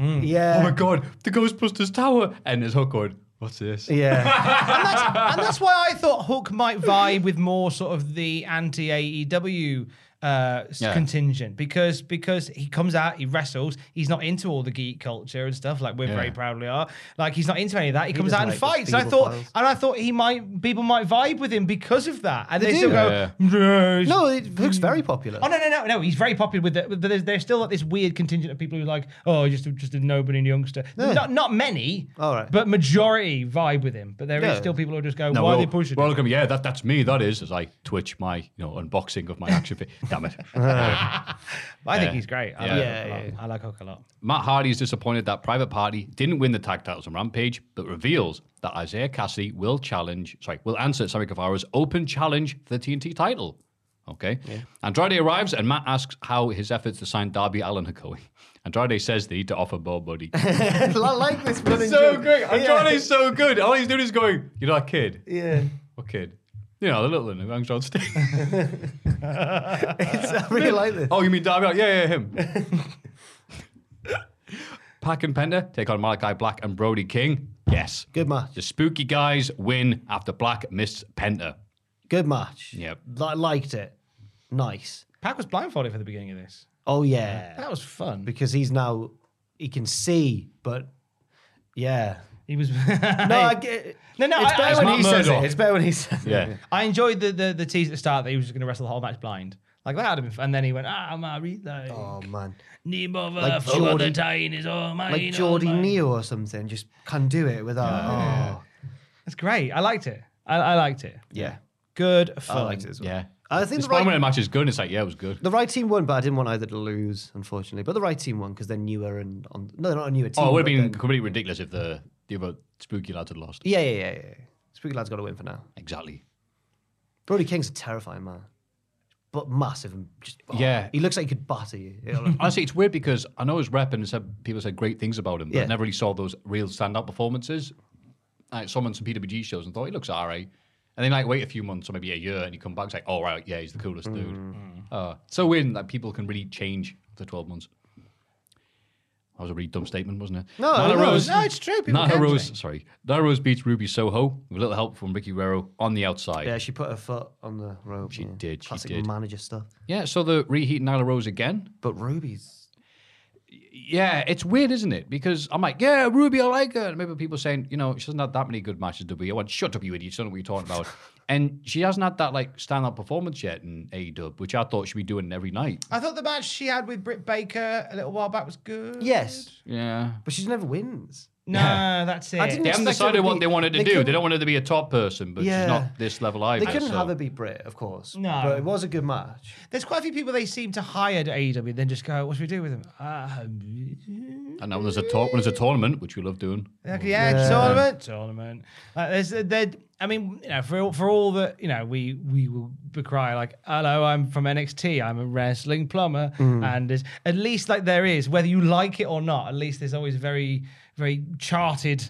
Speaker 4: yeah.
Speaker 2: Oh my god, the Ghostbusters tower!" And there's Hook going, "What's this?"
Speaker 4: Yeah.
Speaker 3: and that's why I thought Hook might vibe with more sort of the anti AEW E uh, s-
Speaker 2: Yeah.
Speaker 3: contingent because because he comes out, he wrestles, he's not into all the geek culture and stuff like we're very
Speaker 2: Yeah.
Speaker 3: proudly are. Like he's not into any of that. He, comes
Speaker 4: doesn't
Speaker 3: out and
Speaker 4: like the
Speaker 3: fights. And I
Speaker 4: feeble
Speaker 3: thought
Speaker 4: files.
Speaker 3: and I thought he might people might vibe with him because of that. And they,
Speaker 4: They
Speaker 3: still
Speaker 4: do.
Speaker 3: go,
Speaker 2: Yeah,
Speaker 3: "No, he's
Speaker 4: No, it looks very popular.
Speaker 3: Oh no no no no! He's very popular with it, but there's, there's still like this weird contingent of people who are like, oh, just just a nobody youngster. Not not many,
Speaker 4: All right.
Speaker 3: but majority vibe with him. But there is
Speaker 4: Yeah.
Speaker 3: still people who just go,
Speaker 2: No,
Speaker 3: why
Speaker 2: we're
Speaker 3: are they
Speaker 2: all-
Speaker 3: pushing?
Speaker 2: We're all
Speaker 3: him?"
Speaker 2: looking, yeah, that, that's me. That is as I twitch my you know unboxing of my action figure. Damn it.
Speaker 3: I think
Speaker 2: Yeah.
Speaker 3: he's great. I
Speaker 2: Yeah.
Speaker 3: like
Speaker 4: Yeah,
Speaker 3: Hook a lot.
Speaker 4: yeah.
Speaker 3: I like Hook a lot.
Speaker 2: Matt Hardy is disappointed that Private Party didn't win the tag titles on Rampage, but reveals that Isaiah Cassidy will challenge, sorry, will answer Sammy Guevara's open challenge for the TNT title. Okay. Andrade arrives and Matt asks how his efforts to sign Darby Allen are going. Andrade says they need to offer more money.
Speaker 4: I like this one.
Speaker 2: so good. Andrade's so good. All he's doing is going, You're not a kid.
Speaker 4: Yeah.
Speaker 2: What kid? You know, the little one who hangs around stage.
Speaker 4: It's, I really like this.
Speaker 2: Oh, you mean Darby? Allin? Yeah, yeah, him. Pack and Pender take on Malachi Black and Brody King. Yes.
Speaker 4: Good match.
Speaker 2: The spooky guys win after Black missed Penta.
Speaker 4: Good match.
Speaker 2: Yep.
Speaker 4: Li- liked it. Nice.
Speaker 3: Pack was blindfolded for the beginning of this.
Speaker 4: Oh yeah.
Speaker 3: That was fun.
Speaker 4: Because he's now he can see, but yeah.
Speaker 3: He was
Speaker 4: No, I get.
Speaker 3: No, no,
Speaker 4: It's
Speaker 3: I-
Speaker 4: better
Speaker 3: I-
Speaker 4: when he
Speaker 2: Matt
Speaker 4: says it.
Speaker 2: Murdock.
Speaker 4: It's better when he says it.
Speaker 2: Yeah.
Speaker 3: I enjoyed the the, the tease at the start that he was just going to wrestle the whole match blind. Like that had been fun. And then he went, ah, I'm a reload.
Speaker 4: Oh man.
Speaker 3: Nemo
Speaker 4: Like
Speaker 3: uh, full of the
Speaker 4: Geordie-
Speaker 3: time is all mine.
Speaker 4: Like
Speaker 3: all
Speaker 4: Geordie
Speaker 3: mine.
Speaker 4: Neo or something, just can do it without. oh.
Speaker 3: That's great. I liked it. I, I liked it.
Speaker 4: Yeah.
Speaker 3: Good fun.
Speaker 4: I liked it as well.
Speaker 2: Yeah.
Speaker 4: I think
Speaker 2: This
Speaker 4: the
Speaker 2: one when
Speaker 4: right,
Speaker 2: the match is good, it's like, yeah, it was good.
Speaker 4: the right team won, but I didn't want either to lose, unfortunately. But the right team won because they're newer and on. No, they're not a newer team.
Speaker 2: Oh, it would have
Speaker 4: but
Speaker 2: been
Speaker 4: then-
Speaker 2: completely ridiculous if the, the other spooky lads had lost.
Speaker 4: Yeah, yeah, yeah, yeah. yeah. Spooky Lad's got to win for now.
Speaker 2: Exactly.
Speaker 4: Brody King's a terrifying man, but massive and just oh,
Speaker 2: Yeah.
Speaker 4: He looks like he could batter you.
Speaker 2: Honestly, it's weird because I know his rep and said, people said great things about him, but I
Speaker 4: Yeah.
Speaker 2: never really saw those real standout performances. I saw him on some PWG shows and thought he looks all right. And then like wait a few months or maybe a year and you come back and say, oh, right, yeah, he's the coolest
Speaker 3: Mm.
Speaker 2: dude. Uh, so weird that people can really change after 12 months. That was a really dumb statement, wasn't it?
Speaker 4: No,
Speaker 2: Nyla
Speaker 4: no,
Speaker 2: Rose.
Speaker 3: no, it's true, people
Speaker 2: Nyla
Speaker 3: can
Speaker 2: Rose,
Speaker 3: change.
Speaker 2: sorry. Nyla Rose beats Ruby Soho with a little help from Ricky Guerrero on the outside.
Speaker 4: yeah, she put her foot on the rope.
Speaker 2: She
Speaker 4: yeah.
Speaker 2: did, she
Speaker 4: Classic
Speaker 2: did.
Speaker 4: manager stuff.
Speaker 2: yeah, so the reheat Nyla Rose again.
Speaker 4: But Ruby's
Speaker 2: Yeah, it's weird, isn't it? Because I'm like, yeah, Ruby, I like her. And maybe people are saying, you know, she doesn't have that many good matches, WWE. I went, shut up, you idiot. You don't know what you're talking about. and she hasn't had that, like, standout performance yet in AEW, which I thought she'd be doing every night.
Speaker 3: I thought the match she had with Britt Baker a little while back was good.
Speaker 4: yes,
Speaker 2: Yeah.
Speaker 4: but she never wins.
Speaker 3: No, that's it.
Speaker 4: I didn't
Speaker 2: They haven't
Speaker 4: expect her to
Speaker 2: decided what
Speaker 4: be-
Speaker 2: they wanted to
Speaker 4: they
Speaker 2: do.
Speaker 4: couldn't-
Speaker 2: They don't want her to be a top person, but
Speaker 4: Yeah.
Speaker 2: she's not this level either.
Speaker 4: They couldn't
Speaker 2: so-
Speaker 4: have her beat Brit, of course.
Speaker 3: No.
Speaker 4: but it was a good match.
Speaker 3: There's quite a few people they seem to hire at AEW, then just go, what should we do with them? Uh,
Speaker 2: And now there's a, tor- there's a tournament, which we love doing.
Speaker 3: okay, yeah, tournament. Tournament. Like, there's, uh, there, I mean, you know, for, all- for all that, you know, we we will be crying like, hello, I'm from NXT, I'm a wrestling plumber.
Speaker 4: Mm.
Speaker 3: And there's, at least like there is, whether you like it or not, at least there's always very, very charted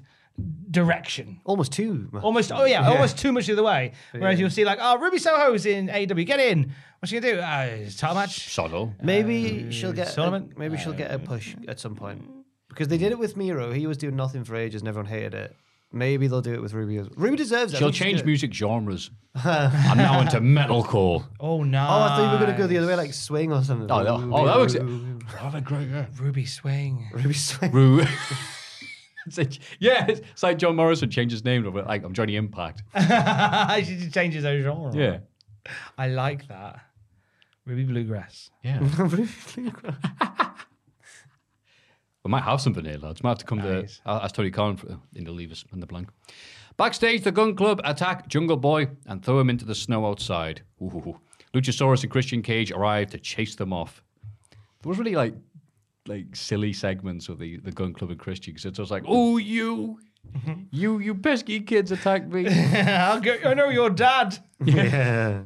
Speaker 3: direction.
Speaker 4: Almost two. ma-
Speaker 3: Almost, oh yeah, almost too much of the way. Whereas you'll see like, oh, Ruby Soho's in AW, get in. What's she gonna do? Uh, it's title match.
Speaker 2: Solo.
Speaker 4: Maybe
Speaker 2: Uh,
Speaker 4: she'll get. A,
Speaker 3: Solomon?
Speaker 4: maybe she'll get a push at some point because they did it with Miro. He was doing nothing for ages, and everyone hated it. Maybe they'll do it with Ruby. as- Ruby deserves it. I
Speaker 2: She'll
Speaker 4: think she
Speaker 2: change
Speaker 4: did.
Speaker 2: music genres. I'm now into metalcore.
Speaker 3: Oh no!
Speaker 4: Oh, I thought you were gonna go the other way, like swing or something.
Speaker 2: Oh, that, oh, that
Speaker 4: Ruby,
Speaker 2: works.
Speaker 4: Ruby,
Speaker 2: Oh, they're great, yeah.
Speaker 3: Ruby swing.
Speaker 4: Ruby swing.
Speaker 2: Rue. It's a- yeah, it's it's like John Morrison changed his name. to, Like I'm Johnny Impact.
Speaker 3: I should change his own genre.
Speaker 2: Yeah,
Speaker 3: I like that. Ruby bluegrass.
Speaker 2: yeah. we might have something here, lads. Might have to come
Speaker 3: Nice.
Speaker 2: to ask Tony Khan for, in the leave us in the blank. Backstage, the Gun Club attack Jungle Boy and throw him into the snow outside. Ooh. Luchasaurus and Christian Cage arrive to chase them off. There was really like like silly segments of the, the Gun Club and Christian because it's just like, oh you, you you pesky kids attacked me.
Speaker 3: I'll go, I know your dad.
Speaker 4: Yeah.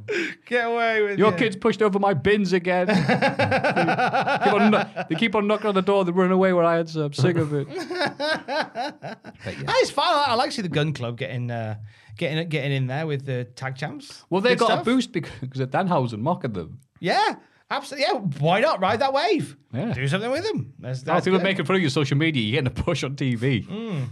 Speaker 3: Get away with
Speaker 2: Your
Speaker 3: you.
Speaker 2: kids pushed over my bins again. they, keep on kno- they keep on knocking on the door. They run away when I answer. I'm sick of it.
Speaker 3: That is fine. I, I like to see the gun club getting uh, getting getting in there with the tag champs.
Speaker 2: Well, they
Speaker 3: Good
Speaker 2: got
Speaker 3: stuff.
Speaker 2: a boost because, because of Danhausen mocking them.
Speaker 3: Yeah, absolutely. Yeah, why not ride that wave?
Speaker 2: Yeah.
Speaker 3: Do something with them. That's,
Speaker 2: That's
Speaker 3: that's
Speaker 2: people
Speaker 3: good.
Speaker 2: making fun of your social media. You're getting a push on TV.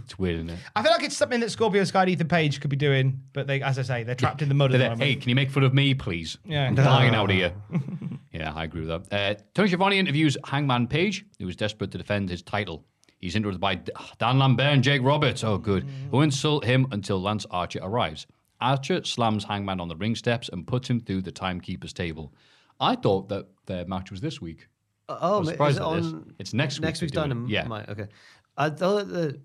Speaker 2: It's weird, isn't it?
Speaker 3: I feel like it's something that Scorpio Sky and Ethan Page could be doing, but they, as I say, they're trapped in the mud at
Speaker 2: They're there,
Speaker 3: the moment.
Speaker 2: hey, can you make fun of me, please?
Speaker 3: Yeah.
Speaker 2: I'm dying out here. Yeah, I agree with that. Uh, Tony Schiavone interviews Hangman Page, who was desperate to defend his title. He's interrupted by D- Dan Lambert and Jake Roberts. Oh, good.
Speaker 3: Mm.
Speaker 2: Who insult him until Lance Archer arrives. Archer slams Hangman on the ring steps and puts him through the timekeeper's table. I thought that their match was this week. I
Speaker 4: Oh,
Speaker 2: was
Speaker 4: ma-
Speaker 2: surprised
Speaker 4: is it
Speaker 2: at this.
Speaker 4: on
Speaker 2: It's next week
Speaker 4: Next
Speaker 2: they
Speaker 4: week's
Speaker 2: do it.
Speaker 4: Dynamite.
Speaker 2: Yeah.
Speaker 4: Okay. I thought that.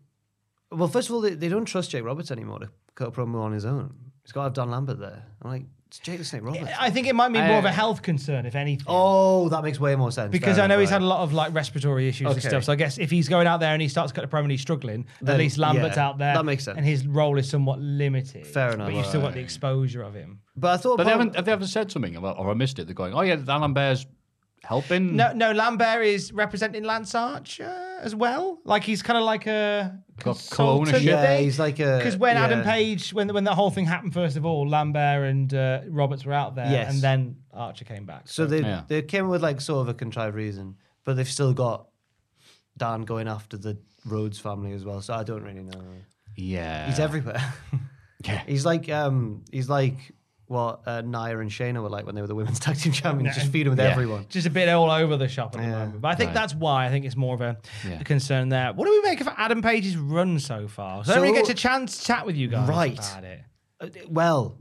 Speaker 4: Well, first of all, they, they don't trust Jake Roberts anymore to cut a promo on his own. He's got to have Don Lambert there. I'm like, it's Jake the Snake Roberts.
Speaker 3: I think it might be more of
Speaker 4: Uh,
Speaker 3: a health concern, if anything.
Speaker 4: Oh, that makes way more sense.
Speaker 3: Because
Speaker 4: Fair
Speaker 3: I know
Speaker 4: enough,
Speaker 3: he's
Speaker 4: right.
Speaker 3: had a lot of like respiratory issues and
Speaker 4: Okay.
Speaker 3: stuff. So I guess if he's going out there and he starts cutting a promo and he's struggling,
Speaker 4: Then,
Speaker 3: at least Lambert's
Speaker 4: yeah,
Speaker 3: out there.
Speaker 4: that makes sense.
Speaker 3: And his role is somewhat limited.
Speaker 4: Fair enough.
Speaker 3: But you've still got the
Speaker 4: Right.
Speaker 3: exposure of him.
Speaker 4: But I thought.
Speaker 2: But they
Speaker 4: part-
Speaker 2: haven't, have they ever said something about, or I missed it? They're going, oh, yeah, Dan Lambert's helping.
Speaker 3: No, no, Lambert is representing Lance Archer as well. Like he's kind of like a
Speaker 2: Co- co-ownership.
Speaker 4: Yeah, he's like a-
Speaker 3: because when Adam
Speaker 4: yeah.
Speaker 3: Page when when that whole thing happened, first of all, Lambert and uh, Roberts were out there,
Speaker 4: Yes.
Speaker 3: and then Archer came back.
Speaker 4: So they
Speaker 2: Yeah.
Speaker 4: they came with like sort of a contrived reason, but they've still got Dan going after the Rhodes family as well. So I don't really know.
Speaker 2: Yeah.
Speaker 4: He's everywhere.
Speaker 2: Yeah.
Speaker 4: he's like um he's like what uh, Nia and Shayna were like when they were the women's tag team champions, just feeding with
Speaker 3: Yeah.
Speaker 4: everyone.
Speaker 3: Just a bit all over the shop at the
Speaker 4: Yeah.
Speaker 3: moment. But I think
Speaker 2: Right.
Speaker 3: that's why I think it's more of a,
Speaker 2: Yeah.
Speaker 3: a concern there. What do we make of Adam Page's run so far? So, I
Speaker 4: So-
Speaker 3: don't really get a chance to chat with you guys
Speaker 4: Right.
Speaker 3: about it.
Speaker 4: Uh, Well,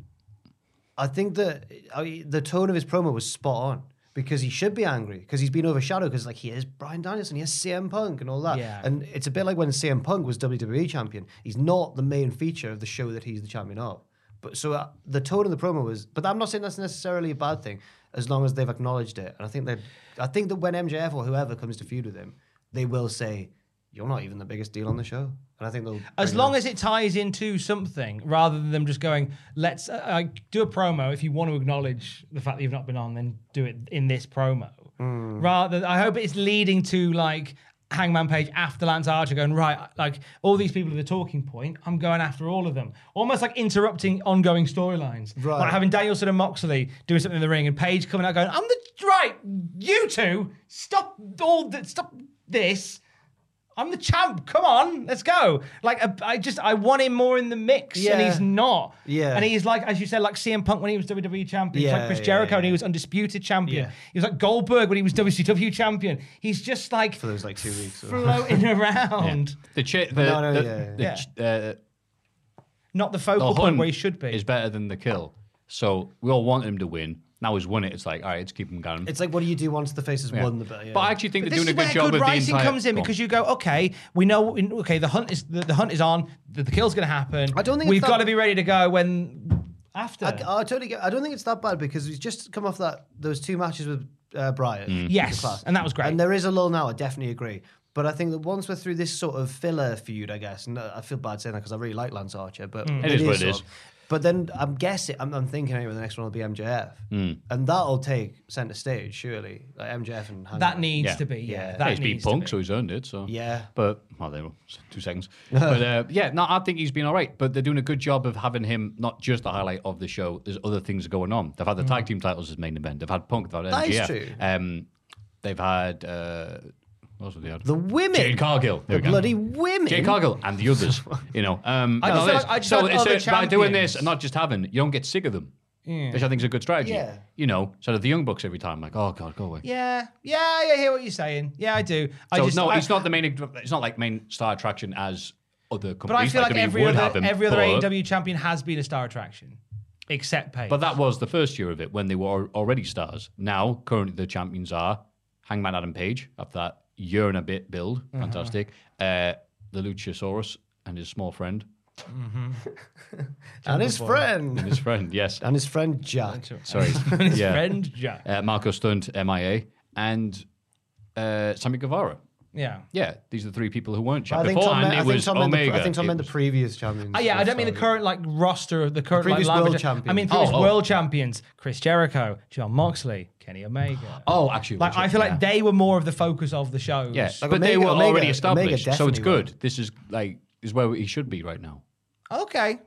Speaker 4: I think that I mean, the tone of his promo was spot on because he should be angry because he's been overshadowed because like he is Brian Danielson, he is CM Punk and all that.
Speaker 3: Yeah.
Speaker 4: And it's a bit like when CM Punk was WWE champion. He's not the main feature of the show that he's the champion of. But so uh, the tone of the promo was. But I'm not saying that's necessarily a bad thing as long as they've acknowledged it. And I think that I think that when MJF or whoever comes to feud with him, they will say. You're not even the biggest deal on the show, and I think they'll.
Speaker 3: As
Speaker 4: bring it up.
Speaker 3: long as it ties into something rather than them just going, let's uh, uh, do a promo. If you want to acknowledge the fact that you've not been on, then do it in this promo. Rather, I hope it's leading to like Hangman Page after Lance Archer going, right, like all these people are the talking point. I'm going after all of them. Almost like interrupting ongoing storylines.
Speaker 4: Right.
Speaker 3: Like having Danielson and Moxley doing something in the ring and Page coming out going, I'm the, right, you two, stop all, th- stop this. I'm the champ. Come on, let's go. Like I, I just I want him more in the mix, and
Speaker 4: Yeah.
Speaker 3: he's not.
Speaker 4: Yeah.
Speaker 3: and he's like as you said, like CM Punk when he was WWE champion, He's
Speaker 4: Yeah,
Speaker 3: like Chris
Speaker 4: yeah,
Speaker 3: Jericho when
Speaker 4: yeah.
Speaker 3: he was undisputed champion.
Speaker 4: Yeah.
Speaker 3: He was like Goldberg when he was WCW champion. He's just like
Speaker 4: for those like two weeks. or-
Speaker 3: floating around,
Speaker 2: The, cha- the,
Speaker 4: no, no,
Speaker 2: the,
Speaker 4: yeah,
Speaker 2: the
Speaker 3: yeah.
Speaker 2: ch- uh,
Speaker 3: not the
Speaker 2: the
Speaker 3: focal
Speaker 2: hunt
Speaker 3: point where he should be.
Speaker 2: is better than the kill. So we all want him to win. Now he's won it. It's like, all right, let's keep him going.
Speaker 4: It's like, what do you do once the face has
Speaker 2: Yeah.
Speaker 4: won the bet? Yeah.
Speaker 2: But I actually think
Speaker 3: But
Speaker 2: they're
Speaker 3: this
Speaker 2: doing a
Speaker 3: is
Speaker 2: good
Speaker 3: where
Speaker 2: job
Speaker 3: good
Speaker 2: with the
Speaker 3: writing
Speaker 2: entire.
Speaker 3: comes in
Speaker 2: Go on.
Speaker 3: because you go, okay, we know, okay, the hunt is the, the hunt is on, the, the kill's going to happen.
Speaker 4: I don't think
Speaker 3: we've
Speaker 4: it's that-
Speaker 3: got to be ready to go when after.
Speaker 4: I, I totally get. I don't think it's that bad because he's just come off that those two matches with uh, Brian.
Speaker 2: Mm.
Speaker 3: Yes, and that was great.
Speaker 4: And there is a lull now. I definitely agree. But I think that once we're through this sort of filler feud, I guess, and uh, I feel bad saying that because I really like Lance Archer, but
Speaker 3: Mm.
Speaker 2: It is what it
Speaker 4: sort
Speaker 2: is.
Speaker 4: of- But then I'm guessing I'm, I'm thinking anyway. The next one will be MJF,
Speaker 2: Mm.
Speaker 4: and that'll take center stage surely. Like MJF and Hangman.
Speaker 3: that needs
Speaker 2: Yeah.
Speaker 3: to be, yeah.
Speaker 4: Yeah.
Speaker 3: that
Speaker 2: Yeah, he's been
Speaker 3: needs to
Speaker 2: punk,
Speaker 3: be.
Speaker 2: so he's earned it. So
Speaker 4: Yeah.
Speaker 2: but well, there were two seconds. but uh, yeah, no, I think he's been all right. But they're doing a good job of having him not just the highlight of the show. There's other things going on. They've
Speaker 3: Hmm.
Speaker 2: had the tag team titles as main event. They've had Punk. They've had
Speaker 4: That is
Speaker 2: MJF.
Speaker 4: true.
Speaker 2: Um, they've had uh, what else have they had?
Speaker 4: The women.
Speaker 2: Jade Cargill. There
Speaker 4: the
Speaker 2: we go.
Speaker 4: bloody women.
Speaker 2: Jay Cargill and the others, you know. Um,
Speaker 3: I
Speaker 2: and
Speaker 3: just
Speaker 2: all
Speaker 3: feel
Speaker 2: this.
Speaker 3: like- I just
Speaker 2: so
Speaker 3: feel like
Speaker 2: it's
Speaker 3: other
Speaker 2: a, by doing
Speaker 3: champions-
Speaker 2: this and not just having, you don't get sick of them,
Speaker 3: Yeah.
Speaker 2: which I think is a good strategy.
Speaker 4: Yeah.
Speaker 2: You know, sort of the young bucks every time, like, oh god, go away.
Speaker 3: Yeah, yeah, I hear what you're saying. Yeah, I do. I
Speaker 2: So
Speaker 3: just
Speaker 2: no,
Speaker 3: I,
Speaker 2: it's not the main. It's not like main star attraction as other companies.
Speaker 3: But I feel like,
Speaker 2: WWE
Speaker 3: every
Speaker 2: would
Speaker 3: other
Speaker 2: have them,
Speaker 3: every other E
Speaker 2: but,
Speaker 3: AEW champion has been a star attraction, except Paige.
Speaker 2: But that was the first year of it when they were al- already stars. Now, currently the champions are Hangman Adam Page after that year and a bit build,
Speaker 3: Mm-hmm.
Speaker 2: fantastic. Uh, the Luchasaurus and his small friend,
Speaker 4: and his friend,
Speaker 2: his friend, yes.
Speaker 4: and his friend Jack.
Speaker 2: Sorry,
Speaker 3: his
Speaker 2: yeah.
Speaker 3: friend Jack.
Speaker 2: uh, Marco Stunt, MIA, and uh, Sammy Guevara.
Speaker 3: Yeah.
Speaker 2: Yeah, these are the three people who weren't
Speaker 4: I
Speaker 2: champions.
Speaker 4: think
Speaker 2: Before,
Speaker 4: Tom,
Speaker 2: and
Speaker 4: meant,
Speaker 2: it
Speaker 4: I think
Speaker 2: was
Speaker 4: Tom meant the,
Speaker 2: Omega.
Speaker 4: I think Tom
Speaker 2: It
Speaker 4: meant the
Speaker 2: was-
Speaker 4: previous champions.
Speaker 3: Uh, yeah, I don't mean the
Speaker 4: Sorry.
Speaker 3: current like roster of the current
Speaker 4: previous
Speaker 3: like,
Speaker 4: world
Speaker 3: lineup. I mean
Speaker 4: champions.
Speaker 3: previous
Speaker 2: Oh, oh.
Speaker 3: world champions: Chris Jericho, John Moxley, Kenny Omega.
Speaker 2: Oh, actually,
Speaker 3: like I feel like
Speaker 2: yeah.
Speaker 3: they were more of the focus of the shows.
Speaker 2: Yeah,
Speaker 4: Like
Speaker 2: but they
Speaker 4: Omega-
Speaker 2: were
Speaker 4: Omega-
Speaker 2: already
Speaker 4: Omega
Speaker 2: established, so it's
Speaker 4: definitely
Speaker 2: good. This is like is where he should be right now.
Speaker 3: Okay,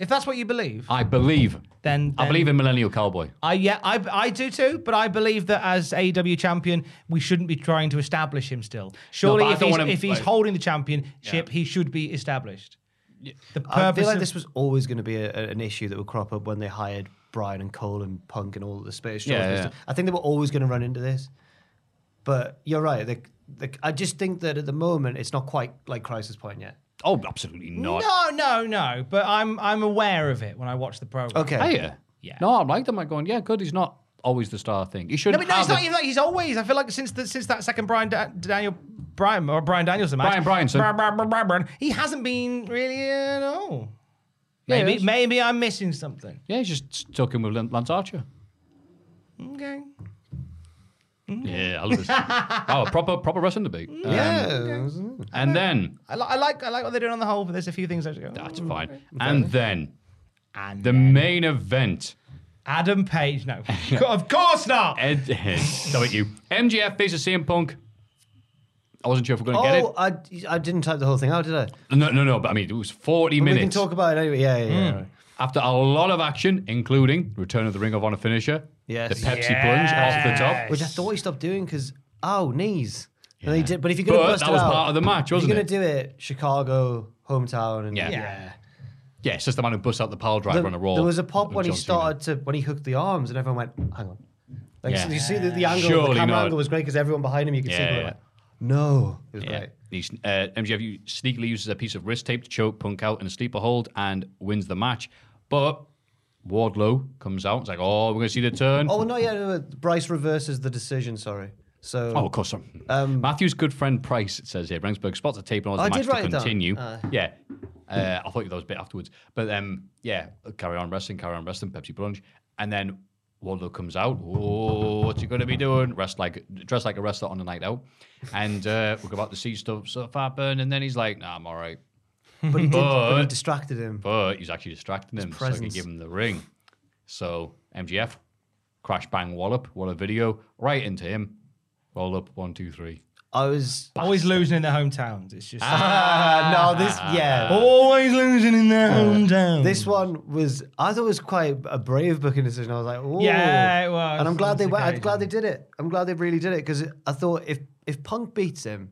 Speaker 3: if that's what you believe,
Speaker 2: I believe.
Speaker 3: then,
Speaker 2: I
Speaker 3: then-
Speaker 2: believe in Millennial Cowboy.
Speaker 3: I yeah, I I do too, but I believe that as AEW champion, we shouldn't be trying to establish him still. Surely,
Speaker 2: but I
Speaker 3: if,
Speaker 2: don't
Speaker 3: he's,
Speaker 2: want him,
Speaker 3: if he's
Speaker 2: like-
Speaker 3: holding the championship, he should be established. The
Speaker 4: I
Speaker 3: purpose
Speaker 4: feel like
Speaker 3: of-
Speaker 4: this was always going to be a, a- an issue that would crop up when they hired Brian and Cole and Punk and all the Space
Speaker 2: Yeah,
Speaker 4: Joes.
Speaker 2: yeah.
Speaker 4: I think they were always going to run into this. But you're right. They, they, I just think that at the moment it's not quite like Crisis Point yet.
Speaker 2: Oh, absolutely not.
Speaker 3: No, no, no. But I'm I'm aware of it when I watch the program.
Speaker 4: Okay.
Speaker 2: Hey, yeah. No, I'm like them. I'm going, yeah, good. He's not always the star thing. He
Speaker 3: No,
Speaker 2: shouldn't
Speaker 3: but no,
Speaker 2: have
Speaker 3: it's not
Speaker 2: a-
Speaker 3: even like he's always. I feel like since the, since that second Brian da- Daniel Brian or Brian Danielson match,
Speaker 2: Brian Bryanson.
Speaker 3: Brian, Brian, Brian, Brian, Brian, he hasn't been really at all.
Speaker 2: Yeah,
Speaker 3: Maybe
Speaker 2: it's-
Speaker 3: maybe I'm missing something.
Speaker 2: Yeah, he's just stuck in with Lan- Lance Archer.
Speaker 3: Okay.
Speaker 4: Mm-hmm.
Speaker 2: Yeah, I love this. oh, a proper, proper wrestling debate. Um, And then,
Speaker 3: I, li- I like I like what they're doing on the whole, but there's a few things I should go. "Ah,
Speaker 2: that's
Speaker 3: "Mm,
Speaker 2: fine.
Speaker 3: okay."
Speaker 2: And then,
Speaker 3: And
Speaker 2: the main event.
Speaker 3: Adam Page, no, of course not.
Speaker 2: Ed, stop it, you. MGF faces CM Punk. I wasn't sure if we are going to get
Speaker 4: Oh,
Speaker 2: it.
Speaker 4: I, I didn't type the whole thing out, did I?
Speaker 2: No, no, no. But I mean, it was 40
Speaker 4: But we can
Speaker 2: minutes. Hmm.
Speaker 4: talk about it anyway. Yeah, yeah, yeah. right.
Speaker 2: After a lot of action, including Return of the Ring of Honor finisher,
Speaker 4: Yes.
Speaker 2: the Pepsi plunge off the top.
Speaker 4: Which I thought he stopped doing because oh knees. And he did, but if you're
Speaker 2: But
Speaker 4: gonna bust
Speaker 2: that
Speaker 4: it
Speaker 2: was
Speaker 4: out,
Speaker 2: part of the match,
Speaker 4: if
Speaker 2: wasn't
Speaker 4: you're
Speaker 2: it?
Speaker 4: gonna do it, Chicago hometown, and
Speaker 2: Yeah. Yeah, it's just the man who busts out the pile driver
Speaker 4: There,
Speaker 2: on a roll.
Speaker 4: there was a pop when he
Speaker 2: John Cena.
Speaker 4: started to when he hooked the arms, and everyone went, "Hang on." Like
Speaker 2: Yeah.
Speaker 4: so you see the, the angle, the
Speaker 2: Surely
Speaker 4: camera
Speaker 2: not.
Speaker 4: angle was great because everyone behind him, you could see.
Speaker 2: Yeah,
Speaker 4: people were
Speaker 2: yeah.
Speaker 4: Like, no, it was
Speaker 2: Yeah.
Speaker 4: great.
Speaker 2: He's, uh, MGF sneakily uses a piece of wrist tape to choke Punk out in a sleeper hold and wins the match. But Wardlow comes out. It's like, oh, we're going to see the turn.
Speaker 4: Oh no, yeah, no, Bryce reverses the decision. Sorry. So
Speaker 2: Oh, of course. Um,
Speaker 4: Um, Oh,
Speaker 2: Matthew's good friend Price, it says here. Rensburg spots a tape and orders
Speaker 4: I
Speaker 2: the match
Speaker 4: did write
Speaker 2: to
Speaker 4: it down.
Speaker 2: continue.
Speaker 4: Uh.
Speaker 2: yeah. Uh, I thought that was a bit afterwards. But um, yeah, carry on wrestling, carry on wrestling, Pepsi Plunge. And then Wardlow comes out. Oh, what's he going to be doing? Rest like Dressed like a wrestler on a night out. And uh, we're about to see stuff, stuff happen. And then he's like, nah, I'm all right.
Speaker 4: but he did, but
Speaker 2: But-
Speaker 4: it distracted him.
Speaker 2: But he's actually distracting him so he can
Speaker 4: presence.
Speaker 2: give him the ring. So MGF, crash, bang, wallop, wallop video, right into him. Roll up, one, two, three.
Speaker 4: I was
Speaker 3: Always losing in their hometowns. It's just
Speaker 4: ah no this yeah
Speaker 3: always losing in their hometowns.
Speaker 4: This one was, I thought it was quite a brave booking decision. I was like, Whoa.
Speaker 3: Yeah, it was.
Speaker 4: And I'm glad they
Speaker 3: It's
Speaker 4: went. I'm
Speaker 3: occasion.
Speaker 4: glad they did it. I'm glad they really did it because I thought if if Punk beats him,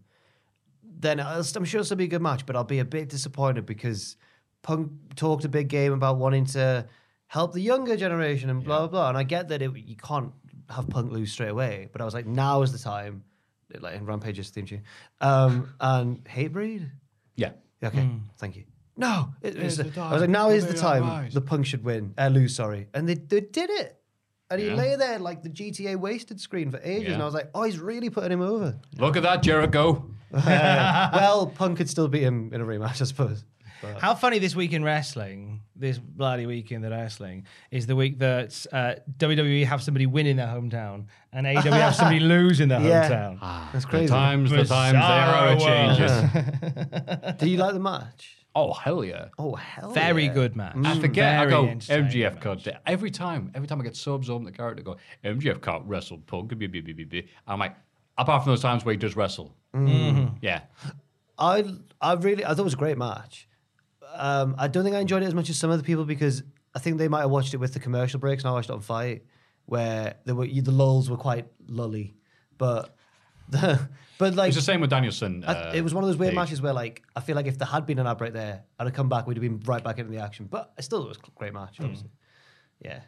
Speaker 4: then I'll, I'm sure it'll be a good match. But I'll be a bit disappointed because Punk talked a big game about wanting to help the younger generation and blah blah blah. And I get that it, you can't have Punk lose straight away, but I was like, now is the time. Like in Rampage's theme tune, um, and Hatebreed.
Speaker 2: Yeah.
Speaker 4: Okay, thank you. No, it, it's the- I was like, now is the time the punk should win, uh, lose, sorry, and they, they did it. And he
Speaker 2: Yeah.
Speaker 4: lay there like the GTA wasted screen for ages, and
Speaker 2: Yeah.
Speaker 4: I was like, oh, he's really putting him over.
Speaker 2: Look at that, Jericho.
Speaker 4: well, Punk could still beat him in a rematch, I suppose.
Speaker 3: How funny this week in wrestling, this bloody week in the wrestling, is the week that uh, WWE have somebody win in their hometown and AEW have somebody lose in their
Speaker 4: Yeah. Ah,
Speaker 3: hometown.
Speaker 4: That's crazy.
Speaker 2: The times, the times,
Speaker 3: Bizarro
Speaker 2: there are
Speaker 3: world.
Speaker 2: changes.
Speaker 4: Did you like the match?
Speaker 2: oh, hell yeah.
Speaker 4: Oh hell,
Speaker 3: Very
Speaker 4: yeah.
Speaker 3: good match.
Speaker 2: I forget. I
Speaker 3: Very
Speaker 2: go
Speaker 3: entertaining
Speaker 2: MGF
Speaker 3: match.
Speaker 2: can't. do-" Every time, every time I get so absorbed in the character, I go MGF can't wrestle. Punk. Blah, blah, blah, blah, blah. I'm like, apart from those times where he does wrestle.
Speaker 4: Mm.
Speaker 2: Mm-hmm. Yeah,
Speaker 4: I I really I thought it was a great match. Um, I don't think I enjoyed it as much as some other people because I think they might have watched it with the commercial breaks and I watched it on Fight, where there were the lulls were quite lully, but but like
Speaker 2: it's the same with Danielson.
Speaker 4: I-
Speaker 2: uh,
Speaker 4: it was one of those weird
Speaker 2: Page.
Speaker 4: matches where like I feel like if there had been an ad break there, I'd have come back, we'd have been right back into the action. But I still it was a great match,
Speaker 2: Hmm.
Speaker 4: obviously. Yeah.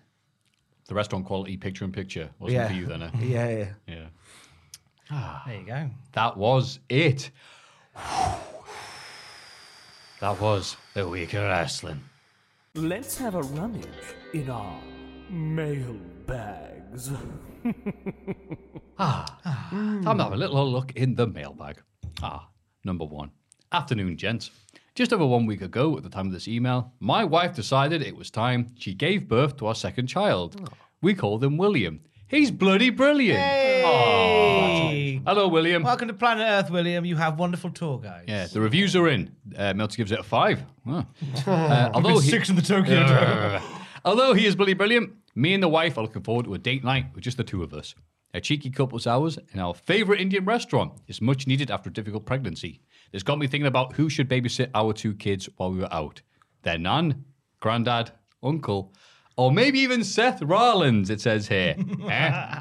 Speaker 2: The restaurant quality picture in picture wasn't
Speaker 4: Yeah.
Speaker 2: for you then. eh?
Speaker 4: Yeah, yeah.
Speaker 2: yeah,
Speaker 3: There you go.
Speaker 2: that was it. that was the week of wrestling.
Speaker 1: Let's have a rummage in our mailbags.
Speaker 2: Time to have a little old look in the mailbag. Ah, number one. Afternoon, gents. Just over one week ago, at the time of this email, my wife decided it was time she gave birth to our second child. We called him William. He's bloody brilliant. Aw. Hello, William.
Speaker 3: Welcome to Planet Earth, William. You have wonderful tour guides.
Speaker 2: Yeah, the reviews are in. Uh, Melty gives it a five. Wow. Uh, although he,
Speaker 3: Six in the Tokyo Dome.
Speaker 2: although he is bloody brilliant, me and the wife are looking forward to a date night with just the two of us. A cheeky couple's hours in our favourite Indian restaurant is much needed after a difficult pregnancy. This got me thinking about who should babysit our two kids while we were out. Their nan, granddad, uncle, or maybe even Seth Rollins, it says here. Eh?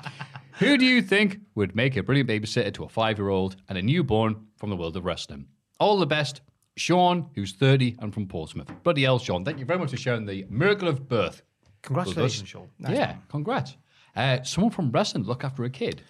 Speaker 2: Who do you think would make a brilliant babysitter to a five year old and a newborn from the world of wrestling? All the best, Sean, who's 30 and from Portsmouth. Bloody hell, Sean. Thank you very much for sharing the miracle of birth
Speaker 4: Congratulations,
Speaker 2: Brothers.
Speaker 4: Sean.
Speaker 3: Nice
Speaker 2: yeah, congrats. Uh, someone from wrestling look after a kid.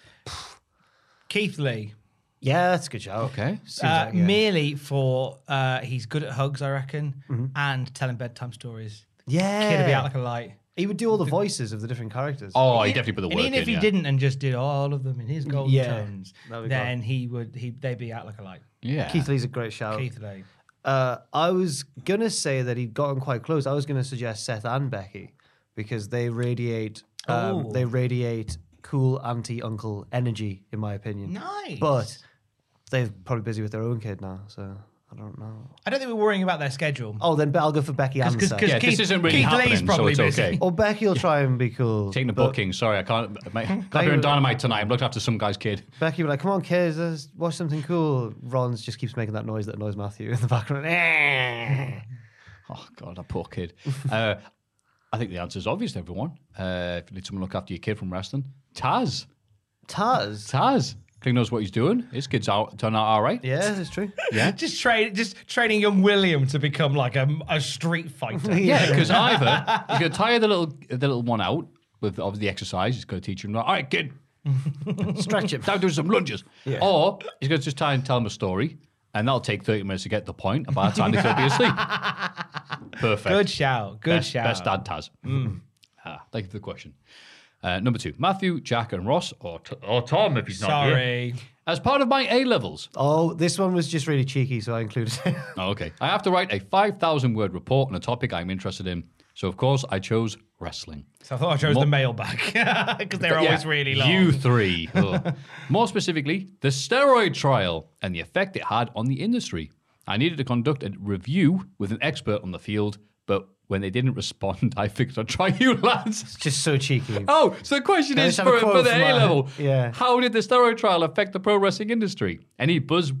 Speaker 3: Keith Lee.
Speaker 4: Yeah, that's a good shout.
Speaker 2: Okay.
Speaker 4: Seems
Speaker 3: Uh,
Speaker 4: like, yeah.
Speaker 3: Merely for uh, he's good at hugs, I reckon, and telling bedtime stories.
Speaker 4: Mm-hmm. Yeah.
Speaker 3: Kid would be out like a light.
Speaker 4: He would do all the voices of the different characters.
Speaker 2: Oh, he definitely put the
Speaker 3: and
Speaker 2: work
Speaker 3: even
Speaker 2: in.
Speaker 3: if he
Speaker 2: yeah.
Speaker 3: didn't and just did all of them in his golden
Speaker 4: Yeah.
Speaker 3: tones,
Speaker 4: That'd be
Speaker 3: then he would he they'd be out like a light.
Speaker 2: yeah.
Speaker 4: Keith Lee's a great shout.
Speaker 3: Keith Lee.
Speaker 4: Uh, I was gonna say that he'd gotten quite close. I was gonna suggest Seth and Becky because they radiate um,
Speaker 3: Oh.
Speaker 4: they radiate cool auntie uncle energy, in my opinion.
Speaker 3: Nice.
Speaker 4: But they're probably busy with their own kid now, so I don't know.
Speaker 3: I don't think we're worrying about their schedule.
Speaker 4: Oh, then I'll go for Becky and Seth.
Speaker 2: Yeah, this isn't really
Speaker 3: Keith
Speaker 2: happening,
Speaker 3: Lee's
Speaker 2: so
Speaker 3: probably
Speaker 2: it's
Speaker 3: busy.
Speaker 2: okay.
Speaker 4: Or Becky will try and be cool.
Speaker 2: Taking the
Speaker 4: but
Speaker 2: booking. Sorry, I can't. My, can't be on dynamite tonight. I'm looking after some guy's kid.
Speaker 4: Becky will be like, come on, kids, let's watch something cool. Ron's just keeps making that noise that annoys Matthew in the background.
Speaker 2: Oh God, that poor kid. uh, I think the answer is obvious to everyone. Uh, if you need someone to look after your kid from wrestling, Taz.
Speaker 4: Taz.
Speaker 2: Taz. He knows what he's doing. His kid's out, turned out all right.
Speaker 4: Yeah, that's true.
Speaker 3: Just train, just training young William to become like a, a street fighter.
Speaker 2: Yeah, because either he's going to tire the little the little one out with obviously the exercise. He's going to teach him, like, all right, kid,
Speaker 4: Stretch him.
Speaker 2: now do some lunges. Or he's going to just try and tell him a story, and that'll take 30 minutes to get to the point. And by the time they could be asleep. Perfect.
Speaker 3: Good shout. Good
Speaker 2: best,
Speaker 3: shout. Mm.
Speaker 2: Best dad, Taz. Ah, thank you for the question. Uh, number two, Matthew, Jack, and Ross, or, t- or Tom if he's not here.
Speaker 3: Sorry.
Speaker 2: As part of my A levels,
Speaker 4: Oh, this one was just really cheeky, so I included it.
Speaker 2: Oh, okay. I have to write a 5,000 word report on a topic I'm interested in. So, of course, I chose wrestling.
Speaker 3: So I thought I chose the mailbag because they're
Speaker 2: Yeah,
Speaker 3: always really long.
Speaker 2: You three. Ugh. More specifically, the steroid trial and the effect it had on the industry. I needed to conduct a review with an expert on the field, but when they didn't respond, I figured I'd try you lads.
Speaker 4: just so cheeky.
Speaker 2: Oh, so the question
Speaker 4: Can I
Speaker 2: is
Speaker 4: just have a
Speaker 2: for, for
Speaker 4: quote
Speaker 2: the
Speaker 4: from
Speaker 2: A
Speaker 4: my-
Speaker 2: level.
Speaker 4: Yeah.
Speaker 2: How did the steroid trial affect the pro wrestling industry? Any buzz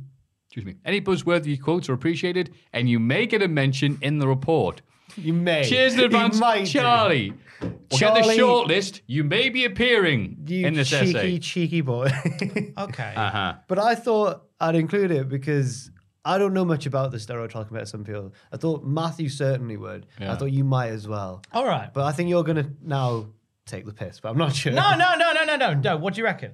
Speaker 2: excuse me, any buzzworthy quotes are appreciated, and you may get a mention in the report.
Speaker 4: You may.
Speaker 2: Cheers in
Speaker 4: You
Speaker 2: advance,
Speaker 4: might do.
Speaker 2: Charlie. Check the
Speaker 4: Charlie.
Speaker 2: shortlist. You may be appearing
Speaker 4: You
Speaker 2: in this
Speaker 4: cheeky,
Speaker 2: essay.
Speaker 4: cheeky boy.
Speaker 3: Okay.
Speaker 2: Uh-huh.
Speaker 4: but I thought I'd include it because I don't know much about the steroid trial compared to some people. I thought Matthew certainly would. I thought you might as well.
Speaker 3: All right.
Speaker 4: But I think you're going to now take the piss, but I'm not sure.
Speaker 3: No, no, no, no, no, no, no. What do you reckon?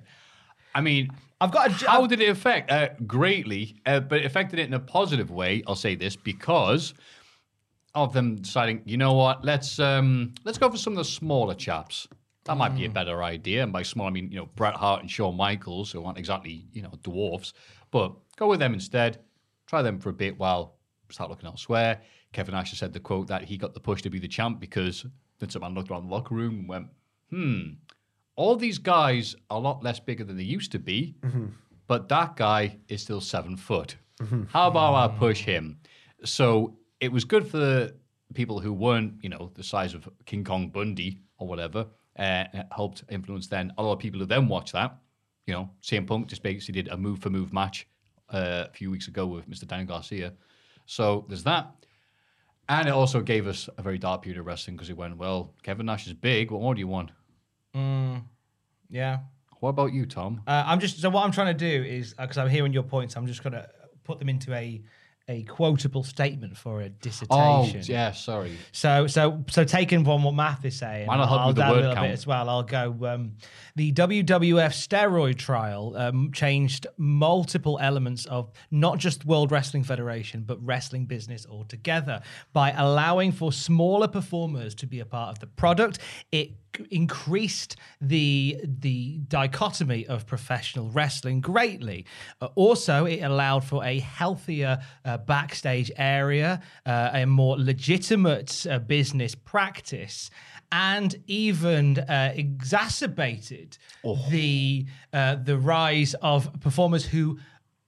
Speaker 2: I mean,
Speaker 3: I've got a.
Speaker 2: how did it affect? Uh, greatly, uh, but it affected it in a positive way. I'll say this because of them deciding, you know what, let's um, let's go for some of the smaller chaps. That might be a better idea. And by small, I mean you know Bret Hart and Shawn Michaels, who aren't exactly you know dwarfs, but go with them instead. Try them for a bit while start looking elsewhere. Kevin Asher said the quote that he got the push to be the champ because then someone looked around the locker room and went, hmm, all these guys are a lot less bigger than they used to be, but that guy is still seven foot. How about I push him? So it was good for the people who weren't, you know, the size of King Kong Bundy or whatever. Uh, and it helped influence then a lot of people who then watch that. You know, CM Punk just basically did a move for move match uh, a few weeks ago with Mr. Daniel Garcia. So there's that. And it also gave us a very dark period of wrestling because it went, well, Kevin Nash is big. What more do you want?
Speaker 3: Yeah.
Speaker 2: What about you, Tom?
Speaker 3: Uh, I'm just so what I'm trying to do is because I'm hearing your points. I'm just gonna put them into a a quotable statement for a
Speaker 2: Oh,
Speaker 3: dissertation.
Speaker 2: yeah, sorry.
Speaker 3: So so so taken from what Math is saying,
Speaker 2: Why not help me with the
Speaker 3: down a
Speaker 2: word
Speaker 3: little
Speaker 2: count?
Speaker 3: bit as well. I'll go. Um, the WWF steroid trial um, changed multiple elements of not just World Wrestling Federation but wrestling business altogether by allowing for smaller performers to be a part of the product. It c- increased the the dichotomy of professional wrestling greatly. Uh, also, it allowed for a healthier uh, backstage area, uh, a more legitimate uh, business practice, and even uh, exacerbated the uh, the rise of performers who.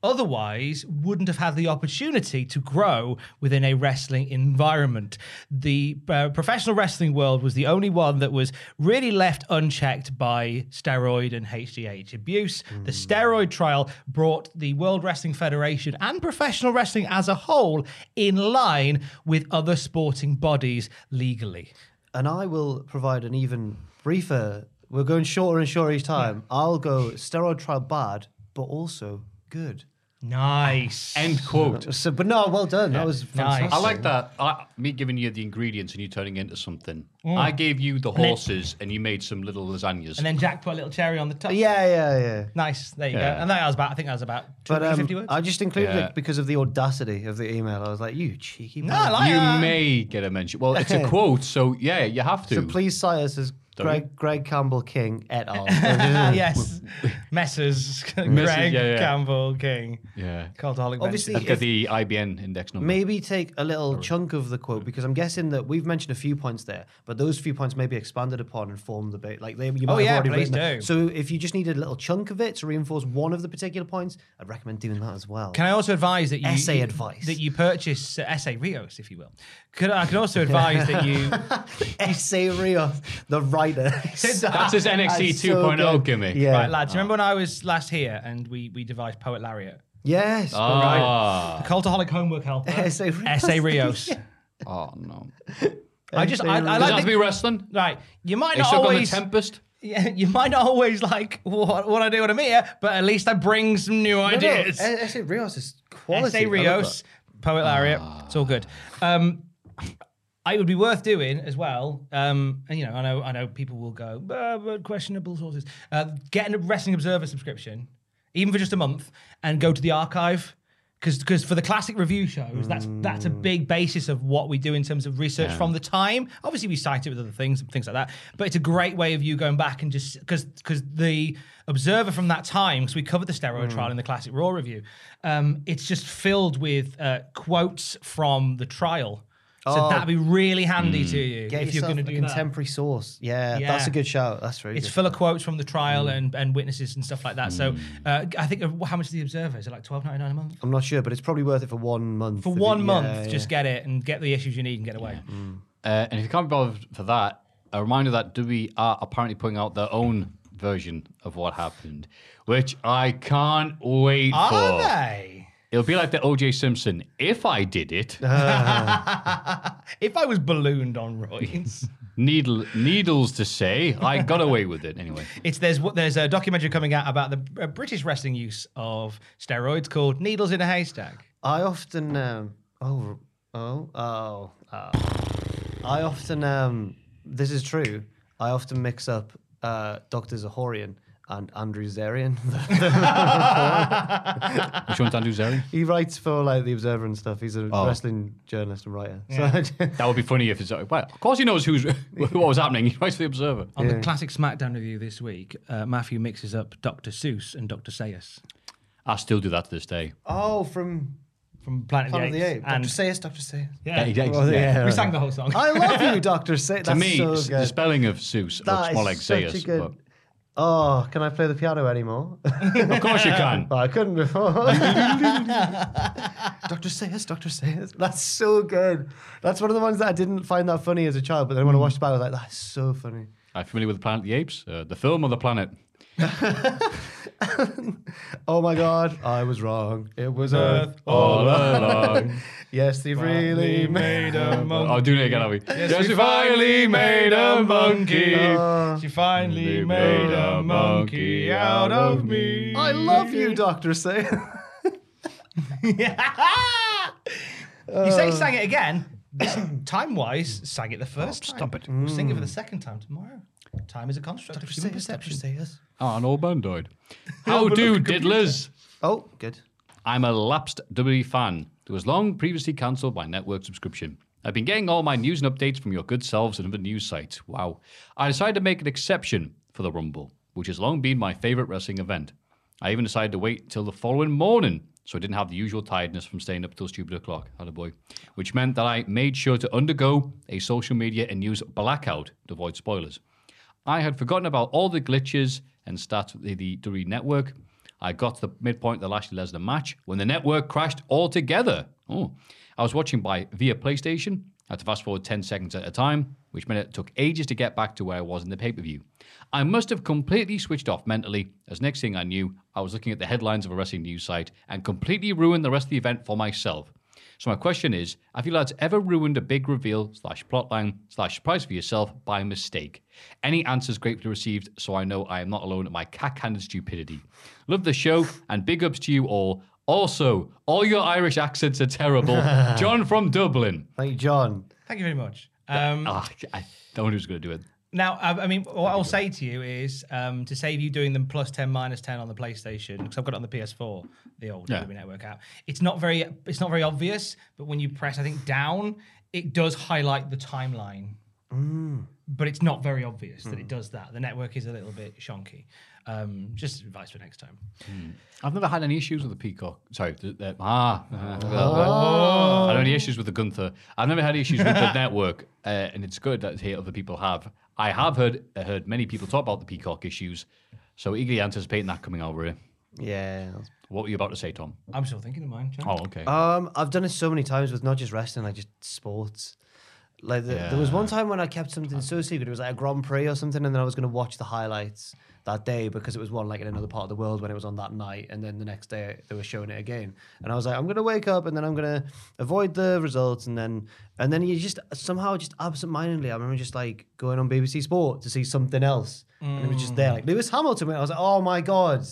Speaker 3: Otherwise, wouldn't have had the opportunity to grow within a wrestling environment. The uh, professional wrestling world was the only one that was really left unchecked by steroid and HGH abuse. The steroid trial brought the World Wrestling Federation and professional wrestling as a whole in line with other sporting bodies legally.
Speaker 4: And I will provide an even briefer. We're going shorter and shorter each time. I'll go steroid trial bad, but also good.
Speaker 3: Nice.
Speaker 2: End quote.
Speaker 4: So, but no, well done. That was fantastic.
Speaker 2: I like that. I, me giving you the ingredients and you turning it into something.
Speaker 3: Mm.
Speaker 2: I gave you the
Speaker 3: And then-
Speaker 2: horses and you made some little lasagnas.
Speaker 3: And then Jack put a little cherry on the top.
Speaker 4: Yeah, yeah, yeah.
Speaker 3: Nice. There you
Speaker 2: Yeah.
Speaker 3: go. And that was about. I think that was about
Speaker 4: But
Speaker 3: 250
Speaker 4: um,
Speaker 3: words.
Speaker 4: I just included
Speaker 2: Yeah.
Speaker 4: it because of the audacity of the email. I was like, you cheeky.
Speaker 3: No,
Speaker 4: bugger.
Speaker 3: I like
Speaker 2: you
Speaker 3: that.
Speaker 2: may get a mention. Well, it's a quote, so yeah, you have to.
Speaker 4: So please cite us as
Speaker 2: Don't.
Speaker 4: Greg, Greg Campbell King et al.
Speaker 3: yes. Messrs. Greg
Speaker 2: yeah, yeah.
Speaker 3: Campbell King.
Speaker 2: yeah.
Speaker 3: Cultaholic
Speaker 4: Obviously,
Speaker 3: Ventures.
Speaker 2: Look at the IBN index number.
Speaker 4: Maybe take a little chunk of the quote because I'm guessing that we've mentioned a few points there, but those few points may be expanded upon and form the bit. Like they, you might
Speaker 3: Oh,
Speaker 4: have
Speaker 3: yeah,
Speaker 4: already
Speaker 3: please
Speaker 4: written it.
Speaker 3: do.
Speaker 4: So if you just needed a little chunk of it to reinforce one of the particular points, I'd recommend doing that as well.
Speaker 3: Can I also advise that you
Speaker 4: Essay
Speaker 3: you-
Speaker 4: advice.
Speaker 3: that you purchase uh, essay Rios, if you will. Could I can also advise that you
Speaker 4: Essay Rios, the writer.
Speaker 2: That's his NXT
Speaker 4: That's so
Speaker 2: 2.0
Speaker 4: good.
Speaker 2: gimmick.
Speaker 4: Yeah.
Speaker 3: oh right,
Speaker 2: Ah.
Speaker 3: lads. Remember when I was last here and we we devised poet lariat, Oh.
Speaker 4: Yes.
Speaker 2: Ah.
Speaker 3: cultaholic homework helper,
Speaker 4: Essay Rios.
Speaker 3: essay Rios.
Speaker 2: Oh no.
Speaker 3: I just I, I
Speaker 2: Does that
Speaker 3: like
Speaker 2: have to be
Speaker 3: the-
Speaker 2: wrestling?
Speaker 3: right. You might
Speaker 2: They
Speaker 3: not
Speaker 2: took on the
Speaker 3: always
Speaker 2: Tempest.
Speaker 3: yeah, you might not always like what, what I do when I'm here, but at least I bring some new
Speaker 4: No, no,
Speaker 3: ideas.
Speaker 4: Essay Rios is quality. I
Speaker 3: Essay
Speaker 4: love
Speaker 3: Rios, Poet Lariat. It's all good. Um, I would be worth doing as well. Um, and you know, I know, I know people will go, "Ah, but questionable sources. Uh, getting a Wrestling Observer subscription, even for just a month, and go to the archive. Because for the classic review shows, that's that's a big basis of what we do in terms of research from the time. Obviously, we cite it with other things and things like that, but it's a great way of you going back and just because because the observer from that time, because we covered the steroid trial in the classic Raw review, um, it's just filled with uh, quotes from the trial. So
Speaker 4: Oh.
Speaker 3: that'd be really handy to you
Speaker 4: Get
Speaker 3: if you're
Speaker 4: yourself
Speaker 3: going to
Speaker 4: a
Speaker 3: do that.
Speaker 4: contemporary source. Yeah,
Speaker 3: Yeah.
Speaker 4: that's a good shout. That's really
Speaker 3: It's
Speaker 4: good.
Speaker 3: full of quotes from the trial and, and witnesses and stuff like that. So uh, I think of how much is the Observer? Is it like twelve ninety nine a month?
Speaker 4: I'm not sure, but it's probably worth it for one month.
Speaker 3: For
Speaker 4: If
Speaker 3: one
Speaker 4: you-
Speaker 3: month,
Speaker 4: yeah,
Speaker 3: just get it and get the issues you need and get away.
Speaker 2: Uh, and if you can't be bothered for that, a reminder that Dewey are apparently putting out their own version of what happened, which I can't wait
Speaker 3: Are
Speaker 2: for.
Speaker 3: they?
Speaker 2: It'll be like the OJ Simpson. If I did it,
Speaker 3: if I was ballooned on roids,
Speaker 2: needle, needles to say, I got away with it anyway.
Speaker 3: it's there's what there's a documentary coming out about the uh, British wrestling use of steroids called Needles in a Haystack.
Speaker 4: I often um oh oh oh, oh. I often um this is true. I often mix up uh Dr. Zahorian and Andrew Zarian.
Speaker 2: Which one's Andrew Zeri?
Speaker 4: he writes for like the Observer and stuff. He's a
Speaker 2: Oh.
Speaker 4: wrestling journalist and writer. So
Speaker 2: That would be funny if it's well. Of course, he knows who's what was happening. He writes for the Observer.
Speaker 3: On the classic SmackDown review this week, uh, Matthew mixes up Dr. Seuss and Dr. Seuss
Speaker 2: I still do that to this day.
Speaker 4: Oh from
Speaker 3: from Planet,
Speaker 4: Planet of the Apes. Oh.
Speaker 3: Apes.
Speaker 4: Dr. Seuss, Dr. Seuss.
Speaker 3: yeah,
Speaker 2: Yeah, yeah,
Speaker 4: Well,
Speaker 2: yeah.
Speaker 4: yeah.
Speaker 3: we sang the whole song.
Speaker 4: I love you, Dr. Seuss.
Speaker 2: To
Speaker 4: That's
Speaker 2: me,
Speaker 4: so
Speaker 2: s-
Speaker 4: good.
Speaker 2: the spelling of Seuss
Speaker 4: That
Speaker 2: looks
Speaker 4: is
Speaker 2: more like
Speaker 4: such a
Speaker 2: Zeus.
Speaker 4: good- Oh, can I play the piano anymore?
Speaker 2: but- Of course, you can.
Speaker 4: Well, I couldn't before. Dr. Sayers, Dr. Sayers. That's so good. That's one of the ones that I didn't find that funny as a child, but then when I watched it back, I was like, that's so funny.
Speaker 2: Are you familiar with Planet of the Apes? Uh, the film or the planet?
Speaker 4: Oh my God, I was wrong. It was Earth.
Speaker 2: All along.
Speaker 4: Yes, they really made a
Speaker 2: Oh, doing it again, are we? Yes, we finally made a monkey.
Speaker 3: She finally
Speaker 2: made a monkey out of me.
Speaker 4: I love you, Dr. Sayers.
Speaker 3: you say sang it again. Time wise, sang it the first time. Stop it. We'll sing it for the second time tomorrow. Time is a construct of human perception.
Speaker 4: Sayers.
Speaker 2: Oh, an old bandoid. How do diddlers?
Speaker 4: Oh, good.
Speaker 2: I'm a lapsed WWE fan who was long previously cancelled by network subscription. I've been getting all my news and updates from your good selves and other news sites. Wow. I decided to make an exception for the Rumble, which has long been my favourite wrestling event. I even decided to wait till the following morning so I didn't have the usual tiredness from staying up till stupid o'clock, boy. which meant that I made sure to undergo a social media and news blackout to avoid spoilers. I had forgotten about all the glitches and stats with the, the WWE network. I got to the midpoint of the Lashley Lesnar match when the network crashed altogether. Oh, I was watching by via PlayStation. I had to fast forward 10 seconds at a time, which meant it took ages to get back to where I was in the pay per view. I must have completely switched off mentally, as next thing I knew, I was looking at the headlines of a wrestling news site and completely ruined the rest of the event for myself. So my question is, have you lads ever ruined a big reveal slash plotline slash surprise for yourself by mistake? Any answers gratefully received, so I know I am not alone at my cack-handed stupidity. Love the show, and big ups to you all. Also, all your Irish accents are terrible. John from Dublin.
Speaker 4: Thank you, John.
Speaker 3: Thank you very much. Um,
Speaker 2: Ah, I don't know who's going to do it.
Speaker 3: Now, I, I mean, what I'll say to you is um, to save you doing them plus 10, minus 10 on the PlayStation, because I've got it on the PS4, the old
Speaker 2: Yeah.
Speaker 3: Ruby Network app. It's not very it's not very obvious, but when you press, I think, down, it does highlight the timeline.
Speaker 2: Mm.
Speaker 3: But it's not very obvious
Speaker 2: Hmm.
Speaker 3: that it does that. The network is a little bit shonky. Um, just advice for next time.
Speaker 2: I've never had any issues with the Peacock. Sorry, the, the, ah, uh, I don't have any issues with the Gunther. I've never had issues with the network, uh, and it's good that here other people have. I have heard uh, heard many people talk about the Peacock issues, so eagerly anticipating that coming over here.
Speaker 4: Yeah.
Speaker 2: What were you about to say, Tom?
Speaker 3: I'm still thinking of mine. John.
Speaker 2: Oh, okay.
Speaker 4: Um, I've done it so many times with not just wrestling, like just sports. Like the, there was one time when I kept something so secret. It was like a Grand Prix or something, and then I was going to watch the highlights that day because it was one like in another part of the world when it was on that night, and then the next day they were showing it again. And I was like, I'm going to wake up, and then I'm going to avoid the results, and then and then you just somehow just absentmindedly, I remember just like going on BBC Sport to see something else, and it was just there, like Lewis Hamilton. And I was like, oh my god.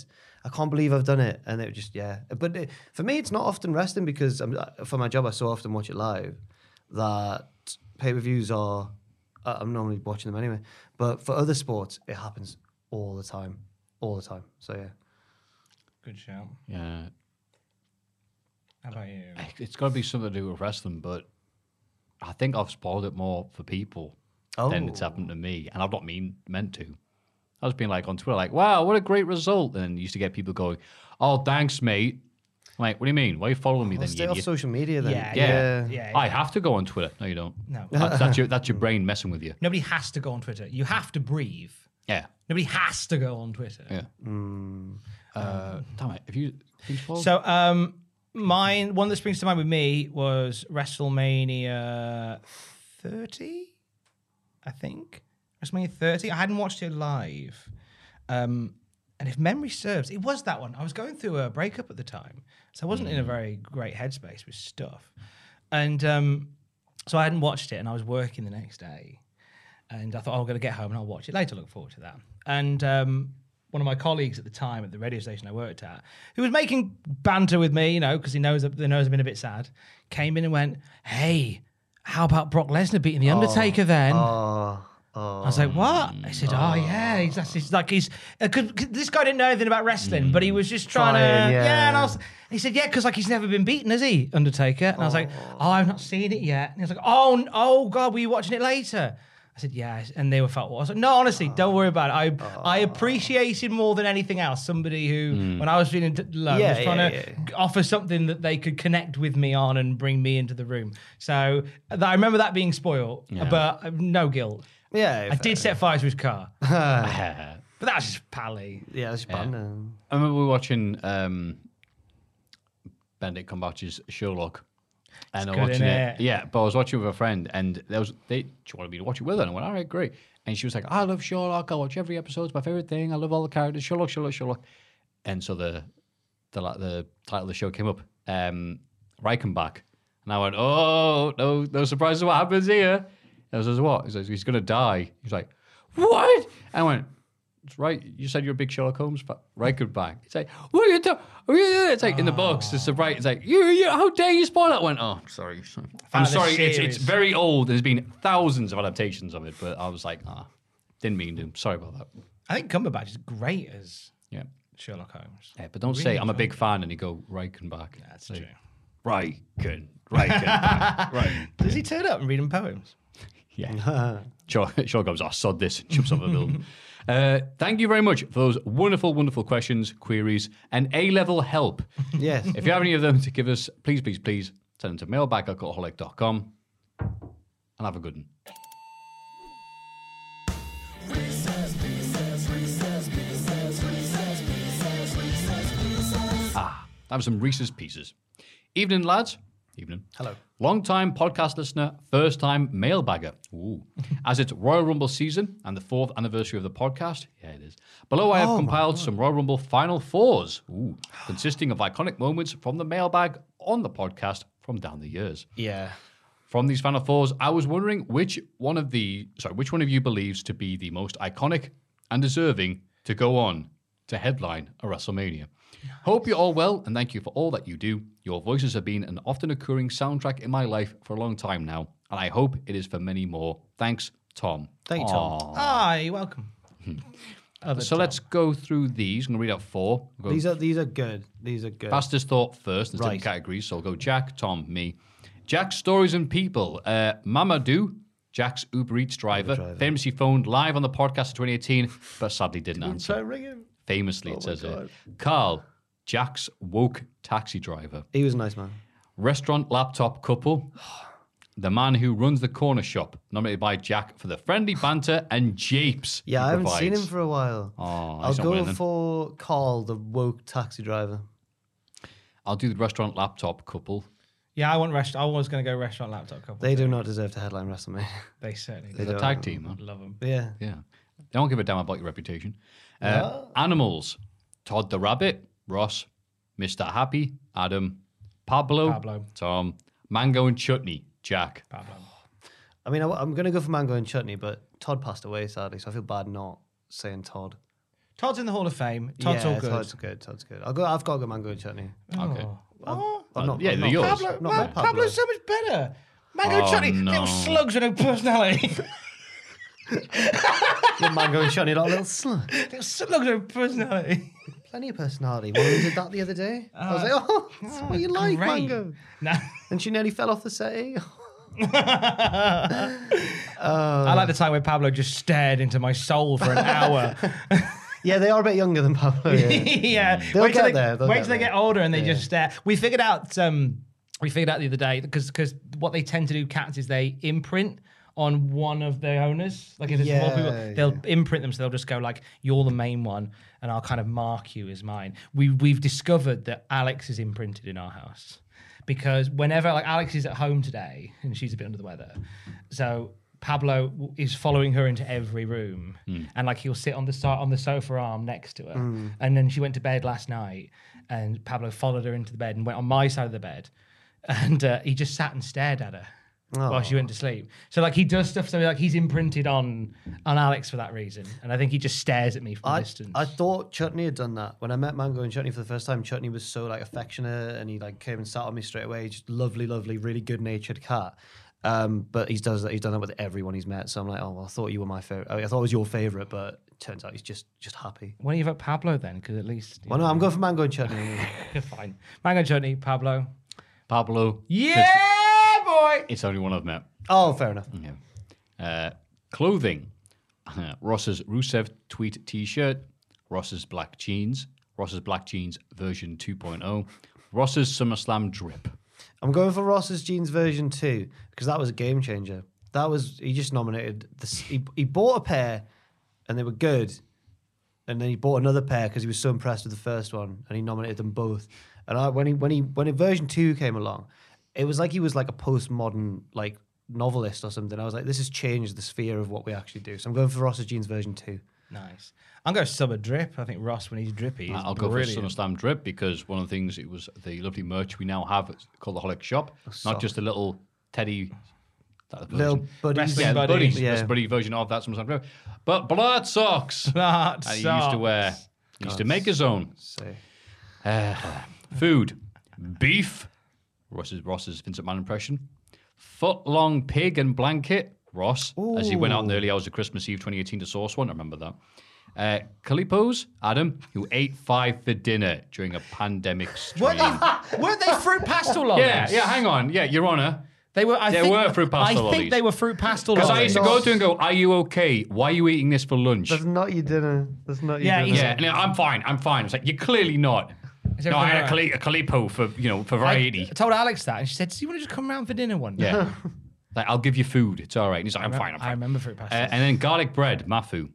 Speaker 4: I can't believe I've done it, and it was just yeah. But it, for me, it's not often resting because I'm, uh, for my job, I so often watch it live that pay per views are. I- I'm normally watching them anyway, but for other sports, it happens all the time, all the time. So yeah,
Speaker 3: Good shout.
Speaker 2: yeah,
Speaker 3: How about you?
Speaker 2: it's got to be something to do with wrestling, but I think I've spoiled it more for people than it's
Speaker 4: Oh.
Speaker 2: happened to me, and I've not mean meant to. I was being like on Twitter, like, "Wow, what a great result!" And then you used to get people going, "Oh, thanks, mate." I'm like, what do you mean? Why are you following me
Speaker 3: Oh,
Speaker 4: Well,
Speaker 2: then?
Speaker 4: stay
Speaker 2: you
Speaker 4: off
Speaker 2: idiot?"
Speaker 4: social media then.
Speaker 3: Yeah,
Speaker 2: yeah.
Speaker 3: yeah,
Speaker 2: I have to go on Twitter. No, you don't.
Speaker 3: No.
Speaker 2: that's, that's your that's your brain messing with you.
Speaker 3: Nobody has to go on Twitter. You have to breathe.
Speaker 2: Yeah,
Speaker 3: Nobody has to go on Twitter.
Speaker 2: yeah. Uh, damn it! Have you? who's followed?
Speaker 3: Mm. Um, So, um, mine one that springs to mind with me was WrestleMania 30, I think. WrestleMania 30. I hadn't watched it live, um, and if memory serves, it was that one. I was going through a breakup at the time, so I wasn't in a very great headspace with stuff, and um, so I hadn't watched it, and I was working the next day. And I thought, oh, I'm going to get home and I'll watch it later. Look forward to that. And um, one of my colleagues at the time at the radio station I worked at, who was making banter with me, you know, because he knows he knows I've been a bit sad, came in and went, "Hey, how about Brock Lesnar beating the Undertaker?" Then
Speaker 4: Oh, oh.
Speaker 3: I was like, "What?" I said, "Oh, yeah, he's, that's, he's like he's uh, 'cause- 'cause this guy didn't know anything about wrestling, but he was just trying,
Speaker 4: Trying,
Speaker 3: to yeah.
Speaker 4: yeah.
Speaker 3: And I was, he said, "Yeah, because like he's never been beaten, has he, Undertaker?" And I was like, "Oh, I've not seen it yet." And he was like, "Oh, n- oh God, were you watching it later?" I said, "Yes," and they were felt. I was like, "No, honestly, don't worry about it. I I appreciated more than anything else somebody who, when I was feeling d- low,
Speaker 4: Yeah,
Speaker 3: was trying
Speaker 4: yeah,
Speaker 3: to
Speaker 4: yeah.
Speaker 3: g- offer something that they could connect with me on and bring me into the room." So th- I remember that being spoiled, but uh, no guilt.
Speaker 4: yeah,
Speaker 3: I
Speaker 4: if- uh,
Speaker 3: did set fire to his car. but that was just pally.
Speaker 4: Yeah, that's bad. um,
Speaker 2: I remember we were watching um, Benedict Cumberbatch's Sherlock. And I
Speaker 3: good,
Speaker 2: was watching
Speaker 3: innit?
Speaker 2: it. Yeah, but I was watching with a friend and there was they she wanted me to watch it with her and I went, all right, great. And she was like, I love Sherlock, I watch every episode, it's my favorite thing. I love all the characters, Sherlock, Sherlock, Sherlock. And so the the la- the title of the show came up, um, Reichenbach. And I went, Oh, no, no surprises what happens here. And I was like, what? He's like, he's gonna die. He's like, What? And I went, it's right. You said you're a big Sherlock Holmes fa- record back. It's like, what are you doing? It's like in
Speaker 3: Ah.
Speaker 2: the box. It's the right. It's like, you, you, how dare you spoil that one? Oh, sorry. I'm
Speaker 3: of the
Speaker 2: sorry. It's,
Speaker 3: series.
Speaker 2: it's very old. There's been thousands of adaptations of it, but I was like, ah, didn't mean to. Sorry about that.
Speaker 3: I think Cumberbatch is great as
Speaker 2: Yeah.
Speaker 3: Sherlock Holmes.
Speaker 2: Yeah, but don't say I'm a big fan and you go Reichenbach.
Speaker 3: That's
Speaker 2: Like,
Speaker 3: true.
Speaker 2: Reichen, Reichenbach, right.
Speaker 3: Does he turn up and read him poems?
Speaker 2: Yeah. Shaw, Shaw goes, oh, sod this, and jumps off a building. Uh, thank you very much for those wonderful, wonderful questions, queries, and A level help.
Speaker 4: Yes.
Speaker 2: If you have any of them to give us, please, please, please send them to mailbag alcoholic.com and have a good one. Ah, that was some Reese's Pieces. Evening, lads. Evening. Hello. Long time podcast listener, first time mailbagger. Ooh. As it's Royal Rumble season and the fourth anniversary of the podcast, yeah, it is. Below, I have compiled some Royal Rumble final fours, ooh, consisting of iconic moments from the mailbag on the podcast from down the years.
Speaker 3: Yeah.
Speaker 2: From these Final Fours, I was wondering which one of the sorry, which one of you believes to be the most iconic and deserving to go on to headline a WrestleMania. Hope you're all well and thank you for all that you do. Your voices have been an often occurring soundtrack in my life for a long time now, and I hope it is for many more. Thanks, Tom.
Speaker 4: Thank you, Tom.
Speaker 3: Ah, you're welcome. Other
Speaker 2: So
Speaker 3: Tom.
Speaker 2: let's go through these. I'm going to read out four. We'll go
Speaker 4: These are these are good. These are good.
Speaker 2: Fastest thought first. There's
Speaker 4: Right.
Speaker 2: different categories, so I'll go Jack, Tom, me. Jack's stories and people. Uh, Mama Do, Jack's Uber Eats driver, famously phoned live on the podcast in 2018, but sadly didn't answer.
Speaker 4: Try ringing. Oh
Speaker 2: Famously, it says it. Carl, Jack's woke taxi driver.
Speaker 4: He was a nice man.
Speaker 2: Restaurant laptop couple. The man who runs the corner shop, nominated by Jack for the friendly banter and japes.
Speaker 4: Yeah,
Speaker 2: he
Speaker 4: I haven't seen
Speaker 2: provides.
Speaker 4: him for a while.
Speaker 2: Oh,
Speaker 4: I'll
Speaker 2: he's not
Speaker 4: go
Speaker 2: winning.
Speaker 4: for Carl, the woke taxi driver.
Speaker 2: I'll do the restaurant laptop couple.
Speaker 3: Yeah, I want rest. I was going to go restaurant laptop couple.
Speaker 4: They do not deserve to headline WrestleMania.
Speaker 3: They certainly
Speaker 2: They're
Speaker 3: do.
Speaker 2: a tag team, huh?
Speaker 3: Love them.
Speaker 4: yeah.
Speaker 2: Yeah. They don't give a damn about your reputation. Uh, Animals Todd the Rabbit, Ross, Mr. Happy, Adam, Pablo,
Speaker 3: Pablo.
Speaker 2: Tom, Mango and Chutney, Jack.
Speaker 3: Pablo.
Speaker 4: I mean, I, am going to go for Mango and Chutney, but Todd passed away, sadly, so I feel bad not saying Todd.
Speaker 3: Todd's in the Hall of Fame. Todd's
Speaker 4: yeah,
Speaker 3: all good.
Speaker 4: Todd's good. Todd's good. I'll go, I've got to go Mango and Chutney.
Speaker 2: Okay.
Speaker 3: Oh,
Speaker 4: I'm not,
Speaker 2: Uh, yeah,
Speaker 4: I'm
Speaker 2: they're
Speaker 4: not-
Speaker 2: yours.
Speaker 4: I'm
Speaker 3: Pablo,
Speaker 4: Not mad,
Speaker 3: Pablo.
Speaker 4: Pablo.
Speaker 3: Pablo's so much better. Mango
Speaker 2: Oh,
Speaker 3: Johnny,
Speaker 2: no.
Speaker 3: little slugs with no personality.
Speaker 4: Your Mango and Chutney, like a little slug.
Speaker 3: little slugs with no personality.
Speaker 4: Plenty of personality. One of them did that the other day. I was like, oh, that's what you like,
Speaker 3: great.
Speaker 4: Mango.
Speaker 3: No.
Speaker 4: And she nearly fell off the settee.
Speaker 3: I like the time where Pablo just stared into my soul for an hour.
Speaker 4: yeah, they are a bit younger than Pablo. yeah.
Speaker 3: yeah.
Speaker 4: They'll
Speaker 3: wait till
Speaker 4: get
Speaker 3: they,
Speaker 4: there, they'll
Speaker 3: wait
Speaker 4: get
Speaker 3: till they
Speaker 4: there.
Speaker 3: get older and they just stare. We figured out um we figured out the other day because because what they tend to do cats is they imprint on one of their owners. Like if it's more
Speaker 4: Yeah,
Speaker 3: people, they'll imprint them so they'll just go like, You're the main one and I'll kind of mark you as mine. We we've discovered that Alex is imprinted in our house. Because whenever like Alex is at home today and she's a bit under the weather. So Pablo w- is following her into every room, and like he'll sit on the so- on the sofa arm next to her. And then she went to bed last night, and Pablo followed her into the bed and went on my side of the bed, and uh, he just sat and stared at her while she went to sleep. So like he does stuff. So like he's imprinted on on Alex for that reason, and I think he just stares at me from a
Speaker 4: I,
Speaker 3: distance.
Speaker 4: I thought Chutney had done that when I met Mango and Chutney for the first time. Chutney was so like affectionate, and he like came and sat on me straight away. Just lovely, lovely, really good natured cat. Um, but he's does that. He's done that with everyone he's met. So I'm like, oh, well, I thought you were my favorite. I, mean, I thought I was your favorite, but it turns out he's just just happy.
Speaker 3: when are you at Pablo then? Because at least you
Speaker 4: Well, no, I'm going for Mango and Chutney.
Speaker 3: know, fine. Mango Johnny, Pablo.
Speaker 2: Pablo.
Speaker 3: Yeah, boy.
Speaker 2: It's only one I've met.
Speaker 4: oh, fair enough.
Speaker 2: Uh, clothing. Ross's Rusev tweet t-shirt. Ross's black jeans. Ross's black jeans version 2.0. Ross's SummerSlam drip.
Speaker 4: I'm going for Ross's Jeans version two because that was a game changer. That was he just nominated. This, he he bought a pair, and they were good, and then he bought another pair because he was so impressed with the first one, and he nominated them both. And I, when he when he when version two came along, it was like he was like a postmodern like novelist or something. I was like, this has changed the sphere of what we actually do. So I'm going for Ross's Jeans version two.
Speaker 3: Nice. I'm going to sub a drip. I think Ross, when he's drippy, is
Speaker 2: I'll go
Speaker 3: brilliant.
Speaker 2: for SummerSlam drip because one of the things it was the lovely merch we now have called the Holic Shop, not just a little teddy. that version.
Speaker 4: Little buddies.
Speaker 3: Wrestling
Speaker 2: yeah,
Speaker 3: buddy.
Speaker 2: buddies.
Speaker 4: Yeah.
Speaker 2: That's a buddy version of that SummerSlam drip, but blood socks.
Speaker 3: Blood
Speaker 2: that he used to wear. He used to make his own
Speaker 4: So
Speaker 2: food, beef. Ross's Ross's Vincent Mann impression. Foot long pig and blanket. Ross, as he went out in the early hours of Christmas Eve 2018 to source one. I remember that. Uh, Calipos, Adam, who ate five for dinner during a pandemic
Speaker 3: Weren't
Speaker 2: stream.
Speaker 3: they, weren't Ah, they fruit pastel lollies?
Speaker 2: Yeah, yeah, hang on. Yeah, Your Honor.
Speaker 3: They were. I
Speaker 2: They
Speaker 3: think,
Speaker 2: were fruit pastel
Speaker 3: I
Speaker 2: lollies.
Speaker 3: think they were fruit pastel
Speaker 2: Because
Speaker 3: lollies.
Speaker 2: I used to go to and go, Are you okay? Why are you eating this for lunch?
Speaker 4: that's not your dinner. That's not your
Speaker 3: Yeah,
Speaker 4: dinner.
Speaker 3: he's-
Speaker 2: Yeah, no, I'm fine. I'm fine. It's like, You're clearly not.
Speaker 3: Is
Speaker 2: No, I had a,
Speaker 3: everything
Speaker 2: cali- a Calipo for, you know, for
Speaker 3: I
Speaker 2: variety.
Speaker 3: told Alex that, and she said, "Do you want to just come round for dinner one day?"
Speaker 2: Yeah. like, I'll give you food. It's all right. And he's like, I'm
Speaker 3: I
Speaker 2: fine. I'm fine.
Speaker 3: remember fruit pastel.
Speaker 2: Uh, and then garlic bread, mafu.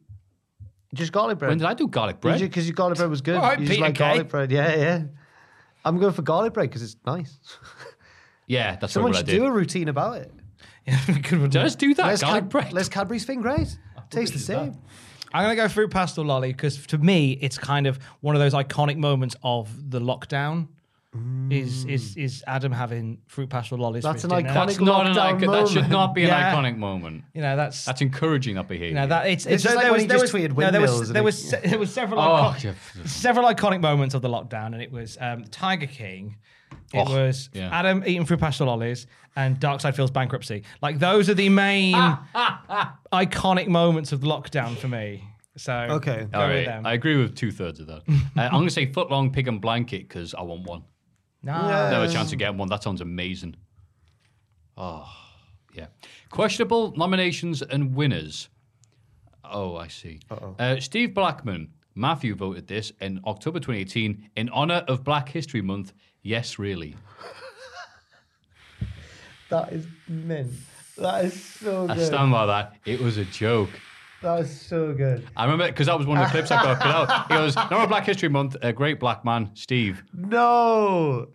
Speaker 4: just garlic bread.
Speaker 2: When did I do garlic bread?
Speaker 4: Because your garlic bread was good.
Speaker 3: All right,
Speaker 4: you just
Speaker 3: Peter
Speaker 4: like
Speaker 3: Kay.
Speaker 4: garlic bread. Yeah, yeah. I'm going for garlic bread because it's nice.
Speaker 2: yeah, that's
Speaker 4: Someone
Speaker 2: what I
Speaker 4: should
Speaker 2: did.
Speaker 4: do a routine about it.
Speaker 3: Good one.
Speaker 2: Let's do that.
Speaker 4: Let's
Speaker 2: garlic bread.
Speaker 4: Let's Cadbury's thing, great. Tastes the same.
Speaker 3: I'm gonna go fruit pastel lolly because to me, it's kind of one of those iconic moments of the lockdown. Is is is Adam having fruit pastel lollies?
Speaker 4: Mm. That's an
Speaker 3: for his dinner.
Speaker 4: iconic
Speaker 2: That's not an
Speaker 4: lockdown
Speaker 2: icon. That should not be an
Speaker 3: Yeah.
Speaker 2: iconic moment.
Speaker 3: You know that's
Speaker 2: That's encouraging that behavior.
Speaker 3: you know that it's,
Speaker 4: It's
Speaker 3: it's
Speaker 4: just like
Speaker 3: there
Speaker 4: when
Speaker 3: was,
Speaker 4: he
Speaker 3: there
Speaker 4: just
Speaker 3: was-
Speaker 4: tweeted
Speaker 3: no, there was-
Speaker 4: windmills and
Speaker 3: there
Speaker 4: it-
Speaker 3: was there was several
Speaker 2: Oh,
Speaker 3: iconic,
Speaker 2: yeah.
Speaker 3: several iconic moments of the lockdown, and it was um, Tiger King. It
Speaker 2: Oh,
Speaker 3: was
Speaker 2: yeah.
Speaker 3: Adam eating fruit pastel lollies and Dark Side Phil's bankruptcy. Like those are the main iconic moments of lockdown for me. So
Speaker 4: Okay.
Speaker 3: go
Speaker 2: All
Speaker 3: with
Speaker 2: right,
Speaker 3: them.
Speaker 2: I agree with two thirds of that. uh, I'm going to say foot long pig and blanket because I want one.
Speaker 3: Nah.
Speaker 2: Never a chance of getting one. That sounds amazing. Oh, yeah. Questionable nominations and winners. Oh, I see. Uh, Steve Blackman. Matthew voted this in October 2018 in honor of Black History Month. Yes, really.
Speaker 4: That is mint. That is so
Speaker 2: I
Speaker 4: good.
Speaker 2: stand by that. It was a joke.
Speaker 4: That is so good.
Speaker 2: I remember because that was one of the clips I got put out. He goes, "Honor of Black History Month, a great black man, Steve."
Speaker 4: No,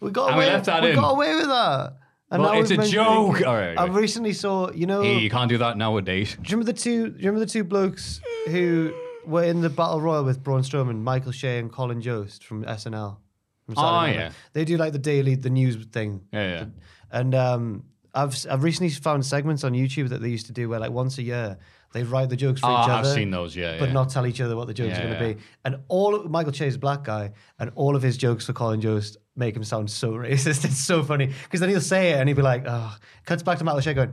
Speaker 4: we got
Speaker 2: And we
Speaker 4: away.
Speaker 2: left that
Speaker 4: we
Speaker 2: in.
Speaker 4: got away with that. And
Speaker 2: Well,
Speaker 4: now
Speaker 2: it's
Speaker 4: we've
Speaker 2: a
Speaker 4: mentioned-
Speaker 2: joke. All right,
Speaker 4: I
Speaker 2: right.
Speaker 4: recently saw. You know,
Speaker 2: Hey,
Speaker 4: do
Speaker 2: you
Speaker 4: you
Speaker 2: can't do that nowadays.
Speaker 4: remember the two? Do you remember the two blokes who were in the battle royal with Braun Strowman, Michael Shea, and Colin Jost from SNL? From
Speaker 2: Oh,
Speaker 4: Saturday Night
Speaker 2: yeah.
Speaker 4: Live? They do like the daily, the news thing.
Speaker 2: Yeah, yeah.
Speaker 4: And um, I've I've recently found segments on YouTube that they used to do where like once a year they write the jokes for
Speaker 2: Oh,
Speaker 4: each
Speaker 2: I've
Speaker 4: other.
Speaker 2: seen those, yeah,
Speaker 4: But
Speaker 2: yeah.
Speaker 4: not tell each other what the jokes
Speaker 2: Yeah,
Speaker 4: are going to
Speaker 2: yeah.
Speaker 4: be. And all of, Michael Che's a black guy, and all of his jokes for Colin Jost make him sound so racist. It's so funny because then he'll say it and he'll be like, "Oh," cuts back to Michael Che going,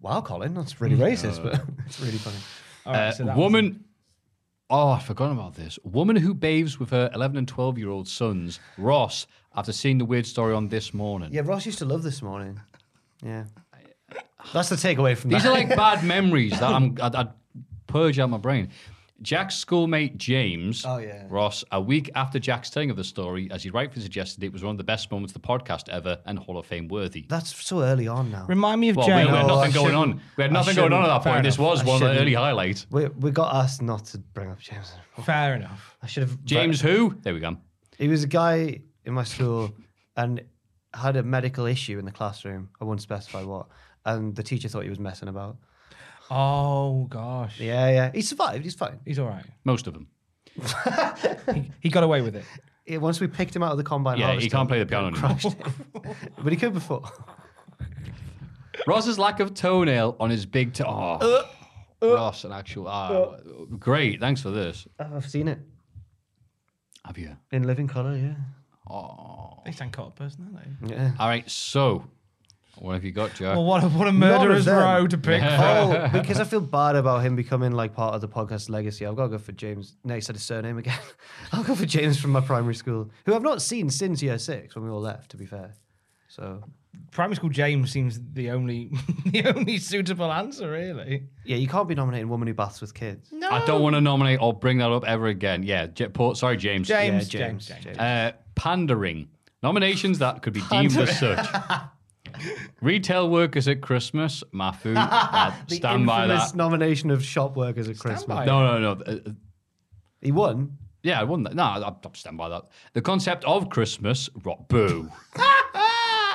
Speaker 4: "Wow, Colin, that's really racist," but it's really funny.
Speaker 3: All right,
Speaker 2: Uh,
Speaker 3: so that was-
Speaker 2: woman. Oh, I forgot about this. Woman who bathes with her 11 and 12 year old sons, Ross, after seeing the weird story on this morning.
Speaker 4: Yeah, Ross used to love this morning. Yeah, that's the takeaway from
Speaker 2: These
Speaker 4: that.
Speaker 2: are like bad memories that I'm, I'd, I'd purge out my brain. Jack's schoolmate James
Speaker 4: Oh, yeah.
Speaker 2: Ross, a week after Jack's telling of the story, as he rightfully suggested, it was one of the best moments of the podcast ever and Hall of Fame worthy.
Speaker 4: that's so early on now.
Speaker 3: Remind me of
Speaker 2: Well, we,
Speaker 3: Jane.
Speaker 2: we had
Speaker 4: No, Oh, I
Speaker 2: nothing going
Speaker 4: shouldn't.
Speaker 2: on. We had
Speaker 4: I
Speaker 2: nothing going on at that
Speaker 4: shouldn't.
Speaker 2: point.
Speaker 4: Fair
Speaker 2: This
Speaker 4: enough.
Speaker 2: was
Speaker 4: I
Speaker 2: one of the
Speaker 4: shouldn't.
Speaker 2: early highlights.
Speaker 4: we, we got asked not to bring up James.
Speaker 3: Fair enough.
Speaker 4: I should have
Speaker 2: James, who? There we go.
Speaker 4: He was a guy in my school and had a medical issue in the classroom. I won't specify what. And the teacher thought he was messing about.
Speaker 3: Oh gosh,
Speaker 4: Yeah, yeah. He survived. He's fine.
Speaker 3: he's all right.
Speaker 2: Most of them.
Speaker 3: He got away with it.
Speaker 4: Yeah, Once we picked him out of the combine,
Speaker 2: Yeah, he
Speaker 4: harvester,
Speaker 2: can't play the piano anymore.
Speaker 4: but he could before.
Speaker 2: Ross's lack of toenail on his big toe. Oh.
Speaker 3: Uh,
Speaker 2: Ross, an actual. ah, great, thanks for this.
Speaker 4: I've seen it
Speaker 2: Have you?
Speaker 4: in living color. Yeah.
Speaker 3: They sound caught personality.
Speaker 2: All right, so what have you got, Joe?
Speaker 3: Well, what a what a
Speaker 4: None of
Speaker 3: murderer's
Speaker 4: them.
Speaker 3: row to pick.
Speaker 4: Oh, because I feel bad about him becoming like part of the podcast legacy. I've got to go for James. No, he said his surname again. I'll go for James from my primary school, who I've not seen since year six when we all left. To be fair, so
Speaker 3: Primary school James seems the only the only suitable answer, really.
Speaker 4: Yeah, you can't be nominating woman who baths with kids. No.
Speaker 2: I don't want to nominate or bring that up ever again. Yeah, J- Paul, sorry, James.
Speaker 3: James,
Speaker 4: Yeah,
Speaker 3: James,
Speaker 4: James,
Speaker 3: James,
Speaker 4: James.
Speaker 2: Uh, pandering. Nominations that could be deemed as such. Retail workers at Christmas, Mafu, uh, stand by that.
Speaker 4: nomination of shop workers at Christmas.
Speaker 2: No, no, no. uh,
Speaker 4: He won.
Speaker 2: Yeah, I wouldn't. No, I, I stand by that. The concept of Christmas, rot boo.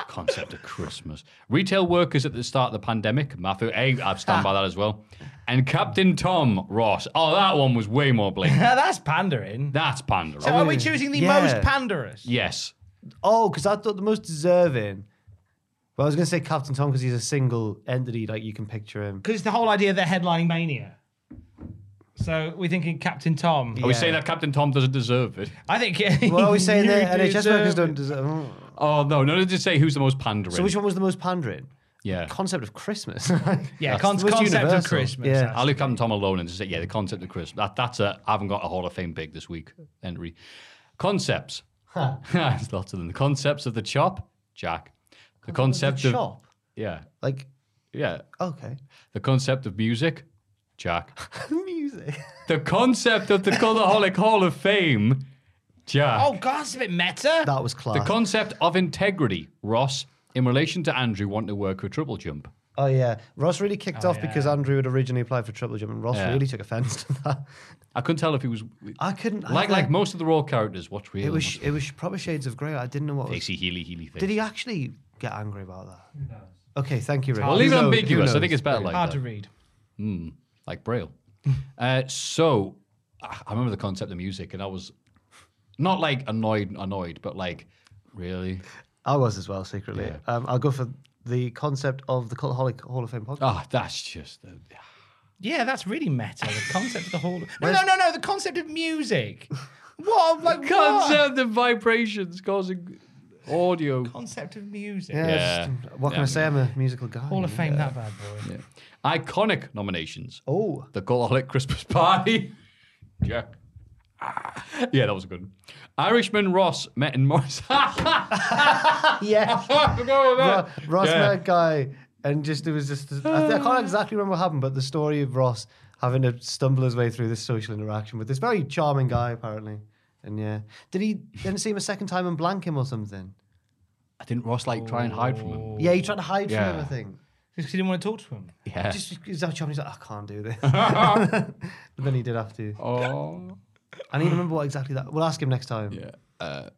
Speaker 2: concept of Christmas. Retail workers at the start of the pandemic, Matthew. Hey, I stand by that as well. And Captain Tom Ross. Oh, that one was way more blatant.
Speaker 3: Now that's pandering.
Speaker 2: That's pandering.
Speaker 3: so are we choosing the
Speaker 4: Yeah.
Speaker 3: most panderous?
Speaker 2: yes.
Speaker 4: Oh, because I thought the most deserving. Well, I was going to say Captain Tom because he's a single entity, like you can picture him.
Speaker 3: Because it's the whole idea of the headlining mania. So we're thinking Captain Tom.
Speaker 2: Are we
Speaker 4: Yeah.
Speaker 2: saying that Captain Tom doesn't deserve it?
Speaker 3: I think.
Speaker 4: What are we saying
Speaker 3: you
Speaker 4: there? NHS workers
Speaker 3: deserve
Speaker 4: don't
Speaker 3: it.
Speaker 4: deserve. oh.
Speaker 2: Oh no, no, no, just say who's the most pandering.
Speaker 4: So which one was the most pandering?
Speaker 2: Yeah.
Speaker 4: Concept of Christmas.
Speaker 3: Yeah,
Speaker 4: That's
Speaker 3: con-
Speaker 4: the most
Speaker 3: concept of
Speaker 4: universal.
Speaker 3: Christmas.
Speaker 4: Yeah.
Speaker 3: Yeah.
Speaker 2: I'll leave Captain Tom alone and just say, yeah, the concept of Christmas. That, that's a, I haven't got a Hall of Fame big this week, Henry. Concepts. There's lots of them. The concepts of the chop, Jack. The concept of.
Speaker 4: shop.
Speaker 2: Yeah,
Speaker 4: Like
Speaker 2: yeah.
Speaker 4: okay,
Speaker 2: The concept of music, Jack.
Speaker 4: music.
Speaker 2: the concept of the Colorholic Hall of Fame, Jack.
Speaker 3: Oh God, it's a bit meta.
Speaker 4: That was
Speaker 2: the
Speaker 4: class.
Speaker 2: concept of integrity, Ross, in relation to Andrew wanting to work for triple jump.
Speaker 4: oh yeah, Ross really kicked off because
Speaker 3: Oh, yeah.
Speaker 4: Andrew had originally applied for triple jump, and Ross
Speaker 2: Yeah.
Speaker 4: really took offence to that.
Speaker 2: I couldn't tell if he was.
Speaker 4: I couldn't
Speaker 2: Like,
Speaker 4: either.
Speaker 2: like most of the raw characters, what's real?
Speaker 4: It
Speaker 2: and
Speaker 4: was
Speaker 2: what's
Speaker 4: it was proper shades of grey. I didn't know what was.
Speaker 2: Facey Healy Healy face.
Speaker 4: Did he actually get angry about that? Okay, thank you, Rick.
Speaker 2: Well,
Speaker 4: Who
Speaker 2: leave it
Speaker 4: knows- who
Speaker 2: ambiguous. I
Speaker 4: knows?
Speaker 2: think it's better like
Speaker 3: Hard to
Speaker 2: that.
Speaker 3: read.
Speaker 2: like Braille. uh, so I I remember the concept of music, and I was not like annoyed, annoyed, but like Really?
Speaker 4: I was as well, secretly. Um, I'll go for the concept of the Cultaholic Hall of Fame podcast.
Speaker 2: Ah, that's just. The,
Speaker 3: Yeah, that's really meta. The concept of the whole. No, no, no, no. The concept of music. What? Like what?
Speaker 2: concept of vibrations causing audio.
Speaker 3: Concept of music.
Speaker 4: Yeah,
Speaker 2: Oh, Yeah.
Speaker 4: just- what can
Speaker 2: Yeah.
Speaker 4: I say? I'm a musical guy.
Speaker 3: Hall of Fame, that bad boy.
Speaker 2: Iconic nominations.
Speaker 4: Oh,
Speaker 2: The Cultaholic Christmas Party. yeah. Ah. Yeah, that was a good one. Irishman Ross met in Morris.
Speaker 4: yeah. Ro- Ross
Speaker 2: Yeah.
Speaker 4: met a guy, and just it was just. I, th- I can't exactly remember what happened, but the story of Ross having to stumble his way through this social interaction with this very charming guy, apparently. And yeah, did he then see him a second time and blank him or something?
Speaker 2: I didn't Ross like try and hide from him.
Speaker 4: Yeah, he tried to hide
Speaker 2: Yeah.
Speaker 4: from everything.
Speaker 3: Because he didn't want to talk to him.
Speaker 2: Yeah.
Speaker 4: Just he's that charming. He's like, I can't do this. but then he did have to.
Speaker 2: oh.
Speaker 4: I need to remember what exactly that. We'll ask him next time.
Speaker 2: Yeah. Uh,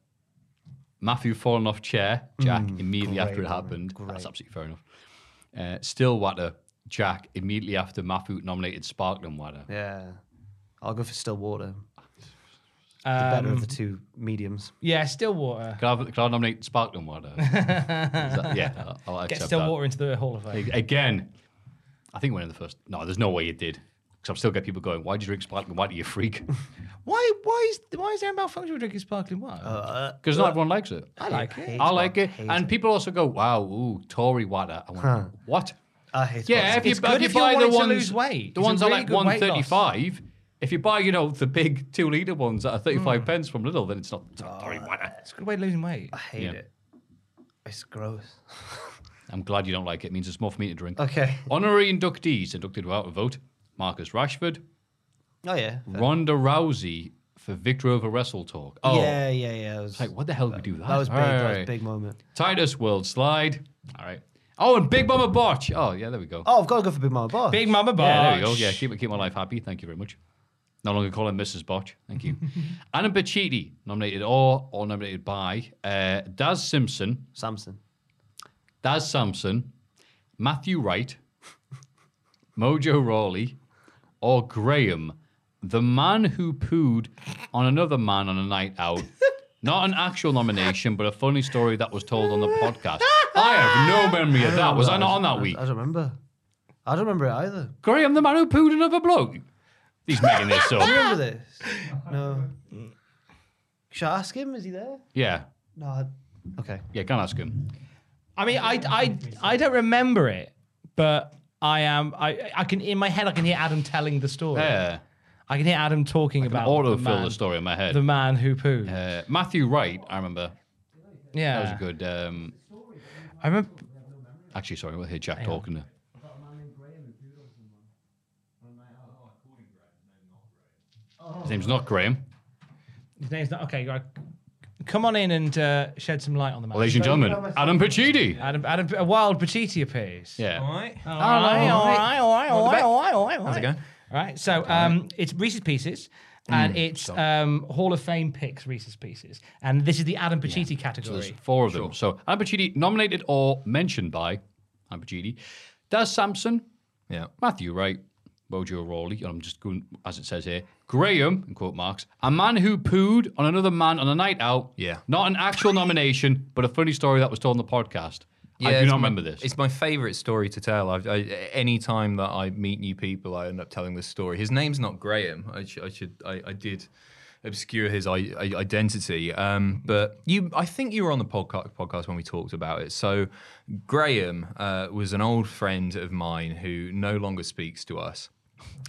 Speaker 2: Matthew falling off chair. Jack immediately after it happened. That's absolutely fair enough. Uh, still water. Jack immediately after Matthew nominated sparkling water.
Speaker 4: Yeah. I'll go for still water.
Speaker 3: Um,
Speaker 4: The better of the two mediums.
Speaker 3: yeah, Stillwater.
Speaker 2: Can I, have- can I nominate sparkling water? Is that- yeah, I'll- I'll,
Speaker 3: Get
Speaker 2: accept
Speaker 3: Stillwater into the Hall of Fame.
Speaker 2: that. Again, I think we're in the first. No, there's no way it did. Because I've still got people going, why do you drink sparkling water, you freak?
Speaker 3: Why? Why is why is there a malfunction with drinking sparkling wine?
Speaker 2: Because not everyone likes it. I
Speaker 3: like it.
Speaker 2: I like it. And people also go, wow, ooh, Tory water. I went, what?
Speaker 4: I hate
Speaker 2: Yeah, if you,
Speaker 3: It's
Speaker 2: if
Speaker 3: good
Speaker 2: you
Speaker 3: if you're
Speaker 2: buy the
Speaker 3: wanting to
Speaker 2: ones,
Speaker 3: lose weight.
Speaker 2: the
Speaker 3: It's a
Speaker 2: ones that are
Speaker 3: really
Speaker 2: like
Speaker 3: good weight loss.
Speaker 2: 135, if you buy, you know, the big two litre ones that are
Speaker 3: Hmm.
Speaker 2: 35 pence from Lidl, then it's not it's not Tory water.
Speaker 3: It's a good way of losing weight.
Speaker 4: I hate
Speaker 2: Yeah.
Speaker 4: it. It's gross.
Speaker 2: I'm glad you don't like it. It means it's more for me to drink.
Speaker 4: Okay.
Speaker 2: Honorary inductees inducted without a vote Marcus Rashford,
Speaker 4: Oh yeah.
Speaker 2: Ronda Rousey for victory over Wrestle Talk. Oh,
Speaker 4: Yeah, yeah, yeah. It was,
Speaker 2: like, what the hell did we do that?
Speaker 4: that was big. That was
Speaker 2: Alright.
Speaker 4: a big moment.
Speaker 2: Titus World Slide. All right. Oh, and Big Mama Botch. Oh, yeah, there we go.
Speaker 4: Oh, I've got to go for Big Mama Boss.
Speaker 3: Big Mama Botch.
Speaker 2: Yeah, there you go. Yeah, keep, keep my life happy. Thank you very much. No longer call her Mrs. Botch. Thank you. Anna Bacchetti, nominated or or nominated by uh, Daz Simpson,
Speaker 4: Samson.
Speaker 2: Daz Sampson, Matthew Wright, Mojo Rawley, or Graham, the man who pooed on another man on a night out. Not an actual nomination, but a funny story that was told on the podcast. I have no memory of that. Was I not on that week?
Speaker 4: I don't remember. I don't remember it either.
Speaker 2: Graham, the man who pooed another bloke. He's making this
Speaker 4: Do you
Speaker 2: up.
Speaker 4: remember this? No. Should I ask him? Is he there?
Speaker 2: Yeah.
Speaker 4: No. I... Okay.
Speaker 2: Yeah, can ask him.
Speaker 3: I mean, I, I, I don't remember it, but I am. I, I can in my head, I can hear Adam telling the story.
Speaker 2: Yeah.
Speaker 3: I can hear Adam talking about the
Speaker 2: Autofill
Speaker 3: man,
Speaker 2: the Uh, story in my head.
Speaker 3: the man who pooed. Yeah,
Speaker 2: uh, Matthew Wright, I remember. That was a good. Um,
Speaker 3: I remember.
Speaker 2: actually, sorry, we'll hear Jack talking there. oh, His name's not Graham.
Speaker 3: His name's not okay. Right. Come on in and uh, shed some light on the man.
Speaker 2: Well, ladies and gentlemen, Adam Pacitti.
Speaker 3: Adam, Adam, a wild Pachiti appears.
Speaker 2: Yeah.
Speaker 3: All right, all right, all right, all right, all right, all right. How's
Speaker 9: it going?
Speaker 3: All right, Mm, so um, it's Reese's Pieces, and it's um, Hall of Fame picks Reese's Pieces, and this is the Adam Pacitti category.
Speaker 2: There's four of them. So Adam Pacitti, nominated or mentioned by Adam Pacitti, Daz Sampson,
Speaker 9: Yeah.
Speaker 2: Matthew Wright, Mojo Rawley, and I'm just going as it says here. Graham, in quote marks, a man who pooed on another man on a night out.
Speaker 9: Yeah.
Speaker 2: Not an actual nomination, but a funny story that was told on the podcast. I do
Speaker 9: it's
Speaker 2: not
Speaker 9: my-
Speaker 2: remember this.
Speaker 9: It's my favourite story to tell. I've, I, any time that I meet new people, I end up telling this story. His name's not Graham. I, sh- I should. I, I did obscure his I- I- identity. Um, but you, I think you were on the podcast, podcast when we talked about it. So Graham uh, was an old friend of mine who no longer speaks to us.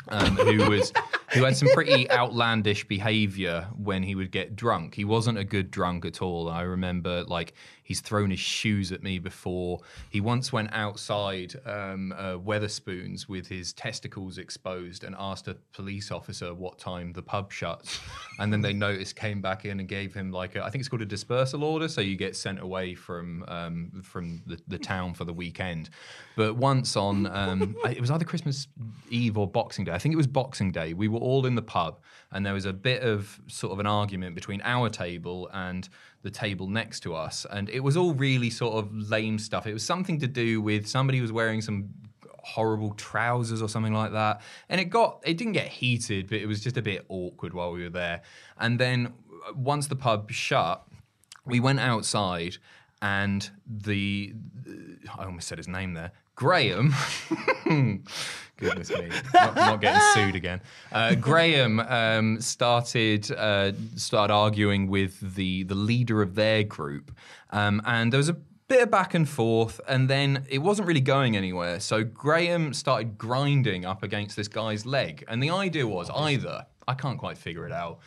Speaker 9: um, who was who had some pretty outlandish behaviour when he would get drunk. He wasn't a good drunk at all. I remember like he's thrown his shoes at me before. He once went outside um, uh, Weatherspoons with his testicles exposed and asked a police officer what time the pub shuts, and then they noticed, came back in and gave him like a, I think it's called a dispersal order, so you get sent away from um, from the, the town for the weekend. But once on, um, it was either Christmas Eve or Boxing Day. I think it was Boxing Day. We were all in the pub, and there was a bit of sort of an argument between our table and the table next to us, and it was all really sort of lame stuff. It was something to do with somebody was wearing some horrible trousers or something like that. And it got it didn't get heated, but it was just a bit awkward while we were there. And then uh, once the pub shut, we went outside and the I almost said his name there. Graham, goodness me, not, not getting sued again. Uh, Graham um, started uh, started arguing with the the leader of their group, um, and there was a bit of back and forth, and then it wasn't really going anywhere. So Graham started grinding up against this guy's leg, and the idea was either I can't quite figure it out.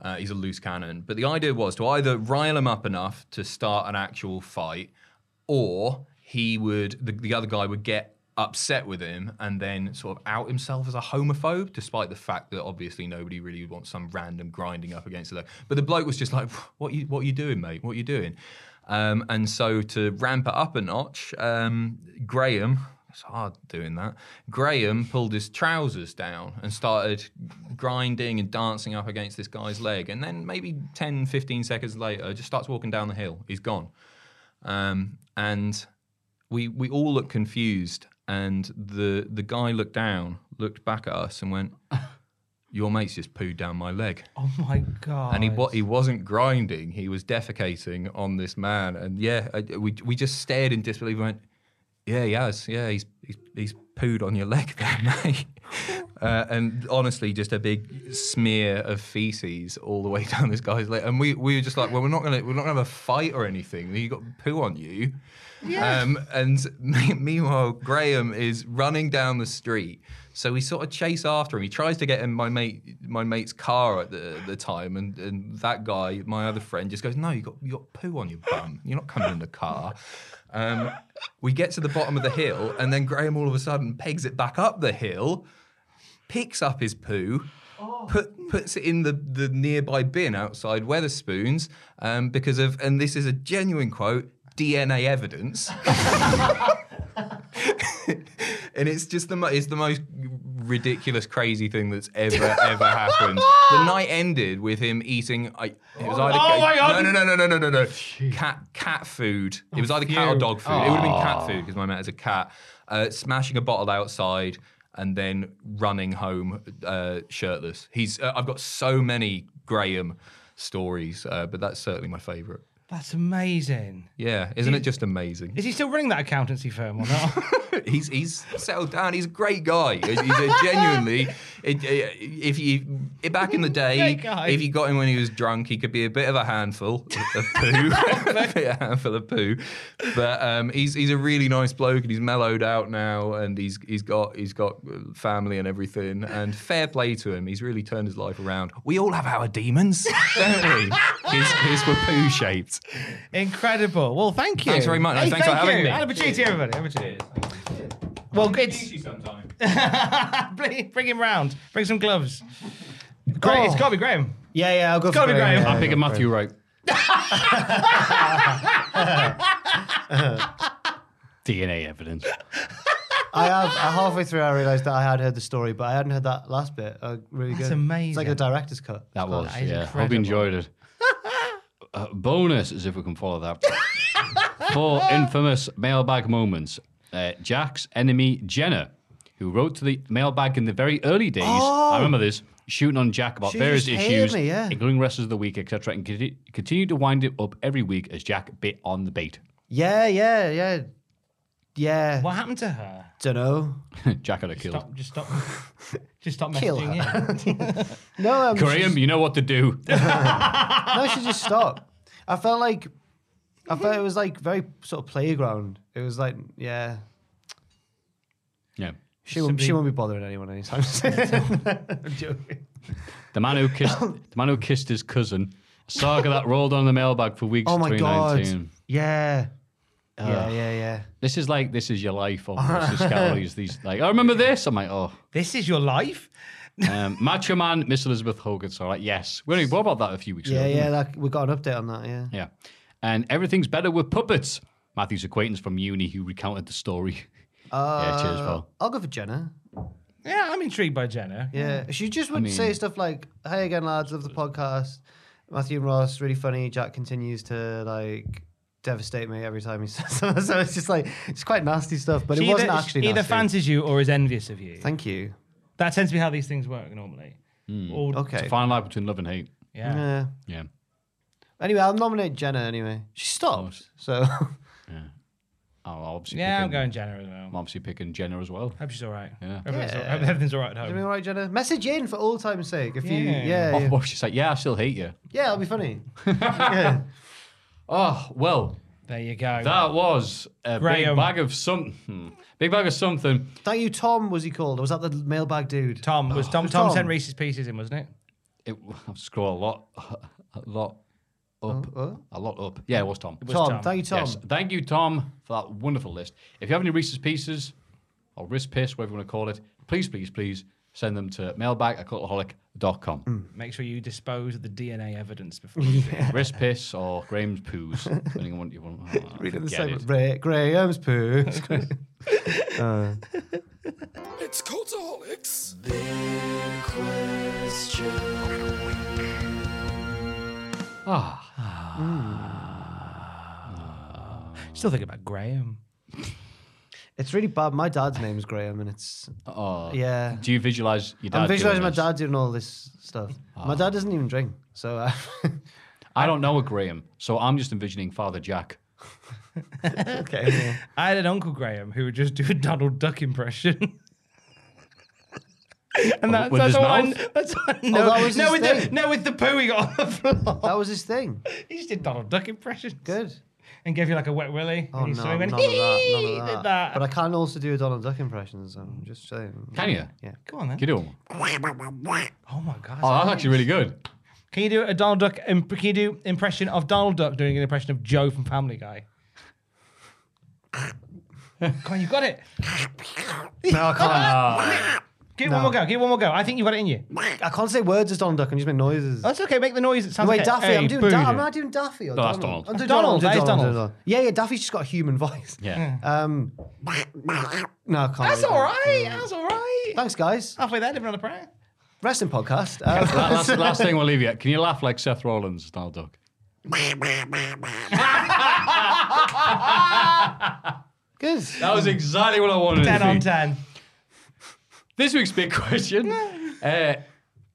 Speaker 9: Uh, he's a loose cannon. But the idea was to either rile him up enough to start an actual fight, or he would the, the other guy would get upset with him and then sort of out himself as a homophobe, despite the fact that obviously nobody really wants some random grinding up against the leg. But the bloke was just like, "What you what you doing, mate? What you doing?" Um, and so to ramp it up a notch, um, Graham. It's hard doing that. Graham pulled his trousers down and started grinding and dancing up against this guy's leg. And then maybe 10, 15 seconds later, just starts walking down the hill. He's gone. Um, and we we all looked confused. And the the guy looked down, looked back at us, and went, "Your mate's just pooed down my leg."
Speaker 3: Oh my god!
Speaker 9: And he wa- he wasn't grinding; he was defecating on this man. And yeah, I, we we just stared in disbelief. and Went, yeah, he has. Yeah, he's he's, he's pooed on your leg there, mate. Uh, and honestly, just a big smear of feces all the way down this guy's leg. And we, we were just like, well, we're not gonna we're not gonna have a fight or anything. You got poo on you.
Speaker 3: Yeah.
Speaker 9: Um, and me- meanwhile, Graham is running down the street. So we sort of chase after him. He tries to get in my mate my mate's car at the, the time, and, and that guy, my other friend, just goes, "No, you got you got poo on your bum. You're not coming in the car." Um, we get to the bottom of the hill, and then Graham all of a sudden pegs it back up the hill, picks up his poo, put, puts it in the, the nearby bin outside Weatherspoons um, because of, and this is a genuine quote, DNA evidence. and it's just the mo- it's the most ridiculous, crazy thing that's ever ever happened. The night ended with him eating. I, it was either
Speaker 3: Oh my God.
Speaker 9: No, no, no, no, no, no, no, no. Cat cat food. It was either cat or
Speaker 3: Phew.
Speaker 9: dog food. It would have been cat
Speaker 3: Aw.
Speaker 9: food because my mate is a cat. Uh, smashing a bottle outside and then running home uh, shirtless. He's. Uh, I've got so many Graham stories, uh, but that's certainly my favourite.
Speaker 3: That's amazing.
Speaker 9: Yeah, isn't it just amazing?
Speaker 3: Is he still running that accountancy firm or not?
Speaker 9: he's he's settled down. He's a great guy. He's a genuinely, it, it- if you if back in the day,
Speaker 3: Great guy.
Speaker 9: if you got him when he was drunk, he could be a bit of a handful of poo, a handful of poo. But um, he's he's a really nice bloke, and he's mellowed out now, and he's he's got he's got uh, family and everything. And fair play to him. He's really turned his life around. We all have our demons, don't we? His, his were poo shaped.
Speaker 3: Incredible. Well, thank you.
Speaker 9: Thanks very much. No,
Speaker 3: Hey,
Speaker 9: thanks
Speaker 3: thank
Speaker 9: for having
Speaker 3: you.
Speaker 9: me.
Speaker 3: Have a cheers, everybody. Have a cheers. Well, it's bring, bring him round. Bring some gloves. Great. It's got to be Graham.
Speaker 4: Oh. Yeah, yeah, I'll go
Speaker 3: It's got to
Speaker 4: for
Speaker 3: be Graham.
Speaker 4: Yeah,
Speaker 2: I'm picking
Speaker 4: yeah,
Speaker 2: Matthew right. DNA evidence.
Speaker 4: I have. I halfway through, I realised that I had heard the story, but I hadn't heard that last bit. Uh, really
Speaker 3: That's
Speaker 4: good. It's like
Speaker 3: amazing.
Speaker 4: a director's cut.
Speaker 2: That was,
Speaker 3: that is
Speaker 2: yeah. Hope
Speaker 3: incredible.
Speaker 2: you enjoyed it. uh, bonus, as if we can follow that. Four infamous mailbag moments. Uh, Jack's enemy, Jenna, who wrote to the mailbag in the very early days. I remember this. Shooting on Jack about
Speaker 4: Oh. She
Speaker 2: various
Speaker 4: just hated
Speaker 2: issues,
Speaker 4: me, yeah.
Speaker 2: including wrestlers of the week, etc., and conti- continued to wind it up every week as Jack bit on the bait.
Speaker 4: Yeah, yeah, yeah, yeah.
Speaker 3: What happened to her?
Speaker 4: Don't know.
Speaker 2: Jack had her killed.
Speaker 3: Stop. Just stop. just stop
Speaker 4: Kill
Speaker 3: messaging him.
Speaker 4: No, um, she
Speaker 2: Graham, you know what to do.
Speaker 4: just- no, she just stopped. I felt like, I felt it was like very sort of playground. It was like, yeah,
Speaker 2: yeah.
Speaker 4: she won't, she won't be bothering anyone anytime soon. I'm joking.
Speaker 2: The man who kissed the man who kissed his cousin. A saga that rolled on the mailbag for weeks
Speaker 4: Oh
Speaker 2: in
Speaker 4: my god.
Speaker 2: 2019.
Speaker 4: Yeah. Yeah,
Speaker 2: Ugh.
Speaker 4: yeah, yeah.
Speaker 2: This is like this is your life almost. This calories. These like I remember this. I'm like oh,
Speaker 3: this is your life.
Speaker 2: um, Macho Man, Miss Elizabeth Hogan. So like yes, we only brought about that a few weeks
Speaker 4: Yeah,
Speaker 2: ago.
Speaker 4: yeah,
Speaker 2: didn't
Speaker 4: like we got an update on that, yeah.
Speaker 2: we? yeah. And everything's better with puppets. Matthew's acquaintance from uni who recounted the story. yeah, cheers,
Speaker 4: Uh,
Speaker 2: pal.
Speaker 4: I'll go for Jenna.
Speaker 3: Yeah, I'm intrigued by Jenna.
Speaker 4: Yeah. She just would say stuff like, Hey again, lads, love the podcast. Matthew and Ross, really funny. Jack continues to like devastate me every time he says something. So it's just like it's quite nasty stuff, but it
Speaker 3: She
Speaker 4: wasn't
Speaker 3: either,
Speaker 4: actually
Speaker 3: either
Speaker 4: nasty.
Speaker 3: fancies you or is envious of you.
Speaker 4: Thank you.
Speaker 3: That tends to be how
Speaker 2: Hmm.
Speaker 3: these things work normally. Or,
Speaker 4: Okay.
Speaker 2: Fine line between love and hate.
Speaker 3: yeah.
Speaker 4: Yeah.
Speaker 2: Yeah.
Speaker 4: Anyway, I'll nominate Jenna anyway. She stopped. So
Speaker 2: Oh, I'll obviously
Speaker 3: Yeah, I'm
Speaker 2: picking-
Speaker 3: going Jenna as well.
Speaker 2: I'm obviously picking Jenna as well.
Speaker 3: Hope she's all right.
Speaker 2: Yeah.
Speaker 3: Everything's all- everything's all right at home.
Speaker 4: Everything all right, Jenna? Message in for all time's sake. If you,
Speaker 2: Yeah.
Speaker 4: yeah,
Speaker 2: Oh,
Speaker 4: yeah,
Speaker 2: well, she's like, yeah, I still hate you.
Speaker 4: yeah, it'll be funny.
Speaker 2: Oh, well,
Speaker 3: There you go.
Speaker 2: that was a
Speaker 3: Graham.
Speaker 2: big bag of something. Big bag of something.
Speaker 4: Thank you, Tom. Was he called? Or was that the mailbag dude?
Speaker 3: Tom was Tom.
Speaker 4: was
Speaker 3: Tom
Speaker 4: Tom.
Speaker 3: sent Reese's pieces in, wasn't it?
Speaker 2: It, I've scrolled a lot, a lot up,
Speaker 4: oh.
Speaker 2: a lot up. Yeah, it was Tom.
Speaker 3: was
Speaker 4: Tom,
Speaker 3: Tom.
Speaker 4: Thank you, Tom.
Speaker 2: Yes, thank you, Tom, for that wonderful list. If you have any Reese's Pieces or wrist piss, whatever you want to call it, please, please, please send them to mailbag at cultaholic.com.
Speaker 4: Hmm.
Speaker 3: Make sure you dispose of the DNA evidence before. you do it.
Speaker 2: Wrist piss or Graham's poos, depending on what you want. Oh,
Speaker 4: Read it the
Speaker 2: forget
Speaker 4: same.
Speaker 2: it.
Speaker 4: Ray, Graham's poo.
Speaker 10: It's Cultaholics.
Speaker 2: Ah.
Speaker 4: Hmm.
Speaker 3: Still thinking about Graham.
Speaker 4: it's really bad. My dad's name's Graham, and it's
Speaker 2: Oh.
Speaker 4: yeah.
Speaker 2: Do you visualize your dad?
Speaker 4: I'm visualizing my
Speaker 2: doing this?
Speaker 4: dad doing all this stuff.
Speaker 3: Oh.
Speaker 4: My dad doesn't even drink, so uh,
Speaker 2: I don't know a Graham, so I'm just envisioning Father Jack.
Speaker 4: okay. yeah.
Speaker 3: I had an uncle Graham who would just do a Donald Duck impression. And that,
Speaker 2: with
Speaker 3: that's
Speaker 2: his
Speaker 3: all I,
Speaker 2: mouth?
Speaker 3: that's all I know.
Speaker 4: Oh, that was
Speaker 3: no,
Speaker 4: his
Speaker 3: with the,
Speaker 4: thing.
Speaker 3: no, with the poo he got on the floor.
Speaker 4: That was his thing.
Speaker 3: He just did Donald Duck impression.
Speaker 4: Good.
Speaker 3: And gave you like a wet willy.
Speaker 4: Oh
Speaker 3: and he
Speaker 4: no,
Speaker 3: saw him
Speaker 4: none of
Speaker 3: and
Speaker 4: that.
Speaker 3: "Hee!"
Speaker 4: None
Speaker 3: did
Speaker 4: of that.
Speaker 3: that.
Speaker 4: But I can also do a Donald Duck impression, so I'm just saying.
Speaker 2: Can you?
Speaker 4: Yeah.
Speaker 3: Go on then.
Speaker 2: Can you do one?
Speaker 3: Oh my god.
Speaker 2: Oh, that's actually really good.
Speaker 3: Can you do a Donald Duck? imp- Can you do impression of Donald Duck doing an impression of Joe from Family Guy? Come on, you got it.
Speaker 4: No, I can't.
Speaker 3: Give it one more go. Give it one more go. I think you got it in you.
Speaker 4: I can't say words as Donald Duck. I'm just making noises.
Speaker 3: That's okay. Make the noise. It sounds
Speaker 4: Wait,
Speaker 3: okay.
Speaker 4: Daffy.
Speaker 3: Hey,
Speaker 4: I'm doing.
Speaker 3: boo.
Speaker 4: Da- I'm not doing Daffy. Or
Speaker 2: No, that's
Speaker 4: Donald.
Speaker 2: Donald.
Speaker 4: I'm doing
Speaker 3: Donald, that is
Speaker 4: I'm doing
Speaker 3: Donald.
Speaker 4: Yeah, yeah. Daffy's just got a human voice.
Speaker 2: Yeah.
Speaker 4: Um. No, I can't.
Speaker 3: That's
Speaker 4: really do
Speaker 3: all
Speaker 4: it.
Speaker 3: right. Uh, That's all right.
Speaker 4: Thanks, guys.
Speaker 3: Halfway there, everyone a prayer.
Speaker 4: Wrestling podcast. Um,
Speaker 2: La- last, last thing we'll leave you at. Can you laugh like Seth Rollins, Donald Duck?
Speaker 4: good.
Speaker 2: That was exactly what I wanted.
Speaker 3: Ten
Speaker 2: to
Speaker 3: on
Speaker 2: be.
Speaker 3: ten.
Speaker 2: This week's big question. uh,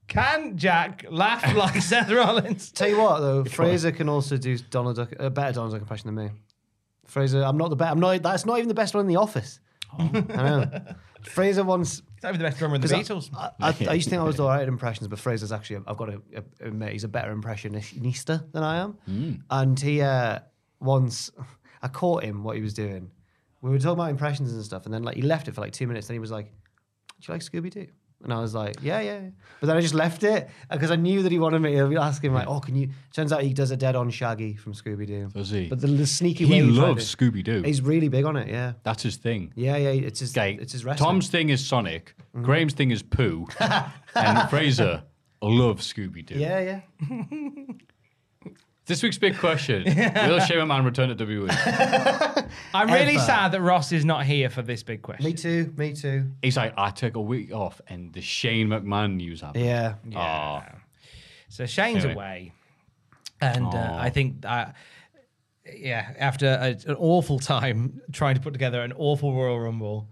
Speaker 3: Can Jack laugh like Seth Rollins?
Speaker 4: Tell you what though, Fraser can also do Donald Duck a better Donald Duck impression than me. Fraser, I'm not the best. I'm not. That's not even the best one in the office. I know. Fraser once.
Speaker 3: He's not even the best drummer in the
Speaker 4: 'cause I-
Speaker 3: Beatles.
Speaker 4: I, I- I used to think I was all right at impressions, but Fraser's actually. I've got to admit, he's a better impressionista than I am.
Speaker 2: Hmm.
Speaker 4: And he uh, once, I caught him what he was doing. We were talking about impressions and stuff, and then like he left it for like two minutes. Then he was like, do you like Scooby Doo? And I was like, yeah, yeah. yeah." But then I just left it because I knew that he wanted me to ask him, like, oh, can you? Turns out he does a dead on Shaggy from Scooby Doo.
Speaker 2: Does he?
Speaker 4: But the, the sneaky
Speaker 2: he
Speaker 4: way he tried
Speaker 2: loves
Speaker 4: it-
Speaker 2: Scooby Doo.
Speaker 4: He's really big on it, yeah.
Speaker 2: That's his thing.
Speaker 4: Yeah, yeah. It's his,
Speaker 2: Okay.
Speaker 4: it's his wrestling. Mm-hmm.
Speaker 2: Tom's thing is Sonic. Graham's thing is poo. and Fraser loves Scooby Doo.
Speaker 4: Yeah, yeah.
Speaker 2: This week's big question: Will Shane Man return to E? WWE?
Speaker 3: I'm really sad that Ross is not here for this big question.
Speaker 4: Me too, me too.
Speaker 2: He's like, I took a week off, and the Shane McMahon news happened.
Speaker 4: Yeah.
Speaker 2: Aw.
Speaker 3: So Shane's
Speaker 2: Anyway.
Speaker 3: away, and uh, I think uh, yeah, after a, an awful time trying to put together an awful Royal Rumble,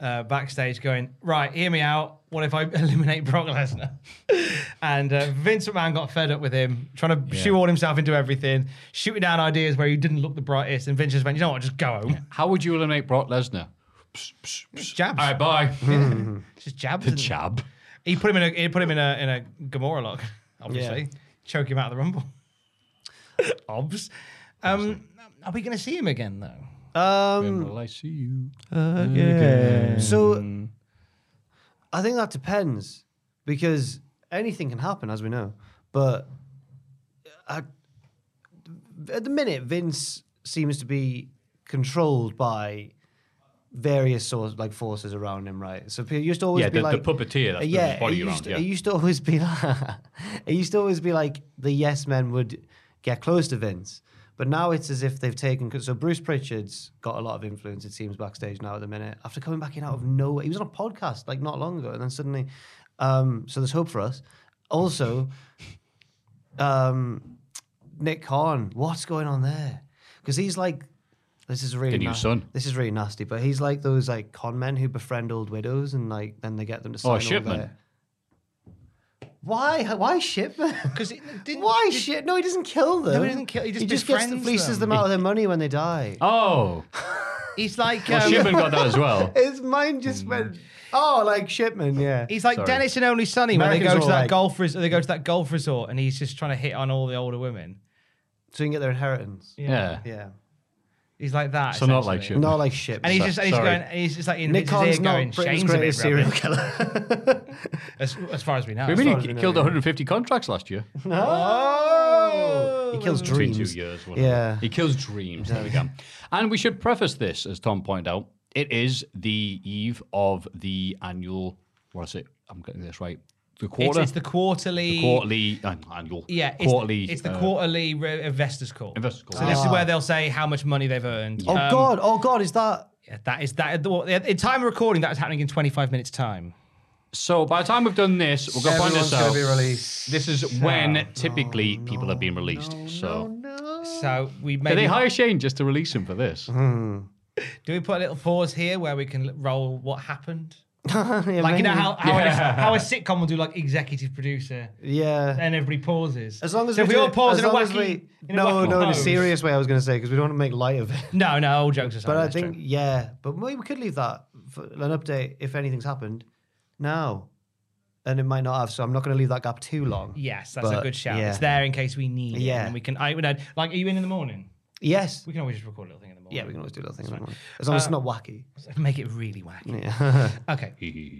Speaker 3: uh, backstage going right, hear me out. What if I eliminate Brock Lesnar? and uh, Vince McMahon got fed up with him, trying to shoehorn himself into everything, shooting down ideas where he didn't look the brightest. And Vince just went, you know what, just go home,
Speaker 2: How would you eliminate Brock Lesnar? Psh, psh, psh.
Speaker 3: jabs.
Speaker 2: All right, bye.
Speaker 3: just jabs.
Speaker 2: the
Speaker 3: and-
Speaker 2: jab.
Speaker 3: He put him in a he put him in a in a Gamora lock, obviously.
Speaker 4: Yeah.
Speaker 3: Choke him out of the rumble. Obs. Um, are we going to see him again though?
Speaker 4: Um,
Speaker 2: Will I see you?
Speaker 4: so I think that depends because anything can happen, as we know. But I, at the minute, Vince seems to be controlled by various source, like forces around him, right? So he used to always
Speaker 2: Yeah,
Speaker 4: be
Speaker 2: the- the
Speaker 4: like
Speaker 2: puppeteer that's moving his body
Speaker 4: it used,
Speaker 2: around,
Speaker 4: to-
Speaker 2: yeah.
Speaker 4: it used to always be like, it used to always be like the yes men would get close to Vince, but now it's as if they've taken. 'cause- So Bruce Pritchard's got a lot of influence, it seems, backstage now at the minute. After coming back in out of nowhere, he was on a podcast like not long ago, and then suddenly, um, so there's hope for us. Also, um, Nick Khan, what's going on there? Because he's like, this is really
Speaker 2: The new
Speaker 4: na-
Speaker 2: son.
Speaker 4: This is really nasty, but he's like those like
Speaker 2: Oh,
Speaker 4: con men who befriend old widows and like then they get them to sign. all
Speaker 2: Shipman.
Speaker 4: their- Why? Why ship? Because why ship? No, he doesn't kill them.
Speaker 3: No, he doesn't kill- he just
Speaker 4: gets the
Speaker 3: befriends
Speaker 4: fleeces
Speaker 3: them.
Speaker 4: them out of their money when they die.
Speaker 2: Oh.
Speaker 3: He's like
Speaker 2: Well,
Speaker 3: um,
Speaker 2: Shipman got that as well.
Speaker 4: His mind just
Speaker 2: Mm.
Speaker 4: went. Oh, like Shipman, yeah.
Speaker 3: He's like
Speaker 4: Sorry.
Speaker 3: Dennis and Only Sunny when
Speaker 4: Americans
Speaker 3: they go to
Speaker 4: are
Speaker 3: that
Speaker 4: like-
Speaker 3: golf res- they go to that golf resort and he's just trying to hit on all the older women.
Speaker 4: So you can get their inheritance.
Speaker 3: Yeah.
Speaker 4: Yeah.
Speaker 3: He's like that.
Speaker 2: So not like
Speaker 3: essentially.
Speaker 2: Shipman.
Speaker 4: Not like Shipman.
Speaker 3: And he's just and he's
Speaker 2: Sorry.
Speaker 3: going and he's just like in
Speaker 4: Nick
Speaker 3: his ear
Speaker 4: Khan's not
Speaker 3: going
Speaker 4: Britain's
Speaker 3: Shane's a bit
Speaker 4: greatest serial
Speaker 3: rubbish."
Speaker 4: killer.
Speaker 3: as, as far as we know.
Speaker 2: I mean,
Speaker 3: As
Speaker 2: he
Speaker 3: far as we
Speaker 2: killed
Speaker 3: know.
Speaker 2: 150 contracts last year.
Speaker 4: Oh! He kills
Speaker 2: Between
Speaker 4: dreams.
Speaker 2: Two years. whatever.
Speaker 4: Yeah.
Speaker 2: He kills dreams. There we go. And we should preface this, as Tom pointed out, it is the eve of the annual. What is it? I'm getting this right. The
Speaker 3: It's,
Speaker 2: quarter.
Speaker 3: it's the quarterly.
Speaker 2: quarterly um, annual.
Speaker 3: Yeah, it's,
Speaker 2: quarterly.
Speaker 3: It's the
Speaker 2: uh,
Speaker 3: quarterly re- investors call.
Speaker 2: Investors call.
Speaker 3: So this is
Speaker 2: Ah.
Speaker 3: where they'll say how much money they've earned.
Speaker 4: Oh
Speaker 3: Um,
Speaker 4: God! Oh God! Is that?
Speaker 3: yeah, that is that. In time of recording, that is happening in 25 minutes time.
Speaker 2: So by the time we've done this, we'll go find
Speaker 4: Everyone's
Speaker 2: this
Speaker 4: gonna
Speaker 2: out.
Speaker 4: be released.
Speaker 2: This is when typically people have been released. so
Speaker 3: So we
Speaker 2: did
Speaker 3: maybe
Speaker 2: they hire Shane just to release him for this?
Speaker 3: Mm-hmm. do we put a little pause here where we can l- roll what happened?
Speaker 4: Yeah,
Speaker 3: like you know
Speaker 4: maybe.
Speaker 3: how how, a, how a sitcom will do like executive producer
Speaker 4: Yeah.
Speaker 3: and everybody pauses.
Speaker 4: As long as
Speaker 3: so if we
Speaker 4: do
Speaker 3: all
Speaker 4: it-
Speaker 3: pause
Speaker 4: as
Speaker 3: in a
Speaker 4: long as
Speaker 3: wacky,
Speaker 4: we-
Speaker 3: in a
Speaker 4: no,
Speaker 3: wacky
Speaker 4: no, in a
Speaker 3: pose.
Speaker 4: serious way, I was going to say because we don't want to make light of it.
Speaker 3: No, no, all jokes aside.
Speaker 4: But I
Speaker 3: that's
Speaker 4: think
Speaker 3: true.
Speaker 4: yeah, but maybe we could leave that for an update if anything's happened now, and it might not have. So I'm not going to leave that gap too long.
Speaker 3: yes, that's a
Speaker 4: But,
Speaker 3: good shout.
Speaker 4: yeah.
Speaker 3: It's there in case we need it,
Speaker 4: Yeah.
Speaker 3: and we can. I, I like. Are you in in the morning?
Speaker 4: Yes.
Speaker 3: We can always just record a little thing in the morning.
Speaker 4: Yeah, we can always do that thing in the morning. as long as
Speaker 3: Uh,
Speaker 4: it's not wacky.
Speaker 3: Make it really wacky.
Speaker 4: Yeah.
Speaker 3: Okay.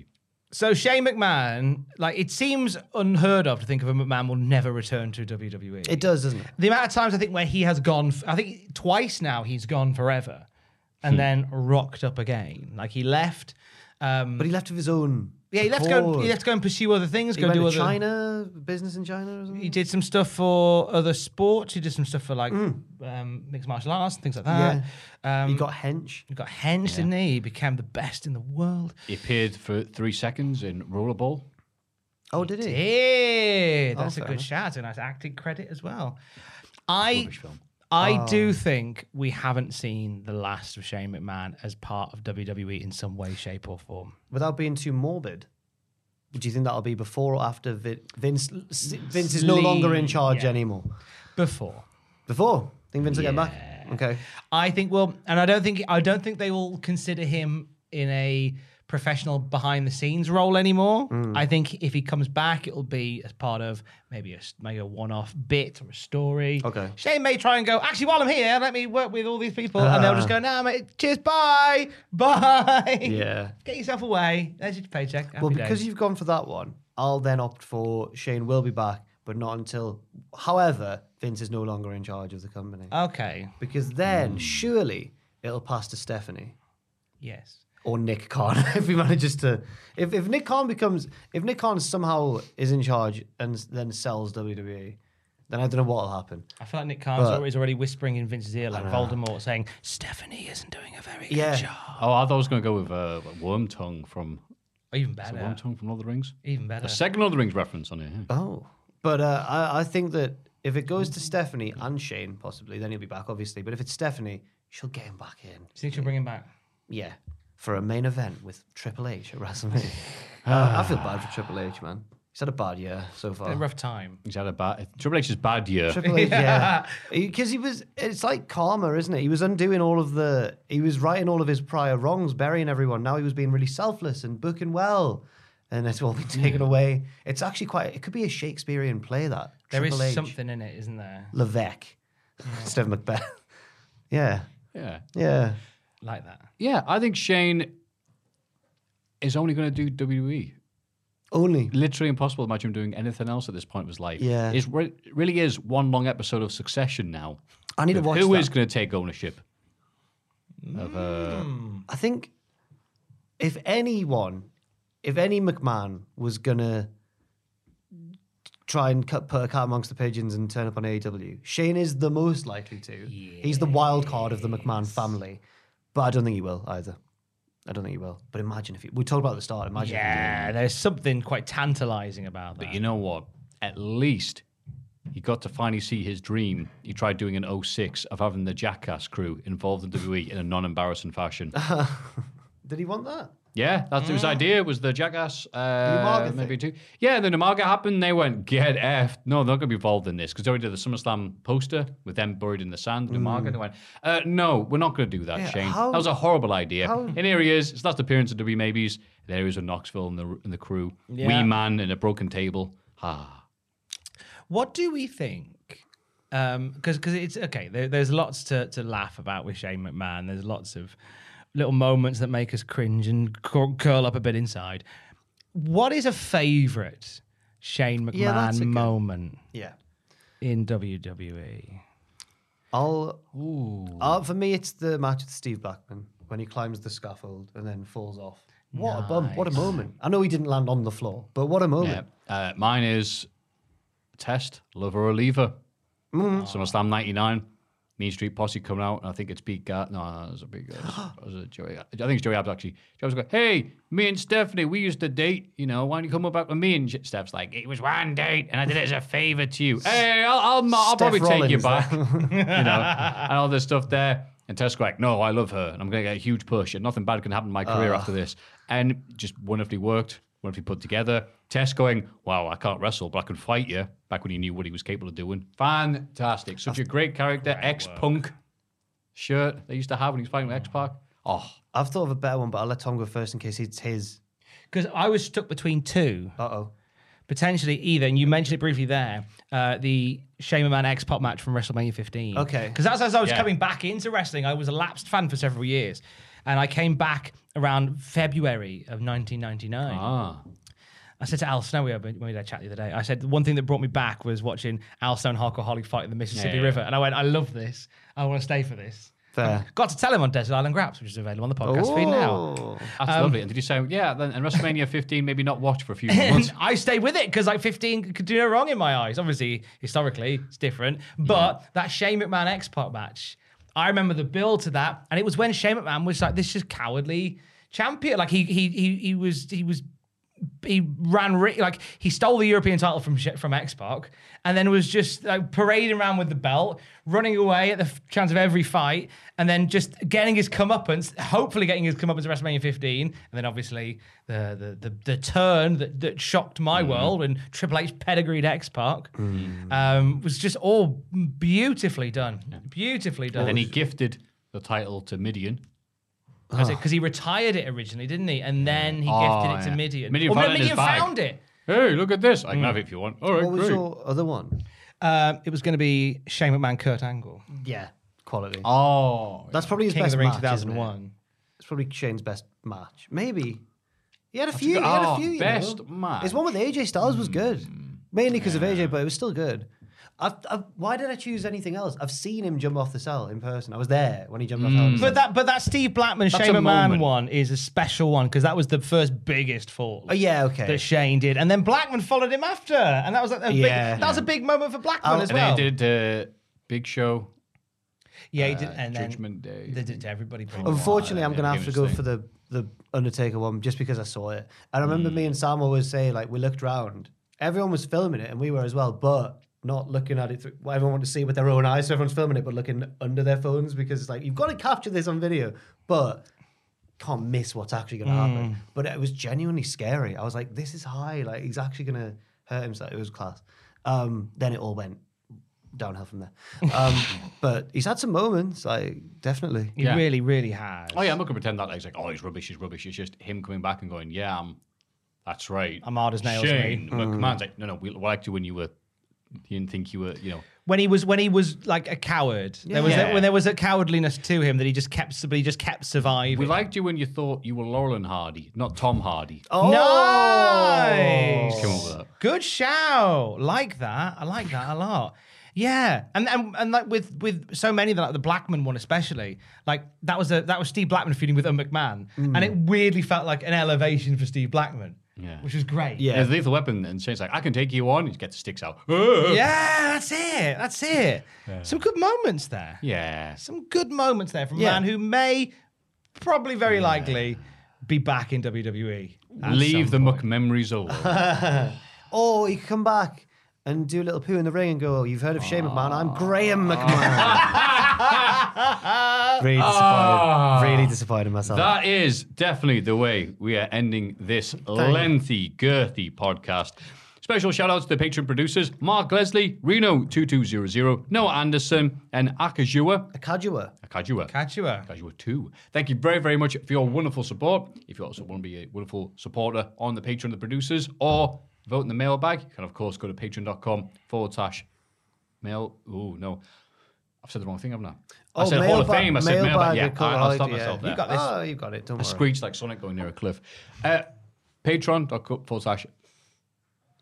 Speaker 3: So Shane McMahon, like it seems unheard of to think of a McMahon will never return to WWE.
Speaker 4: it does, doesn't it?
Speaker 3: The amount of times I think where he has gone, f- I think twice now he's gone forever, and
Speaker 4: Hmm.
Speaker 3: then rocked up again. Like he left. Um,
Speaker 4: But he left of his own.
Speaker 3: yeah, he left to
Speaker 4: accord.
Speaker 3: go. He left to go and pursue other things.
Speaker 4: He
Speaker 3: go
Speaker 4: went
Speaker 3: do
Speaker 4: to
Speaker 3: other.
Speaker 4: China business in China or something.
Speaker 3: He did some stuff for other sports. He did some stuff for like um, mixed martial arts and things like that. Um,
Speaker 4: Hmm. he got hench.
Speaker 3: he got hench, didn't he? He became the best in the world.
Speaker 2: He appeared for three seconds in Rollerball.
Speaker 4: Oh, did he?
Speaker 3: Yeah, that's a
Speaker 4: fair
Speaker 3: good
Speaker 4: enough.
Speaker 3: shout. A nice acting credit as well. I
Speaker 2: Rubbish film.
Speaker 3: I
Speaker 4: Oh.
Speaker 3: do think we haven't seen the last of Shane McMahon as part of WWE in some way, shape, or form.
Speaker 4: Without being too morbid, do you think that'll be before or after Vin- Vince? Vince is no longer in charge
Speaker 3: Yeah.
Speaker 4: anymore.
Speaker 3: Before,
Speaker 4: Before, think Vince will get back. Okay.
Speaker 3: I think well, and I don't think I don't think they will consider him in a professional behind the scenes role anymore.
Speaker 4: Mm.
Speaker 3: I think if he comes back, it'll be as part of maybe a s- maybe a one off bit or a story.
Speaker 4: Okay.
Speaker 3: Shane may try and go. Actually, while I'm here, let me work with all these people, and they'll just go, "Nah, mate, cheers, bye, bye."
Speaker 4: Yeah.
Speaker 3: Get yourself away. There's your paycheck. Happy
Speaker 4: Well, because
Speaker 3: days.
Speaker 4: you've gone for that one, I'll then opt for Shane will be back, but not until. However, Vince is no longer in charge of the company
Speaker 3: okay,
Speaker 4: because
Speaker 3: Mm.
Speaker 4: then surely it'll pass to Stephanie.
Speaker 3: yes.
Speaker 4: or Nick Khan if he manages to if, if Nick Khan becomes if Nick Khan somehow is in charge and s- then sells WWE, then I don't know what'll happen.
Speaker 3: I feel like Nick Khan's
Speaker 4: But-
Speaker 3: is already whispering in Vince's ear like Voldemort, saying Stephanie isn't doing a very good
Speaker 4: Yeah.
Speaker 3: job.
Speaker 2: Oh, I thought I was going to go with uh, Worm Tongue from
Speaker 3: Or even
Speaker 2: is it
Speaker 3: better.
Speaker 2: Worm Tongue from Lord of the Rings.
Speaker 3: Even better.
Speaker 2: A second Lord of the Rings reference on here. yeah.
Speaker 4: Oh, but uh, I I think that if it goes to Stephanie and Shane possibly, then he'll be back obviously. But if it's Stephanie, she'll get him back in.
Speaker 3: Do you think she'll bring him back?
Speaker 4: Yeah, for a main event with Triple H at WrestleMania. Uh, I feel bad for Triple H, man. He's had a bad year so far.
Speaker 3: A rough time.
Speaker 2: He's had a bad Triple H's bad year.
Speaker 4: Triple H, yeah. Because he was, it's like karma, isn't it? He was undoing all of the, he was righting all of his prior wrongs, burying everyone. Now he was being really selfless and booking well. And it's all been taken away. It's actually quite, it could be a Shakespearean play that.
Speaker 3: There is
Speaker 4: Triple H,
Speaker 3: something in it, isn't there?
Speaker 4: Levesque. Stephen Macbeth. Yeah.
Speaker 2: yeah.
Speaker 4: Yeah.
Speaker 3: Like that.
Speaker 2: Yeah, I think Shane is only going to do WWE.
Speaker 4: Only.
Speaker 2: Literally impossible to imagine him doing anything else at this point of his life.
Speaker 4: Yeah.
Speaker 2: It's re- it really is one long episode of Succession now.
Speaker 4: I need to
Speaker 2: Who
Speaker 4: watch
Speaker 2: is
Speaker 4: that.
Speaker 2: going to take ownership? Of, uh,
Speaker 4: I think if anyone, if any McMahon was gonna try and cut, put a cat amongst the pigeons and turn up on AEW, Shane is the most likely to. He's the wild card of the McMahon family, but I don't think he will either. I don't think he will. But imagine if he. We talked about it at the start. Imagine.
Speaker 3: Yeah, there's something quite tantalizing about that.
Speaker 2: but you know what? At least he got to finally see his dream. He tried doing an 06 of having E the Jackass crew involved in WWE in a non embarrassing fashion.
Speaker 4: If he, did he want that?
Speaker 2: Yeah, that's his idea. It was the jackass.
Speaker 4: Mm. Umaga
Speaker 2: Uh,
Speaker 4: thing.
Speaker 2: maybe two. Yeah, then Umaga happened. They went, get effed. No, they're not going to be involved in this because they already did the SummerSlam poster with them buried in the sand. And Umaga they went, uh, no, we're not going to do that,
Speaker 4: Mm. Yeah,
Speaker 2: Shane.
Speaker 4: how-
Speaker 2: that was a horrible idea.
Speaker 4: how-
Speaker 2: and here he is. His last appearance at WWE Maybes. There he is with Knoxville and the, and the crew.
Speaker 3: Yeah.
Speaker 2: Wee man and a broken table. Ah.
Speaker 3: What do we think? Because because it's okay. There, there's lots to, to laugh about with Shane McMahon. There's lots of little moments that make us cringe and cur- curl up a bit inside. What is a favourite Shane McMahon
Speaker 4: Yeah, that's a good-
Speaker 3: moment
Speaker 4: Yeah.
Speaker 3: in E? WWE?
Speaker 4: I'll. Uh, for me, it's the match with Steve Blackman when he climbs the scaffold and then falls off. What a bump! What a
Speaker 3: Nice.
Speaker 4: moment! I know he didn't land on the floor, but what a
Speaker 2: Yeah.
Speaker 4: moment!
Speaker 2: Uh, mine is Test, Lover or Lever.
Speaker 4: Mm.
Speaker 2: SummerSlam 99. Mean Street Posse coming out, and I think it's Pete Gar. No, it was a big. It was, it was a Joey. I think it's Joey Abs actually. Joey Abs going, "Hey, me and Stephanie, we used to date. You know, why don't you come back with me?" And shit. Steph's like, "It was one date, and I did it as a favor to you. Hey, I'll, I'll, I'll
Speaker 4: Steph
Speaker 2: probably take you
Speaker 4: Rollins,
Speaker 2: back, you know, and all this stuff there." And Tess like, "No, I love her, and I'm going to get a huge push, and nothing bad can happen to my career after this." And just wonderfully worked, wonderfully put together. Tess going, "Wow, I can't wrestle, but I can fight you." Back when he knew what he was capable of doing, fantastic! Such a great character, ex-punk shirt they used to have when he was fighting with X Pac. Oh,
Speaker 4: I've thought of a better one, but I'll let Tom go first in case it's his.
Speaker 3: Because I was stuck between two.
Speaker 4: Uh oh.
Speaker 3: potentially either, and you mentioned it briefly there, uh, the Shane Man X Pop match from WrestleMania 15.
Speaker 4: Okay.
Speaker 3: Because that's as I was
Speaker 2: Yeah.
Speaker 3: coming back into wrestling. I was a lapsed fan for several years. And I came back around February of 1999.
Speaker 2: ah,
Speaker 3: I said to Al Snow, we had, when we had a chat the other day, I said, the one thing that brought me back was watching Al Snow and Hardcore Holly fight in the Mississippi
Speaker 2: Yeah, yeah, yeah.
Speaker 3: River. And I went, I love this. I want to stay for this.
Speaker 4: Fair.
Speaker 3: Got to tell him on Desert Island Graps, which is available on the podcast feed now.
Speaker 4: Oh.
Speaker 2: that's lovely. And did you say, yeah? Then and WrestleMania 15, maybe not watch for a few months.
Speaker 3: And I stay with it because like 15 could do no wrong in my eyes. Obviously, historically, it's different. But that Shane McMahon X Pac match, I remember the build to that, and it was when Shane McMahon was like, "This is cowardly champion." Like he he he he was he was. He ran ri- like he stole the European title from Sh- from X Pac, and then was just like parading around with the belt, running away at the f- chance of every fight, and then just getting his comeuppance. Hopefully, getting his comeuppance at WrestleMania 15, and then obviously the the the, the turn that, that shocked my world and Triple H pedigreed X Pac um, was just all beautifully done, beautifully done.
Speaker 2: and then he gifted the title to Midian.
Speaker 3: because he retired it originally, didn't he? And then he
Speaker 2: Oh,
Speaker 3: gifted it to
Speaker 2: yeah.
Speaker 3: Midian.
Speaker 2: Midian
Speaker 3: Or
Speaker 2: found
Speaker 3: no,
Speaker 2: it in his
Speaker 3: Midian
Speaker 2: bag.
Speaker 3: found it.
Speaker 2: Hey, look at this. I can have it if you want. All right,
Speaker 4: What was
Speaker 2: great.
Speaker 4: your other one?
Speaker 3: Um, it was going to be Shane McMahon, Kurt Angle.
Speaker 4: Yeah, quality.
Speaker 2: Oh,
Speaker 4: That's probably his
Speaker 3: King of
Speaker 4: best
Speaker 3: the Ring
Speaker 4: match. isn't it?
Speaker 3: 2001.
Speaker 4: It's probably Shane's best match. Maybe. He had a few. he had
Speaker 2: oh,
Speaker 4: a few. You
Speaker 2: best
Speaker 4: know.
Speaker 2: match. Hmm.
Speaker 4: His one with AJ Styles was good, mainly because of AJ, but it was still good. I've, I've, why did I choose anything else? I've seen him jump off the cell in person. I was there when he jumped off. The cell.
Speaker 3: But that, but that Steve Blackman
Speaker 2: Hmm. That's
Speaker 3: Shane
Speaker 2: a
Speaker 3: McMahon
Speaker 2: moment.
Speaker 3: one is a special one because that was the first biggest fall.
Speaker 4: Oh yeah, okay.
Speaker 3: That Shane did, and then Blackman followed him after, and that was like a big,
Speaker 4: Yeah.
Speaker 3: that was a big moment for Blackman
Speaker 4: Oh,
Speaker 3: as
Speaker 2: and
Speaker 3: well.
Speaker 2: they did uh, Big Show,
Speaker 3: yeah, he did,
Speaker 2: uh,
Speaker 3: and then
Speaker 2: Judgment Oh, Day.
Speaker 3: they did it to everybody. pretty much.
Speaker 4: Unfortunately, I'm
Speaker 2: yeah,
Speaker 4: going to
Speaker 2: give
Speaker 4: have to
Speaker 2: us
Speaker 4: go
Speaker 2: thing.
Speaker 4: for the the Undertaker one just because I saw it. I remember
Speaker 2: Mm.
Speaker 4: me and Sam always say like we looked round. Everyone was filming it, and we were as well, but not looking at it. Through, well, everyone wanted to see it with their own eyes, so everyone's filming it, but looking under their phones because it's like you've got to capture this on video, but can't miss what's actually going to
Speaker 2: Mm.
Speaker 4: happen. But it was genuinely scary. I was like, this is high. Like he's actually going to hurt himself. It was class. Um, then it all went downhill from there. Um, but he's had some moments, like definitely.
Speaker 3: He
Speaker 2: Yeah.
Speaker 3: really, really has.
Speaker 2: Oh yeah, I'm not gonna pretend that like, it's like oh he's rubbish, he's rubbish. It's just him coming back and going, yeah, I'm. That's right.
Speaker 3: I'm hard as nails, mate.
Speaker 2: Shane McMahon's like, no, no, we liked you when you were. You didn't think you were, you know.
Speaker 3: when he was when he was like a coward. There was
Speaker 2: Yeah.
Speaker 3: when there was a cowardliness to him that he just kept, but he just kept surviving.
Speaker 2: We liked you when you thought you were Laurel and Hardy, not Tom Hardy.
Speaker 4: Oh,
Speaker 3: Nice.
Speaker 2: Come up with that.
Speaker 3: Good shout. Like that. I like that a lot. Yeah, and and and like with with so many of the, like the Blackman one especially, like that was a that was Steve Blackman feuding with Un McMahon,
Speaker 4: Mm.
Speaker 3: and it weirdly felt like an elevation for Steve Blackman,
Speaker 2: Yeah.
Speaker 3: which was great.
Speaker 4: Yeah.
Speaker 2: There's lethal weapon, and Shane's like, I can take you on. He gets the sticks out. "Ugh."
Speaker 3: yeah, that's it, that's it. Some good moments there.
Speaker 2: Yeah.
Speaker 3: Some good moments there from
Speaker 4: Yeah.
Speaker 3: a man who may, probably very likely, be back in E. WWE. at
Speaker 2: Leave the
Speaker 3: some
Speaker 2: muck
Speaker 3: point.
Speaker 2: memories alone.
Speaker 4: Oh, he could come back and do a little poo in the ring and go, oh, you've heard of Shane McMahon, I'm Graham McMahon. Really disappointed.
Speaker 2: Ah.
Speaker 4: really disappointed in myself.
Speaker 2: That is definitely the way we are ending this lengthy, girthy podcast. Special shout outs to the patron producers Mark Leslie, Reno2200, Noah Anderson, and Akajua.
Speaker 4: Akajua.
Speaker 2: Akajua.
Speaker 3: Akajua.
Speaker 2: Akajua 2. Thank you very, very much for your wonderful support. If you also want to be a wonderful supporter on the Patreon of the producers or vote in the mailbag, you can, of course, go to patreon.com forward slash mail. Oh, no. I've said the wrong thing, haven't I? I said Hall of
Speaker 4: Oh, mailbag-
Speaker 2: Fame. I said mailbag. Yeah, I, I'll
Speaker 4: Colouroid,
Speaker 2: stop
Speaker 4: yeah.
Speaker 2: myself there.
Speaker 4: You got this. Oh, you got it. Don't
Speaker 2: I
Speaker 4: worry.
Speaker 2: screeched like Sonic going near a cliff. Uh, Patreon.com forward slash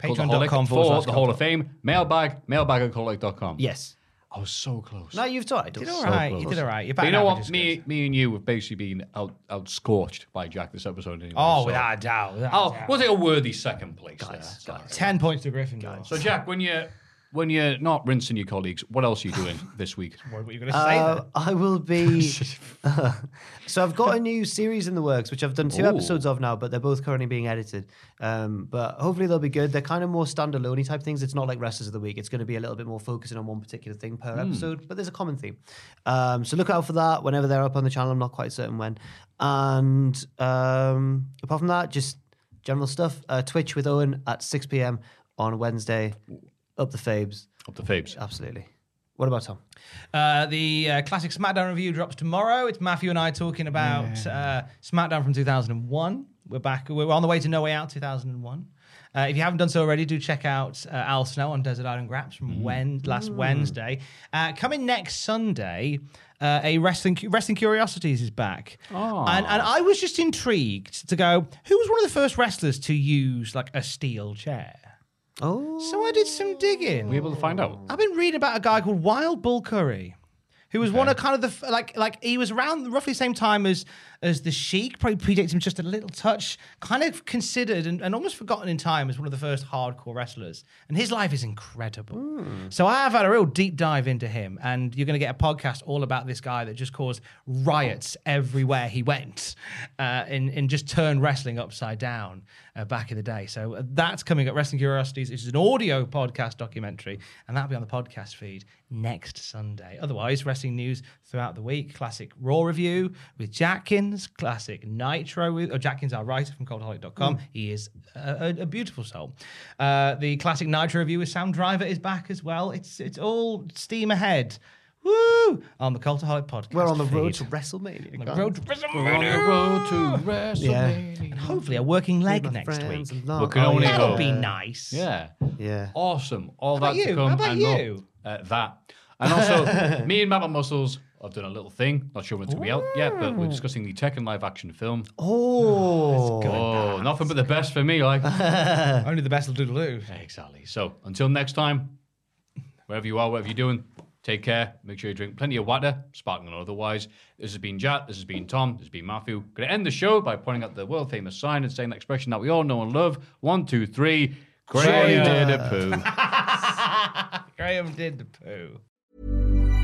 Speaker 3: Patreon.com
Speaker 2: Cultaholic for
Speaker 3: forward slash
Speaker 2: the Hall
Speaker 3: Cultaholic.
Speaker 2: of Fame. Mailbag, mailbag at cultaholic.com.
Speaker 4: Yes.
Speaker 2: I was so close.
Speaker 4: No, you've taught.
Speaker 3: Did all right. You did all right. You're
Speaker 2: But
Speaker 3: back
Speaker 2: you know what? Me, me and you have basically been out outscorched by Jack this episode anyway.
Speaker 3: Oh,
Speaker 2: so-
Speaker 3: without a doubt. without a
Speaker 2: Oh,
Speaker 3: doubt.
Speaker 2: was it a worthy second place there?
Speaker 3: Ten points to Gryffindor.
Speaker 2: So Jack, when you when you're not rinsing your colleagues, what else are you doing this week?
Speaker 3: What were you going to say?
Speaker 4: Uh,
Speaker 3: then?
Speaker 4: I will be. uh, so I've got a new series in the works, which I've done two
Speaker 2: Ooh.
Speaker 4: episodes of now, but they're both currently being edited. Um, but hopefully they'll be good. They're kind of more standalone type things. It's not like Wrestlers of the Week. It's going to be a little bit more focusing on one particular thing per episode, but there's a common theme. Um, so look out for that whenever they're up on the channel. I'm not quite certain when. And um, apart from that, just general stuff. Uh, Twitch with Owen at 6 p.m. on Wednesday. Up the Fabes.
Speaker 2: Up the Fabes.
Speaker 4: Absolutely. What about Tom?
Speaker 3: Uh, the uh, classic SmackDown review drops tomorrow. It's Matthew and I talking about uh, SmackDown from 2001. We're back. We're on the way to No Way Out 2001. Uh, if you haven't done so already, do check out uh, Al Snow on Desert Island Graps from Wen- last Wednesday. Uh, coming next Sunday, uh, a wrestling wrestling curiosities is back, and and I was just intrigued to go. Who was one of the first wrestlers to use like a steel chair?
Speaker 4: Oh.
Speaker 3: So I did some digging.
Speaker 2: We able to find out.
Speaker 3: I've been reading about a guy called Wild Bull Curry, who was one of kind of the f- like like he was around roughly the same time as as the Sheik. Probably predates him just a little touch. Kind of considered and, and almost forgotten in time as one of the first hardcore wrestlers. And his life is incredible. So I have had a real deep dive into him, and you're going to get a podcast all about this guy that just caused riots everywhere he went, uh, and and just turned wrestling upside down uh, back in the day. So uh, that's coming up. Wrestling Curiosities is an audio podcast documentary, and that'll be on the podcast feed next Sunday. Otherwise, wrestling news throughout the week. Classic Raw review with Jackins. Classic Nitro with or Jackins, our writer from
Speaker 4: Mm.
Speaker 3: Coldholic.com. He is a, a- a beautiful soul. Uh, the classic Nitro review with Sam Driver is back as well. It's it's all steam ahead. Woo! On the Cultaholic podcast.
Speaker 4: We're on the road to
Speaker 3: feed.
Speaker 4: WrestleMania.
Speaker 3: On the
Speaker 4: guys.
Speaker 3: road to WrestleMania.
Speaker 2: We're on the road to WrestleMania.
Speaker 3: And hopefully a working leg
Speaker 4: my
Speaker 3: next
Speaker 4: friends
Speaker 3: week.
Speaker 4: along.
Speaker 2: We can
Speaker 4: Oh,
Speaker 2: only
Speaker 4: yeah.
Speaker 3: That'll
Speaker 2: go.
Speaker 3: be nice.
Speaker 2: Yeah.
Speaker 4: Yeah.
Speaker 2: Awesome. All
Speaker 3: about
Speaker 2: that to
Speaker 3: you?
Speaker 2: come.
Speaker 3: How about
Speaker 2: and more.
Speaker 3: you?
Speaker 2: Uh, that. And also, me and Mama Muscles have done a little thing. Not sure when it's going to be out yet, but we're discussing the Tekken live action film.
Speaker 4: Oh.
Speaker 2: Oh, nothing but the best for me. Like,
Speaker 3: Only the best will do to lose.
Speaker 2: exactly. So, until next time, wherever you are, whatever you're doing, take care. Make sure you drink plenty of water, sparkling or otherwise. This has been Jack. This has been Tom. This has been Matthew. Going to end the show by pointing out the world famous sign and saying the expression that we all know and love. One, two, three. Cray did a poo.
Speaker 3: Graham did the poo.